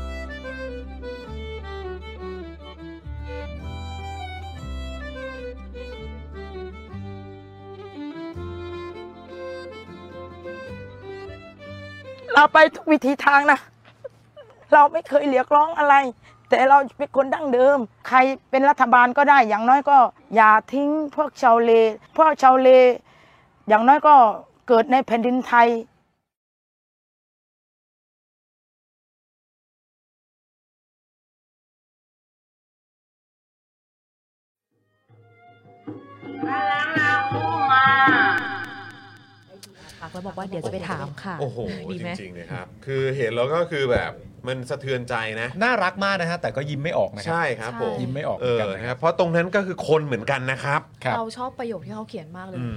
[SPEAKER 15] เราไปทุกวิธีทางนะ เราไม่เคยเรียกร้องอะไร แต่เราเป็นคนดั้งเดิม ใครเป็นรัฐบาลก็ได้ อย่างน้อยก็ อย่าทิ้งพวกชาวเลพวกชาวเล อย่างน้อยก็เกิดในแผ่นดินไทย
[SPEAKER 16] ฝากไว้บอกว่าเดี๋ยวจะไปถามค่ะ
[SPEAKER 1] โอ้โห
[SPEAKER 16] ดี
[SPEAKER 1] จ
[SPEAKER 16] ไหม
[SPEAKER 1] ริงๆนะครับ คือเห็นแล้วก็คือแบบมันสะเทือนใจนะ
[SPEAKER 4] น่ารักมากนะฮะ แต่ก็ยิ้มไม่ออกนะครับ
[SPEAKER 1] ใช่ครับผม
[SPEAKER 4] ยิ้มไม่ออก
[SPEAKER 1] เออนะครับเพราะตรงนั้นก็คือคนเหมือนกันนะครับ
[SPEAKER 6] เราชอบประโยคที่เขาเขียนมากเลย
[SPEAKER 1] อืม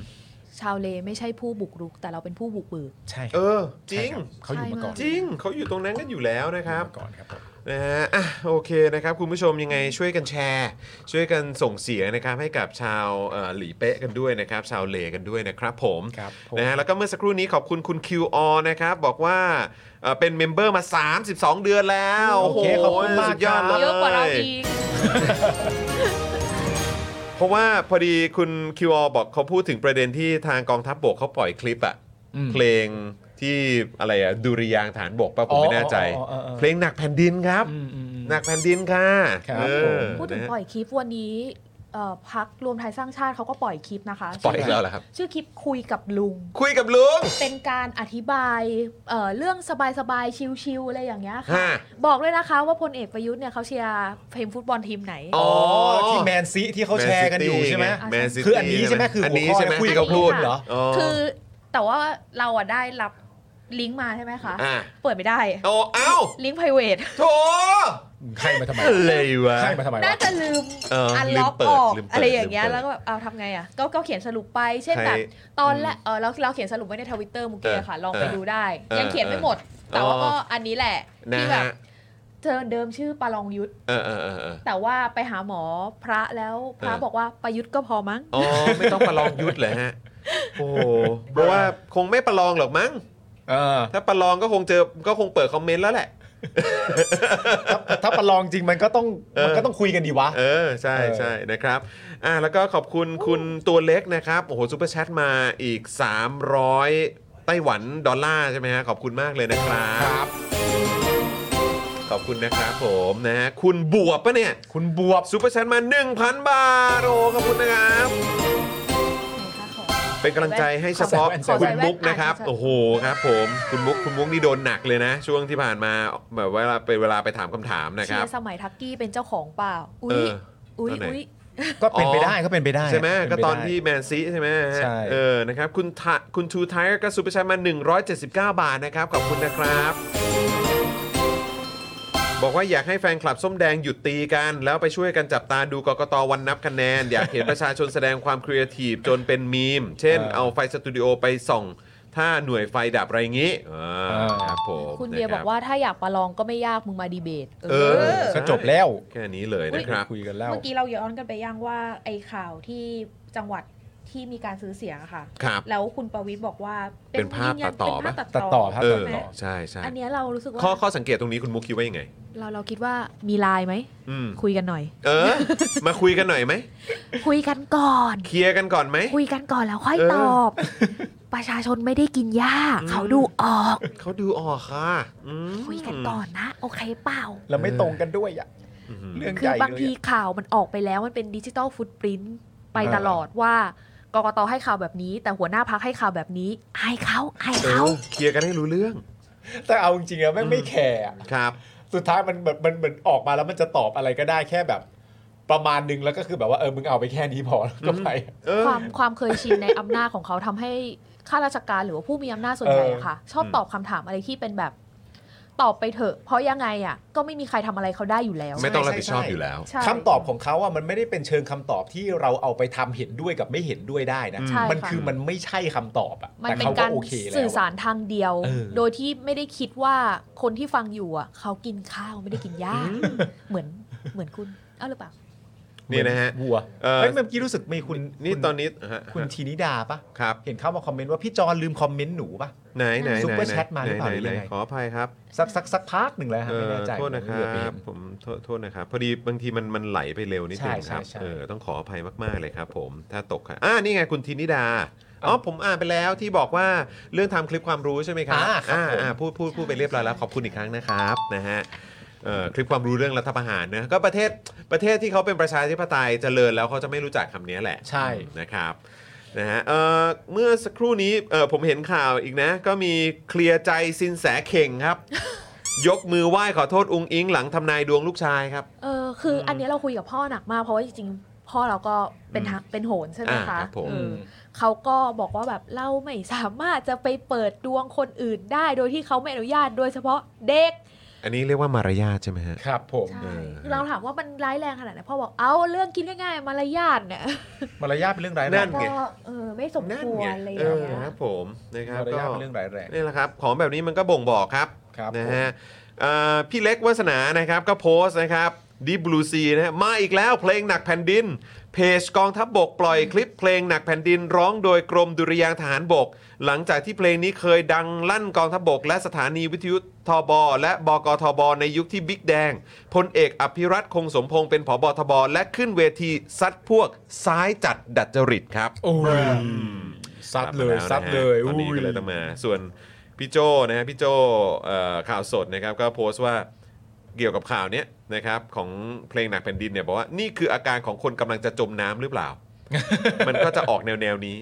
[SPEAKER 6] ชาวเลไม่ใช่ผู้บุกรุก แต่เราเป็นผู้บุกเบิก
[SPEAKER 4] ใช่
[SPEAKER 1] เออ จริง
[SPEAKER 6] เขาอยู่มาก่อน
[SPEAKER 1] จริงเขาอยู่ตรงนั้นกันอยู่แล้วนะครับ
[SPEAKER 4] ก่อนครับ
[SPEAKER 1] นะฮะอ่ะโอเคนะครับ คุณผู้ชมยังไงช่วยกันแชร์ ช่วยกันส่งเสียงนะครับให้กับชาวเอ่อหลีเป๊ะกันด้วยนะครับ ชาวเลกันด้วยนะครับผมนะฮะแล้วก็เมื่อสักครู่นี้ขอบคุณคุณ QR นะครับ บอกว่าเอ่อเป็นเมมเบอร์มา 32 เดือนแล้ว
[SPEAKER 4] โอเคขอบคุณมาก
[SPEAKER 1] สุดยอด
[SPEAKER 4] ครับ
[SPEAKER 1] เลย เพราะว่าพอดีคุณ QR บอกเขาพูดถึงประเด็นที่ทางกองทัพบกเขาปล่อยคลิปอะ
[SPEAKER 4] อืม
[SPEAKER 1] เพลงที่อะไรอะดุริยางค์ฐานบกป่ะผมไม่แน่ใจ
[SPEAKER 4] อ๋ออ๋ออ๋ออ๋อ
[SPEAKER 1] เพลงหนักแผ่นดินครับ หนักแผ่นดินค่ะเออ
[SPEAKER 6] พูดถึง
[SPEAKER 1] นะ
[SPEAKER 6] ปล่อยคลิปวันนี้เอ่อพักรวมไทยสร้างชาติเขาก็ปล่อยคลิปนะคะ
[SPEAKER 1] ปล่อยอีกแล้วเหรอครับ
[SPEAKER 6] ชื่อคลิปคุยกับลุง
[SPEAKER 1] คุยกับลุง
[SPEAKER 6] เป็นการอธิบายเอ่อเรื่องสบายๆ ชิวๆอะไรอย่างเงี้ยค่ะ
[SPEAKER 1] ฮะ
[SPEAKER 6] บอกด้วยนะคะว่าพลเอกประยุทธ์เนี่ยเขาเชียร์ทีมฟุตบอลทีมไหน
[SPEAKER 1] อ๋อ
[SPEAKER 4] ที่แมนซีที่เขาแชร์กันอยู่ใช่ไหม
[SPEAKER 1] แมนซิตี้
[SPEAKER 4] คืออันนี้ใช่ไหมคือ
[SPEAKER 1] อัน
[SPEAKER 4] หัว
[SPEAKER 1] นี้
[SPEAKER 4] ข้อ
[SPEAKER 1] ใช่ไหม
[SPEAKER 4] คุย
[SPEAKER 1] ที่
[SPEAKER 4] กับ
[SPEAKER 1] เขาพูด
[SPEAKER 4] เหรอ
[SPEAKER 6] คือแต่ว่าเราอ่ะได้รับลิงก์มาใช่ไหมคะ
[SPEAKER 1] อ่ะ
[SPEAKER 6] เปิดไม่ได้
[SPEAKER 1] โอ้เอ้า
[SPEAKER 6] ลิงก์ private
[SPEAKER 1] โถ
[SPEAKER 4] ใครมาทำไม
[SPEAKER 1] อะไรวะ
[SPEAKER 4] ใครมาทำไมวะ
[SPEAKER 6] น่าจะลืม
[SPEAKER 1] เออ
[SPEAKER 6] อันล็อก
[SPEAKER 1] ลืมเปิด
[SPEAKER 6] ออก
[SPEAKER 1] ลืมเปิด
[SPEAKER 6] อะไรอย่างเงี้ย
[SPEAKER 1] ลืมเปิด
[SPEAKER 6] แล้วก็แบบเอาทำไงอ่ะก็ก็เขียนสรุปไปเช่น
[SPEAKER 1] ใคร
[SPEAKER 6] แบบตอนแรกเออเราเราเขียนสรุปไว้ในทวิตเตอร์มุกเก
[SPEAKER 1] เออ
[SPEAKER 6] ค่ะ ลองไป
[SPEAKER 1] เออ
[SPEAKER 6] ดูได้
[SPEAKER 1] เออ
[SPEAKER 6] ยังเขียนไม่หมด
[SPEAKER 1] อ
[SPEAKER 6] แต่ว่า
[SPEAKER 1] อ๋
[SPEAKER 6] ก็
[SPEAKER 1] ออั
[SPEAKER 6] อันนี้แหละ
[SPEAKER 1] นะ
[SPEAKER 6] ที่แบบ
[SPEAKER 1] ฮะ
[SPEAKER 6] เจอเดิมชื่อปาลองยุทธ
[SPEAKER 1] เออเออเออเออ
[SPEAKER 6] แต่ว่าไปหาหมอพระแล้วพระ
[SPEAKER 1] เออ
[SPEAKER 6] บอกว่าประยุทธ์ก็พอมั้ง
[SPEAKER 1] อ๋อ ไม่ต้องประลองยุทธเลยฮะ โอ้โหเพราะว่าคงไม่ประลองหรอกมั้งถ้าประลองก็คงเจอก็คงเปิดคอมเมนต์แล้วแหละ
[SPEAKER 4] ถ้าประลองจริงมันก็ต้องมันก็ต้องคุยกันดีวะ
[SPEAKER 1] เออ ใช่
[SPEAKER 4] เออ
[SPEAKER 1] ใช่นะครับอ่ะแล้วก็ขอบคุณคุณตัวเล็กนะครับ โอ้โหซูเปอร์แชทมาอีก 300 ไต้หวันดอลลาร์ใช่ไหมฮะ ขอบคุณมากเลยนะครับ ขอบคุณนะครับผมนะฮะคุณบวบปะเนี่ย
[SPEAKER 4] คุณบวบ
[SPEAKER 1] ซูเปอร์แชทมา 1,000 บาท โอ้โหขอบคุณนะครับ เป็นกำลังใจให้เฉพาะ
[SPEAKER 4] ขอใส่แว่น
[SPEAKER 1] คุณมุกนะครับ
[SPEAKER 4] ขอใส่แว่น
[SPEAKER 1] โอ้โหครับผมคุณมุกคุณมุกนี่โดนหนักเลยนะ ช่วงที่ผ่านมาแบบเวลาไปเวลาไปถามคำถามนะค
[SPEAKER 6] เชี
[SPEAKER 1] รั
[SPEAKER 6] ย
[SPEAKER 1] บ
[SPEAKER 6] ร์สมัยทักกี้เป็นเจ้าของเปล่า อุ้
[SPEAKER 1] เอย อ
[SPEAKER 6] อุ้ย
[SPEAKER 1] ตอนไหน
[SPEAKER 6] อุ้ย
[SPEAKER 4] ก็เป็นไปได้ก็เป็นไปได้
[SPEAKER 1] ใช่ไหม
[SPEAKER 4] เป็
[SPEAKER 1] ก็
[SPEAKER 4] นไปได้
[SPEAKER 1] ตอนที่แมนซีใช่ไหมฮะ
[SPEAKER 4] ใช่
[SPEAKER 1] เออนะครับคุณทะคุณทูไทร์ก็ซูเปอร์แชทมา 179 บาทนะครับ ขอบคุณนะครับ บอกว่าอยากให้แฟนคลับส้มแดงหยุดตีกัน แล้วไปช่วยกันจับตาดูกกตวันนับคะแนน อยากเห็นประชาชนแสดงความครีเอทีฟจนเป็นมีม เช่น เอาไฟสตูดิโอไปส่อง ถ้าหน่วยไฟดับอะไรงี้อ่าครับผม
[SPEAKER 6] คุณเบียร์
[SPEAKER 1] นะ
[SPEAKER 6] บ
[SPEAKER 1] รั
[SPEAKER 6] อกว่าถ้าอยากประลองก็ไม่ยากมึงมาดีเบต
[SPEAKER 1] เออ
[SPEAKER 4] ก็จบแล้ว
[SPEAKER 1] แค่นี้เลยนะครับ
[SPEAKER 4] คุยกันแล้ว
[SPEAKER 6] เมื่อกี้เราย้อนกันไปยังว่าไอ้ข่าวที่จังหวัดที่มีการซื้อเสียงอะค่ะ
[SPEAKER 1] ครับ
[SPEAKER 6] แล้วคุณประวิทย์บอกว่า
[SPEAKER 1] เป็นภาพ
[SPEAKER 6] ยืนยัน
[SPEAKER 1] ตัดต่อ
[SPEAKER 6] เป็นภาพ
[SPEAKER 1] ปะ
[SPEAKER 6] ตัด
[SPEAKER 1] ตั
[SPEAKER 6] ต่อ
[SPEAKER 1] ดต่อภาพ
[SPEAKER 6] ใช่
[SPEAKER 1] ตัด
[SPEAKER 6] ไหม
[SPEAKER 1] ต่อใช่ใช่
[SPEAKER 6] อันเนี้ยเรารู้สึกว่า
[SPEAKER 1] ข้อข้อสังเกตตรงนี้คุณมุกคิดว่ายังไง
[SPEAKER 6] เราเราคิดว่ามีไลน์ไหม
[SPEAKER 1] อืม
[SPEAKER 6] คุยกันหน่อย
[SPEAKER 1] เออ มาคุยกันหน่อยไหม
[SPEAKER 6] คุยกันก่อน
[SPEAKER 1] เคลียร์กันก่อนไหม
[SPEAKER 6] คุยกันก่อนแล้วค่อย
[SPEAKER 1] เออ
[SPEAKER 6] ตอบ ประชาชนไม่ได้กินหญ้าเขาดูออก
[SPEAKER 1] เขาดูออกค่ะอืม
[SPEAKER 6] คุยกันก่อนนะ โอเคเปล่า
[SPEAKER 4] แล้วไม่ตรงกันด้วยอ่ะเรื่อง
[SPEAKER 6] คื
[SPEAKER 4] ให
[SPEAKER 6] อ
[SPEAKER 4] ญ่
[SPEAKER 6] บาง
[SPEAKER 4] เลย
[SPEAKER 6] ที
[SPEAKER 4] อะ
[SPEAKER 6] ข่าวมันออกไปแล้วมันเป็นดิจิตอลฟุตปรินต์ไป
[SPEAKER 4] อ่า
[SPEAKER 6] ตลอดว่ากกตให้ข่าวแบบนี้ แต่หัวหน้าพักให้ข่าวแบบนี้อายเขาอายเขา
[SPEAKER 1] เออเคลียร์กันให้รู้เรื่อง
[SPEAKER 4] แต่เอาจริงๆอะแม่งไม่แคร์อะ
[SPEAKER 1] ครับ
[SPEAKER 4] สุดท้ายมันแบบมันเหมือนออกมาแล้วมันจะตอบอะไรก็ได้แค่แบบ ประมาณนึงแล้วก็คือแบบว่าเออมึงเอาไปแค่นี้พอแล้วก็ไป
[SPEAKER 6] ความความเคยชินในอำนาจของเขาทำให้ข้าราชการหรือว่าผู้มีอำนาจส่วนใหญ่อะค่ะ
[SPEAKER 4] เออ
[SPEAKER 6] ชอบตอบคำถามอะไรที่เป็นแบบ ตอบไปเถอะ เพราะยังไงอ่ะ ก็ไม่มีใครทำอะไรเขาได้อยู่แล้ว
[SPEAKER 1] ไม่ต้องรับผิดชอบอยู่แล้ว
[SPEAKER 6] ใช่
[SPEAKER 4] คำตอบของเขาอ่ะมันไม่ได้เป็นเชิงคำตอบที่เราเอาไปทำเห็นด้วยกับไม่เห็นด้วยได้นะ
[SPEAKER 6] ใช่
[SPEAKER 4] มัน
[SPEAKER 6] ค่ะ
[SPEAKER 4] คือมันไม่ใช่คำตอบอ่ะ
[SPEAKER 6] มัน
[SPEAKER 4] แต่
[SPEAKER 6] เป็น
[SPEAKER 4] เขาก็
[SPEAKER 6] การ
[SPEAKER 4] โอเคแล้ว
[SPEAKER 6] สื่อ
[SPEAKER 4] อะ
[SPEAKER 6] สารทางเดียว
[SPEAKER 4] เออ
[SPEAKER 6] โดยที่ไม่ได้คิดว่าคนที่ฟังอยู่อ่ะ เขากินข้าวไม่ได้กินหญ้าเหมือนเหมือนคุณ เอาหรือเปล่า
[SPEAKER 1] นี่นะฮะ
[SPEAKER 4] วัว
[SPEAKER 1] เออ
[SPEAKER 4] เฮ้ยเมื่อกี้รู้สึกมีคุณ
[SPEAKER 1] นี่ตอนนี้ฮะ
[SPEAKER 4] คุณทีนิดาปะ
[SPEAKER 1] ครับ
[SPEAKER 4] เห็นเข้ามาคอมเมนต์ว่าพี่จอนลืมคอมเมนต์หนูปะ
[SPEAKER 1] ไหนไหนไหน
[SPEAKER 4] ซุปเปอร์แชทมาหรือเปล่า
[SPEAKER 1] ไหน
[SPEAKER 4] หรื
[SPEAKER 1] ไหน
[SPEAKER 4] อยัง
[SPEAKER 1] ไห
[SPEAKER 4] ไง
[SPEAKER 1] นขออภัยครับ
[SPEAKER 4] สักสักสักพักหนึ่งแล้วฮะ
[SPEAKER 1] เอ
[SPEAKER 4] ไม่
[SPEAKER 1] อ
[SPEAKER 4] แน่ใจ
[SPEAKER 1] โทษนะค
[SPEAKER 4] เหลือไป
[SPEAKER 1] รั
[SPEAKER 4] เห็
[SPEAKER 1] บ
[SPEAKER 4] น
[SPEAKER 1] ผมโทษโทษนะครับ พอดีบางทีมันมันไหลไปเร็วนิดนึงครับ
[SPEAKER 4] ใช่ใช่ใช่
[SPEAKER 1] เออต้องขออภัยมากๆเลยครับผมถ้าตกค่ะอ่านี่ไงคุณธินิดา อ๋อผมอ่านไปแล้วที่บอกว่าเรื่องทำคลิปความรู้ใช่ไหมครับ
[SPEAKER 4] อ่าครับผม
[SPEAKER 1] อ่าพูดพูดพูดไปเรียบร้อยแล้วขอบคุณอีกครั้งนะครับนะฮะเอ่อคลิปความรู้เรื่องรัฐประหารนะก็ประเทศประเทศที่เขาเป็นประชาธิปไตยเจริญแล้วเขาจะไม่รู้จักคำนี้แหละ
[SPEAKER 4] ใช่
[SPEAKER 1] นะครับนะฮะเอ่อเมื่อสักครู่นี้เอ่อผมเห็นข่าวอีกนะ ก็มีเคลียร์ใจสินแสเข่งครับ ยกมือไหว้ขอโทษอุงอิงหลังทำนายดวงลูกชายครับ
[SPEAKER 6] เออคืออันเนี้ยเราคุยกับพ่อหนักมากเพราะว่าจริงๆพ่อเราก็เป็นทางเป็นโหรใช่ไหม
[SPEAKER 1] อ่า
[SPEAKER 6] คะ
[SPEAKER 1] ครับผม
[SPEAKER 6] เออเขาก็บอกว่าแบบเราไม่สามารถจะไปเปิดดวงคนอื่นได้ โดยที่เขาไม่อนุญาตโดยเฉพาะเด็ก
[SPEAKER 1] อันนี้เรียกว่ามารยาทใช่ไหมฮะ
[SPEAKER 4] ครับผม
[SPEAKER 1] เออ
[SPEAKER 6] เราถามว่ามันร้ายแรงขนาดไหนพ่อบอกเอาเรื่องกินง่ายๆมารยาทเนี่ย
[SPEAKER 4] มารยาทเป็นเรื่องร้ายแร
[SPEAKER 1] นั่
[SPEAKER 4] ง
[SPEAKER 1] นไง
[SPEAKER 6] ก็เออไม่สมควรอะไรอย่าง
[SPEAKER 1] เออ
[SPEAKER 6] เงี้ย
[SPEAKER 1] ครับผมนะครับ
[SPEAKER 4] มารยาทเป็นเรื่องร้ายแรง
[SPEAKER 1] นี่แหละครับ ของแบบนี้มันก็บ่งบอกครับ
[SPEAKER 4] ครับ
[SPEAKER 1] นะฮะเอ่อพี่เล็กวาสนานะครับก็โพสต์นะครับดีบลูซีนะฮะมาอีกแล้วเพลงหนักแผ่นดิน เพจกองทัพบบกปล่อยคลิปเพลงหนักแผ่นดินร้องโดยกรมดุริยางค์ทหารบก หลังจากที่เพลงนี้เคยดังลั่นกองทัพบบก และสถานีวิทยุทบและบกทบในยุคที่บิ๊กแดงพลเอกอภิรัตคงสมพงศ์เป็นผบทบและขึ้นเวทีซัดพวกซ้ายจัดดัดจริตครับ
[SPEAKER 4] โอ้ย
[SPEAKER 1] อืม
[SPEAKER 4] ซัดเลย
[SPEAKER 1] กบมาแวนะฮะ
[SPEAKER 4] ซัดเลย
[SPEAKER 1] ตอนนี้
[SPEAKER 4] อุ้ย
[SPEAKER 1] ก็เลยต้องมา ส่วนพี่โจนะฮะพี่โจเอ่อข่าวสดนะครับก็โพสต์ว่าเกี่ยวกับข่าวเนี้ยนะครับของเพลงหนักแผ่นดินเนี่ยบอกว่านี่คืออาการของคนกำลังจะจมน้ำหรือเป ล่า มันก็จะออกแนวแนวๆนี้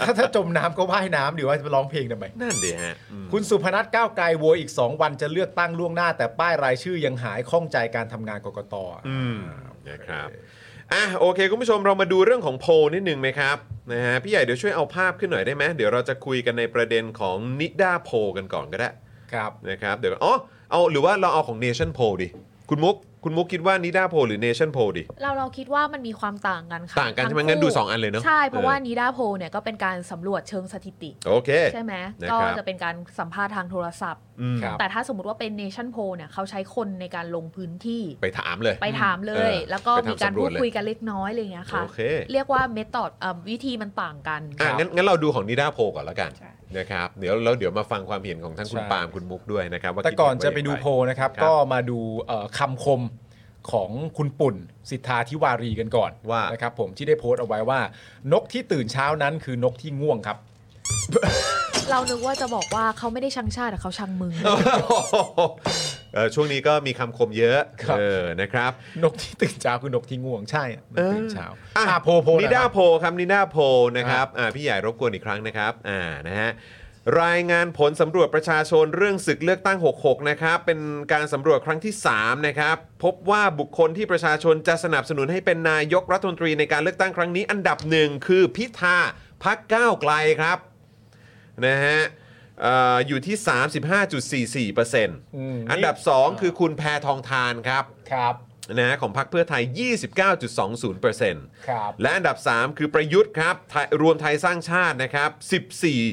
[SPEAKER 4] ถ้าถ้าจมน้ำก็ว่ายน้ำดีว่าจะไปร้องเพลงทำไม
[SPEAKER 1] นั่นเดีฮะอืม
[SPEAKER 4] คุณสุพนัทก้าวไกลโวยอีก 2 วันจะเลือกตั้งล่วงหน้า แต่ป้ายรายชื่อยังหายข้องใจการทำงานกกต
[SPEAKER 1] อืมนะครับอ่ะโอเคคุณผู้ชมเรามาดูเรื่องของโพลนิดนึงไหมครับนะฮะพี่ใหญ่เดี๋ยวช่วยเอาภาพขึ้นหน่อยได้ไหมเดี๋ยวเราจะคุยกันในประเด็นของนิด้าโพลกันก่อนก็ได้
[SPEAKER 4] ครับ
[SPEAKER 1] นะครับเดี๋ยวอ๋อเอาหรือว่าเราเอาของ Nation Poll ดิ คุณมุก คุณมุกคิดว่านิด้าโพหรือ Nation Poll ดิ
[SPEAKER 6] เราเราคิดว่ามันมีความต่างกันค่ะ
[SPEAKER 1] ต่างกันใช่ไหม
[SPEAKER 6] ทั้คู่
[SPEAKER 1] งั้นดูสองอันเลยเนอะ
[SPEAKER 6] ใช่เพราะว่า
[SPEAKER 1] เออ
[SPEAKER 6] นีดาโพเนี่ยก็เป็นการสำรวจเชิงสถิติ
[SPEAKER 1] โอเค
[SPEAKER 6] ใช่ไหม
[SPEAKER 1] นะ
[SPEAKER 6] ก็
[SPEAKER 1] ครับ
[SPEAKER 6] จะเป็นการสัมภาษณ์ทางโทรศัพท์
[SPEAKER 1] อืมครับ
[SPEAKER 6] แต่ถ้าสมมติว่าเป็นเนชั่นโพเนี่ยเขาใช้คนในการลงพื้นที่
[SPEAKER 1] ไปถามเลย
[SPEAKER 6] ไปถามเลย
[SPEAKER 1] ออ
[SPEAKER 6] แล้วก็มีการ
[SPEAKER 1] ไปทำสำ
[SPEAKER 6] พู
[SPEAKER 1] ว
[SPEAKER 6] ด
[SPEAKER 1] จเล
[SPEAKER 6] คุยกันเล็กน้อยอะไรอย่างเงี้ยค่ะ
[SPEAKER 1] โอเค
[SPEAKER 6] เรียกว่าเมธอดวิธีมันต่างกัน
[SPEAKER 1] อ่ะงั้นงั้นเราดูของนิด้าโพก่อนแล้วกันนะครับเดี๋ยวแล้วเดี๋ยวมาฟังความเห็นของทั้งคุณ
[SPEAKER 4] ใช่
[SPEAKER 1] ปาล์มคุณมุกด้วยนะครับว่า
[SPEAKER 4] แต่ก่อนจะไป
[SPEAKER 1] คิ
[SPEAKER 4] ดู
[SPEAKER 1] เห็
[SPEAKER 4] โพลนะครับ ก็มาดูเอ่อคำคมของคุณปุ่น สิทธาธิวารีกันก่อนว่านะครับผมที่ได้โพสต์เอาไว้ว่า นกที่ตื่นเช้านั้นคือนกที่ง่วงครับ
[SPEAKER 6] เรานึกว่าจะบอกว่าเขาไม่ได้ชังชาติแต่เขาชังมึง
[SPEAKER 1] เออช่วงนี้ก็มีคำคมเยอะ
[SPEAKER 4] ครับ
[SPEAKER 1] เออนะครับ
[SPEAKER 4] นกที่ตื่นเช้าคือนกที่ง่วงใช่มันตื่นเช้า
[SPEAKER 1] อ่ะ
[SPEAKER 4] อ่ะโพลโพล
[SPEAKER 1] นิ
[SPEAKER 4] นะ
[SPEAKER 1] ด้า
[SPEAKER 4] ครับ
[SPEAKER 1] โพลครับนิด้าโพลนะครับอ่ะพี่ใหญ่รบกวนอีกครั้งนะครับอ่านะฮะรายงานผลสำรวจประชาชนเรื่องศึกเลือกตั้ง 66 นะครับเป็นการสำรวจครั้งที่ 3 นะครับ พบว่าบุคคลที่ประชาชนจะสนับสนุนให้เป็นนายกรัฐมนตรีในการเลือกตั้งครั้งนี้ อันดับหนึ่งคือพิธาพักก้าวไกลครับนะฮะเอ่ออยู่ที่ 35.44%
[SPEAKER 4] ม
[SPEAKER 1] อันดับ 2 คือคุณแพทองทานครับ
[SPEAKER 4] ครับ
[SPEAKER 1] นะฮะของพรรคเพื่อไทย 29.20%
[SPEAKER 4] ครับ
[SPEAKER 1] และอันดับ 3 คือประยุทธ์ครับไทยรวมไทยสร้างชาตินะครับ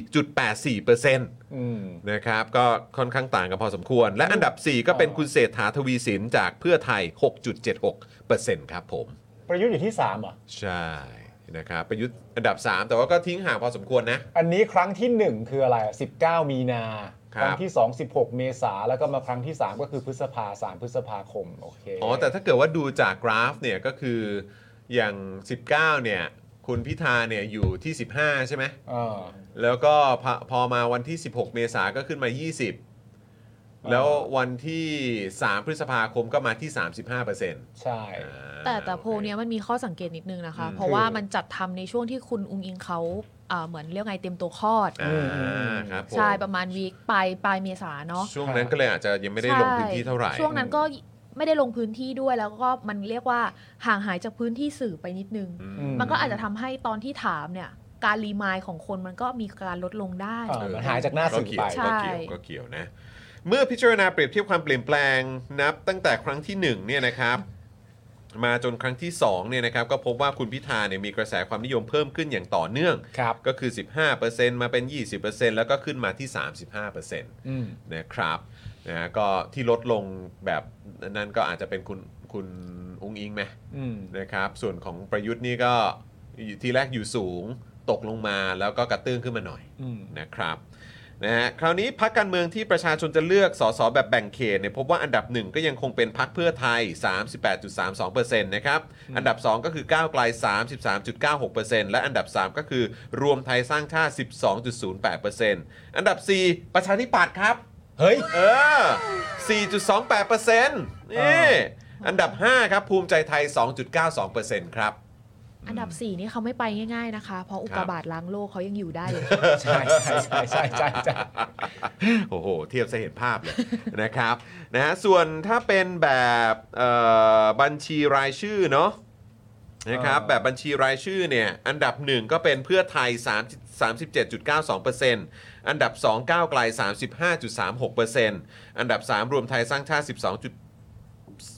[SPEAKER 1] 14.84%
[SPEAKER 4] อืม
[SPEAKER 1] นะครับก็ค่อนข้างต่างกันพอสมควร และอันดับ 4 ก็เป็นคุณเศรษฐาทวีสินจากเพื่อไทย 6.76%ครับผม
[SPEAKER 4] ประยุทธ์อยู่ที่3เหรอ
[SPEAKER 1] ใช่นะครับประยุทธ์อันดับ 3 แต่ว่าก็ทิ้งห่างพอสมควรนะ
[SPEAKER 4] อันนี้ครั้งที่ 1 คืออะไร 19 มีนา
[SPEAKER 1] ครับ
[SPEAKER 4] ครั้งที่ 2 16 เมษาแล้วก็มาครั้งที่ 3 ก็คือพฤษภา 3 พฤษภาคม โอเค
[SPEAKER 1] อ๋อ แต่ถ้าเกิดว่าดูจากกราฟเนี่ยก็คืออย่าง 19 เนี่ย คุณพิธาเนี่ยอยู่ที่ 15 ใช่ไหม
[SPEAKER 4] เออ
[SPEAKER 1] แล้วก็พอพอมาวันที่ 16 เมษาก็ขึ้นมา 20 แล้ววันที่ 3 พฤษภาคมก็มาที่ 35%
[SPEAKER 4] ใช่
[SPEAKER 6] แต่แต่โพลเนี้ยมันมีข้อสังเกตนิดนึงนะคะ
[SPEAKER 1] อืม
[SPEAKER 6] เพราะว่ามันจัดทำในช่วงที่คุณอุงอิงเขาเอ่อเหมือนเรียกไงเตรียมตัวคลอด
[SPEAKER 1] อ่าครับผม
[SPEAKER 6] ใช่ ประมาณวีคปลายปลายเมษาเนาะ
[SPEAKER 1] ช่วงนั้นก็เลยอาจจะยังไม่ได้ลงพื้นที่เท่าไหร่
[SPEAKER 6] ใช่ช่วงนั้นก็ไม่ได้ลงพื้นที่ด้วยแล้วก็มันเรียกว่าห่างหายจากพื้นที่สื่อไปนิดนึง
[SPEAKER 1] อืม
[SPEAKER 6] มันก็อาจจะทำให้ตอนที่ถามเนี่ย การรีมายด์ของคนมันก็มีการลดลงได้
[SPEAKER 4] เออมันหายจากหน้าสื่อไป
[SPEAKER 1] ก็เกี่ยวก็เกี่ยว
[SPEAKER 6] ใช่
[SPEAKER 1] ก็เกี่ยวนะ เมื่อพิจารณาเปรียบเทียบความเปลี่ยนแปลงนับตั้งแต่ครั้งที่1เนี่ยนะครับ มาจนครั้งที่2เนี่ยนะครับก็พบว่าคุณพิธาเนี่ยมีกระแสความนิยมเพิ่มขึ้นอย่างต่อเนื่องก็คือ 15%มาเป็น 20%แล้วก็ขึ้นมาที่ 35%
[SPEAKER 4] อืม
[SPEAKER 1] นะครับนะฮะก็ที่ลดลงแบบนั้นก็อาจจะเป็นคุณคุณอุ้งอิงไหม
[SPEAKER 4] อืม
[SPEAKER 1] นะครับส่วนของประยุทธ์นี่ก็อยู่ทีแรกอยู่สูงตกลงมาแล้วก็กระเตื้องขึ้นมาหน่อย
[SPEAKER 4] อืม
[SPEAKER 1] นะครับ นะฮะคราวนี้พักการเมืองที่ประชาชนจะเลือกสสแบบแบ่งเขตเนี่ยพบว่าอันดับหนึ่งก็ยังคงเป็นพักเพื่อไทย 38.32%นะครับอันดับ 2 ก็คือก้าวไกล 33.96%และอันดับ 3 ก็คือรวมไทยสร้างชาติ 12.08%อันดับ 4 ประชาธิปัตย์ครับ
[SPEAKER 4] เฮ้ย
[SPEAKER 1] เออ 4.28%นี่อันดับ 5 ครับภูมิใจไทย 2.92%ครับ
[SPEAKER 6] อันดับสี่นี่เขาไม่ไปง่าย ๆนะคะ เพราะอุกกาบาตล้างโลกเขายังอยู่ได้เลย
[SPEAKER 1] ใช่ใช่ใช่ใช่ใช่ใช่โอ้โห เทียบจะเห็นภาพเลย นะครับนะฮะส่วนถ้าเป็นแบบเอ่อบัญชีรายชื่อเนาะนะครับแบบบัญชีรายชื่อเนี่ยอันดับหนึ่งก็เป็นเพื่อไทย3 37.92%อันดับ 2 ก้าวไกล 35.36%อันดับ 3 รวมไทยสร้างชาติ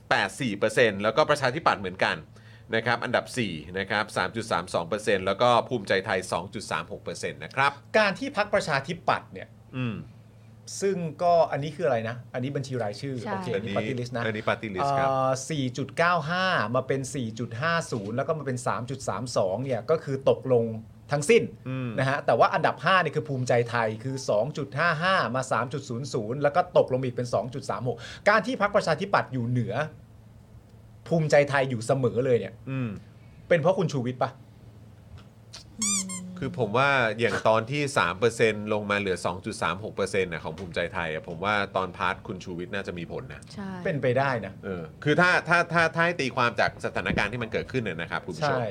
[SPEAKER 1] 12.84%แล้วก็ประชาธิปัตย์เหมือนกันนะครับอันดับ4นะครับ3.32%แล้วก็ภูมิใจไทย 2.36%นะครับ
[SPEAKER 4] การที่พักประชาธิปัตย์เนี่ย
[SPEAKER 1] อืม
[SPEAKER 4] ซึ่งก็อันนี้คืออะไรนะ อันนี้บัญชีรายชื่อ
[SPEAKER 1] ใช่
[SPEAKER 4] โอเคอันนี้
[SPEAKER 1] อั
[SPEAKER 4] ปาน
[SPEAKER 1] นี้
[SPEAKER 4] ร์ตี้ลิสต์นะ
[SPEAKER 1] อันนี้ party list ครับ
[SPEAKER 4] เอ่อ4.95 มาเป็น 4.50 แล้วก็มาเป็น 3.32 เนี่ยก็คือตกลงทั้งสิ้นนะฮะแต่ว่าอันดับ5เนี่ยคือภูมิใจไทยคือ 2.55 มา 3.00 แล้วก็ตกลงมาอีกเป็น 2.36 การที่พักประชาธิปัตย์อยู่เหนือ ภูมิใจไทยอยู่เสมอเลยเนี่ย
[SPEAKER 1] อืม
[SPEAKER 4] เป็นเพราะคุณชูวิทย์ปะ
[SPEAKER 1] คือผมว่าอย่างตอนที่ 3%ลงมาเหลือ 2.36%นะของภูมิใจไทยอะผมว่าตอนพาร์ทคุณชูวิทย์น่าจะมีผลนะ
[SPEAKER 6] ใช่
[SPEAKER 4] เป็นไปได้นะ
[SPEAKER 1] เออ คือถ้าถ้าถ้าถ้าให้ตีความจากสถานการณ์ที่มันเกิดขึ้นเนี่ยนะครับ คุณผู้ชม
[SPEAKER 4] ใช่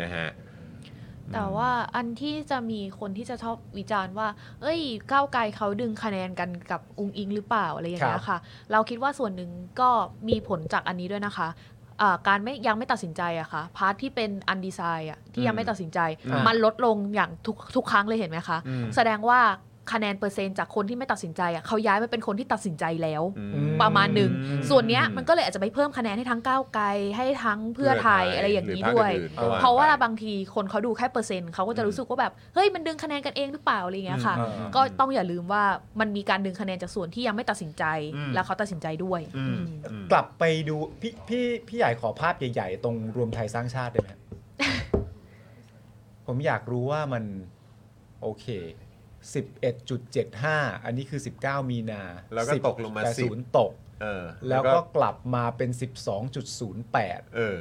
[SPEAKER 1] นะฮะ
[SPEAKER 6] แต่ว่าอันที่จะมีคนที่จะชอบวิจารณ์ว่า เอ้ย ก้าวไกลเขาดึงคะแนนกันกับอุงอิงหรือเปล่าอะไรอย่าง
[SPEAKER 4] ค
[SPEAKER 6] เงี้
[SPEAKER 4] รั
[SPEAKER 6] ย
[SPEAKER 4] บ
[SPEAKER 6] ค่ะ เราคิดว่าส่วนหนึ่งก็มีผลจากอันนี้ด้วยนะคะอ่าการไม่ยังไม่ตัดสินใจอะค่ะพาร์ทที่เป็นอันดีไซน์อะที่ยังไม่ตัดสินใจ
[SPEAKER 16] อ่ามั
[SPEAKER 6] มันลดลงอย่างทุกทุกครั้งเลยเห็นไหมคะ
[SPEAKER 16] อืม
[SPEAKER 6] แสดงว่าคะแนนเปอร์เซ็นต์จากคนที่ไม่ตัดสินใจอะเขาย้ายมาเป็นคนที่ตัดสินใจแล้ว
[SPEAKER 16] ม
[SPEAKER 6] ประมาณหนึ่งส่วนเนี้ยมันก็เลยอาจจะไปเพิ่มคะแนนให้ทั้งก้าวไกลให้ทั้งเพื่อไทย
[SPEAKER 16] เพื่อไทย
[SPEAKER 6] อะไรอย่างนี้
[SPEAKER 16] หรือ
[SPEAKER 6] ด้วย
[SPEAKER 16] พรรคอื่นๆก็ว่า
[SPEAKER 6] เพราะว่าบางทีคนเขาดูแค่เปอร์เซ็นต์เขาก็จะรู้สึกว่าแบบเฮ้ยมันดึงคะแนนกันเองหรือเปล่าอะไรอย่างเงี้ยค่ะ
[SPEAKER 16] อืมอ่า
[SPEAKER 6] ก็ต้องอย่าลืมว่ามันมีการดึงคะแนนจากส่วนที่ยังไม่ตัดสินใจ
[SPEAKER 4] อืม
[SPEAKER 6] แล้วเขาตัดสินใจด้วย
[SPEAKER 4] กลับไปดูพี่พี่พี่ใหญ่ขอภาพใหญ่ๆ ตรงรวมไทยสร้างชาติได้ไหมฮะ ผมอยากรู้ว่ามัน โอเค 11.75 อันนี้คือ 19 มีนา
[SPEAKER 1] แล้วก็ตกลงมา
[SPEAKER 4] แต่
[SPEAKER 1] สิบ
[SPEAKER 4] ศูนย์ตก
[SPEAKER 1] เออ
[SPEAKER 4] แล้วก็กลับมาเป็น 12.08
[SPEAKER 1] เออ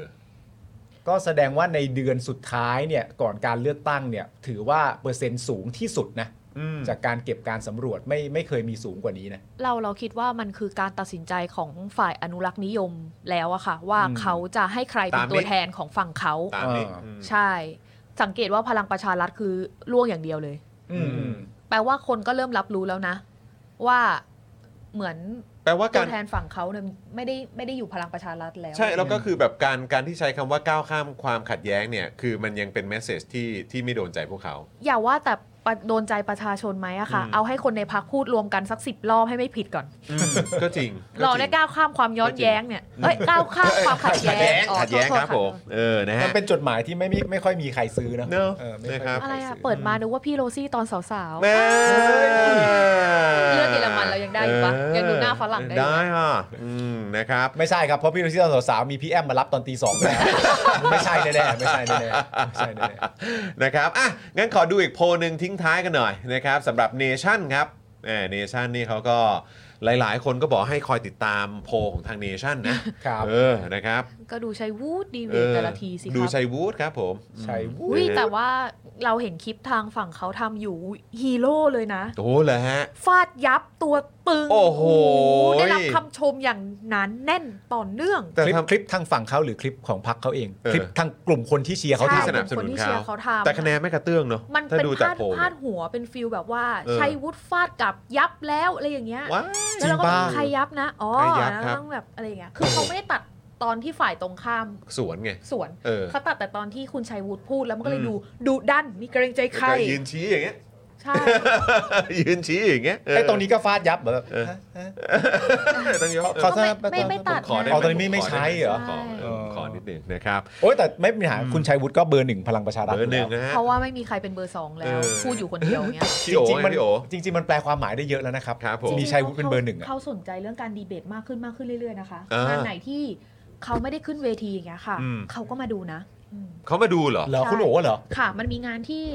[SPEAKER 4] ก็แสดงว่าในเดือนสุดท้ายเนี่ย ก่อนการเลือกตั้งเนี่ย ถือว่าเปอร์เซ็นต์สูงที่สุดนะ
[SPEAKER 1] อืม
[SPEAKER 4] จากการเก็บการสำรวจไม่ไม่เคยมีสูงกว่านี้นะ
[SPEAKER 6] เราเราคิดว่ามันคือการตัดสินใจของฝ่ายอนุรักษ์นิยมแล้วอะค่ะ ว่า
[SPEAKER 4] อืม
[SPEAKER 6] เขาจะให้ใครเป็
[SPEAKER 4] ตาน มนี้
[SPEAKER 6] ตัวแทนของฝั่งเขา
[SPEAKER 4] ตามนี้อ่าอืม
[SPEAKER 6] ใช่ สังเกตว่าพลังประชารัฐคือล่วงอย่างเดียวเลย
[SPEAKER 4] อืม
[SPEAKER 6] แปลว่าคนก็เริ่มรับรู้แล้วนะ ว่าเหมือน
[SPEAKER 1] แปลว่า
[SPEAKER 6] ตั
[SPEAKER 1] กาว ร
[SPEAKER 6] แทนฝั่งเขาเนี่ยไม่ได้ไม่ได้อยู่พลังประชารัฐแล้ว
[SPEAKER 1] ใช่ แล้วก็คือแบบการการที่ใช้คำว่าก้าวข้ามความขัดแย้งเนี่ย คือมันยังเป็นแมสเซจที่ที่ไม่โดนใจพวกเขา
[SPEAKER 6] อย่าว่าแต่ประโดนใจประชาชนไหมอะค่ะ
[SPEAKER 1] อืม
[SPEAKER 6] เอาให้คนในพักพูดรวมกันสักสิบรอบให้ไม่ผิดก่อน
[SPEAKER 1] ก็จริงก็จง
[SPEAKER 6] เราได้ก้าวข้ามความย้อนแย้งเนี่ยเอ้ยก้าวข้ามความขัด
[SPEAKER 1] ขัดแย้
[SPEAKER 6] แย้
[SPEAKER 1] ง
[SPEAKER 6] งอ๋อ
[SPEAKER 1] ขัดแย้ง
[SPEAKER 6] โทษ
[SPEAKER 1] ครับ
[SPEAKER 6] โทษ
[SPEAKER 1] ผมเออนะฮะ
[SPEAKER 4] มันเป็นจดหมายที่ไม่มีไม่ค่อยมีใครซื้อนะ
[SPEAKER 1] เนอะ
[SPEAKER 4] ออไม่อย
[SPEAKER 1] นะครับ
[SPEAKER 6] อะไรอะเปิดมานึกว่าพี่โรซี่ตอนสาวๆ
[SPEAKER 1] แม่
[SPEAKER 6] เลือดเยอรมันเรายังได้อยู่ปะ
[SPEAKER 1] เออ
[SPEAKER 6] ยังดูหน้าฝรั่งได้อยู่ปะ
[SPEAKER 1] ได้ค่ะอืมนะครับ
[SPEAKER 4] ไม่ใช่ครับ เพราะพี่ลูซี่ตอนสาวๆมีพี่แอมมารับตอนตีสองแล้ว ไม่ใช่แน่ๆไม่ใช่แน่ๆไม่ใช่แน่ๆ
[SPEAKER 1] นะครับอ่ะงั้นขอดูอีกโพลหนึ่งทิ้งท้ายกันหน่อยนะครับสำหรับเนชั่นครับเนชั่นนี่เขาก็หลายๆ คนก็บอกให้คอยติดตามโพลของทางเนชั่นนะครับ เออนะครับ
[SPEAKER 6] ก็ดูชัยวูดดีเว
[SPEAKER 1] เอ
[SPEAKER 6] ท
[SPEAKER 1] อ
[SPEAKER 6] แต่ละทีสิค
[SPEAKER 1] ดู
[SPEAKER 6] รับ
[SPEAKER 1] ชัยวูดครับผม
[SPEAKER 4] ชัยวู
[SPEAKER 6] อุ้ยแต่ว่าเราเห็นคลิปทางฝั่งเขาทำอยู่ฮีโร่เลยนะ
[SPEAKER 1] โอ้โหเหรอฮะ
[SPEAKER 6] ฟาดยับตัวปึง
[SPEAKER 1] โอ้โห
[SPEAKER 6] ได้รับคำชมอย่างหนานแน่นต่อเนื่อง
[SPEAKER 4] คลิปคลิปทางฝั่งเขาหรือคลิปของพรรคเขาเอง คลิปทางกลุ่มคนที่เชียร์เขา
[SPEAKER 6] ใช่
[SPEAKER 4] ทำ
[SPEAKER 6] กลุ่มคนที่เชียร์เขาทำ
[SPEAKER 1] แต่คะแนนไม่กระเตื้องเนาะ
[SPEAKER 6] มัน
[SPEAKER 1] ถ้า
[SPEAKER 6] เป็น
[SPEAKER 1] ดู
[SPEAKER 6] พ
[SPEAKER 1] จาก
[SPEAKER 6] ลาด
[SPEAKER 1] โพล
[SPEAKER 6] พลา
[SPEAKER 1] เนี่
[SPEAKER 6] ด
[SPEAKER 1] ย
[SPEAKER 6] หัวเป็นฟิลแบบว่า
[SPEAKER 1] เออ
[SPEAKER 6] ชัยวุฒิฟาดกับยับแล้วอะไรอย่างเงี้ย
[SPEAKER 1] ว้าย
[SPEAKER 6] แล้วเราก็
[SPEAKER 1] จริง
[SPEAKER 6] มี
[SPEAKER 1] ป่ะ
[SPEAKER 6] ใครยับนะอ๋อ
[SPEAKER 1] ใครยับครับ
[SPEAKER 6] ต้องแบบอะไรอย่างเงี้ยคือเขาไม่ได้ตัดตอนที่ฝ่ายตรงข้าม
[SPEAKER 1] สวนไง
[SPEAKER 6] สวน
[SPEAKER 1] เออ
[SPEAKER 6] เขาตัดแต่ตอนที่คุณชัยวุฒิพูดแล้วมันก็เลย
[SPEAKER 1] อืม
[SPEAKER 6] ดูดุดันมีเกรงใจใคร
[SPEAKER 1] แล้วก็ยืนชี้อย่างเงี้ย
[SPEAKER 6] ใช่
[SPEAKER 1] ยืนชี้อย่างเงี้ยเ
[SPEAKER 4] ไอ้ตรงนี้ก็ฟาดยับเหรอ
[SPEAKER 1] ต้องยก
[SPEAKER 4] ขอทราบ
[SPEAKER 6] ไม่ไม่ตัด
[SPEAKER 1] ขอได้
[SPEAKER 6] นะ
[SPEAKER 1] ห
[SPEAKER 4] เอาตอนนี้ไม่
[SPEAKER 1] ข
[SPEAKER 4] ใช้เหรอ
[SPEAKER 1] ขเออขอนิดหนึ่งนะครับ
[SPEAKER 4] โอ้ยแต่ไม่มีปัญหาคุณชัยวุฒิก็เบอร์หนึ่งพลังประชารัฐ
[SPEAKER 1] เบอร์หนึ่งนะฮะ
[SPEAKER 6] เพราะว่าไม่มีใครเป็นเบอร์สองแล้ว
[SPEAKER 1] เออ
[SPEAKER 6] พูดอยู่คนเดียวเงี้ย
[SPEAKER 4] จริงๆมันจริง ๆ มันแปลความหมายได้เยอะแล้วนะครับ มีชัยวุฒิเป็นเบอร์หนึ่งอะ
[SPEAKER 6] เขาสนใจเรื่องการดีเบตมากขึ้นมากขึ้นเรื่อยๆนะคะ
[SPEAKER 4] อ่าง
[SPEAKER 6] งานไหนที่เขาไม่ได้ขึ้นเวทีอย่างเงี้ยค่ะ
[SPEAKER 1] อืม
[SPEAKER 6] เขาก็มาดูนะ
[SPEAKER 1] เขามาดูเหรอ
[SPEAKER 6] เหรอคุณโอ๋เหรอ ค่ะ มันมีงานที่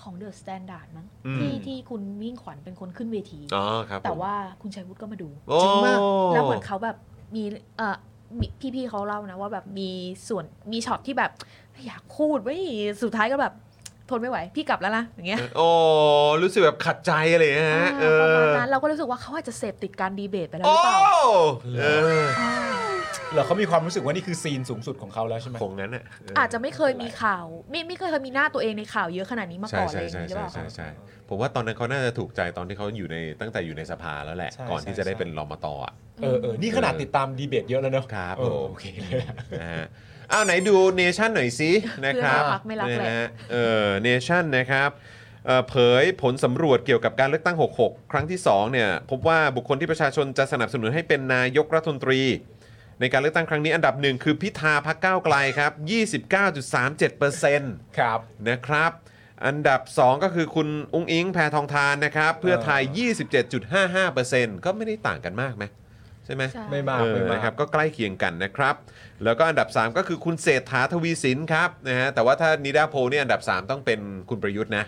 [SPEAKER 6] ข ของเดอะสแตนดาร์ดมั้ง
[SPEAKER 1] อืม
[SPEAKER 6] ที่ที่คุณมิ่งขวัญเป็นคนขึ้นเวที
[SPEAKER 1] อ๋อครับผม
[SPEAKER 6] แต่ว่าคุณชัยวุฒิก็มาดู
[SPEAKER 1] โอ้จริงมาก
[SPEAKER 6] แล้วเหมือนเขาแบบมีเอ่อมีพี่ๆเขาเล่านะว่าแบบมีส่วนมีช็อตที่แบบอยากพูดไว้ยสุดท้ายก็แบบทนไม่ไหว พี่กลับแล้วนะอย่างเงี้ย
[SPEAKER 1] โอ้รู้สึกแบบขัดใจอะไรอย่างเงี้ยฮะเอ
[SPEAKER 6] ป
[SPEAKER 1] อ
[SPEAKER 6] ระมาณนั้นเราก็รู้สึกว่าเขาอาจจะเสพติดการดีเบตไปแล้วหรือเปล่า
[SPEAKER 1] โอ้เออ
[SPEAKER 4] เหรอเขามีความรู้สึกว่านี่คือซีนสูงสุดของเขาแล้วใช่ไหม
[SPEAKER 1] คงนั้นอ่ะเอออ
[SPEAKER 6] อาจจะไม่เคยมีข่าว ไม่ไม่เคยเคยมีหน้าตัวเองในข่าวเยอะขนาดนี้มา
[SPEAKER 1] ใช่
[SPEAKER 6] ก่อนเล
[SPEAKER 1] ใช่
[SPEAKER 6] ยาง
[SPEAKER 1] ใช่
[SPEAKER 6] นี้หรือ
[SPEAKER 1] ใช่
[SPEAKER 6] เปล่า
[SPEAKER 1] ใช่ใช่ผมว่าตอนนั้นเขาน่าจะถูกใจตอนที่เขาอยู่ในตั้งแต่อยู่ในสภาแล้วแหละ
[SPEAKER 4] ใช่
[SPEAKER 1] ก่อนที่จะได้
[SPEAKER 4] ใช่
[SPEAKER 1] เป็นรมตอ่ะ
[SPEAKER 4] เออเออนี่ขนาดติดตามดีเบตเยอะแล้วเนาะ
[SPEAKER 1] ครับ
[SPEAKER 4] เอ
[SPEAKER 1] ผ
[SPEAKER 4] อ
[SPEAKER 1] ม
[SPEAKER 4] โอเคเลยอะ
[SPEAKER 1] นะฮะอ้าวไหนดูเนชั่นหน่อยสินะครับ
[SPEAKER 6] เพื่อนรักไม่รักแหละ
[SPEAKER 1] นะฮะเออเนชั่นนะครับเอ่อเผยผลสำรวจเกี่ยวกับการเลือกตั้ง 66 ครั้งที่2เนี่ยพบว่าบุคคลที่ประชาชนจะสนับสนุนให้เป็นนายกรัฐมนตรี ในการเลือกตั้งครั้งนี้อันดับหนึ่งคือพิธาพักก้าวไกลครับ 29.37%
[SPEAKER 4] ครับ
[SPEAKER 1] นะครับ อันดับ 2 ก็คือคุณอุ้งอิงแพทองทานนะครับ เพื่อไทย 27.55%ก็ไม่ได้ต่างกันมากไหมใช่ไหม
[SPEAKER 4] ใช่ไม่มาก
[SPEAKER 1] เออ
[SPEAKER 4] ไม่มาก
[SPEAKER 1] นะครับก็ใกล้เคียงกันนะครับ แล้วก็อันดับ 3 ก็คือคุณเศรษฐาทวีสินครับนะฮะแต่ว่าถ้านิดาโพลเนี่ยอันดับ 3 ต้องเป็นคุณประยุทธ์นะ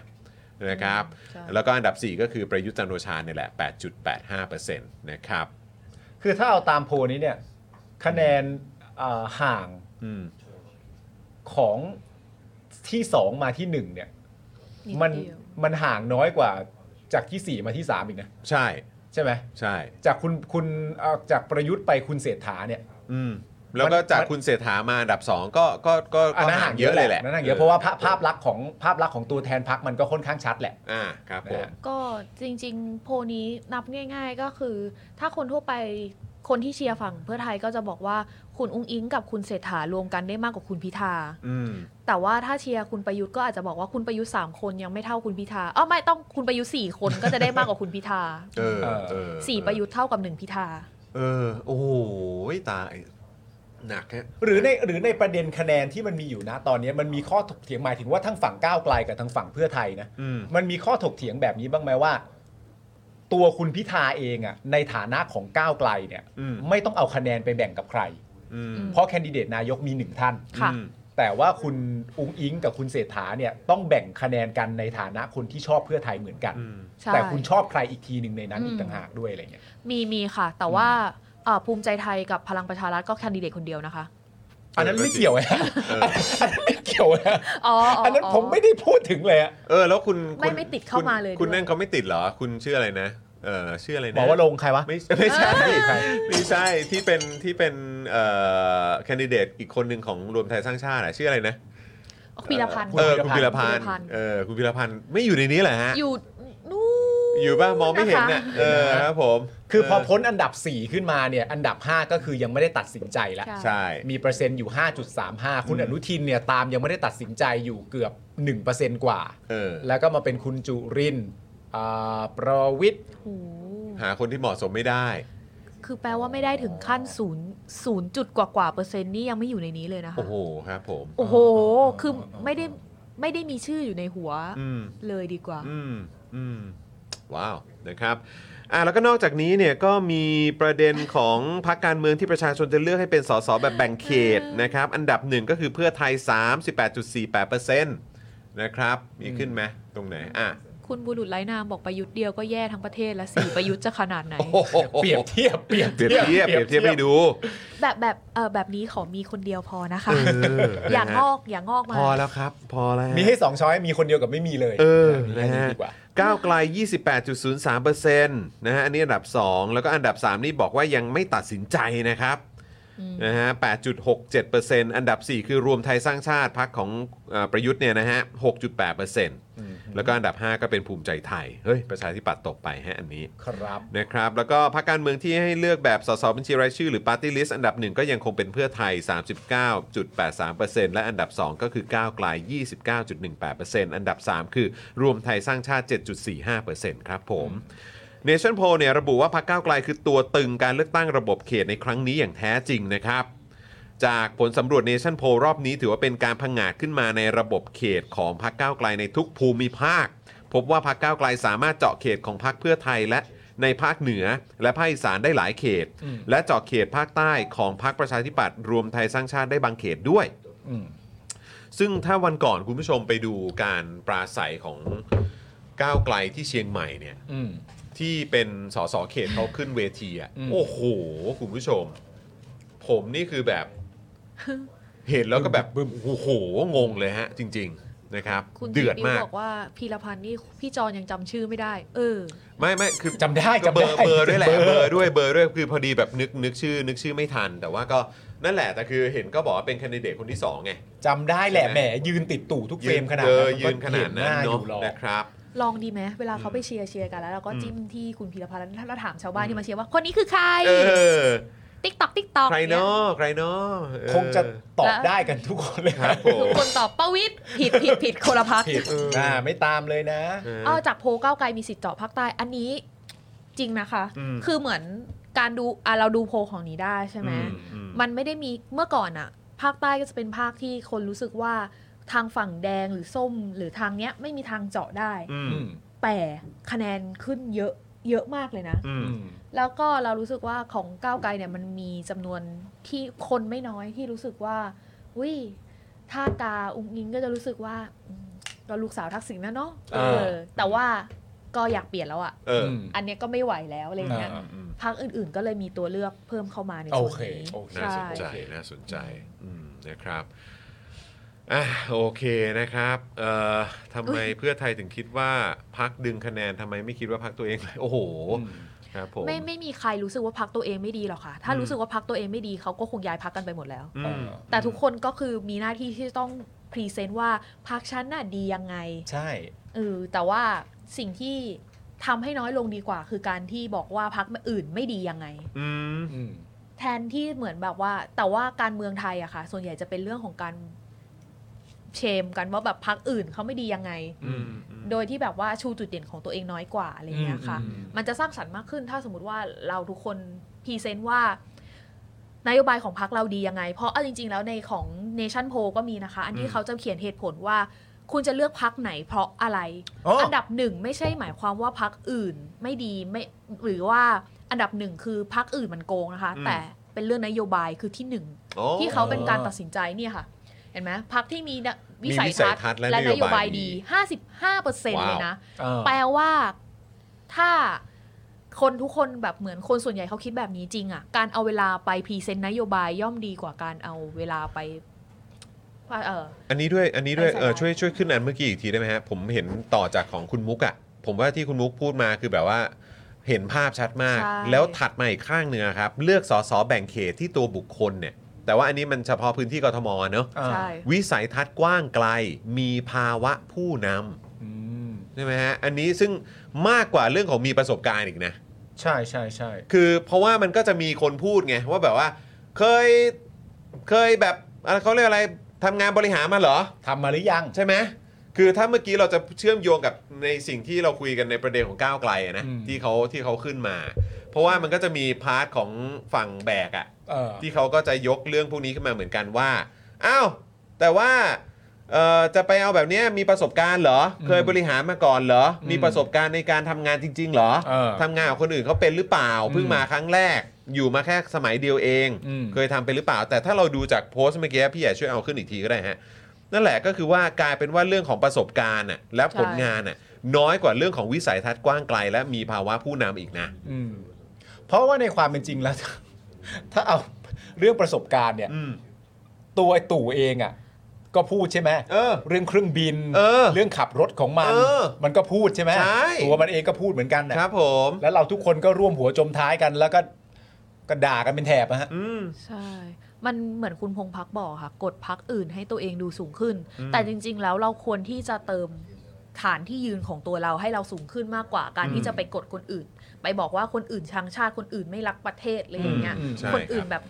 [SPEAKER 1] นะครับแล้วก็อันดับ 4 ก็คือประยุทธ์จันทร์โอชาเนี่ยแหละ 8.85%นะครับ
[SPEAKER 4] คือถ้าเอาตามโพลนี้เนี่ย คะแนนเอ่อห่างของที่สองมาที่หนึ่งเนี่ย
[SPEAKER 6] นิด
[SPEAKER 4] มัน
[SPEAKER 6] เดียว
[SPEAKER 4] มันห่างน้อยกว่าจากที่สี่มาที่สามอีกนะ
[SPEAKER 1] ใช่
[SPEAKER 4] ใช่ไหม
[SPEAKER 1] ใช่
[SPEAKER 4] จากคุณคุณเอ่อจากประยุทธ์ไปคุณเศรษฐาเนี่ย
[SPEAKER 1] อืมแล้วก็จากคุณเศรษฐามาอันดับ 2 ก็ก็ก็
[SPEAKER 4] อัน
[SPEAKER 1] ก็
[SPEAKER 4] นั้น
[SPEAKER 1] ห่า
[SPEAKER 4] ห่าง ง
[SPEAKER 1] เย
[SPEAKER 4] เย
[SPEAKER 1] อะ
[SPEAKER 4] อะ
[SPEAKER 1] เล
[SPEAKER 4] เลย
[SPEAKER 1] แห
[SPEAKER 4] ยแห
[SPEAKER 1] ละ
[SPEAKER 4] ละนั่นห่างเยอะเพราะว่าภาพภาพลักษณ์ของภาพลักษณ์ของตัวแทนพักมันก็ค่อนข้างชัดแหละ
[SPEAKER 1] อ่าครับผม
[SPEAKER 6] ก็จริง ๆ โพลนี้นับง่าย ๆ ก็คือ ถ้าคนทั่วไปคนที่เชียร์ฝั่งเพื่อไทยก็จะบอกว่าคุณอุ้งอิงกับคุณเศรษฐารวมกันได้มากกว่าคุณพิธา
[SPEAKER 1] อืม
[SPEAKER 6] แต่ว่าถ้าเชียร์คุณประยุทธ์ก็อาจจะบอกว่าคุณประยุทธ์สามคนยังไม่เท่าคุณพิธาอ๋อไม่ต้องคุณประยุทธ์สี่คนก็จะได้มากกว่าคุณพิธา
[SPEAKER 1] เออเออ
[SPEAKER 6] สี่ประยุทธ์เท่ากับหนึ่งพิธา
[SPEAKER 1] เออ โอ้โหตายหนักฮะ
[SPEAKER 4] หรือในหรือในประเด็นคะแนนที่มันมีอยู่นะตอนนี้มันมีข้อถกเถียงหมายถึงว่าทั้งฝั่งก้าวไกลกับทางฝั่งเพื่อไทยนะ
[SPEAKER 1] อืม
[SPEAKER 4] มันมีข้อถกเถียงแบบนี้บ้างไหมว่า ตัวคุณพิธาเองอะในฐานะของก้าวไกลเนี่ย
[SPEAKER 1] อืม
[SPEAKER 4] ไม่ต้องเอาคะแนนไปแบ่งกับใคร
[SPEAKER 1] อืม
[SPEAKER 4] เพราะแคนดิเดตนายกมีหนึ่งท่าน
[SPEAKER 1] ค่ะ
[SPEAKER 4] แต่ว่าคุณอุงอิงกับคุณเศรษฐาเนี่ยต้องแบ่งคะแนนกันในฐานะคนที่ชอบเพื่อไทยเหมือนกัน
[SPEAKER 6] ใช่
[SPEAKER 4] แต่คุณชอบใครอีกทีหนึ่งในนั้น
[SPEAKER 6] อืม
[SPEAKER 4] อีกต่างหากด้วยอะไรเงี้ย
[SPEAKER 6] มีมีค่ะ แต่ว่าเอ่อภูมิใจไทยกับพลังประชารัฐก็แคนดิเดตคนเดียวนะคะ
[SPEAKER 4] อันนั้นไม่เกี่ยวนะอันนั้นไม่เกี่ยวนะ
[SPEAKER 6] อ๋อ
[SPEAKER 4] อันนั้นผมไม่ได้พูดถึงเลยอะ
[SPEAKER 1] เออแล้วคุณ
[SPEAKER 6] ไม่
[SPEAKER 1] คุณ
[SPEAKER 6] ไม่ติดเข้ามาเลย
[SPEAKER 1] คุณ
[SPEAKER 6] ด้วย
[SPEAKER 1] นั่นเขาไม่ติดเหรอ คุณชื่ออะไรนะ เออชื่ออะไรนะ
[SPEAKER 4] หมอว่าลงค์ใครวะ
[SPEAKER 1] ไม่ไม่ใช่ไม่ใช่ที่เป็นที่เป็นเอ่อแคนดิเดตอีกคนหนึ่งของรวมไทยสร้างชาติอะชื่ออะไรนะ
[SPEAKER 6] พีรพันธ์
[SPEAKER 1] เออคุณพิรพันธ์เออคุณพิรพันธ์ไม่อยู่ในนี้แหละฮะ
[SPEAKER 6] อยู่นู่น
[SPEAKER 1] อยู่ป่ะมองไม่เห็นเนี่ย
[SPEAKER 6] นะคะ
[SPEAKER 1] เออครับผม
[SPEAKER 4] คือพอพ้นอันดับ 4 ขึ้นมาเนี่ยอันดับ 5 ก็คือยังไม่ได้ตัดสินใจแล้ว
[SPEAKER 1] ใช่
[SPEAKER 4] มีเปอร์เซ็นต์อยู่ 5.35 คุณ
[SPEAKER 1] อืม
[SPEAKER 4] อนุทินเนี่ยตามยังไม่ได้ตัดสินใจอยู่เกือบ 1%กว่า
[SPEAKER 1] เออ
[SPEAKER 4] แล้วก็มาเป็นคุณจุรินทร์อ่าประวิทย์
[SPEAKER 1] หาคนที่เหมาะสมไม่ได้
[SPEAKER 6] คือแปลว่าไม่ได้ถึงขั้นศูนย์ศูนย์จุดกว่ากว่าเปอร์เซ็นต์นี่ยังไม่อยู่ในนี้เลยนะคะ
[SPEAKER 1] โอ้โหครับผม
[SPEAKER 6] โอ้โห คือไม่ได้ไม่ได้มีชื่ออยู่ในหัว
[SPEAKER 1] อืม
[SPEAKER 6] เลยดีกว่า
[SPEAKER 1] อืมอืมว้าวนะครับอ่ะแล้วก็นอกจากนี้เนี่ยก็มีประเด็นของพรรคการเมืองที่ประชาชนจะเลือกให้เป็นสสแบบแบ่งเขตนะครับ อันดับหนึ่งก็คือเพื่อไทย 38.48%นะครับ มีขึ้นไหมตรงไหนอ่ะ
[SPEAKER 6] คุณบุรุษไร้นามบอกประยุทธ์เดียวก็แย่ทั้งประเทศและสี่ ประยุทธ์จะขนาดไหน
[SPEAKER 4] เปรียบเทียบเปรียบ
[SPEAKER 1] เปรียบเทียบเปรียบเทียบให้ดู
[SPEAKER 6] แบบแบบเออแบบนี้ขอมีคนเดียวพอนะคะ
[SPEAKER 1] เออ
[SPEAKER 6] อย่าง
[SPEAKER 1] นะฮะ
[SPEAKER 6] งอกอย่างงอกมา
[SPEAKER 1] พอแล้วครับ พอแล้ว
[SPEAKER 4] มีให้ 2 ช้อยมีคนเดียวกับไม่มีเลย
[SPEAKER 1] เออ
[SPEAKER 4] มี
[SPEAKER 1] นะ
[SPEAKER 4] แค่นี้
[SPEAKER 1] ฮะ
[SPEAKER 4] ดีกว่า
[SPEAKER 1] ก้าวไกล 28.03%นะฮะอันนี้อันดับ 2 แล้วก็อันดับ 3 นี่บอกว่ายังไม่ตัดสินใจนะครับ นะฮะ 8.67%อันดับ 4 คือรวมไทยสร้างชาติพักของเออประยุทธ์เนี่ยนะฮะ 6.8%แล้วก็อันดับ 5 ก็เป็นภูมิใจไทย เฮ้ย ประชาธิปัตย์ตกไปฮะอันนี้
[SPEAKER 4] ครับ
[SPEAKER 1] นะครับ แล้วก็พรรคการเมืองที่ให้เลือกแบบสสบัญชีรายชื่อหรือปาร์ตี้ลิสต์อันดับ 1 ก็ยังคงเป็นเพื่อไทย 39.83%และอันดับ 2 ก็คือก้าวไกล 29.18%อันดับ 3 คือรวมไทยสร้างชาติ 7.45%ครับผม เนชั่นโพเนี่ยระบุว่าพรรคก้าวไกลคือตัวตึงการเลือกตั้งระบบเขตในครั้งนี้อย่างแท้จริงนะครับ จากผลสำรวจเนชั่นโพรอบนี้ถือว่าเป็นการพังงาดขึ้นมาในระบบเขตของพรรคก้าวไกลในทุกภูมิภาค พบว่าพรรคก้าวไกลสามารถเจาะเขตของพรรคเพื่อไทยและในภาคเหนือและภาคอีสานได้หลายเขต
[SPEAKER 4] อืม
[SPEAKER 1] และเจาะเขตภาคใต้ของพรรคประชาธิปัตย์รวมไทยสร้างชาติได้บางเขตด้วย
[SPEAKER 4] อืม
[SPEAKER 1] ซึ่งถ้าวันก่อนคุณผู้ชมไปดูการปราศัยของก้าวไกลที่เชียงใหม่เนี่ย
[SPEAKER 4] อืม
[SPEAKER 1] ที่เป็นสสเขตเขาขึ้นเวทีอ่ะ
[SPEAKER 4] อืม
[SPEAKER 1] โอ้โห คุณผู้ชม ผมนี่คือ แบบ เห็นแล้วก็แบบโอ้โห งงเลยฮะ จริง ๆนะครับ
[SPEAKER 6] คุณ
[SPEAKER 1] เดือด
[SPEAKER 6] จิ๊บ
[SPEAKER 1] มาก
[SPEAKER 6] บอกว่าพีรพันธ์นี่พี่จอนยังจำชื่อไม่ได้ เออ
[SPEAKER 1] ไม่ไม่คือ
[SPEAKER 4] จำได้
[SPEAKER 1] ก็เบอร์
[SPEAKER 4] จำได้
[SPEAKER 1] เบอร์ด้วยแหละ
[SPEAKER 4] จำเบ
[SPEAKER 1] เบ
[SPEAKER 4] อ
[SPEAKER 1] อ
[SPEAKER 4] ร์
[SPEAKER 1] ร์ด้วยเบอร์ด้วยคือพอดีแบบนึกนึกชื่อ นึกชื่อไม่ทัน แต่ว่าก็นั่นแหละแต่คือเห็นก็บอกว่าเป็นแคนดิเดตคนที่สองไง
[SPEAKER 4] จำได้แหละแหมยืนติดตู่ทุกเฟรมขนาด
[SPEAKER 1] เอ
[SPEAKER 4] นั้
[SPEAKER 1] อน ยืนขนาดนั้น
[SPEAKER 4] มัก็ห็
[SPEAKER 1] เนาะ
[SPEAKER 4] หอยู่หรอก
[SPEAKER 1] นะครับ
[SPEAKER 6] ลองดีไหมเวลาเขาไปเชียร์เชียร์กันแล้วเราก็
[SPEAKER 1] อืม
[SPEAKER 6] จิ้มที่คุณพีรพันธ์แล้วเราถามชาวบ้านที่มาเชียร์ว่าคนนี้คือใคร
[SPEAKER 1] เออ
[SPEAKER 6] ติ๊กตอกติ๊กตอก
[SPEAKER 1] ใครเนาะใครเนาะเออ
[SPEAKER 4] คงจะตอบได้กันทุกคนเลย
[SPEAKER 1] ครับผ
[SPEAKER 6] ทุ
[SPEAKER 1] ม
[SPEAKER 6] กคนตอบประวิตรผิดผิด ผิดคนละพัก
[SPEAKER 4] ผิดอ่าไม่ตามเลยนะ
[SPEAKER 6] อ้าวจากโพลก้าวไกลมีสิทธิ์เจาะภาคใต้อันนี้จริงนะคะ
[SPEAKER 4] อืม
[SPEAKER 6] คือเหมือนการดูอ่ะเราดูโพลของนี้ได้ใช่ไหม มันไม่ได้มีเมื่อก่อนอะภาคใต้ก็จะเป็นภาคที่คนรู้สึกว่าทางฝั่งแดงหรือส้มหรือทางเนี้ยไม่มีทางเจาะได้
[SPEAKER 1] อืม
[SPEAKER 6] แต่คะแนนขึ้นเยอะเยอะมากเลยนะ
[SPEAKER 1] อืม
[SPEAKER 6] แล้วก็เรารู้สึกว่าของก้าวไกลเนี่ยมันมีจำนวนที่คนไม่น้อยที่รู้สึกว่าวิถ้าตาอุ้งอิงก็จะรู้สึกว่าอืมเราลูกสาวทักษิณนะเนาะ
[SPEAKER 1] อ่า
[SPEAKER 6] เออ แต่ว่าก็อยากเปลี่ยนแล้วอะ
[SPEAKER 1] เอออ
[SPEAKER 6] อันเนี้ยก็ไม่ไหวแล้วอะไรอย่างเงี้ย
[SPEAKER 1] อ่าอืม
[SPEAKER 6] พรรคอื่นๆ ก็เลยมีตัวเลือกเพิ่มเข้ามาใน
[SPEAKER 1] โอ
[SPEAKER 6] ส่วน
[SPEAKER 1] เค
[SPEAKER 6] นี้
[SPEAKER 1] โอเค
[SPEAKER 6] ช่
[SPEAKER 1] น่าสนใจน่าสนใจอืมนะครับอ่ะโอเคนะครับเอ่อทำไมเพื่อไทยถึงคิดว่าพักดึงคะแนนทำไมไม่คิดว่าพักตัวเอง เลยโอ้โหครับผม
[SPEAKER 6] ไม่ไม่มีใครรู้สึกว่าพักตัวเองไม่ดีหรอกค่ะ ถ้า
[SPEAKER 1] อืม
[SPEAKER 6] รู้สึกว่าพักตัวเองไม่ดีเขาก็คงย้ายพักกันไปหมดแล้ว
[SPEAKER 1] อืม
[SPEAKER 6] แต่ทุกคนก็คือมีหน้าที่ที่ต้องพรีเซนต์ว่าพักชั้นน่ะดียังไง
[SPEAKER 4] ใช่
[SPEAKER 6] เออแต่ว่าสิ่งที่ทำให้น้อยลงดีกว่า คือการที่บอกว่าพักอื่นไม่ดียังไง
[SPEAKER 1] อืม
[SPEAKER 6] แทนที่เหมือนแบบว่า แต่ว่าการเมืองไทยอะค่ะ ส่วนใหญ่จะเป็นเรื่องของการเชมกันว่าแบบพักอื่นเขาไม่ดียังไง
[SPEAKER 1] อืม
[SPEAKER 6] โดยที่แบบว่าชูจุดเด่นของตัวเองน้อยกว่าอะไรเงี้ยค่ะ
[SPEAKER 1] อืมอืม
[SPEAKER 6] มันจะสร้างสรรค์มากขึ้นถ้าสมมติว่าเราทุกคนพรีเซนต์ว่า นโยบายของพรรคเราดียังไง เพราะเอาจริง ๆ แล้วในของ Nation Poll ก็มีนะคะ อันที่เขาจะเขียนเหตุผลว่า คุณจะเลือกพักไหนเพราะอะไร
[SPEAKER 4] อ๋ออั
[SPEAKER 6] อันดับหนึ่งไม่ใช่หมายความว่าพักอื่นไม่ดีไม่หรือว่าอันดับหนึ่งคือพักอื่นมันโกงนะคะ
[SPEAKER 1] อืม
[SPEAKER 6] แต่เป็นเรื่องนโยบายคือที่หนึ่ง
[SPEAKER 1] โอ้
[SPEAKER 6] ที่เขาเป็นการตัดสินใจเนี่ยค่ะ เห็นไหมพักที่มีนะ
[SPEAKER 1] มี
[SPEAKER 6] วิสัย
[SPEAKER 1] วิสั
[SPEAKER 6] ทั
[SPEAKER 1] ย
[SPEAKER 6] ศน์
[SPEAKER 1] ทัศน์และ
[SPEAKER 6] และน
[SPEAKER 1] น
[SPEAKER 6] โย
[SPEAKER 1] โย
[SPEAKER 6] บา
[SPEAKER 1] บาย ย
[SPEAKER 6] ดี
[SPEAKER 1] ดี
[SPEAKER 6] 55เปอร์เซ็นต์
[SPEAKER 1] ว้าว
[SPEAKER 6] เลยนะ
[SPEAKER 4] เออ
[SPEAKER 6] แปลว่าถ้าคนทุกคนแบบเหมือนคนส่วนใหญ่เขาคิดแบบนี้จริงอะ่ะ การเอาเวลาไปพรีเซนต์นโยบายย่อมดีกว่าการเอาเวลาไปว่าเออ
[SPEAKER 1] อันนี้ด้วยอันนี้ด้วย
[SPEAKER 6] ไม่สบาย
[SPEAKER 1] เออช่วยช่วยขึ้นอันเมื่อกี้อีกทีได้ไหมฮะผมเห็นต่อจากของคุณมุกอ่ะผมว่าที่คุณมุกพูดมาคือแบบว่า เห็นภาพชัดมาก
[SPEAKER 2] ใช่
[SPEAKER 1] แล้วถัดมาอีกข้างหนึ่งอะครับเลือกสสแบ่งเขตที่ตัวบุคคลเนี่ย แต่ว่าอันนี้มันเฉพาะพื้นที่กทมเนอะ
[SPEAKER 4] ใช่
[SPEAKER 1] วิสัยทัศน์กว้างไกลมีภาวะผู้นำใช่ไหมฮะอันนี้ซึ่งมากกว่าเรื่องของมีประสบการณ์อีกนะ
[SPEAKER 4] ใช่ใช่ใช่
[SPEAKER 1] คือเพราะว่ามันก็จะมีคนพูดไงว่าแบบว่า เคยเคยแบบอะไรเขาเรียกอะไรทำงานบริหารมาเหรอ
[SPEAKER 4] ทำมาหรือยัง
[SPEAKER 1] ใช่ไหมคือถ้าเมื่อกี้เราจะเชื่อมโยงกับในสิ่งที่เราคุยกันในประเด็นของก้าวไกลอะนะที่เขาที่เขาขึ้นมา เพราะว่ามันก็จะมีพาร์ทของฝั่งแบกอะ
[SPEAKER 4] เออ
[SPEAKER 1] ที่เขาก็จะยกเรื่องพวกนี้ขึ้นมาเหมือนกันว่าอ้าวแต่ว่าเอ่อจะไปเอาแบบเนี้ยมีประสบการณ์เหรอ เคยบริหารมาก่อนเหรอ มีประสบการณ์ในการทำงานจริง ๆ เหรอ
[SPEAKER 4] เออ
[SPEAKER 1] ทำงานกับคนอื่นเขาเป็นหรือเปล่าเพิ่งมาครั้งแรก อยู่มาแค่สมัยเดียวเอง
[SPEAKER 4] อืม
[SPEAKER 1] เคยทำเป็นหรือเปล่า แต่ถ้าเราดูจากโพสต์เมื่อกี้พี่ใหญ่ช่วยเอาขึ้นอีกทีก็ได้ฮะนั่นแหละก็คือว่ากลายเป็นว่าเรื่องของประสบการณ์น่ะและผลงานน่ะน้อยกว่าเรื่องของวิสัยทัศน์กว้างไกล และมีภาวะผู้นำอีกนะ
[SPEAKER 4] อืมเพราะว่าในความเป็นจริงแล้ว ถ้าเอาเรื่องประสบการณ์เนี่ยตัวไอ้ตู่เองอ่ะ ก็พูดใช่ไหม
[SPEAKER 1] เ
[SPEAKER 4] รื่องเครื่องบินเรื่องขับรถของมัน
[SPEAKER 1] เออ
[SPEAKER 4] มันก็พูดใช่ไหม
[SPEAKER 1] ใช่
[SPEAKER 4] ตัวมันเองก็พูดเหมือนกัน
[SPEAKER 1] ครับผม
[SPEAKER 4] แล้วเราทุกคนก็ร่วมหัวจมท้ายกัน แล้วก็ก็ด่ากันเป็นแถบอะฮะ
[SPEAKER 6] ใช่ มันเหมือนคุณพงพักบอกค่ะ กดพักอื่นให้ตัวเองดูสูงขึ้น
[SPEAKER 4] อืม
[SPEAKER 6] แต่จริง ๆ แล้วเราควรที่จะเติมฐานที่ยืนของตัวเราให้เราสูงขึ้นมากกว่าการ
[SPEAKER 4] อืม
[SPEAKER 6] ที่จะไปกดคนอื่น ไปบอกว่าคนอื่นชังชาติคนอื่นไม่รักประเทศอะไรอย่างเงี้ย
[SPEAKER 4] อืมใช่
[SPEAKER 6] คนอื่นแบบ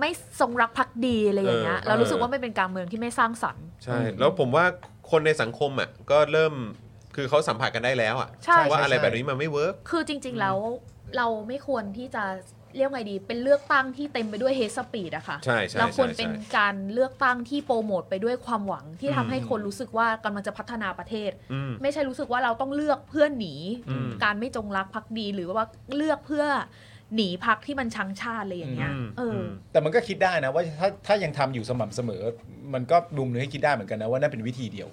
[SPEAKER 6] ไม่ทรงรักพักดีอะไรอย่างเงี้ย
[SPEAKER 1] เออ
[SPEAKER 6] เรารู้สึกว่าไม่เป็นการเมืองที่ไม่สร้างสรรค์
[SPEAKER 1] ใช่ แล้วผมว่าคนในสังคมอ่ะก็เริ่มคือเขาสัมผัสกันได้แล้วอ่ะ
[SPEAKER 6] ใช่
[SPEAKER 1] ว่าอะไรแบบนี้มันไม่เวิร์ก
[SPEAKER 6] คือจริง ๆ แล้วเราไม่ควรที่จะเรียกไงดี เป็นเลือกตั้งที่เต็มไปด้วยเฮสปีดอะค่ะ
[SPEAKER 1] ใช่ใช่
[SPEAKER 6] เราควรเป็น
[SPEAKER 1] ใช่ใช่
[SPEAKER 6] การเลือกตั้งที่โปรโมทไปด้วยความหวังที่ทำให้
[SPEAKER 1] อืม
[SPEAKER 6] คนรู้สึกว่ากำลังจะพัฒนาประเทศ
[SPEAKER 1] อืม
[SPEAKER 6] ไม่ใช่รู้สึกว่าเราต้องเลือกเพื่อหนี
[SPEAKER 1] อืม
[SPEAKER 6] การไม่จงรักภักดีหรือว่าเลือกเพื่อ หนีพักที่มันชังชาติเลยอย่างเงี้ย
[SPEAKER 4] อืม
[SPEAKER 6] เอออ
[SPEAKER 4] แต่มันก็คิดได้นะว่าถ้าถ้ายังทำอยู่สม่ำเสมอ มันก็ดูมนึงให้คิดได้เหมือนกันนะว่านั่นเป็นวิธีเดียว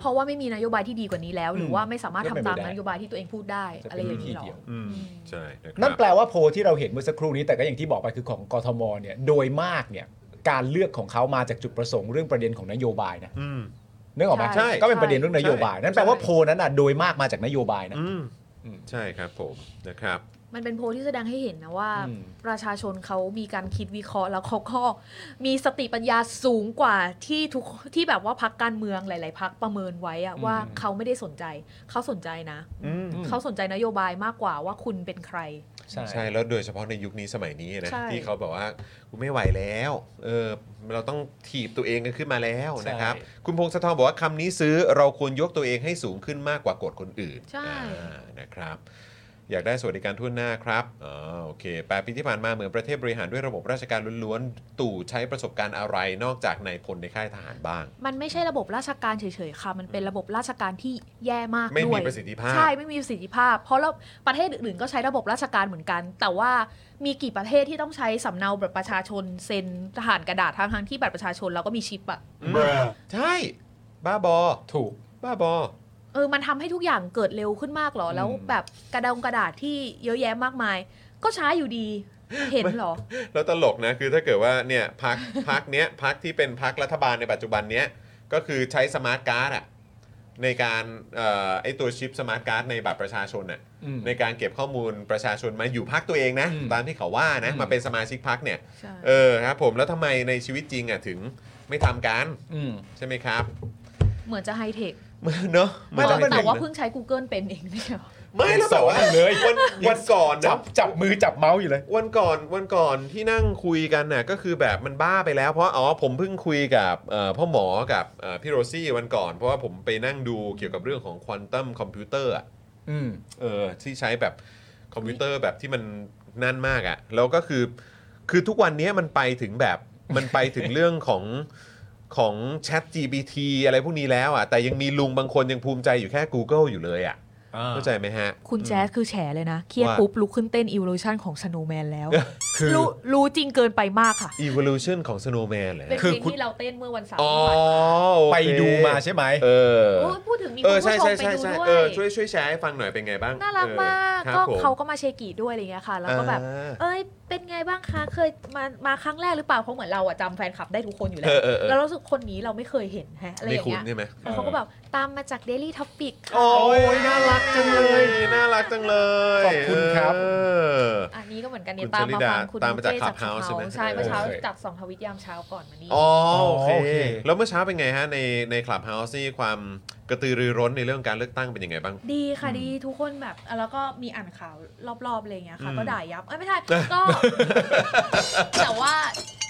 [SPEAKER 6] เพราะว่าไม่มีนโยบายที่ดีกว่านี้แล้ว หรือว่าไม่สามารถทำตา
[SPEAKER 4] เป็น
[SPEAKER 6] ม
[SPEAKER 4] ไปได้
[SPEAKER 6] นโยบายที่ตัวเองพูดได้
[SPEAKER 4] จะ
[SPEAKER 6] อะไร
[SPEAKER 4] เป็นวิ
[SPEAKER 6] อย่าง
[SPEAKER 4] ธี
[SPEAKER 6] นี้หรอ
[SPEAKER 4] เดียว
[SPEAKER 1] ใช่นะครับ
[SPEAKER 4] นั่นแปลว่าโพลที่เราเห็นเมื่อสักครู่นี้แต่ก็อย่างที่บอกไปคือของกทมเนี่ยโดยมากเนี่ยการเลือกของเขามาจากจุดประสงค์เรื่องประเด็นของนโยบายนะนึกออกไหม
[SPEAKER 1] ใช่
[SPEAKER 4] ก็เป็นประเด็นเรื่องนโยบาย
[SPEAKER 1] ใช่
[SPEAKER 4] นั่นแปลว่าโพลนั้นอ่ะโดยมากมาจากนโยบายนะ
[SPEAKER 1] ใช่ครับผมนะครับ
[SPEAKER 6] มันเป็นโพลที่แสดงให้เห็นนะว่า
[SPEAKER 4] อืม
[SPEAKER 6] ประชาชนเขามีการคิดวิเคราะห์แล้วเขาก็มีสติปัญญาสูงกว่าที่ทุกที่แบบว่าพักการเมืองหลาย ๆพักประเมินไว้อะว่าเขาไม่ได้สนใจเขาสนใจนะ
[SPEAKER 1] อืม
[SPEAKER 6] เขาสนใจนโยบายมากกว่าว่าคุณเป็นใคร
[SPEAKER 1] ใช่แล้วโดยเฉพาะในยุคนี้สมัยนี้นะ
[SPEAKER 6] ใช่
[SPEAKER 1] ที่เขาแบบว่ากูไม่ไหวแล้วเออเราต้องถีบตัวเองกันขึ้นมาแล้ว
[SPEAKER 4] ใช่
[SPEAKER 1] นะครับ คุณพงศธรบอกว่าคำนี้ซื้อเราควรยกตัวเองให้สูงขึ้นมากกว่ากฎคนอื่น
[SPEAKER 6] ใช่
[SPEAKER 1] อ่านะครับ อยากได้สวัสดิการทั่วหน้าครับอ๋อโอเคแปดปีที่ผ่านมาเหมือนประเทศบริหารด้วยระบบราชการล้วนๆ ตู่ใช้ประสบการณ์อะไรนอกจากในายพลในค่ายทหารบ้าง
[SPEAKER 6] มันไม่ใช่ระบบราชการเฉยๆค่ะ มันเป็นระบบราชการที่แย่มาก
[SPEAKER 1] ไม่มี
[SPEAKER 6] ด้วย
[SPEAKER 1] ประสิทธิภาพ
[SPEAKER 6] ใช่ ไม่มีประสิทธิภาพ เพราะเราประเทศอื่นๆก็ใช้ระบบราชการเหมือนกัน แต่ว่ามีกี่ประเทศที่ต้องใช้สำเนาบัตรประชาชนเซ็นทหารกระดาษทั้งทั้งๆที่บัตรประชาชนเราก็มีชิปอะ
[SPEAKER 1] ใช่ บ้าบอ
[SPEAKER 4] ถูก
[SPEAKER 1] บ้าบอ
[SPEAKER 6] เออมันทำให้ทุกอย่างเกิดเร็วขึ้นมากเหรอ แล้วแบบกระดงกระดาษที่เยอะแยะมากมาย ก็ช้าอยู่ดีเห็นเหรอ
[SPEAKER 1] แล้วตลกนะคือถ้าเกิดว่าเนี่ยพัก พักเนี้ยพักที่เป็นพักรัฐบาลในปัจจุบันเนี้ยก็คือใช้สมาร์ทการ์ดอะในการเอ่อไอตัวชิปสมาร์ทการ์ดในบัตรประชาชนอะ
[SPEAKER 4] อืม
[SPEAKER 1] ในการเก็บข้อมูลประชาชนมาอยู่พักตัวเองนะตามที่เขาว่านะมาเป็นสมาชิกพักเนี่ย
[SPEAKER 6] ใช่
[SPEAKER 1] เออครับผมแล้วทำไมในชีวิตจริงอะถึงไม่ทำการ
[SPEAKER 4] อืม
[SPEAKER 1] ใช่ไหมครับ
[SPEAKER 6] เหมือนจะไฮเทค
[SPEAKER 1] เนอะไม่แล้วมัน
[SPEAKER 6] แต่ว่าเพิ่งใช้ Google เป็นเองไม่ใช่เหรอ
[SPEAKER 1] ไม่แล้วแบบว่าเลยวันวันก่อน
[SPEAKER 4] จั
[SPEAKER 1] นะ
[SPEAKER 4] บจับมือจับเมาส์อยู่เลย
[SPEAKER 1] วันก่อนวันก่อนที่นั่งคุยกันน่ะก็คือแบบมันบ้าไปแล้ว เพราะอ๋อผมเพิ่งคุยกับเอ่อพ่อหมอกับเอ่อพี่โรซี่วันก่อน เพราะว่าผมไปนั่งดูเกี่ยวกับเรื่องของควอนตัมคอมพิวเตอร์
[SPEAKER 4] อืม
[SPEAKER 1] เออที่ใช้แบบคอมพิวเตอร์แบบที่มันนั่นมากอะ่ะแล้วก็คือคือทุกวันนี้มันไปถึงแบบมันไปถึงเรื่องของของ Chat GPT อะไรพวกนี้แล้วอะ่ะแต่ยังมีลุงบางคนยังภูมิใจอยู่แค่ Google อยู่เลยอะ่ะเข้าใจไหมฮะ
[SPEAKER 6] คุณแจ๊สคือแฉเลยนะ เครียด
[SPEAKER 1] ว่า
[SPEAKER 6] ปุ๊บลุกขึ้นเต้นอิวโ t ชันของ Snowman แล้ว
[SPEAKER 1] คือ
[SPEAKER 6] รู้รู้จริงเกินไปมากค่ะ
[SPEAKER 1] Evolution ของ Snowman เลย
[SPEAKER 6] เป็นเพลงที่เราเต้นเมื่อวันเสาร์
[SPEAKER 1] อ๋อ
[SPEAKER 6] ที่
[SPEAKER 1] โอ
[SPEAKER 6] ผ่านมา
[SPEAKER 1] เค
[SPEAKER 4] ไปดูมาใช่ไหม
[SPEAKER 1] เออ
[SPEAKER 6] โอ้ยพูดถึงมี
[SPEAKER 1] เอ
[SPEAKER 6] คุณ
[SPEAKER 1] อ
[SPEAKER 6] ผู้ช
[SPEAKER 1] ใช่
[SPEAKER 6] ม
[SPEAKER 1] ใช่
[SPEAKER 6] ไป
[SPEAKER 1] ใช่
[SPEAKER 6] ดู
[SPEAKER 1] ใช่
[SPEAKER 6] ด้ว
[SPEAKER 1] เออย ช่วยช่วยแชร์ให้ฟังหน่อยเป็นไงบ้าง
[SPEAKER 6] น่ารักมาก
[SPEAKER 1] เออค
[SPEAKER 6] ก็
[SPEAKER 1] รับผม
[SPEAKER 6] เขาก็มาเชยร์กรีดด้วยอะไรเงี้ยค่ะ แล้วก็แบบ
[SPEAKER 1] อ่า
[SPEAKER 6] เอ้ย เป็นไงบ้างคะ เคยมามาครั้งแรกหรือเปล่า เพราะเหมือนเราอะจำแฟนคลับได้ทุกคนอยู่แล้ว
[SPEAKER 1] เออเออเออ
[SPEAKER 6] แล้วเรารู้สึกคนนี้เราไม่เคยเห็นแฮะอะไรอ
[SPEAKER 1] ไม่
[SPEAKER 6] ย่าง
[SPEAKER 1] คุ้น
[SPEAKER 6] เงี้ย
[SPEAKER 1] ใช่ไหม
[SPEAKER 6] แล้วเขาก็แบบตามมาจาก Daily Topic ค่ะ
[SPEAKER 1] โอ้ยน่ารักจังเลยน่ารักจังเลย
[SPEAKER 4] ขอบคุณครับ
[SPEAKER 1] เออ
[SPEAKER 6] อันนี้ก็เหมือนกันเนี่
[SPEAKER 1] คุณ
[SPEAKER 6] ยตามมา
[SPEAKER 1] ชลิดา
[SPEAKER 6] ฟังคุณ
[SPEAKER 1] ตามมาจาก
[SPEAKER 6] เ
[SPEAKER 1] คลับเฮาส์ใช่ไหม
[SPEAKER 6] ใช่เมื่อเช้าจากสองทวิตยามเช้าก่อนมานี้
[SPEAKER 1] อ๋อโอเค
[SPEAKER 4] อ๋อโอเค
[SPEAKER 1] แล้วเมื่อเช้าเป็นไงฮะในในคลับเฮาส์นี่ความกระตือรือร้นในเรื่องการเลือกตั้งเป็นยังไงบ้าง
[SPEAKER 6] ดีค่ะดีทุกคนแบบเอ่อแล้วก็มีอ่านข่าวรอบๆอะไรอย่างเงี้ยค่ะ
[SPEAKER 1] อืม
[SPEAKER 6] ก็ด่ายับเอ้ยไม่ใช่ก็ แต่ว่า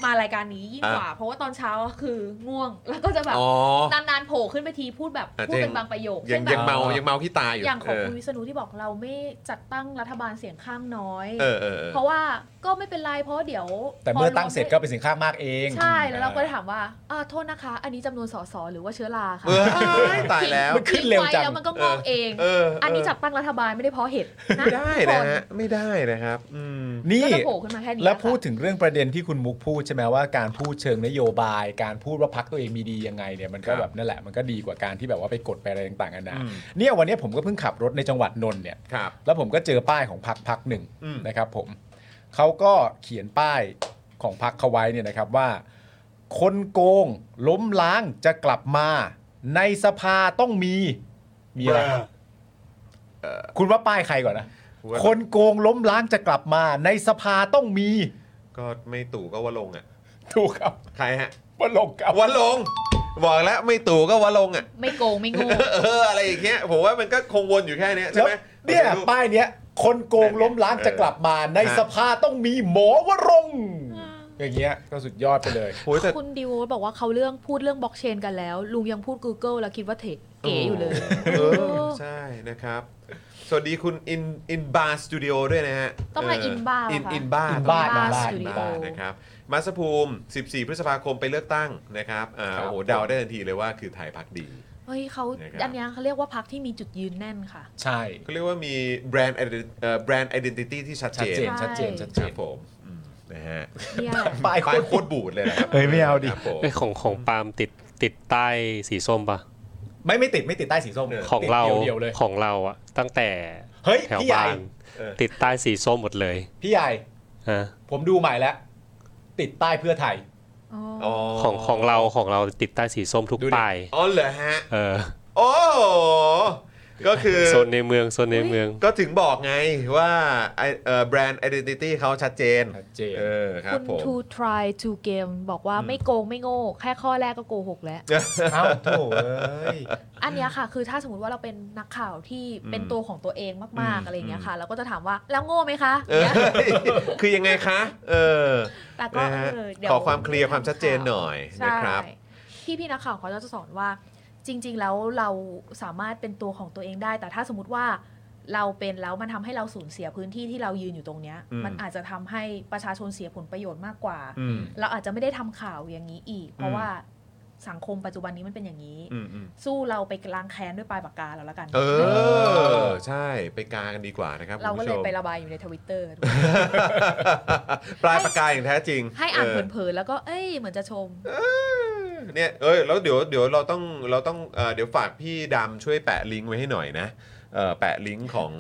[SPEAKER 6] มารายการนี้ยิ่งกว่า
[SPEAKER 1] อ่ะ
[SPEAKER 6] เพราะว่าตอนเช้าอะคือง่วง แล้วก็จะแบบ
[SPEAKER 1] อ๋อน
[SPEAKER 6] านๆโผล่ขึ้นไปทีพูดแบบ
[SPEAKER 1] อ่ะ
[SPEAKER 6] พูด
[SPEAKER 1] จริง
[SPEAKER 6] เป็นบางประโยค
[SPEAKER 1] ยั
[SPEAKER 6] เช่
[SPEAKER 1] ง
[SPEAKER 6] นแบ
[SPEAKER 1] ยัง
[SPEAKER 6] บ
[SPEAKER 1] เมายังเมาที่ตาอยู่
[SPEAKER 6] อย่างของคุณ
[SPEAKER 1] เ
[SPEAKER 6] วิษณุที่บอกเราไม่จัดตั้งรัฐบาลเสียงข้างน้อย
[SPEAKER 1] เออเออเออ
[SPEAKER 6] เพราะว่าก็ไม่เป็นไรเพราะเดี๋ยว
[SPEAKER 4] แต่เมื่อ
[SPEAKER 6] พ
[SPEAKER 4] ตั้งเสร็จก็เป็นเสียงข้างมากเอง
[SPEAKER 6] ใช่แล้วเราก็ถามว่าอ่าโทษนะคะ อันนี้จำนวนสสหรือว่าเชื้อราค่ะ
[SPEAKER 1] เอ้ยตายแล้ว
[SPEAKER 4] มันขึ้นเร็วจัง
[SPEAKER 6] ทิ้ไแล้วมันก็งอกเอง
[SPEAKER 1] เออ
[SPEAKER 6] อันนี้
[SPEAKER 1] เออ
[SPEAKER 6] จับตั้งรัฐบาลไม่ได้เพราะเห็ดนะ
[SPEAKER 1] ไม่ได้นะ
[SPEAKER 6] ทุกค
[SPEAKER 1] ฮะไม่ได้นะครับอืม
[SPEAKER 4] นี่
[SPEAKER 6] ก็จะโผล่ขึ้นมาแค่นี้
[SPEAKER 4] แล้ว
[SPEAKER 6] ค่ะ
[SPEAKER 4] พูดถึงเรื่องประเด็นที่คุณมุกพูดใช่ไหมว่าการพูดเชิงนโยบาย การพูดว่าพักตัวเองมีดียังไงเนี่ยมันก็แบบนั่นแหละมันก็ดีกว่าการที่แบบว่าไปกดไปอะไรต่างๆกันานะ
[SPEAKER 1] อืม
[SPEAKER 4] เนี่ยวันเนี้ยผมก็เพิ่งขับรถในจังหวัดนนท์เนี่ย
[SPEAKER 1] ครับ
[SPEAKER 4] แล้วผมก็เจอป้ายของพักพักหนึ่ง
[SPEAKER 1] อืม
[SPEAKER 4] นะครับผมเขาก็เขียนป้ายของพักเขาไว้เนี่ยนะครับว่า คนโกงล้มล้างจะกลับมา ในสภาต้องมีมีอะไรคุณว่าป้ายใครก่อนนะคนโกงล้มล้างจะกลับมา ในสภาต้องมี
[SPEAKER 1] ก็ไม่ตู่ก็ว่าลงค์อ่ะ
[SPEAKER 4] ถูกครับ
[SPEAKER 1] ใครฮะ
[SPEAKER 4] ว่าลงครับ
[SPEAKER 1] วันลงค์บอกแล้วไม่ตู่ก็วันลงค์อ่ะ
[SPEAKER 6] ไม่โกงไม่โงู
[SPEAKER 1] เอออะไรอย่างเงี้ยผมว่ามันก็คงวนอยู่แค่เนี้ยใช่
[SPEAKER 4] แล้ว
[SPEAKER 1] ไหม
[SPEAKER 4] เนี่ยป้ายเนี้ย คนโกงล้มล้างจะกลับมา ในสภาต้องมีหมอวรงค์อย่างเงี้ยก็สุดยอดไปเลย
[SPEAKER 1] โอ้ยแต่
[SPEAKER 6] คุณดิวบอกว่าเขาเรื่องพูดเรื่องบล็อกเชนกันแล้ว ลุงยังพูด Google แล้วคิดว่าเทคเก๋อยู่เลย
[SPEAKER 1] เออใช่นะครับ สวัสดีคุณอินอินบาร์สตูดิโอด้วยนะฮะ
[SPEAKER 6] ต้องมา
[SPEAKER 1] เ
[SPEAKER 6] Inbar เหรอคะ
[SPEAKER 1] อินอินบาร์
[SPEAKER 4] Inbar
[SPEAKER 6] Inbar
[SPEAKER 1] Inbar
[SPEAKER 6] Studio
[SPEAKER 1] Inbar นะครับมาสภูมิ 14 พฤษภาคมไปเลือกตั้งนะครับอ่าโอ้โหเดาได้ทันทีเลยว่าคือไทยพักดี
[SPEAKER 6] เฮ้ยเขา
[SPEAKER 1] เนี่ยครับ
[SPEAKER 6] อันเนี้ยเขาเรียกว่าพักที่มีจุดยืนแน่นค่ะ
[SPEAKER 4] ใช่
[SPEAKER 1] เขาเรียกว่ามีแบรนด์แบรนด์ไอดีนิตี้ที่ชัดเจน
[SPEAKER 6] ชัดเจนชัดเจนชัดเจ
[SPEAKER 1] ค
[SPEAKER 6] น
[SPEAKER 1] รับผมอืมนะฮะ
[SPEAKER 6] เนี่ยแหละ
[SPEAKER 1] ป้ายโคตรบูดเลยนะครับ
[SPEAKER 4] เฮ้ยไม่เอาดิ
[SPEAKER 3] ไอยของของปาล์มติดติดใต้สีส้มปะ
[SPEAKER 4] ไม่ไม่ติดไม่ติดใต้สีส้ม
[SPEAKER 3] ของเรา
[SPEAKER 4] ติดเดียวๆเลย
[SPEAKER 3] ของเราอะตั้งแต่
[SPEAKER 4] เฮ้ย
[SPEAKER 3] แถว
[SPEAKER 4] พี่ใหญ่
[SPEAKER 3] บ้าน
[SPEAKER 4] เออ
[SPEAKER 3] ติดใต้สีส้มหมดเลย
[SPEAKER 4] พี่ใหญ่
[SPEAKER 3] ฮะ
[SPEAKER 4] ผมดูใหม่แล้ว ติดใต้เพื่อไทย
[SPEAKER 3] ของของเราของเราติดใต้สีส้มทุกป้าย
[SPEAKER 1] อ๋อเหรอฮะ
[SPEAKER 3] เออ
[SPEAKER 1] โอ้โหก็คือ
[SPEAKER 3] โซนในเมืองโซนในเมือง
[SPEAKER 1] ก็ถึงบอกไงว่าไอเอ่อแบรนด์ไอดีนิตี้เขาชัดเจนชัดเจนเออครับ
[SPEAKER 6] คุณ
[SPEAKER 1] ผม
[SPEAKER 6] to try to game บอกว่าไม่โกงไม่โง่ แค่ข้อแรกก็โกหกแล้ว
[SPEAKER 4] เอ้าโถ่เอ้ย
[SPEAKER 6] อันเนี้ยค่ะ คือถ้าสมมติว่าเราเป็นนักข่าวที่เป็น
[SPEAKER 1] อืม
[SPEAKER 6] ตัวของตัวเองมาก
[SPEAKER 1] อืม
[SPEAKER 6] ๆอะไรอย่างเงี้ยค่ะ เราก็จะถามว่าแล้วโง่ไหมคะ
[SPEAKER 1] เออ
[SPEAKER 6] เนี่ย
[SPEAKER 1] คือยังไงคะ เออ
[SPEAKER 6] แต่ก็
[SPEAKER 1] นะฮะ
[SPEAKER 6] เออเดี๋ยว
[SPEAKER 1] ขอความเคลียร์ความชัดเจนหน่อย
[SPEAKER 6] ใช่
[SPEAKER 1] นะครับ
[SPEAKER 6] พี่พี่ๆนักข่าวเขาจะสอนว่าจริง ๆ แล้วเราสามารถเป็นตัวของตัวเองได้ แต่ถ้าสมมติว่าเราเป็นแล้วมันทำให้เราสูญเสียพื้นที่ที่เรายืนอยู่ตรงเนี้ย
[SPEAKER 17] อืม
[SPEAKER 6] มันอาจจะทำให้ประชาชนเสียผลประโยชน์มากกว่า
[SPEAKER 17] อืม
[SPEAKER 6] เราอาจจะไม่ได้ทำข่าวอย่างนี้อีก เพ
[SPEAKER 17] อื
[SPEAKER 6] ราะ
[SPEAKER 17] ม
[SPEAKER 6] ว่าสังคมปัจจุบันนี้มันเป็นอย่างนี้
[SPEAKER 1] อืมอืม
[SPEAKER 6] สู้เราไปล้างแค้นด้วยปลายปากกาแล้วละกัน
[SPEAKER 1] เออ ใช่ไปกากันดีกว่านะครับ
[SPEAKER 6] เรา
[SPEAKER 1] คุณ
[SPEAKER 6] ก็
[SPEAKER 1] ผู้
[SPEAKER 6] เล
[SPEAKER 1] ช
[SPEAKER 6] ย
[SPEAKER 1] ม
[SPEAKER 6] ไประบายอยู่ในทวิตเตอร์
[SPEAKER 1] ปลายปากกาอย่างแท้จริง
[SPEAKER 6] ให้อ่าน
[SPEAKER 1] เ
[SPEAKER 6] เผลอๆแล้วก็เอ้ยเหมือนจะชม
[SPEAKER 1] เนี่ยเอ้ยแล้วเดี๋ยวเดี๋ยวเราต้องเราต้องเอ่อเดี๋ยวฝากพี่ดำช่วยแปะลิงก์ไว้ให้หน่อยนะเอ่อแปะลิงก์ของ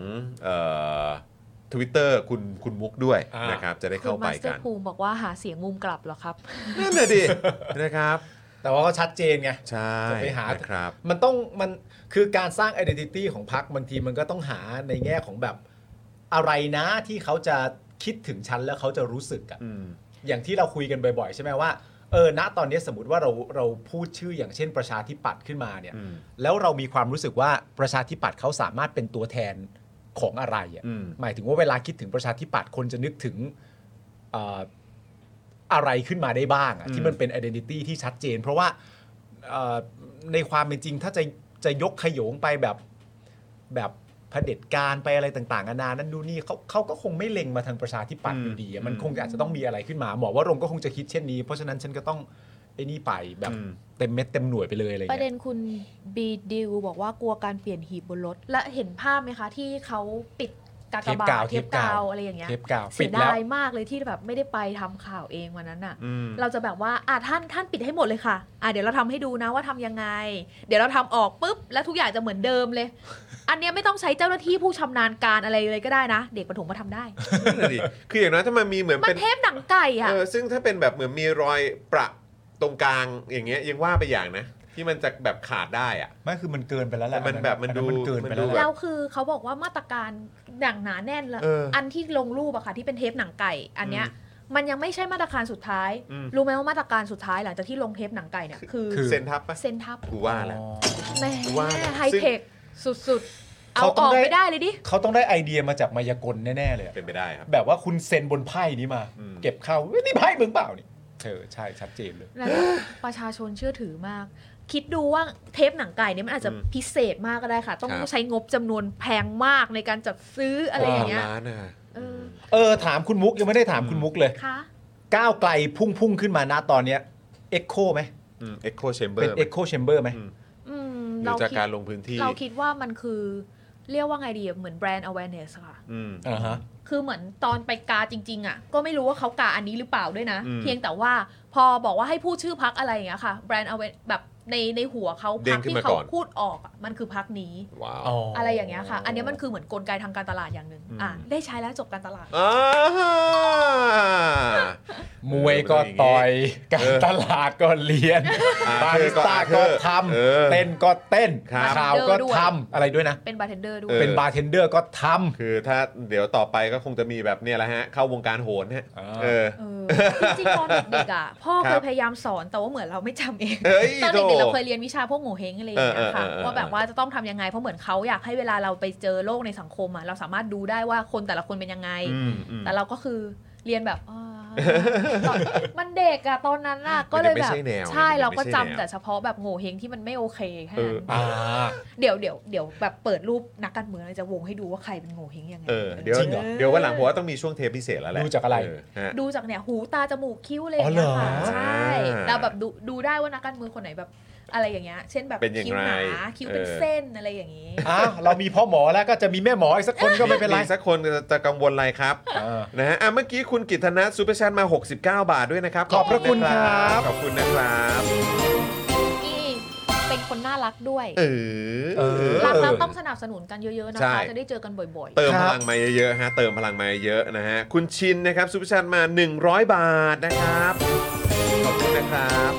[SPEAKER 1] ทวิตเตอร์คุณคุณมุกด้วยนะครับ จะได้
[SPEAKER 6] คุ
[SPEAKER 1] เข้า
[SPEAKER 6] ณ
[SPEAKER 1] ไป
[SPEAKER 6] มาสเตอ
[SPEAKER 1] กัน
[SPEAKER 6] ร์ภูมิบอกว่าหาเสียงมุมกลับเหรอครับ
[SPEAKER 1] นั่นน่ะดิ นะครับ
[SPEAKER 4] แต่ว่าก็ชัดเจนไง
[SPEAKER 1] ใช่
[SPEAKER 4] จะไปหา
[SPEAKER 1] นะครับ
[SPEAKER 4] มันต้องมันคือการสร้าง identity ของพักบางทีมันก็ต้องหาในแง่ของแบบอะไรนะที่เขาจะคิดถึงฉันแล้วเขาจะรู้สึกอะอย่างที่เราคุยกันบ่อยๆ ใช่ไหมว่าเออณตอนนี้สมมติว่าเราเราพูดชื่ออย่างเช่นประชาธิปัตย์ขึ้นมาเนี่ย แล้วเรามีความรู้สึกว่าประชาธิปัตย์เขาสามารถเป็นตัวแทนของอะไรอะ
[SPEAKER 1] อืม
[SPEAKER 4] หมายถึงว่าเวลาคิดถึงประชาธิปัตย์คนจะนึกถึงเอ่ออะไรขึ้นมาได้บ้างอะ
[SPEAKER 1] อืม
[SPEAKER 4] ที่มันเป็น identity ที่ชัดเจน เพราะว่า เอ่อในความเป็นจริงถ้าจะจะยกขโยงไปแบบแบบเผด็จการไปอะไรต่างๆนานานั่นดูนนี่เขาเขาก็คงไม่เล็งมาทางประชาธิปัตย์อยู่ดีอะมันคงอาจจะต้องมีอะไรขึ้นมาหมอว่ารงค์ก็คงจะคิดเช่นนี้ เพราะฉะนั้นฉันก็ต้องไอ้นี่ไปแบบเต็มเม็ดเต็มหน่วยไปเลยอะไร
[SPEAKER 6] ประเด็
[SPEAKER 4] เงี้ย
[SPEAKER 6] นคุณบีดิวบอกว่ากลัวการเปลี่ยนหีบบนรถ และเห็นภาพไหมคะ ที่เขาปิดกากบาทเทปกาวอะไรอย่างเงี้ย
[SPEAKER 4] เทปกาวปิ
[SPEAKER 6] เสี
[SPEAKER 4] ด
[SPEAKER 6] ย
[SPEAKER 4] แล้ว
[SPEAKER 6] ดายมากเลยที่แบบไม่ได้ไปทำข่าวเองวันนั้นน่ะ
[SPEAKER 4] อืม
[SPEAKER 6] เราจะแบบว่าอ่ะท่านท่านปิดให้หมดเลยค่ะอ่ะเดี๋ยวเราทำให้ดูนะว่าทำยังไง เดี๋ยวเราทำออกปุ๊บแล้วทุกอย่างจะเหมือนเดิมเลย อันเนี้ยไม่ต้องใช้เจ้าหน้าที่ผู้ชำนาญการอะไรเลยก็ได้นะ เด็กประถมมาทำได้
[SPEAKER 1] นั่นน่ะดิคืออย่างน้อยถ้ามันมีเหมือน
[SPEAKER 6] มัน
[SPEAKER 1] เป็น
[SPEAKER 6] เทปหนังไก่อะ
[SPEAKER 1] เออซึ่งถ้าเป็นแบบเหมือนมีรอยประตรงกลางอย่างเงี้ยยังว่าไปอย่างนะ ที่มันจะแบบขาดได้อะ
[SPEAKER 4] ไม่คือมันเกินไปแล้วแหละ
[SPEAKER 1] มันแบบมันดู
[SPEAKER 4] มันเกินไปแล้ว
[SPEAKER 1] มัดูบบ
[SPEAKER 6] เราคือเขาบอกว่ามาตรการอย่างหนาแน่นแล้ว
[SPEAKER 1] เอออั
[SPEAKER 6] นที่ลงรูปอะค่ะที่เป็นเทปหนังไก่ อันเนี้ย
[SPEAKER 1] อืม
[SPEAKER 6] มันยังไม่ใช่มาตรการสุดท้าย
[SPEAKER 1] อืม
[SPEAKER 6] รู้ไหมว่ามาตรการสุดท้ายหลังจากที่ลงเทปหนังไก่เนี่ยคือ
[SPEAKER 1] เซนทับปะ
[SPEAKER 6] เซนทับ
[SPEAKER 1] กูว่าแล้ว
[SPEAKER 6] แหม่
[SPEAKER 1] ว่าแล้ว
[SPEAKER 6] ไฮ
[SPEAKER 1] ซึ่ง
[SPEAKER 6] เทคสุดๆ เอา
[SPEAKER 4] เขา
[SPEAKER 6] อ
[SPEAKER 4] ต้อง
[SPEAKER 6] อก
[SPEAKER 4] ได้
[SPEAKER 6] ไม่ได้เลยดิ
[SPEAKER 4] เขาต้องได้ไอเดียมาจากมายากลแน่ๆเลยอะ
[SPEAKER 1] เป็นไปได้ครับ
[SPEAKER 4] แบบว่าคุณเซ็นบนไพ่นี้มา เก็บเข้าเฮ้ยนี่ไพ่มึงเปล่านี่เออใช่ชัดเจนเลย
[SPEAKER 6] แล้วประชาชนเชื่อถือมาก คิดดูว่าเทปหนังไก่เนี่ยมันอาจจะ
[SPEAKER 4] อืม
[SPEAKER 6] พิเศษมากก็ได้ค่ะ ต้อง
[SPEAKER 4] ครับ
[SPEAKER 6] ใช้งบจำนวนแพงมากในการจัดซื้ออะไรอย่างเงี้ย
[SPEAKER 1] ล้านอะ
[SPEAKER 6] เออ
[SPEAKER 4] เออ ถามคุณมุก ยังไม่ได้ถามคุณมุกเลย
[SPEAKER 6] ค่ะ
[SPEAKER 4] ก้าวไกลพุ่งพุ่งขึ้นมาณตอนเนี้ยเอ็กโคไหม
[SPEAKER 1] เอ็กโคแชมเบอร์
[SPEAKER 4] เป็นเอ็กโคแชมเบอร์ไหม
[SPEAKER 6] อืม
[SPEAKER 1] หรือ
[SPEAKER 6] เรา
[SPEAKER 1] จาก
[SPEAKER 6] คิด
[SPEAKER 1] การลงพื้นที่
[SPEAKER 6] เราคิดว่ามันคือเรียกว่าไงดีเหมือนแบรนด์ awareness ค่ะ
[SPEAKER 1] อืม
[SPEAKER 4] อ่าฮะ
[SPEAKER 6] คือเหมือนตอนไปกาจริง ๆ อ่ะ ก็ไม่รู้ว่าเขากาอันนี้หรือเปล่าด้วยนะ
[SPEAKER 1] อืม
[SPEAKER 6] เพียงแต่ว่าพอบอกว่าให้พูดชื่อพักอะไรอย่างเงี้ยค่ะแบรนด์ aware แบบในในหัวเขา
[SPEAKER 1] เด้
[SPEAKER 6] พั
[SPEAKER 1] งขึ้น
[SPEAKER 6] ที่
[SPEAKER 1] มา
[SPEAKER 6] เขา
[SPEAKER 1] ก่อน
[SPEAKER 6] พูดออกอะมันคือพักนี้
[SPEAKER 1] ว้าว
[SPEAKER 6] อะไรอย่างเงี้ยค่ะ อันเนี้ยมันคือเหมือนกลไกทางการตลาดอย่างหนึ่ง
[SPEAKER 1] อืม
[SPEAKER 6] อ่ะได้ใช้แล้วจบการตลาด
[SPEAKER 1] อ่า
[SPEAKER 4] มวยก็ต่อย การตลาดก็เรียน
[SPEAKER 1] อ่า
[SPEAKER 4] บาริสต้า
[SPEAKER 1] เธ
[SPEAKER 4] ก็
[SPEAKER 1] อก็
[SPEAKER 4] ท
[SPEAKER 1] เออ
[SPEAKER 4] ำเต้นก็เต้น
[SPEAKER 1] ครับ
[SPEAKER 4] ข่าวก็
[SPEAKER 6] เดินด้วย
[SPEAKER 4] ทำอะไรด้วยนะ
[SPEAKER 6] เป็นบาร์เทนเดอร์ด้ว
[SPEAKER 1] อย อ
[SPEAKER 4] เป็นบาร์เทนเดอร์ก็ท
[SPEAKER 1] คือถ้าเดี๋ยวต่อไปก็คงจะมีแบบเนี่ยแหละฮะ เข้าวงการโหนฮะเออ
[SPEAKER 6] เออจริงๆตอนเด็กๆอ่ะพ่อ
[SPEAKER 1] ครับ
[SPEAKER 6] เคยพยายามสอนแต่ว่าเหมือนเราไม่จำเอง
[SPEAKER 1] เอ้ย
[SPEAKER 6] ตอนเด็
[SPEAKER 1] โธ่
[SPEAKER 6] กๆเราเคยเรียนวิชาพวกโง่เฮงอะไรอย่างเงี้ยค่ะ
[SPEAKER 1] เออเออเออ
[SPEAKER 6] ว่าแบบว่าจะต้องทำยังไงเพราะเหมือนเขาอยากให้เวลาเราไปเจอโลกในสังคมอ่ะเราสามารถดูได้ว่าคนแต่ละคนเป็นยังไง
[SPEAKER 1] อืมอืม
[SPEAKER 6] แต่เราก็คือเรียนแบบอ่าตอนมันเด็กอะตอนนั้นอะก็เลยแบ
[SPEAKER 1] มัน
[SPEAKER 6] บ
[SPEAKER 1] จะไม่ใช่แนว
[SPEAKER 6] ใช่
[SPEAKER 1] มันจะ
[SPEAKER 6] เราก็จำ
[SPEAKER 1] ไม่ใช่แนว
[SPEAKER 6] แต่เฉพาะแบบโง่เฮงที่มันไม่โอเคแค่
[SPEAKER 1] เอ
[SPEAKER 6] นั้
[SPEAKER 1] อน อ่า
[SPEAKER 6] เดี๋ยวเดี๋ยวเดี๋ยวแบบเปิดรูปนักการเมืองเราจะวงให้ดูว่าใครเป็นโง่เฮงยังไง
[SPEAKER 1] เออเดี๋ยวเดี๋ยววันหลังผมว่าต้องมีช่วงเทปพิเศษแล้วแหละ
[SPEAKER 4] ดูจากอะไร
[SPEAKER 1] เฮะ
[SPEAKER 6] ดูจากเนี่ยหูตาจมูกคิ้วอะไรอย่างเลย
[SPEAKER 1] อ๋อเหร
[SPEAKER 6] ค่ะ
[SPEAKER 1] อ
[SPEAKER 6] ใช่
[SPEAKER 1] อ่า
[SPEAKER 6] เราแบบดูดูได้ว่านักการเมืองคนไหนแบบ อะไรอย่างเงี้ย เช่นแบบ
[SPEAKER 1] เป็นอย่าง
[SPEAKER 6] คิ้วหนา
[SPEAKER 1] ไร
[SPEAKER 6] คิ้วเป็น
[SPEAKER 1] เออ
[SPEAKER 6] เส้นอะไรอย่างงี้
[SPEAKER 4] อ้าวเรามีพ่อหมอแล้วก็จะมีแม่หมออีกสักคนก็ไม่เป็นไร
[SPEAKER 1] อีกสักคนจะจะกังวลอะไรครับนะฮะอ่ะเมื่อกี้คุณกิตนัทซูเปอร์แชทมา 69 บาทด้วยนะครับ
[SPEAKER 4] ขอบพระคุณ
[SPEAKER 1] น
[SPEAKER 4] ครับ
[SPEAKER 1] ขอบคุณนะครับ
[SPEAKER 6] นี่เป็นคนน่ารักด้วย
[SPEAKER 1] เออ
[SPEAKER 6] รักแล้วต้องสนับสนุนกันเยอะๆนะ
[SPEAKER 1] ใช่
[SPEAKER 6] คะ จะได้เจอกันบ่อยๆ
[SPEAKER 1] เติมพลังมาเยอะๆฮะเติมพลังมาเยอะนะฮะคุณชินนะครับซูเปอร์แชทมา 100 บาทนะครับ ขอบคุณนะครับ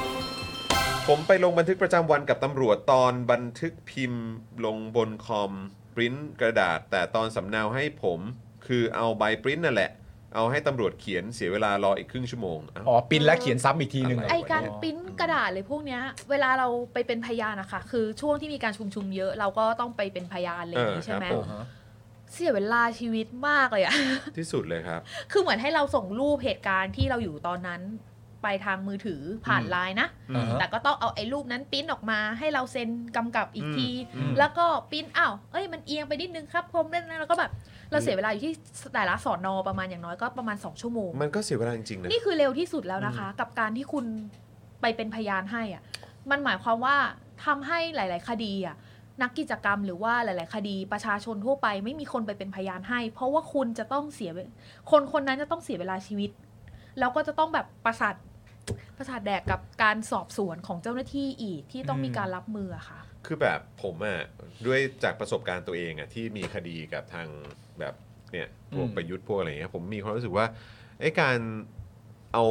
[SPEAKER 1] ผมไปลงบันทึกประจำวันกับตำรวจตอนบันทึกพิมพ์ลงบนคอมปริ้นกระดาษ แต่ตอนสำเนาให้ผมคือเอาใบปริ้นนั่นแหละ เอาให้ตำรวจเขียนเสียเวลารออีกครึ่งชั่วโมง
[SPEAKER 4] อ๋อปริ้นและเขียนซ้ำอีกทีหนึ่ง
[SPEAKER 6] ไอการปริ้นกระดาษเลยพวกเนี้ย เวลาเราไปเป็นพยานนะคะคือช่วงที่มีการชุมชุมเยอะเราก็ต้องไปเป็นพยานอะไรอย่างนี้ใช่ไหมเสียเวลาชีวิตมากเลยอะ
[SPEAKER 1] ที่สุดเลยครับ
[SPEAKER 6] คือเหมือนให้เราส่งรูปเหตุการณ์ที่เราอยู่ตอนนั้น ไปทางมือถือผ่าน
[SPEAKER 1] อืม
[SPEAKER 6] ไลน์นะ
[SPEAKER 1] อ่าฮะ
[SPEAKER 6] แต่ก็ต้องเอาไอ้รูปนั้นปริ้นออกมาให้เราเซ็นกำกับอีกที
[SPEAKER 1] อืมอืม
[SPEAKER 6] แล้วก็ปริ้นอ้าวเอ้ยมันเอียงไปนิดนึงครับผมนั่นนะแล้วก็แบบเราเสียเวลาอยู่ที่แต่ละสอนอประมาณอย่างน้อยก็ประมาณสองชั่วโมง
[SPEAKER 1] มันก็เสียเวลาจริงๆนะ
[SPEAKER 6] นี่คือเร็วที่สุดแล้วนะคะ กับการที่คุณไปเป็นพยานให้อ่ะมันหมายความว่าทำให้หลาย ๆ คดีอ่ะนักกิจกรรมหรือว่าหลาย ๆ คดีประชาชนทั่วไป ไม่มีคนไปเป็นพยานให้ เพราะว่าคุณจะต้องเสียเวคนคนนั้นจะต้องเสียเวลาชีวิต แล้วก็จะต้องแบบประสาทประสาทแดกกับการสอบสวนของเจ้าหน้าที่อีกที่ต้องมีการรับมืออะค่ะ
[SPEAKER 1] คือแบบผมอะ่ะด้วยจากประสบการณ์ตัวเองอะ่ะที่มีคดีกับทางแบบเนี่ยพวก
[SPEAKER 4] อืม
[SPEAKER 1] ประยุทธ์พวกอะไรเงี้ยผมมีความรู้สึกว่าไอ้การเอา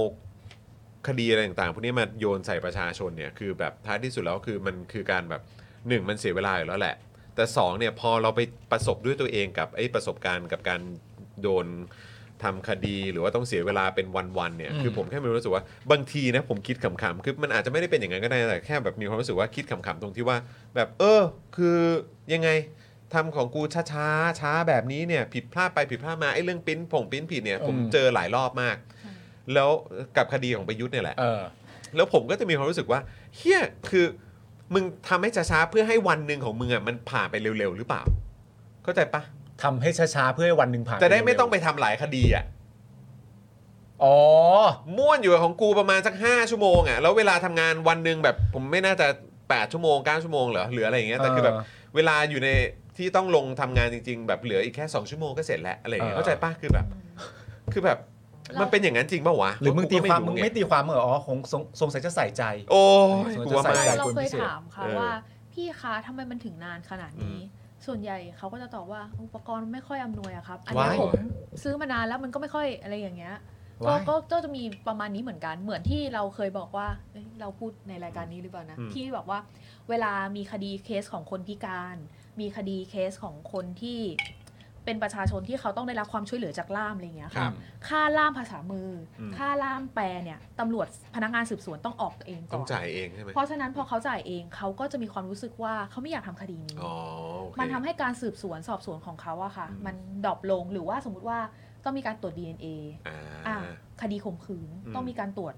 [SPEAKER 1] คดีอะไรต่างๆพวกนี้มาโยนใส่ประชาชนเนี่ยคือแบบท้ายที่สุดแล้วคือมันคือการแบบหนึ่งมันเสียเวลาอยู่แล้วแหละ แต่สองเนี่ยพอเราไปประสบด้วยตัวเองกับไอ้ประสบการณ์กับการโดนทำคดีหรือว่าต้องเสียเวลาเป็นวันๆเนี่ย
[SPEAKER 4] อืม
[SPEAKER 1] คือผมแค่มีความรู้สึกว่าบางทีนะผมคิดขำๆคือมันอาจจะไม่ได้เป็นอย่างนั้นก็ได้แต่แค่แบบมีความรู้สึกว่าคิดขำๆตรงที่ว่า แบบเออ คือยังไงทำของกูช้าช้าๆช้าแบบนี้เนี่ยผิดพลาดไปผิดพลาดมาไอ้เรื่องปริ้นผงปริ้นผิดเนี่ยผม
[SPEAKER 4] อืม
[SPEAKER 1] เจอหลายรอบมาก แล้วกับคดีของประยุทธ์เนี่ยแหละ แล้วผมก็จะมีความรู้สึกว่าเฮียคือ มึงทำให้ช้าๆเพื่อให้วันหนึ่งของมึงอ่ะมันผ่านไปเร็วๆหรือเปล่า เข้าใจปะ
[SPEAKER 4] ทำให้ช้าๆเพื่อให้วันหนึ่งผ่าน
[SPEAKER 1] จะได้ไม่
[SPEAKER 4] เร็วๆ
[SPEAKER 1] ต้องไปทำหลายคดีอ่ะ
[SPEAKER 4] อ๋อ
[SPEAKER 1] ม่วนอยู่กับของกูประมาณสัก5ชั่วโมงอ่ะแล้วเวลาทำงานวันหนึ่งแบบผมไม่น่าจะ8ชั่วโมง9ชั่วโมงเหรอหรืออะไรอย่างเงี้ยแต่คือแบบ
[SPEAKER 4] เออ
[SPEAKER 1] เวลาอยู่ในที่ต้องลงทำงานจริง ๆ แบบเหลืออีกแค่2ชั่วโมงก็เสร็จแล้วอะไรอย่างเงี้ยเข้าใจปะคือแบบ คือแบบมันเป็นอย่างนั้นจริงปะวะ
[SPEAKER 4] หรือมึงตีความ
[SPEAKER 1] ก็
[SPEAKER 4] มึง
[SPEAKER 1] ไไ
[SPEAKER 4] ไม่ตีความมึงเหรออ๋อคงสงสงสัยจะใส่ใจ
[SPEAKER 1] โอ้ย
[SPEAKER 4] ส่วน
[SPEAKER 1] กลั
[SPEAKER 4] จะ
[SPEAKER 1] ว
[SPEAKER 4] ใส่
[SPEAKER 1] มาก
[SPEAKER 4] ใจ
[SPEAKER 6] เราเค
[SPEAKER 4] คนพิ
[SPEAKER 6] ย
[SPEAKER 4] เศษ
[SPEAKER 6] ถามค่ะ
[SPEAKER 1] เออ
[SPEAKER 6] ว่าพี่คะทำไมมันถึงนานขนาดนี้ ส่วนใหญ่เขาก็จะตอบว่าอุปกรณ์ไม่ค่อยอำนวยอะครับ อันนี้
[SPEAKER 4] ว้าย
[SPEAKER 6] ผมซื้อมานานแล้วมันก็ไม่ค่อยอะไรอย่างเงี้ยก็
[SPEAKER 4] ว้าย
[SPEAKER 6] ก็ก็จะมีประมาณนี้เหมือนกัน เหมือนที่เราเคยบอกว่าเอ้ยเราพูดในรายการนี้หรือเปล่านะ
[SPEAKER 4] อืม
[SPEAKER 6] ที่บอกว่าเวลามีคดีเคสของคนพิการ มีคดีเคสของคนที่เป็นประชาชนที่เขาต้องได้รับความช่วยเหลือจากล่ามอะไรอย่างเงี้ย
[SPEAKER 1] ครั
[SPEAKER 6] ค่ะ
[SPEAKER 1] บ
[SPEAKER 6] ค่าล่ามภาษามืออ
[SPEAKER 1] ม
[SPEAKER 6] ค่าล่ามแปลเนี่ยตำรวจพนักงานสืบสวนต้องออกเองก่อน
[SPEAKER 1] ต้องจ่ายเองใช่ไหม
[SPEAKER 6] เพราะฉะนั้นพอเขาจ่ายเองเขาก็จะมีความรู้สึกว่าเขาไม่อยากทำคดีนี้
[SPEAKER 1] อ๋อโอเค
[SPEAKER 6] มันทำให้การสืบสวนสอบสวนของเขาอะค่ะ มันดรอปลงหรือว่าสมมติว่าต้องมีการตรวจ DNA
[SPEAKER 1] อ่า
[SPEAKER 6] อ่ะคดีข่มขืน
[SPEAKER 1] อืม
[SPEAKER 6] ต้องมีการตรวจ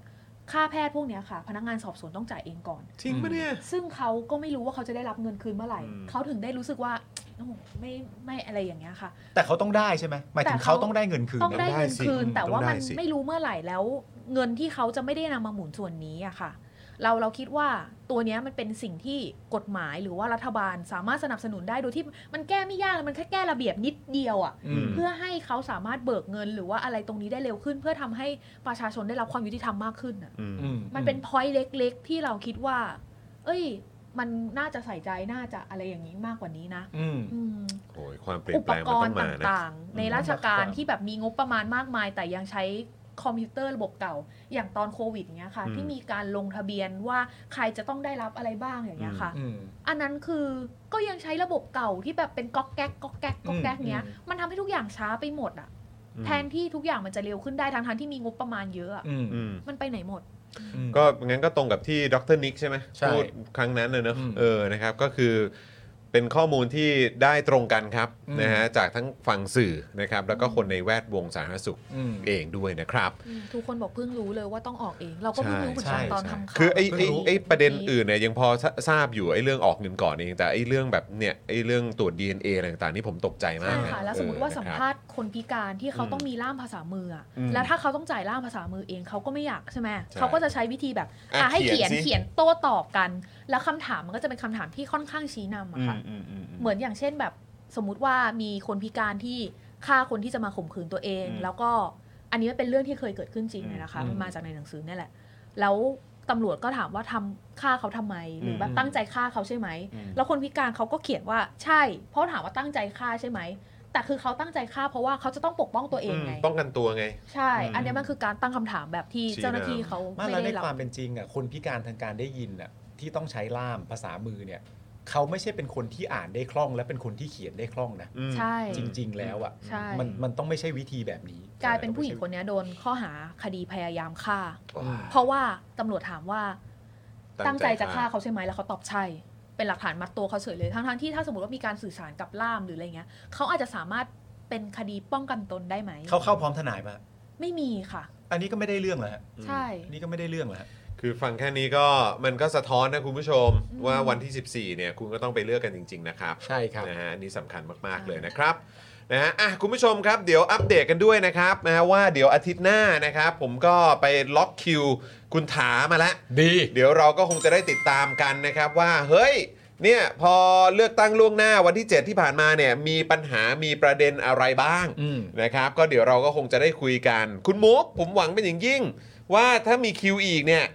[SPEAKER 6] ค่าแพทย์พวกเนี้ยค่ะ พนักงานสอบสวนต้องจ่ายเองก่อน
[SPEAKER 1] จริงปะเนี่ย
[SPEAKER 6] ซึ่งเขาก็ไม่รู้ว่าเขาจะได้รับเงินคืนเมื่อไหร่
[SPEAKER 1] อืม
[SPEAKER 6] เขาถึงได้รู้สึกว่าโอ้โหไม่ไม่อะไรอย่างเงี้ยค่ะ
[SPEAKER 4] แต่เขาต้องได้ใช่ไหมหมายถึงเขาต้องได้เงินคืน
[SPEAKER 6] ต้องได้เงินคืน แต่ว่ามั
[SPEAKER 4] ต้อ
[SPEAKER 6] น
[SPEAKER 4] งได้สิ
[SPEAKER 6] ไม่รู้เมื่อไหร่แล้ว เงินที่เขาจะไม่ได้นำมาหมุนส่วนนี้อะค่ะ เราเราคิดว่าตัวเนี้ยมันเป็นสิ่งที่กฎหมายหรือว่ารัฐบาลสามารถสนับสนุนได้โดยที่มันแก้ไม่ยากเลยมันแค่แก้ระเบียบนิดเดียวอะ
[SPEAKER 4] อืม
[SPEAKER 6] เพื่อให้เขาสามารถเบิกเงินหรือว่าอะไรตรงนี้ได้เร็วขึ้น เพื่อทำให้ประชาชนได้รับความยุติธรรมมากขึ้นอะ
[SPEAKER 4] อื
[SPEAKER 6] มันเป็นพอยต์เล็ก ๆ ที่เราคิดว่า เอ้ย มันน่าจะใส่ใจน่าจะอะไรอย่างนี้มากกว่านี้นะ
[SPEAKER 4] อืม
[SPEAKER 6] อืม
[SPEAKER 1] โอ้ยความเปลี่ย
[SPEAKER 6] อุ
[SPEAKER 1] น
[SPEAKER 6] ป
[SPEAKER 1] แปลง
[SPEAKER 6] ก
[SPEAKER 1] มัน
[SPEAKER 6] ร
[SPEAKER 1] ต้อ
[SPEAKER 6] ณ์
[SPEAKER 1] งมานะ
[SPEAKER 6] ต่างๆ ในราชการที่แบบมีงบประมาณมากมาย แต่ยังใช้คอมพิวเตอร์ระบบเก่า อย่างตอนโควิดเนี้ยค่ะ
[SPEAKER 1] อืม
[SPEAKER 6] ที่มีการลงทะเบียนว่าใครจะต้องได้รับอะไรบ้างอย่างเงี้ยค่ะ
[SPEAKER 4] อืม
[SPEAKER 6] อันนั้นคือก็ยังใช้ระบบเก่าที่แบบเป็นก๊อกแก๊กก๊อกแก๊กก๊อกแก๊กเนี้ย มันทำให้ทุกอย่างช้าไปหมดอ่ะ
[SPEAKER 1] อืม
[SPEAKER 6] แทนที่ทุกอย่างมันจะเร็วขึ้นได้ทั้งๆที่มีงบประมาณเยอะอะ
[SPEAKER 4] อืม
[SPEAKER 1] อืม
[SPEAKER 6] มันไปไหนหมด
[SPEAKER 1] ก็งั้นก็ตรงกับที่ดรนิกใช่ไหม
[SPEAKER 4] ใช่
[SPEAKER 1] พูดครั้งนั้นเลยเนอะเออนะครับก็คือเป็นข้อมูลที่ได้ตรงกันครับ
[SPEAKER 4] อืม
[SPEAKER 1] นะฮะจากทั้งฝั่งสื่อนะครับแล้วก็คนในแวดวงสาธารณสุข
[SPEAKER 4] อืม
[SPEAKER 1] เองด้วยนะครับ
[SPEAKER 6] อืมทุกคนบอกเพิ่งรู้เลยว่าต้องออกเอง เราก็เพิ่งรู้เหมือนกัน
[SPEAKER 1] ใช่
[SPEAKER 6] ตอน
[SPEAKER 1] ใช่
[SPEAKER 6] ทำข่าว
[SPEAKER 1] คือไอ้
[SPEAKER 4] เพิ่
[SPEAKER 1] ไอ้
[SPEAKER 4] งรู้
[SPEAKER 1] ไอ้ประเด็นอื่นเนี่ยยังพอทราทราบอยู่ไอ้เรื่องออกเงินก่อนเองแต่ไอ้เรื่องแบบเนี่ยไอ้เรื่องตรวจ DNA อะไรต่างๆนี่ผมตกใจมาก
[SPEAKER 6] ใช่
[SPEAKER 1] น
[SPEAKER 6] ค่ะแล้วสมมติว่า
[SPEAKER 1] เออ
[SPEAKER 6] สัม
[SPEAKER 1] นะครับ
[SPEAKER 6] ภาษณ์คนพิการที่เขา
[SPEAKER 1] อืม
[SPEAKER 6] ต้องมีล่ามภาษามืออะ
[SPEAKER 1] อืม
[SPEAKER 6] แล้วถ้าเขาต้องจ่ายล่ามภาษามือเองเขาก็ไม่อยากใช่ไหม
[SPEAKER 1] ใช่
[SPEAKER 6] เขาก็จะใช้วิธีแบบ
[SPEAKER 1] อ่ะ
[SPEAKER 6] อ่ะให้เขียน
[SPEAKER 1] เขียนสิ
[SPEAKER 6] เขียนโต้ตอบกัน แล้วคำถามมันก็จะเป็นคำถามที่ค่อนข้างชี้นำอะค่ะ
[SPEAKER 4] อืมอืมอืม
[SPEAKER 6] เหมือนอย่างเช่นแบบสมมุติว่ามีคนพิการที่ฆ่าคนที่จะมาข่มขืนตัวเอง
[SPEAKER 4] อืม
[SPEAKER 6] แล้วก็อันนี้มันเป็นเรื่องที่เคยเกิดขึ้นจริงเลยนะคะ
[SPEAKER 4] อืม
[SPEAKER 6] มันมาจากในหนังสือเนี่ยแหละ แล้วตำรวจก็ถามว่าทำฆ่าเขาทำไม หรืออ
[SPEAKER 4] ม
[SPEAKER 6] แบบตั้งใจฆ่าเขาใช่ไหม
[SPEAKER 4] อืม
[SPEAKER 6] แล้วคนพิการเขาก็เขียนว่าใช่ เพราะถามว่าตั้งใจฆ่าใช่ไหม แต่คือเขาตั้งใจฆ่าเพราะว่าเขาจะต้องปกป้องตัวเองไง
[SPEAKER 1] ป้องกันตัวไง
[SPEAKER 6] ใช่ อันเนี้ยมันคือการตั้งคำถามแบบที่
[SPEAKER 1] ชี้
[SPEAKER 6] เจ้าหน้าที่
[SPEAKER 1] นำ
[SPEAKER 6] เขา
[SPEAKER 4] ไม่
[SPEAKER 6] ไม่
[SPEAKER 4] แล้วใน
[SPEAKER 6] ได้รับ
[SPEAKER 4] ความเป็นจริงอ่ะคนพิการทางการได้ยินอ่ะที่ต้องใช้ล่ามภาษามือเนี่ยเขาไม่ใช่เป็นคนที่อ่านได้คล่อง และเป็นคนที่เขียนได้คล่องนะ
[SPEAKER 6] ใช่
[SPEAKER 4] จริง ๆ แล้วอ่ะ
[SPEAKER 6] ใช่
[SPEAKER 4] มันมันต้องไม่ใช่วิธีแบบนี้
[SPEAKER 6] กลายเป็นผู้หญิงคนเนี้ยโดนข้อหาคดีพยายามฆ่า
[SPEAKER 4] ว้า
[SPEAKER 6] เพราะว่าตำรวจถามว่า
[SPEAKER 1] ตั้
[SPEAKER 6] ตั้
[SPEAKER 1] ง
[SPEAKER 6] ง
[SPEAKER 1] ใจ
[SPEAKER 6] ใจ
[SPEAKER 1] จะ
[SPEAKER 6] จะ
[SPEAKER 1] ฆ่า
[SPEAKER 6] ฆ่าเขาใช่ไหมแล้วเขาตอบใช่ เป็นหลักฐานมัดตัวเขาเฉยเลยทั้งทั้งๆที่ถ้าสมมติว่ามีการสื่อสารกับล่ามหรืออะไรเงี้ยเขาอาจจะสามารถเป็นคดีป้องกันตนได้ไหม
[SPEAKER 4] เขาเข้าพร้อมทนายปะ
[SPEAKER 6] ไม่มีค่ะ
[SPEAKER 4] อันนี้ก็ไม่ได้เรื่องเหรอฮะ
[SPEAKER 6] ใช่
[SPEAKER 4] อันนี่ก็ไม่ได้เรื่องเหรอฮะ
[SPEAKER 1] คือฟังแค่นี้ก็มันก็สะท้อนนะคุณผู้ชม ว่าวันที่ 14 เนี่ยคุณก็ต้องไปเลือกกันจริง ๆ นะครับ ใช่ครับนะฮะอันนี่สำคัญมาก ๆ เลยนะครับนะฮะอ่ะคุณผู้ชมครับ เดี๋ยวอัปเดตกันด้วยนะครับนะฮะว่าเดี๋ยวอาทิตย์หน้านะครับ ผมก็ไปล็อกคิว คุณถามาแล้วดี เดี๋ยวเราก็คงจะได้ติดตามกันนะครับว่าเฮ้ย เนี่ยพอเลือกตั้งล่วงหน้าวันที่ 7 ที่ผ่านมาเนี่ยมีปัญหามีประเด็นอะไรบ้างนะครับ ก็เดี๋ยวเราก็คงจะได้คุยกัน คุณมุกผมหวังเป็นอย่างยิ่ง ว่าถ้ามีคิวอีกเนี่ย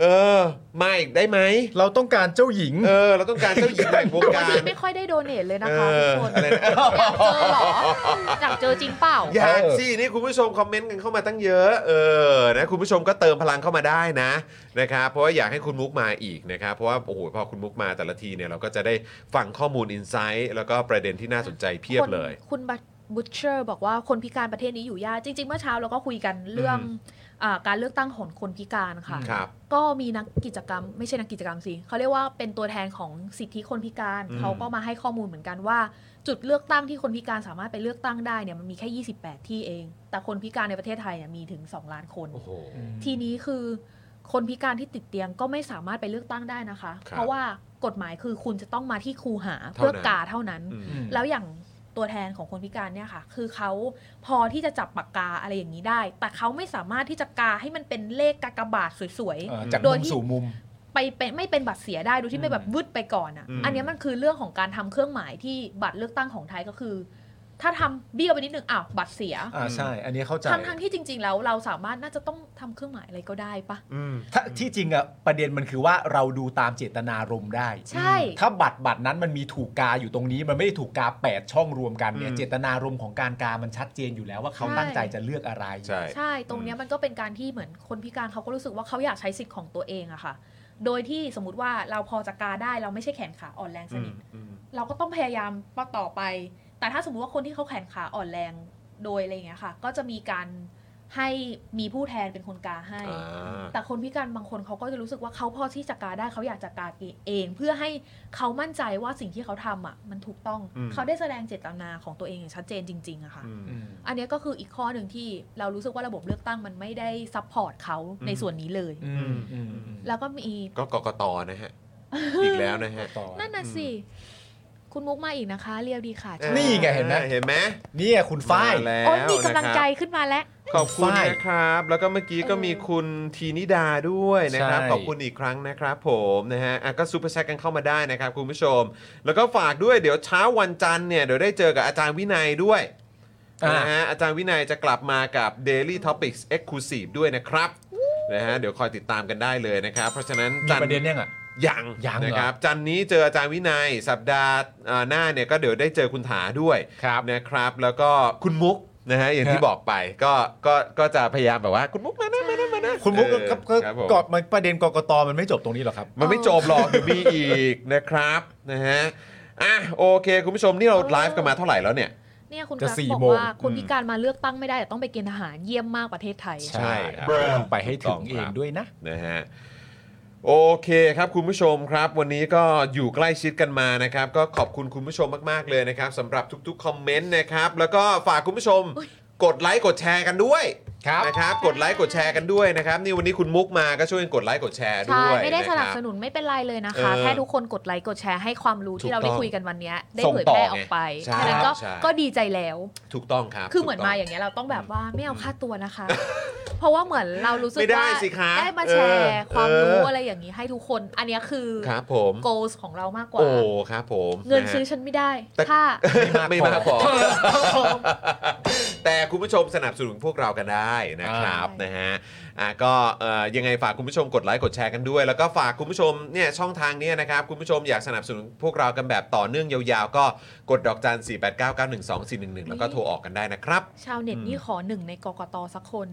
[SPEAKER 1] เออมาอีกได้ไหม
[SPEAKER 4] เราต้องการเจ้าหญิง
[SPEAKER 1] เออเราต้องการเจ้าหญิงแห่งวง
[SPEAKER 6] วัน
[SPEAKER 1] กา
[SPEAKER 6] นี้
[SPEAKER 1] ร
[SPEAKER 6] ไม่ค่อยได้โดเนทเลยนะ
[SPEAKER 1] เอ
[SPEAKER 6] คะทุก
[SPEAKER 1] อ
[SPEAKER 6] คน
[SPEAKER 1] อะไรนะ
[SPEAKER 6] อยากเจอจริงเปล่า
[SPEAKER 1] อยากสินี่คุณผู้ชมคอมเมนต์กันเข้ามาตั้งเยอะเออนะคุณผู้ชมก็เติมพลังเข้ามาได้นะนะครับเพราะว่าอยากให้คุณมุกมาอีกนะครับเพราะว่าโอ้โหพอคุณมุกมาแต่ละทีเนี่ยเราก็จะได้ฟังข้อมูลอินไซต์แล้วก็ประเด็นที่น่าสนใจเพียบเลย
[SPEAKER 6] คนคุณบูเชอร์บอกว่าคนพิการประเทศนี้อยู่ยากจริง ๆ เมื่อเช้าเราก็คุยกันเรื่องอาการเลือกตั้งของคนพิการค่ะ
[SPEAKER 1] ครับ
[SPEAKER 6] ก็มีนักกิจกรรม ไม่ใช่นักกิจกรรมสิเขาเรียกว่าเป็นตัวแทนของสิทธิคนพิการ
[SPEAKER 1] อืม
[SPEAKER 6] เขาก็มาให้ข้อมูลเหมือนกันว่า จุดเลือกตั้งที่คนพิการสามารถไปเลือกตั้งได้เนี่ยมันมีแค่ 28 ที่เอง แต่คนพิการในประเทศไทยเนี่ยมีถึง 2 ล้านคน ทีนี้คือคนพิการที่ติดเตียงก็ไม่สามารถไปเลือกตั้งได้นะคะ
[SPEAKER 16] ครับ
[SPEAKER 6] เพราะว่ากฎหมายคือคุณจะต้องมาที่ครูหา
[SPEAKER 16] เท่านั้น
[SPEAKER 6] เพื่อกาเท่านั้น
[SPEAKER 16] อืม
[SPEAKER 6] แล้วอย่างตัวแทนของคนพิการเนี่ยค่ะ คือเขาพอที่จะจับปากกาอะไรอย่างนี้ได้ แต่เขาไม่สามารถที่จะกาให้มันเป็นเลขกากบาทสวย
[SPEAKER 4] เออจาก
[SPEAKER 6] โด
[SPEAKER 4] มุ
[SPEAKER 6] ย
[SPEAKER 4] ม
[SPEAKER 6] ที่
[SPEAKER 4] สู่มุม
[SPEAKER 6] ไปเป็นไม่เป็นบัตรเสียได้โดยที่ไม่แบบวืดไปก่อนอ่ะ
[SPEAKER 4] อืม
[SPEAKER 6] อันเนี้ยมันคือเรื่องของการทำเครื่องหมายที่บัตรเลือกตั้งของไทยก็คือ ถ้าทำเบี้ยวไปนิดนึงอ้าวบัตรเสีย
[SPEAKER 4] อ่าใช่ อันนี้เข้าใจ
[SPEAKER 6] ทั้งทั้งๆที่จริง ๆ แล้วเราสามารถน่าจะต้องทำเครื่องหมายอะไรก็ได้ปะ
[SPEAKER 4] ถ้าที่จริงอ่ะประเด็นมันคือว่าเราดูตามเจตนารมณ์ได้
[SPEAKER 6] ใช่
[SPEAKER 4] ถ้าบัตรบัตรนั้นมันมีถูกกาอยู่ตรงนี้ มันไม่ได้ถูกกา 8 ช่องรวมกันเนี่ยเจตนารมณ์ของการกามันชัดเจนอยู่แล้วว่าเขาตั้งใจจะเลือกอะไร
[SPEAKER 6] ใช่ตรงเนี้ยมันก็เป็นการที่เหมือนคนพิการเขาก็รู้สึกว่าเขาอยากใช้สิทธิ์ของตัวเองอะค่ะ โดยที่สมมติว่าเราพอจะกาได้เราไม่ใช่แขนขาอ่อนแรงสนิทเราก็ต้องพยายามต่อไป แต่ถ้าสมมติว่าคนที่เขาแขนขาอ่อนแรงโดยอะไรอย่างเงี้ยค่ะ ก็จะมีการให้มีผู้แทนเป็นคนกาให้
[SPEAKER 16] อ่า
[SPEAKER 6] แต่คนพิการบางคนเขาก็จะรู้สึกว่าเขาพอที่จะกาได้เขาอยากจะกาเอง เพื่อให้เขามั่นใจว่าสิ่งที่เขาทำอะมันถูกต้อง
[SPEAKER 16] อืม
[SPEAKER 6] เขาได้แสดงเจตนาของตัวเองอย่างชัดเจนจริงๆอะค่ะ อันเนี้ยก็คืออีกข้อหนึ่งที่เรารู้สึกว่าระบบเลือกตั้งมันไม่ได้ซัพพอร์ตเขาในส่วนนี้เลย แล้วก็มี
[SPEAKER 1] ก็กกตนะฮะ อีกแล้วนะฮะ
[SPEAKER 6] นั่นน่ะสิ คุณมุกมาอีกนะคะ เรียวดีค่ะ
[SPEAKER 4] นี่ไงเห็นไหม
[SPEAKER 1] เห็นไหม
[SPEAKER 4] นี่ไงคุณฝ้าย
[SPEAKER 1] แล้ว
[SPEAKER 6] โอ้ยมีกำลังใจ
[SPEAKER 1] นะครับ
[SPEAKER 6] ขึ้นมาแล้ว
[SPEAKER 1] ขอบคุณ
[SPEAKER 4] ฝ้าย
[SPEAKER 1] นะครับ แล้วก็เมื่อกี้ก็มีคุณทีนิดาด้วยนะครับ
[SPEAKER 4] ใช่
[SPEAKER 1] ขอบคุณอีกครั้งนะครับผมนะฮะอ่ะก็ซูเปอร์แชทกันเข้ามาได้นะครับคุณผู้ชม แล้วก็ฝากด้วยเดี๋ยวเช้าวันจันทร์เนี่ยเดี๋ยวได้เจอกับอาจารย์วินัยด้วยนะฮะอาจารย์วินัยจะกลับมากับ Daily Topics Exclusive ด้วยนะครับนะฮะเดี๋ยวคอยติดตามกันได้เลยนะครับ เพราะฉะนั้น
[SPEAKER 4] มี
[SPEAKER 1] จันท
[SPEAKER 4] ประเด็นยังอ่ะ
[SPEAKER 1] ยัง
[SPEAKER 4] ยังเหรอ
[SPEAKER 1] นะครับจันนี้เจออาจารย์วินัย สัปดาห์อ่าหน้าเนี่ยก็เดี๋ยวได้เจอคุณถาด้วยนะครับ แล้วก็คุณมุกนะฮะอย่างที่บอกไปก็ก็ก็จะพยายามแบบว่าคุณมุกมานะมานะมานะ
[SPEAKER 4] คุณมุก
[SPEAKER 1] เออ
[SPEAKER 4] ก็ก็
[SPEAKER 1] ครับผม
[SPEAKER 4] กอดมันประเด็นกกตมันไม่จบตรงนี้หรอครับ
[SPEAKER 1] มันไม่จบหรอกเดี๋ยวมีอีกนะครับนะฮะอ่ะโอเค คุณผู้ชมนี่เราไลฟ์กันมาเท่าไหร่แล้วเนี่ย
[SPEAKER 6] เนี่ยคุณ
[SPEAKER 1] จะ
[SPEAKER 6] กัก
[SPEAKER 1] สี่
[SPEAKER 6] บอก
[SPEAKER 1] โมง
[SPEAKER 6] ว่าคนพิการมาเลือกตั้งไม่ได้แต่ต้องไปเกณฑ์ทหารเยี่ยมมากประเทศไทย
[SPEAKER 1] ใช่ครับ
[SPEAKER 4] ต้องไปให้ถึงเองด้วยนะ
[SPEAKER 1] นะฮะโอเคครับคุณผู้ชมครับ วันนี้ก็อยู่ใกล้ชิดกันมานะครับ ก็ขอบคุณคุณผู้ชมมากๆเลยนะครับสำหรับทุกๆคอมเมนต์นะครับ แล้วก็ฝากคุณผู้ชมกดไลค์กดแชร์กันด้วยนะครับกดไลค์กดแชร์กันด้วยนะครับนี่วันนี้คุณมุกมาก็ช่วยกดไลค์กดแชร์
[SPEAKER 6] ใช่
[SPEAKER 1] ด้วย
[SPEAKER 6] ไม่ได้สนับ
[SPEAKER 1] ะค
[SPEAKER 6] ส
[SPEAKER 1] รับ
[SPEAKER 6] นุนไม่เป็นไรเลยนะคะ
[SPEAKER 1] เออ
[SPEAKER 6] แค่ทุกคนกดไลค์กดแชร์ให้ความรู้ที่เราได้คุยกันวันเนี้ยได้
[SPEAKER 1] ส่ง
[SPEAKER 6] เผย
[SPEAKER 1] ต่อ
[SPEAKER 6] แพร่ออกไป
[SPEAKER 1] ไงใช่
[SPEAKER 6] ฉะนั้นก็
[SPEAKER 1] ใช่
[SPEAKER 6] ก็ดีใจแล้ว
[SPEAKER 1] ถูกต้องครับ
[SPEAKER 6] คือเหมือน
[SPEAKER 1] ถูกต้
[SPEAKER 6] มาง อย่างเงี้ยเราต้องแบบว่าไม่เอาค่าตัวนะคะ เพราะว่าเหมือนเรารู้สึก
[SPEAKER 1] ไม่ได้
[SPEAKER 6] ว่า
[SPEAKER 1] สิครับ
[SPEAKER 6] ได้มาแช
[SPEAKER 1] เ
[SPEAKER 6] ร์
[SPEAKER 1] ออ
[SPEAKER 6] ความรู้
[SPEAKER 1] เอออ
[SPEAKER 6] อะไรอย่างนี้ให้ทุกคน อันเนี้ยคือ
[SPEAKER 1] ครับผม
[SPEAKER 6] goals ของเรามากกว่า
[SPEAKER 1] โอ้ครับผม
[SPEAKER 6] เงินะ
[SPEAKER 1] ฮะ
[SPEAKER 6] ซื้อฉันไม่ได้
[SPEAKER 1] แต่
[SPEAKER 6] ถ้า
[SPEAKER 1] ไม่มากพอแต่คุณผู้ชมสนับสนุนพวกเรากันได้นะครับนะฮะอ่ะก็เอ่อยังไงฝากคุณผู้ชมกดไลค์กดแชร์กันด้วย แล้วก็ฝากคุณผู้ชมเนี่ยช่องทางเนี้ยนะครับ คุณผู้ชมอยากสนับสนุนพวกเรากันแบบต่อเนื่องยาวๆ ก็กดดอกจัน 4 8 9 9 1 2 4 1 1 แล้วก็โทรออกกันได้นะครับ
[SPEAKER 6] ชาวเน็ตนี่ขอหนึ่งในกกตสักคน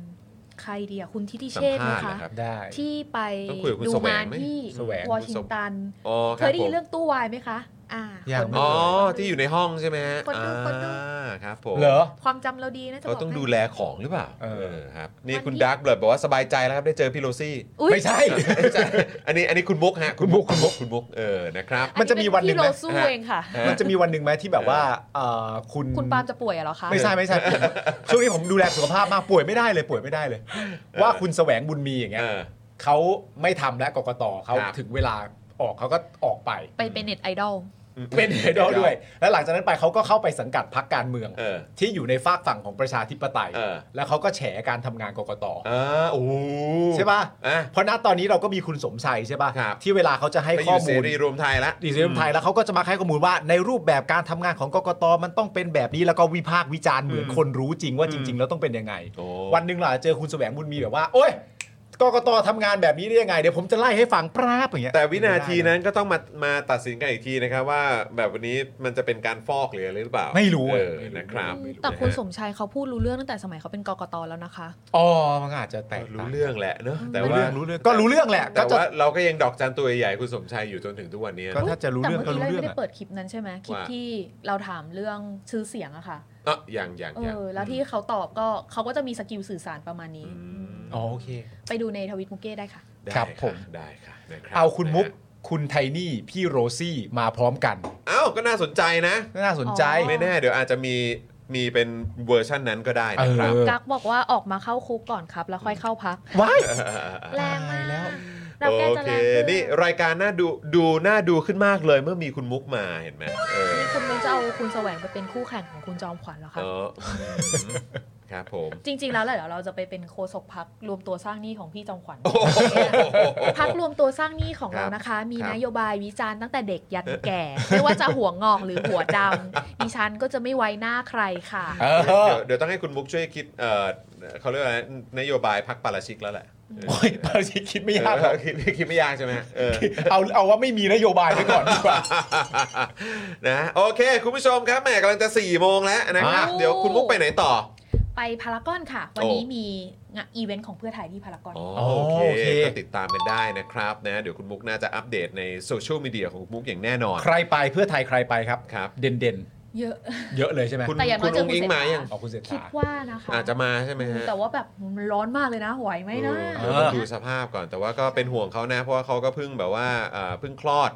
[SPEAKER 6] ใครเดียคุณทิติเชษฐ์
[SPEAKER 1] สัม
[SPEAKER 6] นะ
[SPEAKER 1] ภาษณ์เหรอ
[SPEAKER 6] คะ
[SPEAKER 1] ครับได้
[SPEAKER 6] ที่ไป
[SPEAKER 1] ต้องคุยกับคุณ
[SPEAKER 6] ดู
[SPEAKER 1] แสว
[SPEAKER 6] งาง น
[SPEAKER 1] ไหม
[SPEAKER 6] ที่
[SPEAKER 1] แสวง
[SPEAKER 6] วอชิงตัน
[SPEAKER 1] อ๋อครับ
[SPEAKER 6] เคยได้
[SPEAKER 1] ผม
[SPEAKER 6] ยินเรื่องตู้วายไหมคะ อ่า
[SPEAKER 1] อย่างอ๋อที่อยู่ในห้องใช่ไหมฮะ
[SPEAKER 6] คนดูคนดู
[SPEAKER 1] อ่าครับผม
[SPEAKER 6] ความจำเราดีนะจะบ
[SPEAKER 1] เขา
[SPEAKER 6] อก
[SPEAKER 1] ต้อง
[SPEAKER 6] ให้
[SPEAKER 1] ดูแลของหรือเปล่าเออครับ นี่คุณ
[SPEAKER 6] วันนี้
[SPEAKER 1] ดาร์กเบิร์ดบอกว่าสบายใจแล้วครับ ได้เจอพี่โรซี่
[SPEAKER 6] อุ๊ย
[SPEAKER 1] ไม่ใช่ ไม่ใช่ อันนี้อันนี้คุณมุกฮะ คุณมุกคุณมุกคุณมุกเออนะครับ
[SPEAKER 6] อัเป็พี่โรซูเองค่ะ
[SPEAKER 4] มันจะมีวันหนึ่งไหมที่แบบว่าเอ่อคุณ
[SPEAKER 6] คุณปาล์มจะป่วยเหรอคะ
[SPEAKER 4] ไม่ใช่ไม่ใช่ผมช่วงนี้ผมดูแลสุขภาพมากป่วยไม่ได้เลยป่วยไม่ได้เลย ว่าคุณแสวงบุญมีอย่างเงี้ยเขาไม่ทำและกกตเขา
[SPEAKER 1] ครับ
[SPEAKER 4] ถึงเวลาออกเขาก็ออกไป
[SPEAKER 6] ไปเป็นเน็ตไอดอล
[SPEAKER 4] เป็นไอดอลด้วย แล้วหลังจากนั้นไปเขาก็เข้าไปสังกัดพรรคการเมือง ที่อยู่ในฝากฝั่งของประชาธิปไตย แล้วเขาก็แฉการทำงานกกตใช่ป่ะเพราะณตอนนี้เราก็มีคุณสมชัยใช่ป่ะที่เวลาเขาจะให้
[SPEAKER 1] ไปอยู่
[SPEAKER 4] ข้อมูล
[SPEAKER 1] เสรีรวมไทยละ
[SPEAKER 4] ดีเสรีรวมไทยแล้วเขาก็จะมาให้ข้อมูลว่าในรูปแบบการทำงานของกกตมันต้องเป็นแบบนี้แล้วก็วิพากษ์วิจารณ์เหมือนคนรู้จริงว่าจริง ๆ แล้วต้องเป็นยังไง วันหนึ่งเราอาจจะเจอคุณแสวงบุญมีแบบว่า โอ๊ยกกตทำงานแบบนี้ได้ยังไงเดี๋ยวผมจะไล่ให้ฟังปราบอย่างเงี้ย
[SPEAKER 1] แต่วินาทีนั้นก็ต้องมามาตัดสินกันอีกทีนะครับ ว่าแบบวันนี้มันจะเป็นการฟอกหรืออะไรหรือเปล่า
[SPEAKER 4] ไม่รู้
[SPEAKER 1] เออ
[SPEAKER 4] อะ
[SPEAKER 1] นะครับ
[SPEAKER 6] แต่คุณ
[SPEAKER 1] นะฮะ
[SPEAKER 6] สมชายเขาพูดรู้เรื่องตั้งแต่สมัยเขาเป็นกกตแล้วนะคะ
[SPEAKER 4] อ๋อมันอาจจะแตก
[SPEAKER 1] รู้เรื่องแหละเนอะแต่
[SPEAKER 4] รู้
[SPEAKER 1] ว่า
[SPEAKER 4] เรื่องรู้เรื่องก็รู้เรื่องแหละ
[SPEAKER 1] แต่
[SPEAKER 4] ก็จะ
[SPEAKER 1] ว่าเราก็ยังดอกจันตัวใหญ่ๆคุณสมชัยอยู่จนถึงทุกวันนี้
[SPEAKER 4] ก็ถ้าจะรู้
[SPEAKER 6] แต่เมื่อกี้เรา
[SPEAKER 1] รู้
[SPEAKER 6] ไม่
[SPEAKER 1] เรื่อง
[SPEAKER 6] ได้
[SPEAKER 1] อะ
[SPEAKER 6] เปิดคลิปนั้นใช่ไหมคลิป
[SPEAKER 1] ว่า
[SPEAKER 6] ที่เราถามเรื่องชื่อเสียงอะค่ะ
[SPEAKER 1] อ่ะอย่างอย่าง
[SPEAKER 6] เอ
[SPEAKER 1] อย่าง
[SPEAKER 6] อ แล้วที่เขาตอบก็เขาก็จะมีสกิลสื่อสารประมาณนี้
[SPEAKER 4] อ๋อโอเค
[SPEAKER 6] ไปดูในทวิตมุกเก้ได้ค่ะ
[SPEAKER 1] ได้
[SPEAKER 4] ครับผม
[SPEAKER 1] ได้ค่ะนะครับ
[SPEAKER 4] เอาคุณมุก คุณไทนี่พี่โรซี่มาพร้อมกัน
[SPEAKER 1] อ้าวก็น่าสนใจนะ
[SPEAKER 4] น่าสนใจอ๋อ
[SPEAKER 1] ไม่แน่เดี๋ยวอาจจะมีมีเป็นเวอร์ชั่นนั้นก็ได้นะครับ
[SPEAKER 6] กักบอกว่าออกมาเข้าคุกก่อนครับ แล้วค่อยเข้าพัก
[SPEAKER 4] ว้าย
[SPEAKER 6] แรงมากเราแก้
[SPEAKER 1] โอ
[SPEAKER 6] จะ
[SPEAKER 1] เค
[SPEAKER 6] แรงขึ้น
[SPEAKER 1] นี่รายการน่าดูดูน่าดูขึ้นมากเลยเมื่อมีคุณมุกมาเห็นไหมเออ
[SPEAKER 6] คุณนุ้นจะเอาคุณแสวงไปเป็นคู่แข่งของคุณจอมขวัญเหรอ
[SPEAKER 1] เอ
[SPEAKER 6] คะ
[SPEAKER 1] อครับผม
[SPEAKER 6] จริง ๆ แล้วเดี๋ยวเราจะไปเป็นโคศกพักรวมตัวสร้างหนี้ของพี่จอมขวัญพักรวมตัวสร้างหนี้ของเรานะคะ มี
[SPEAKER 1] ครับ
[SPEAKER 6] นโยบายวิจารณ์ตั้งแต่เด็กยันแก่ ไม่ว่าจะหัวงอกหรือหัวดำดิฉันก็จะไม่ไว้หน้าใครค่ะ
[SPEAKER 1] เดี๋ยวเดี๋ยวต้องให้คุณมุกช่วยคิดเออเขาเรียกว่าอะไรนโยบายพักปาราชิกแล้วแหละ
[SPEAKER 4] โอ้ยปาราชิกคิดไม่ยากหร
[SPEAKER 1] เอ
[SPEAKER 4] อก
[SPEAKER 1] อคิดคิดไม่ยากใช่ไหมเออ
[SPEAKER 4] เอาเอาว่าไม่มีนโยบายไว้ก่อนดีกว่า
[SPEAKER 1] นะโอเค คุณผู้ชมครับแหมกำลังจะ4ี่โมงแล้วนะครับ
[SPEAKER 6] อ้าว
[SPEAKER 1] เดี๋ยวคุณมุกไปไหนต่อ
[SPEAKER 6] ไปพารากอนค่ะ วันนี้มีงานอีเวนต์ของเพื่อไทยที่พารากอน
[SPEAKER 1] อ๋อโอเค
[SPEAKER 4] โอเค
[SPEAKER 1] ก็ติดตามกันได้นะครับนะเดี๋ยวคุณมุกน่าจะอัปเดตในโซเชียลมีเดียของคุณมุกอย่างแน่นอน
[SPEAKER 4] ใครไปเพื่อไทยใครไปครับ เด่นเด่น
[SPEAKER 6] เยอะ
[SPEAKER 4] ๆเยอะเลยใช่ไหม
[SPEAKER 1] คุณ
[SPEAKER 6] แต่อย่างน้
[SPEAKER 1] คุ
[SPEAKER 6] อ
[SPEAKER 1] ณ
[SPEAKER 6] ยเจ
[SPEAKER 1] อุ
[SPEAKER 6] อคุณ
[SPEAKER 1] งอิง
[SPEAKER 6] เศรษฐา
[SPEAKER 1] มายัง
[SPEAKER 4] อ๋อคุณเศรษ
[SPEAKER 6] คิ
[SPEAKER 4] ฐา
[SPEAKER 6] ดว่านะคะ
[SPEAKER 1] อาจจะมาใช่ไหมฮะ
[SPEAKER 6] แต่ว่าแบบร้อนมากเลยนะไหวไหมนะ
[SPEAKER 1] เออต้องดูสภาพก่อนแต่ว่าก็เป็นห่วงเขานะ เพราะว่าเขาก็เพิ่งแบบว่าเอ่อเพิ่งคลอด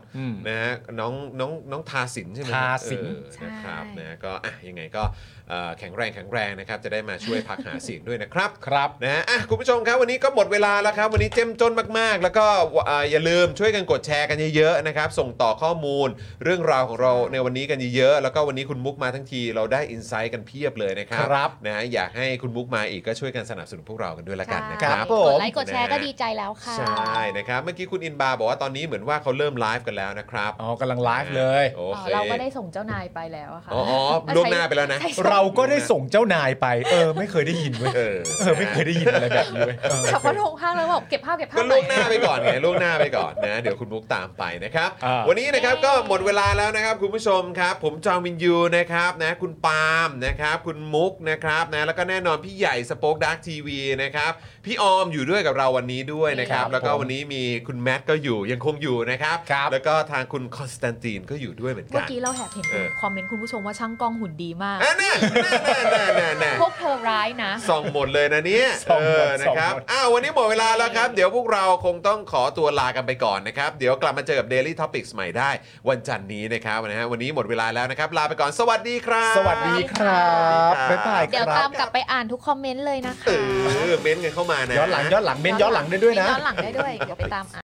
[SPEAKER 1] นะฮะน้องน้องน้องทาสินใช่ไหมฮะ
[SPEAKER 4] ทาสิน
[SPEAKER 1] เออนะครับนะก็อ่ะยังไงก็เอ่อแข็งแรงแข็งแรงนะครับ จะได้มาช่วยพักหาเสียงด้วยนะครับ
[SPEAKER 4] ครับ
[SPEAKER 1] นะฮะอ่ะคุณผู้ชมครับวันนี้ก็หมดเวลาแล้วครับ วันนี้เจ้มจนมากๆ แล้วก็เอ่ออย่าลืมช่วยกันกดแชร์กันเยอะๆนะครับ ส่งต่อข้อมูลเรื่องราวของเราในวันนี้กันเยอะๆแล้วก็วันนี้คุณมุกมาทั้งทีเราได้อินไซต์กันเพียบเลยนะครับ
[SPEAKER 4] ครับ
[SPEAKER 1] นะฮะอยากให้คุณมุกมาอีกก็ช่วยกันสนับสนุนพวกเรากันด้วยละกันนะค
[SPEAKER 4] ครั
[SPEAKER 1] รับบ
[SPEAKER 4] ผมกดไล
[SPEAKER 16] ไล
[SPEAKER 4] ค์
[SPEAKER 16] ค์กดแชร์ก็ดีใจแล้วค่ะ
[SPEAKER 1] ใช่นะครับเมื่อกี้คุณอินบาร์บอกว่าตอนนี้เหมือนว่าเขาเริ่มไลฟ์กันแล้วนะครับ
[SPEAKER 4] อ๋อกำลังไลฟ์เลย
[SPEAKER 1] โอ
[SPEAKER 6] อ๋อ
[SPEAKER 1] เค
[SPEAKER 6] เราก็ได้ส่งเจ้านายไปแล้วอะค่ะ
[SPEAKER 1] อ๋ออ๋อล่วงหน้าไปแล้วนะ
[SPEAKER 6] ใช่
[SPEAKER 4] เราก็ได้ส่งเจ้านายไป เออ ไม่เคยได้ยินเว้ย
[SPEAKER 1] เออ
[SPEAKER 4] เออไม่เคยได้ยินอะไรแบบนี้เว้ยเออ
[SPEAKER 6] ขับรถหงห้างแล้วบอกเก็บภาพเก็บภาพ
[SPEAKER 1] ก็ล่วง
[SPEAKER 6] อย
[SPEAKER 1] หน้าไปก่อนไงล่วงหน้าไปก่อนนะ เดี๋ยวคุณมุกตามไปนะครับ วันนี้นะครับก็หมดเวลาแล้วนะครับ คุณผู้ชมครับ ผมจองวินยูนะครับนะคุณปาล์มนะครับ คุณมุกนะครับนะแล้วก็แน่นอนพี่ใหญ่สป็อคดักทีวีนะครับ พี่ออมอยู่ด้วยกับเราวันนี้ด้วยนะครับ
[SPEAKER 4] ครับ
[SPEAKER 1] แล้วก็
[SPEAKER 4] ผม
[SPEAKER 1] วันนี้มีคุณแมทก็อยู่ยังคงอยู่นะครับ แล้วก็ทางคุณคอนสแตนตินก็อยู่ด้วยเหมือน
[SPEAKER 6] เมื่
[SPEAKER 1] กั
[SPEAKER 6] อน กี้เราแอบเห็น
[SPEAKER 1] เออ
[SPEAKER 6] คอมเมนต์คุณผู้ชมว่าช่างกล้องหุ่นดีมาก
[SPEAKER 1] แน่ๆ
[SPEAKER 6] พวกเธอร้ายนะ
[SPEAKER 1] ส่องหมดเลยนะเนี่ย
[SPEAKER 4] ส่อง
[SPEAKER 1] เอ
[SPEAKER 4] หมด
[SPEAKER 1] อนะครับ
[SPEAKER 4] ส่องหมด
[SPEAKER 1] อ้าววันนี้หมดเวลาแล้วครับ เดี๋ยวพวกเราคงต้องขอตัวลากันไปก่อนนะครับ เดี๋ยวกลับมาเจอกับ Daily Topics ใหม่ได้ วันจันนี้นะครับนะฮะวันนี้หมดเวลาแล้วนะครับ ลาไปก่อนสวัสดีครับ
[SPEAKER 4] สวัสดีครับ บ๊ายบาย
[SPEAKER 6] เดี๋ยว
[SPEAKER 4] ค
[SPEAKER 6] ตา
[SPEAKER 4] รั
[SPEAKER 6] ม
[SPEAKER 4] บ
[SPEAKER 6] กลับไปอ่านทุกคอมเมนต์เลยนะคะ
[SPEAKER 1] เออเม้นต์กันเข้ามานะ
[SPEAKER 4] ย้อนหลังย้อนหลังเบนย้อนหลังได้ด้วยนะ
[SPEAKER 6] ย้อนหลังได้ด้วย เดี๋ยวไปตามอ่าน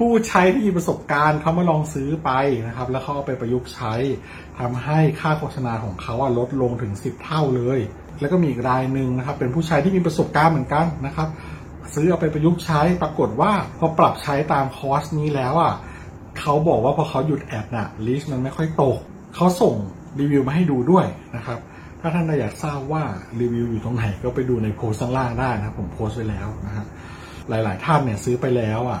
[SPEAKER 10] ผู้ใช้ที่มีประสบการณ์เขามาลองซื้อไปนะครับ แล้วเขาเอาไปประยุกต์ใช้ทำให้ค่าโฆษณาของเขาอะลดลงถึง 10 เท่าเลย แล้วก็มีอีกรายหนึ่งนะครับ เป็นผู้ใช้ที่มีประสบการณ์เหมือนกันนะครับ ซื้อเอาไปประยุกต์ใช้ปรากฏว่าพอปรับใช้ตามคอร์สนี้แล้วอ่ะเขาบอกว่าพอเขาหยุดแอดน่ะลิสต์มันไม่ค่อยตกเขาส่งรีวิวมาให้ดูด้วยนะครับ ถ้าท่านอยากทราบว่ารีวิวอยู่ตรงไหนก็ไปดูในโพสต์ข้างล่างได้นะครับผมโพสต์ไว้แล้วนะครับ หลาย ๆ ท่านเนี่ยซื้อไปแล้วอ่ะ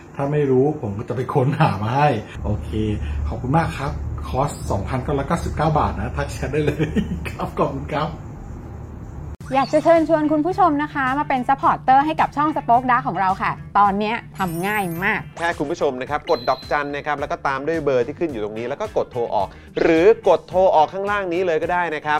[SPEAKER 10] ถ้าไม่รู้ผมก็จะไปค้นหามาให้ โอเค ขอบคุณมากครับ คอร์ส 2,999 บาทนะ ทักแชทได้เลย ครับ ขอบคุณครับ
[SPEAKER 18] อยากจะเชิญชวนคุณผู้ชมนะคะ มาเป็นซัพพอร์ตเตอร์ให้กับช่องสป็อคดาของเราค่ะ ตอนเนี้ยทำง่ายมาก
[SPEAKER 1] แค่คุณผู้ชมนะครับ กดดอกจันนะครับ แล้วก็ตามด้วยเบอร์ที่ขึ้นอยู่ตรงนี้ แล้วก็กดโทรออก หรือกดโทรออกข้างล่างนี้เลยก็ได้นะครับ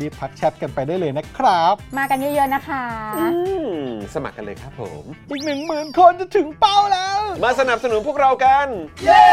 [SPEAKER 10] รีบทักแชทกันไปได้เลยนะครับ
[SPEAKER 18] มากันเยอะๆนะคะ
[SPEAKER 1] สมัครกันเลยครับผม
[SPEAKER 10] อีก 1 0,000 คนจะถึงเป้าแล้ว
[SPEAKER 1] มาสนับสนุนพวกเรากัน
[SPEAKER 10] เย้